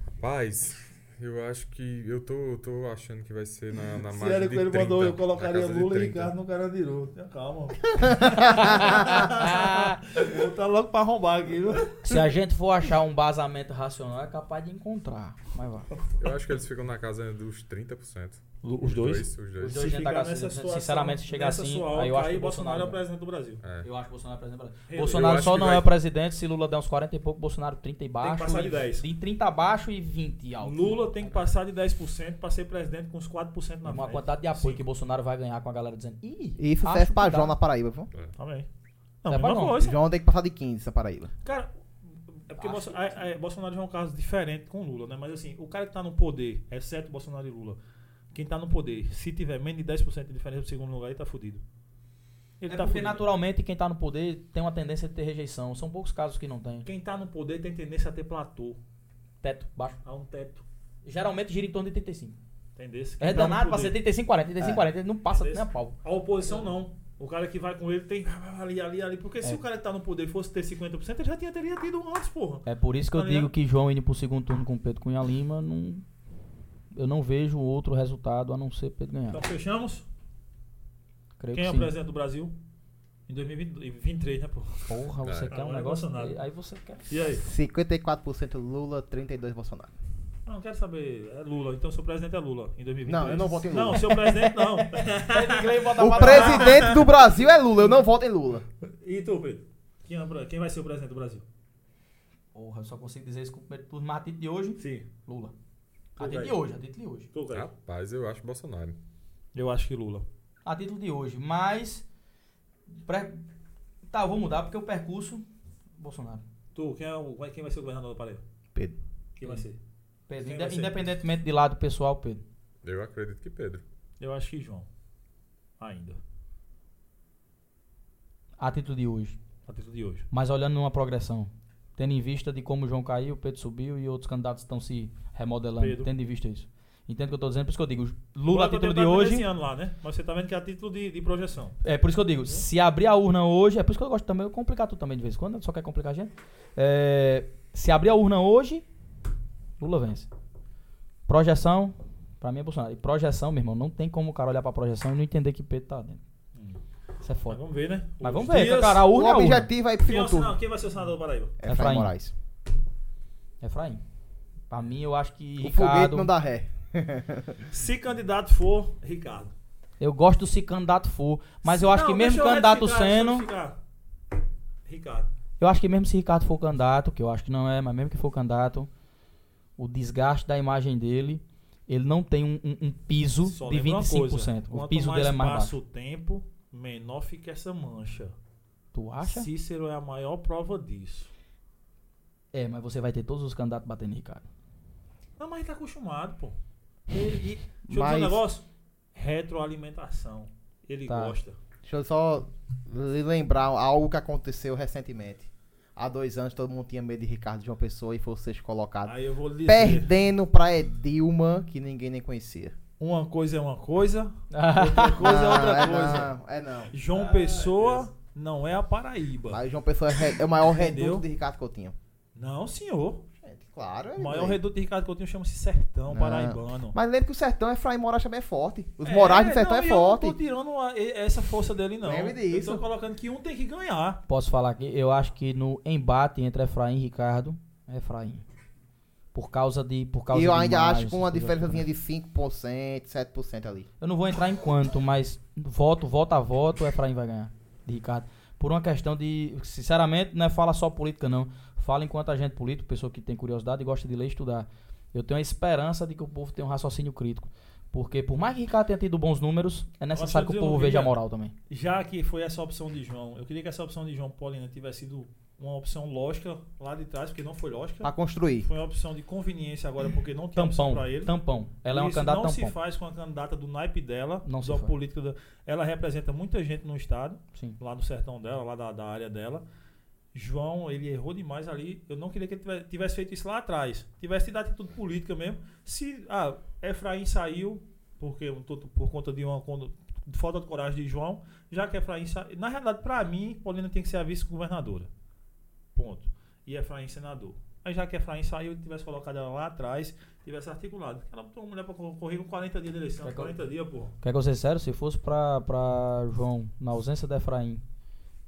[SPEAKER 2] Rapaz, eu acho que. Eu tô, eu tô achando que vai ser na, na
[SPEAKER 6] Se
[SPEAKER 2] margem
[SPEAKER 6] era
[SPEAKER 2] de
[SPEAKER 6] que ele
[SPEAKER 2] 30,
[SPEAKER 6] mandou, eu
[SPEAKER 2] na
[SPEAKER 6] colocaria
[SPEAKER 2] casa de
[SPEAKER 6] Lula e
[SPEAKER 2] 30.
[SPEAKER 6] Ricardo no Carandiru. Tenha calma. Então
[SPEAKER 1] Vou
[SPEAKER 6] tá
[SPEAKER 1] botar logo pra arrombar aqui, viu?
[SPEAKER 3] Se a gente for achar um basamento racional, é capaz de encontrar. Mas vá.
[SPEAKER 2] Eu acho que eles ficam na casa dos 30%.
[SPEAKER 1] Os
[SPEAKER 2] Os
[SPEAKER 3] Os
[SPEAKER 2] dois.
[SPEAKER 3] dois. gente tá gastando, sinceramente, se chegar
[SPEAKER 1] nessa
[SPEAKER 3] assim,
[SPEAKER 1] sua alta,
[SPEAKER 3] aí eu acho que o
[SPEAKER 1] Bolsonaro é o
[SPEAKER 3] Bolsonaro-
[SPEAKER 1] presidente do Brasil.
[SPEAKER 2] É.
[SPEAKER 3] Eu acho que Bolsonaro é presidente do Brasil.
[SPEAKER 1] Eu-
[SPEAKER 3] Bolsonaro
[SPEAKER 2] eu
[SPEAKER 3] só
[SPEAKER 2] acho que
[SPEAKER 3] não
[SPEAKER 2] vai-
[SPEAKER 3] é o presidente se Lula der uns 40 e pouco, Bolsonaro 30 e baixo.
[SPEAKER 1] passar de
[SPEAKER 3] e-
[SPEAKER 1] 10.
[SPEAKER 3] De 30 abaixo e 20 alto.
[SPEAKER 1] Lula tem que passar de 10% pra ser presidente com os 4% na
[SPEAKER 3] Uma
[SPEAKER 1] frente.
[SPEAKER 3] quantidade de apoio que Bolsonaro vai ganhar com a galera dizendo. Ih,
[SPEAKER 4] E isso
[SPEAKER 3] acho
[SPEAKER 4] serve pra
[SPEAKER 3] que dá."
[SPEAKER 4] João na Paraíba, viu?
[SPEAKER 1] Tá bem. Não,
[SPEAKER 3] Tá
[SPEAKER 1] mesma
[SPEAKER 3] bom.
[SPEAKER 1] coisa.
[SPEAKER 4] João tem que passar de 15 na Paraíba.
[SPEAKER 1] Cara, é porque
[SPEAKER 3] Acho
[SPEAKER 1] Bolso-
[SPEAKER 3] que-
[SPEAKER 1] é- é, Bolsonaro já é um caso diferente com Lula, né? Mas assim, o cara que tá no poder, exceto Bolsonaro e Lula, quem tá no poder, se tiver menos de 10% de diferença pro segundo lugar, ele tá fudido. Ele
[SPEAKER 3] É
[SPEAKER 1] tá
[SPEAKER 3] porque
[SPEAKER 1] fudido.
[SPEAKER 3] naturalmente quem tá no poder tem uma tendência de ter rejeição. São poucos casos que não tem.
[SPEAKER 1] Quem tá no poder tem tendência a ter platô,
[SPEAKER 3] Teto, baixo.
[SPEAKER 1] a um teto.
[SPEAKER 3] Geralmente gira em torno de 35.
[SPEAKER 1] Entendesse?
[SPEAKER 3] É
[SPEAKER 1] Quem tá no
[SPEAKER 3] danado pra
[SPEAKER 1] poder.
[SPEAKER 3] ser 35, 40, 35, 40. Ele não passa nem a pau.
[SPEAKER 1] A oposição não. O cara que vai com ele tem ali, ali, ali. Porque se
[SPEAKER 3] É.
[SPEAKER 1] o cara que tá no poder fosse ter 50%, ele já tinha, teria tido um antes, porra.
[SPEAKER 3] É por isso que eu
[SPEAKER 1] Tá
[SPEAKER 3] digo
[SPEAKER 1] ligado?
[SPEAKER 3] que João indo pro segundo turno com Pedro Cunha Lima, não, eu não vejo outro resultado a não ser Pedro ganhar.
[SPEAKER 1] Então fechamos.
[SPEAKER 3] Creio
[SPEAKER 1] Quem
[SPEAKER 3] que
[SPEAKER 1] é o
[SPEAKER 3] sim.
[SPEAKER 1] presidente do Brasil? Em 2023, né, porra?
[SPEAKER 3] Porra, você
[SPEAKER 2] Ah,
[SPEAKER 3] quer um
[SPEAKER 1] agora é
[SPEAKER 3] negócio.
[SPEAKER 1] Bolsonaro.
[SPEAKER 3] Aí você quer.
[SPEAKER 1] E aí?
[SPEAKER 4] 54% Lula, 32% Bolsonaro.
[SPEAKER 1] Não, quero saber. É Lula. Então seu presidente é Lula em 2023.
[SPEAKER 4] Não, eu não voto em Lula.
[SPEAKER 1] Não, seu presidente não.
[SPEAKER 6] Tá
[SPEAKER 4] O presidente do Brasil é Lula, eu não voto em Lula.
[SPEAKER 1] e tu, Pedro? Quem, é o pre- quem vai ser o presidente do Brasil?
[SPEAKER 3] Porra, eu só consigo dizer isso com o Pedro turno. Mas a título de hoje,
[SPEAKER 1] Sim.
[SPEAKER 3] Lula. A
[SPEAKER 1] Tudo
[SPEAKER 3] título
[SPEAKER 1] bem.
[SPEAKER 3] de hoje, a título de hoje.
[SPEAKER 1] Tu, cara.
[SPEAKER 2] Rapaz, eu acho Bolsonaro.
[SPEAKER 1] Eu acho que Lula.
[SPEAKER 3] A título de hoje. Mas. Pre... Tá, eu vou mudar porque o percurso. Bolsonaro.
[SPEAKER 1] Tu, quem, é o, quem vai ser o governador do Paraíba?
[SPEAKER 4] Pedro.
[SPEAKER 1] Quem vai ser?
[SPEAKER 3] Pedro,
[SPEAKER 1] Quem
[SPEAKER 3] inde-
[SPEAKER 1] vai ser?
[SPEAKER 3] independentemente de lado pessoal, Pedro.
[SPEAKER 2] Eu acredito que Pedro.
[SPEAKER 1] Eu acho que João. Ainda.
[SPEAKER 3] A título de hoje.
[SPEAKER 1] A título de hoje.
[SPEAKER 3] Mas olhando numa progressão. Tendo em vista de como o João caiu, o Pedro subiu e outros candidatos estão se remodelando.
[SPEAKER 1] Pedro.
[SPEAKER 3] Tendo em vista isso. Entende o que eu tô dizendo? Por isso que eu digo, Lula a
[SPEAKER 1] Agora,
[SPEAKER 3] título
[SPEAKER 1] tá
[SPEAKER 3] de
[SPEAKER 1] tendo
[SPEAKER 3] hoje.
[SPEAKER 1] Esse ano lá, né? Mas você tá vendo que é a título de, de projeção.
[SPEAKER 3] É por isso que eu digo, se abrir a urna hoje, é por isso que eu gosto também de complicar tudo também de vez em quando, só quer complicar a gente. É, se abrir a urna hoje, Lula vence. Projeção, pra mim é Bolsonaro. E projeção, meu irmão, não tem como o cara olhar pra projeção e não entender que Pedro tá dentro. Isso é
[SPEAKER 1] Mas
[SPEAKER 3] foda.
[SPEAKER 1] vamos ver, né?
[SPEAKER 3] Mas
[SPEAKER 1] Os
[SPEAKER 3] vamos ver,
[SPEAKER 1] dias-
[SPEAKER 3] cara, a urna
[SPEAKER 4] o
[SPEAKER 3] é a urna.
[SPEAKER 4] objetivo aí pro
[SPEAKER 1] Quem, é o
[SPEAKER 4] segundo
[SPEAKER 1] senador,
[SPEAKER 4] turno.
[SPEAKER 1] quem vai ser o senador do Paraíba?
[SPEAKER 3] Efraim.
[SPEAKER 4] É Efraim Moraes.
[SPEAKER 3] É Efraim. Pra mim, eu acho que
[SPEAKER 4] O
[SPEAKER 3] Ricardo...
[SPEAKER 4] foguete não dá ré.
[SPEAKER 1] Se candidato for, Ricardo.
[SPEAKER 3] Eu gosto se candidato for, mas eu acho
[SPEAKER 1] Não,
[SPEAKER 3] que mesmo
[SPEAKER 1] deixa eu
[SPEAKER 3] candidato
[SPEAKER 1] retificar, deixa eu
[SPEAKER 3] sendo...
[SPEAKER 1] retificar. Ricardo.
[SPEAKER 3] Eu acho que mesmo se Ricardo for candidato, que eu acho que não é, mas mesmo que for candidato, o desgaste da imagem dele, ele não tem um, um- um piso
[SPEAKER 1] Só
[SPEAKER 3] de
[SPEAKER 1] lembra uma
[SPEAKER 3] 25%.
[SPEAKER 1] coisa,
[SPEAKER 3] o
[SPEAKER 1] quanto
[SPEAKER 3] piso dele é mais
[SPEAKER 1] passa
[SPEAKER 3] baixo.
[SPEAKER 1] o tempo, menor fica essa mancha.
[SPEAKER 3] Tu acha?
[SPEAKER 1] Cícero é a maior prova disso.
[SPEAKER 3] É, mas você vai ter todos os candidatos batendo em Ricardo.
[SPEAKER 1] Não, mas ele tá acostumado, pô. Ele, e, deixa eu dizer um
[SPEAKER 4] Mas-
[SPEAKER 1] negócio. Retroalimentação. Ele
[SPEAKER 3] Tá.
[SPEAKER 1] gosta.
[SPEAKER 4] Deixa eu só lhe lembrar algo que aconteceu recentemente. Há dois anos todo mundo tinha medo de Ricardo de uma pessoa e foi o sexto colocado.
[SPEAKER 1] Aí eu vou lhe dizer.
[SPEAKER 4] Perdendo pra Edilma, que ninguém nem conhecia.
[SPEAKER 1] Uma coisa é uma coisa, outra coisa é
[SPEAKER 4] Não,
[SPEAKER 1] outra
[SPEAKER 4] é
[SPEAKER 1] coisa.
[SPEAKER 4] Não, é não.
[SPEAKER 1] João Pessoa não é a Paraíba.
[SPEAKER 4] Mas João Pessoa é re- é o maior
[SPEAKER 1] Entendeu?
[SPEAKER 4] reduto de Ricardo Coutinho.
[SPEAKER 1] Não, senhor.
[SPEAKER 4] Gente, claro. é
[SPEAKER 1] O maior
[SPEAKER 4] inglês.
[SPEAKER 1] reduto de Ricardo Coutinho chama-se Sertão
[SPEAKER 4] Não.
[SPEAKER 1] Paraibano.
[SPEAKER 4] Mas lembra que o sertão é Fraim Moraes também é forte. Os Moraes do sertão
[SPEAKER 1] não,
[SPEAKER 4] é
[SPEAKER 1] eu não
[SPEAKER 4] forte.
[SPEAKER 1] tô tirando a- e- essa força dele, não.
[SPEAKER 4] Lembre disso.
[SPEAKER 1] Eu tô colocando que um tem que ganhar.
[SPEAKER 3] Posso falar aqui? Eu acho que no embate entre Efraim e Ricardo, é Efraim. Por causa de. Por causa tipo
[SPEAKER 4] E eu
[SPEAKER 3] de
[SPEAKER 4] ainda
[SPEAKER 3] imagem,
[SPEAKER 4] acho com uma
[SPEAKER 3] essas coisas. assim, né?
[SPEAKER 4] diferençazinha de 5%, 7% ali.
[SPEAKER 3] Eu não vou entrar em quanto, mas voto, voto a voto, o Efraim vai ganhar. De Ricardo. Por uma questão de. Sinceramente, não é fala só política, não. Fala enquanto agente político, pessoa que tem curiosidade e gosta de ler e estudar. Eu tenho a esperança de que o povo tenha um raciocínio crítico. Porque, por mais que Ricardo tenha tido bons números, é necessário
[SPEAKER 1] Posso
[SPEAKER 3] que
[SPEAKER 1] dizer
[SPEAKER 3] o povo
[SPEAKER 1] um
[SPEAKER 3] veja a
[SPEAKER 1] vídeo?
[SPEAKER 3] moral também.
[SPEAKER 1] Já que foi essa opção de João, eu queria que essa opção de João Paulina tivesse sido uma opção lógica lá de trás, porque não foi lógica.
[SPEAKER 4] Pra construir.
[SPEAKER 1] Foi uma opção de conveniência agora, porque não tem opção
[SPEAKER 3] Tampão.
[SPEAKER 1] é um pra ele.
[SPEAKER 3] Tampão. Ela é uma
[SPEAKER 1] Isso
[SPEAKER 3] candidata
[SPEAKER 1] não se
[SPEAKER 3] tampão.
[SPEAKER 1] faz com a candidata do naipe dela,
[SPEAKER 3] Não se
[SPEAKER 1] da
[SPEAKER 3] faz.
[SPEAKER 1] política da- Ela representa muita gente no estado,
[SPEAKER 3] Sim.
[SPEAKER 1] lá do sertão dela, lá da, da área dela. João, ele errou demais ali. Eu não queria que ele tivesse, tivesse feito isso lá atrás. Tivesse tido atitude política mesmo. Se ah, Efraim saiu porque um todo- por conta de uma condo- de falta de coragem de João, já que Efraim saiu, na realidade para mim, Paulina tem que ser a vice-governadora. Ponto. E Efraim senador. Mas já que Efraim saiu, ele tivesse colocado ela lá atrás, tivesse articulado. Ela botou uma mulher para correr com 40 dias de eleição,
[SPEAKER 3] Quer que eu-
[SPEAKER 1] 40 dias, porra.
[SPEAKER 3] Quer que eu seja sério? Se fosse pra, pra João, na ausência de Efraim,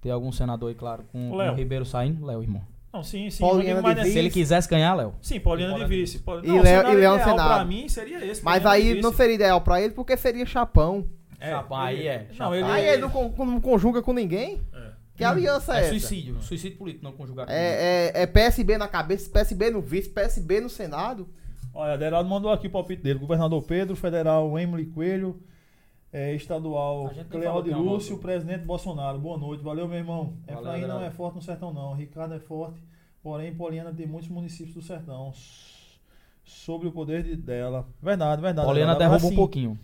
[SPEAKER 3] ter algum senador aí, claro, com, com
[SPEAKER 1] Léo.
[SPEAKER 3] o Ribeiro saindo, Léo, irmão.
[SPEAKER 1] Não, sim, sim.
[SPEAKER 4] Paulina
[SPEAKER 1] eu digo mais né,
[SPEAKER 4] de
[SPEAKER 1] nessa-
[SPEAKER 3] Se ele quisesse ganhar, Léo.
[SPEAKER 1] Sim, Paulina
[SPEAKER 3] Paulina
[SPEAKER 1] de
[SPEAKER 3] de
[SPEAKER 1] vice. Paul-
[SPEAKER 4] E
[SPEAKER 1] Não, o
[SPEAKER 4] Léo-
[SPEAKER 1] cenário
[SPEAKER 4] e Léo no
[SPEAKER 1] ideal Pra
[SPEAKER 4] Senado.
[SPEAKER 1] mim seria esse.
[SPEAKER 4] Mas
[SPEAKER 1] Paulina de
[SPEAKER 4] aí
[SPEAKER 1] vice.
[SPEAKER 4] não seria ideal pra ele porque seria chapão.
[SPEAKER 1] É,
[SPEAKER 3] Chapa, aí
[SPEAKER 1] ele-
[SPEAKER 3] é,
[SPEAKER 1] Não,
[SPEAKER 3] chapa.
[SPEAKER 1] ele,
[SPEAKER 4] Aí ele não, con- não conjuga com ninguém?
[SPEAKER 1] É.
[SPEAKER 4] Que aliança é,
[SPEAKER 3] É
[SPEAKER 4] essa?
[SPEAKER 3] suicídio, suicídio político, não conjugar com ninguém.
[SPEAKER 4] É, é- é PSB na cabeça, PSB no vice, PSB no Senado.
[SPEAKER 6] Olha, Aderaldo mandou aqui o palpite dele. Governador Pedro, federal Emily Coelho, eh, estadual
[SPEAKER 3] A gente nem falou
[SPEAKER 6] Cleódio
[SPEAKER 3] que é um
[SPEAKER 6] Lúcio,
[SPEAKER 3] voto.
[SPEAKER 6] presidente Bolsonaro. Boa noite, valeu, meu irmão.
[SPEAKER 3] Valeu,
[SPEAKER 6] Efraim não
[SPEAKER 3] Aderaldo.
[SPEAKER 6] é forte no sertão, não. Ricardo é forte, porém, Poliana tem muitos municípios do sertão. S- Sobre o poder de- dela. Verdade, verdade. assim,
[SPEAKER 3] Poliana
[SPEAKER 6] Aderaldo. Agora
[SPEAKER 3] derruba um
[SPEAKER 6] sim,
[SPEAKER 3] pouquinho.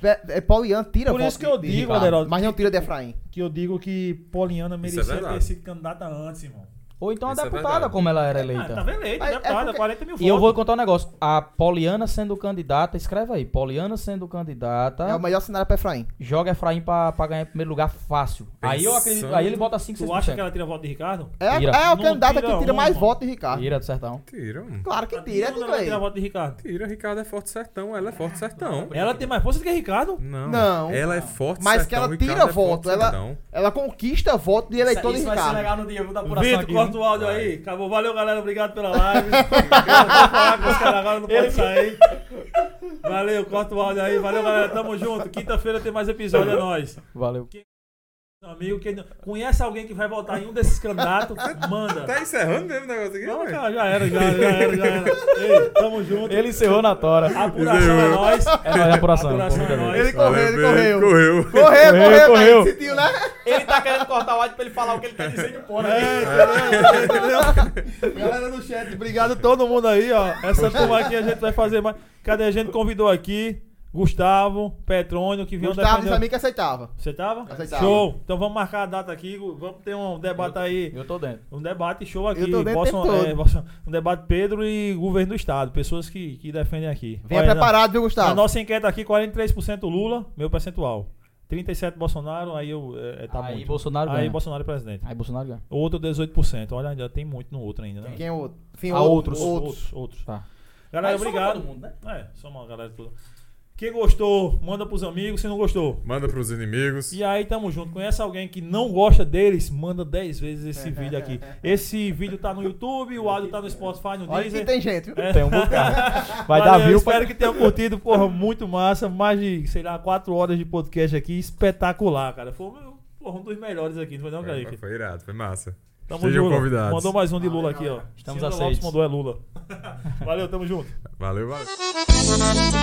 [SPEAKER 4] Pe- É, Pauliano tira
[SPEAKER 6] Por
[SPEAKER 4] voto
[SPEAKER 6] isso que eu
[SPEAKER 4] de- de
[SPEAKER 6] digo,
[SPEAKER 4] Ricardo,
[SPEAKER 6] Aderaldo,
[SPEAKER 4] Mas não tira de Efraim.
[SPEAKER 6] Que eu digo que Poliana
[SPEAKER 2] Isso é
[SPEAKER 6] merecia ter
[SPEAKER 2] verdade.
[SPEAKER 6] sido candidata antes, irmão. tá
[SPEAKER 3] Ou então a
[SPEAKER 2] Isso é
[SPEAKER 3] deputada,
[SPEAKER 2] verdade.
[SPEAKER 3] como ela era
[SPEAKER 1] Ah, tava
[SPEAKER 3] eleita.
[SPEAKER 1] eleita,
[SPEAKER 4] Mas é
[SPEAKER 1] deputada,
[SPEAKER 4] porque-
[SPEAKER 1] 40 mil votos.
[SPEAKER 3] E eu vou contar um negócio. A Poliana sendo candidata, escreve aí. Poliana sendo
[SPEAKER 4] É o
[SPEAKER 3] candidata,
[SPEAKER 4] melhor cenário pra Efraim.
[SPEAKER 3] joga Efraim pra, pra ganhar em primeiro lugar fácil. Aí eu acredito. Aí ele bota 5,
[SPEAKER 1] Tu acha que
[SPEAKER 3] 6%.
[SPEAKER 1] ela tira voto de Ricardo?
[SPEAKER 4] É, a-
[SPEAKER 3] Tira.
[SPEAKER 4] é a
[SPEAKER 1] Não
[SPEAKER 4] candidata
[SPEAKER 1] tira
[SPEAKER 4] que tira
[SPEAKER 1] um,
[SPEAKER 4] mais
[SPEAKER 1] mano.
[SPEAKER 4] voto de Ricardo.
[SPEAKER 3] Ira do sertão.
[SPEAKER 2] Tira, mano.
[SPEAKER 4] Claro que
[SPEAKER 3] um,
[SPEAKER 4] tira, é de
[SPEAKER 1] Não, ela
[SPEAKER 4] inglês.
[SPEAKER 1] tira voto de Ricardo.
[SPEAKER 2] Tira, Ricardo é forte sertão. Ela é forte sertão.
[SPEAKER 1] Ela tem mais força do que Ricardo?
[SPEAKER 2] Não.
[SPEAKER 4] Não.
[SPEAKER 2] Ela é forte
[SPEAKER 4] Mas que
[SPEAKER 2] sertão.
[SPEAKER 4] ela
[SPEAKER 2] Ricardo
[SPEAKER 4] tira
[SPEAKER 2] é forte
[SPEAKER 4] voto, ela-
[SPEAKER 2] sertão.
[SPEAKER 4] Ela conquista voto de eleitor de Ricardo.
[SPEAKER 3] no dia, vou dar
[SPEAKER 1] Vitor, corta o áudio aí. Acabou. Valeu, galera. Obrigado pela live. Eu vou falar com os caras agora, não pode sair. Valeu, corta o áudio aí. Valeu, galera. Tamo junto. Quinta-feira tem mais episódio, é nóis.
[SPEAKER 3] Valeu.
[SPEAKER 1] Meu amigo, quem não- conhece alguém que vai votar em um desses candidatos, manda.
[SPEAKER 2] Tá encerrando mesmo o negócio aqui,
[SPEAKER 1] Não,
[SPEAKER 2] velho?
[SPEAKER 1] cara, já era, já era, já era, já era. Ei, tamo junto.
[SPEAKER 3] Ele encerrou na tora.
[SPEAKER 1] Apuração é nós.
[SPEAKER 3] É nóis, apuração.
[SPEAKER 1] Apuração é
[SPEAKER 3] Vamos
[SPEAKER 1] nóis.
[SPEAKER 4] Ele correu, ele
[SPEAKER 2] Valeu,
[SPEAKER 4] correu.
[SPEAKER 2] velho, Correu.
[SPEAKER 4] Correu,
[SPEAKER 3] Correu,
[SPEAKER 4] correu,
[SPEAKER 3] correu.
[SPEAKER 4] correu. Decidiu, né?
[SPEAKER 3] Ele tá querendo cortar o áudio pra ele falar o que ele quer dizer de porra.
[SPEAKER 1] É,
[SPEAKER 4] Galera do chat, obrigado.
[SPEAKER 1] Obrigado a todo mundo aí, ó. Essa turma aqui a gente vai fazer mais. Cadê a gente convidou aqui? Gustavo, Petrônio, que veio
[SPEAKER 4] Gustavo disse a
[SPEAKER 1] defender.
[SPEAKER 4] mim que aceitava.
[SPEAKER 1] Você tava?
[SPEAKER 4] Aceitava.
[SPEAKER 1] Show. Então vamos marcar a data aqui. Vamos ter um debate aí.
[SPEAKER 3] Eu tô dentro.
[SPEAKER 1] Um debate show aqui.
[SPEAKER 4] Eu tô dentro
[SPEAKER 1] Bolson-
[SPEAKER 4] o tempo
[SPEAKER 1] é,
[SPEAKER 4] todo.
[SPEAKER 1] Bolson- um debate Pedro e governo do Estado. Pessoas que, que defendem aqui.
[SPEAKER 4] Venha
[SPEAKER 1] Olha,
[SPEAKER 4] preparado, viu,
[SPEAKER 1] na, na
[SPEAKER 4] Gustavo?
[SPEAKER 1] nossa enquete aqui, 43% Lula, meu percentual. 37% Bolsonaro, aí eu, é, é, tá
[SPEAKER 3] Aí
[SPEAKER 1] muito.
[SPEAKER 3] Bolsonaro
[SPEAKER 1] aí
[SPEAKER 3] ganha.
[SPEAKER 1] Bolsonaro é presidente.
[SPEAKER 3] Aí Bolsonaro ganha.
[SPEAKER 1] Outro 18%. Olha, ainda tem muito no outro ainda, né?
[SPEAKER 4] Quem é o outro? Enfim,
[SPEAKER 3] Há
[SPEAKER 4] outro-
[SPEAKER 3] outros.
[SPEAKER 4] outros.
[SPEAKER 1] outros. outros.
[SPEAKER 3] Tá.
[SPEAKER 1] Galera,
[SPEAKER 3] Aí soma
[SPEAKER 1] obrigado.
[SPEAKER 3] todo mundo, né?
[SPEAKER 1] É, soma a galera toda. Quem gostou, manda pros amigos. Se não gostou.
[SPEAKER 2] Manda pros inimigos.
[SPEAKER 1] E aí, tamo junto. Conhece alguém que não gosta deles? Manda 10 vezes esse vídeo aqui. Esse vídeo tá no YouTube, o áudio tá no Spotify, no
[SPEAKER 4] Olha que
[SPEAKER 1] Deezer.
[SPEAKER 4] tem gente, viu?
[SPEAKER 1] É.
[SPEAKER 3] Tem um bocado. Vai dar
[SPEAKER 1] Valeu,
[SPEAKER 3] view
[SPEAKER 1] Espero
[SPEAKER 3] pra...
[SPEAKER 1] que tenham curtido, porra, muito massa. Mais de, sei lá, 4 horas de podcast aqui. Espetacular, cara. Foi porra, um dos melhores aqui, não
[SPEAKER 3] É,
[SPEAKER 1] foi não,
[SPEAKER 2] Foi-
[SPEAKER 1] Kaique?
[SPEAKER 2] Foi irado, foi massa.
[SPEAKER 1] Tamo
[SPEAKER 2] Sejam
[SPEAKER 1] junto.
[SPEAKER 2] convidados.
[SPEAKER 1] Mandou mais um de Lula aqui, ó.
[SPEAKER 3] Estamos
[SPEAKER 1] Ciro Lopes
[SPEAKER 3] aceitos.
[SPEAKER 1] mandou é Lula. Valeu, tamo junto.
[SPEAKER 2] Valeu, valeu.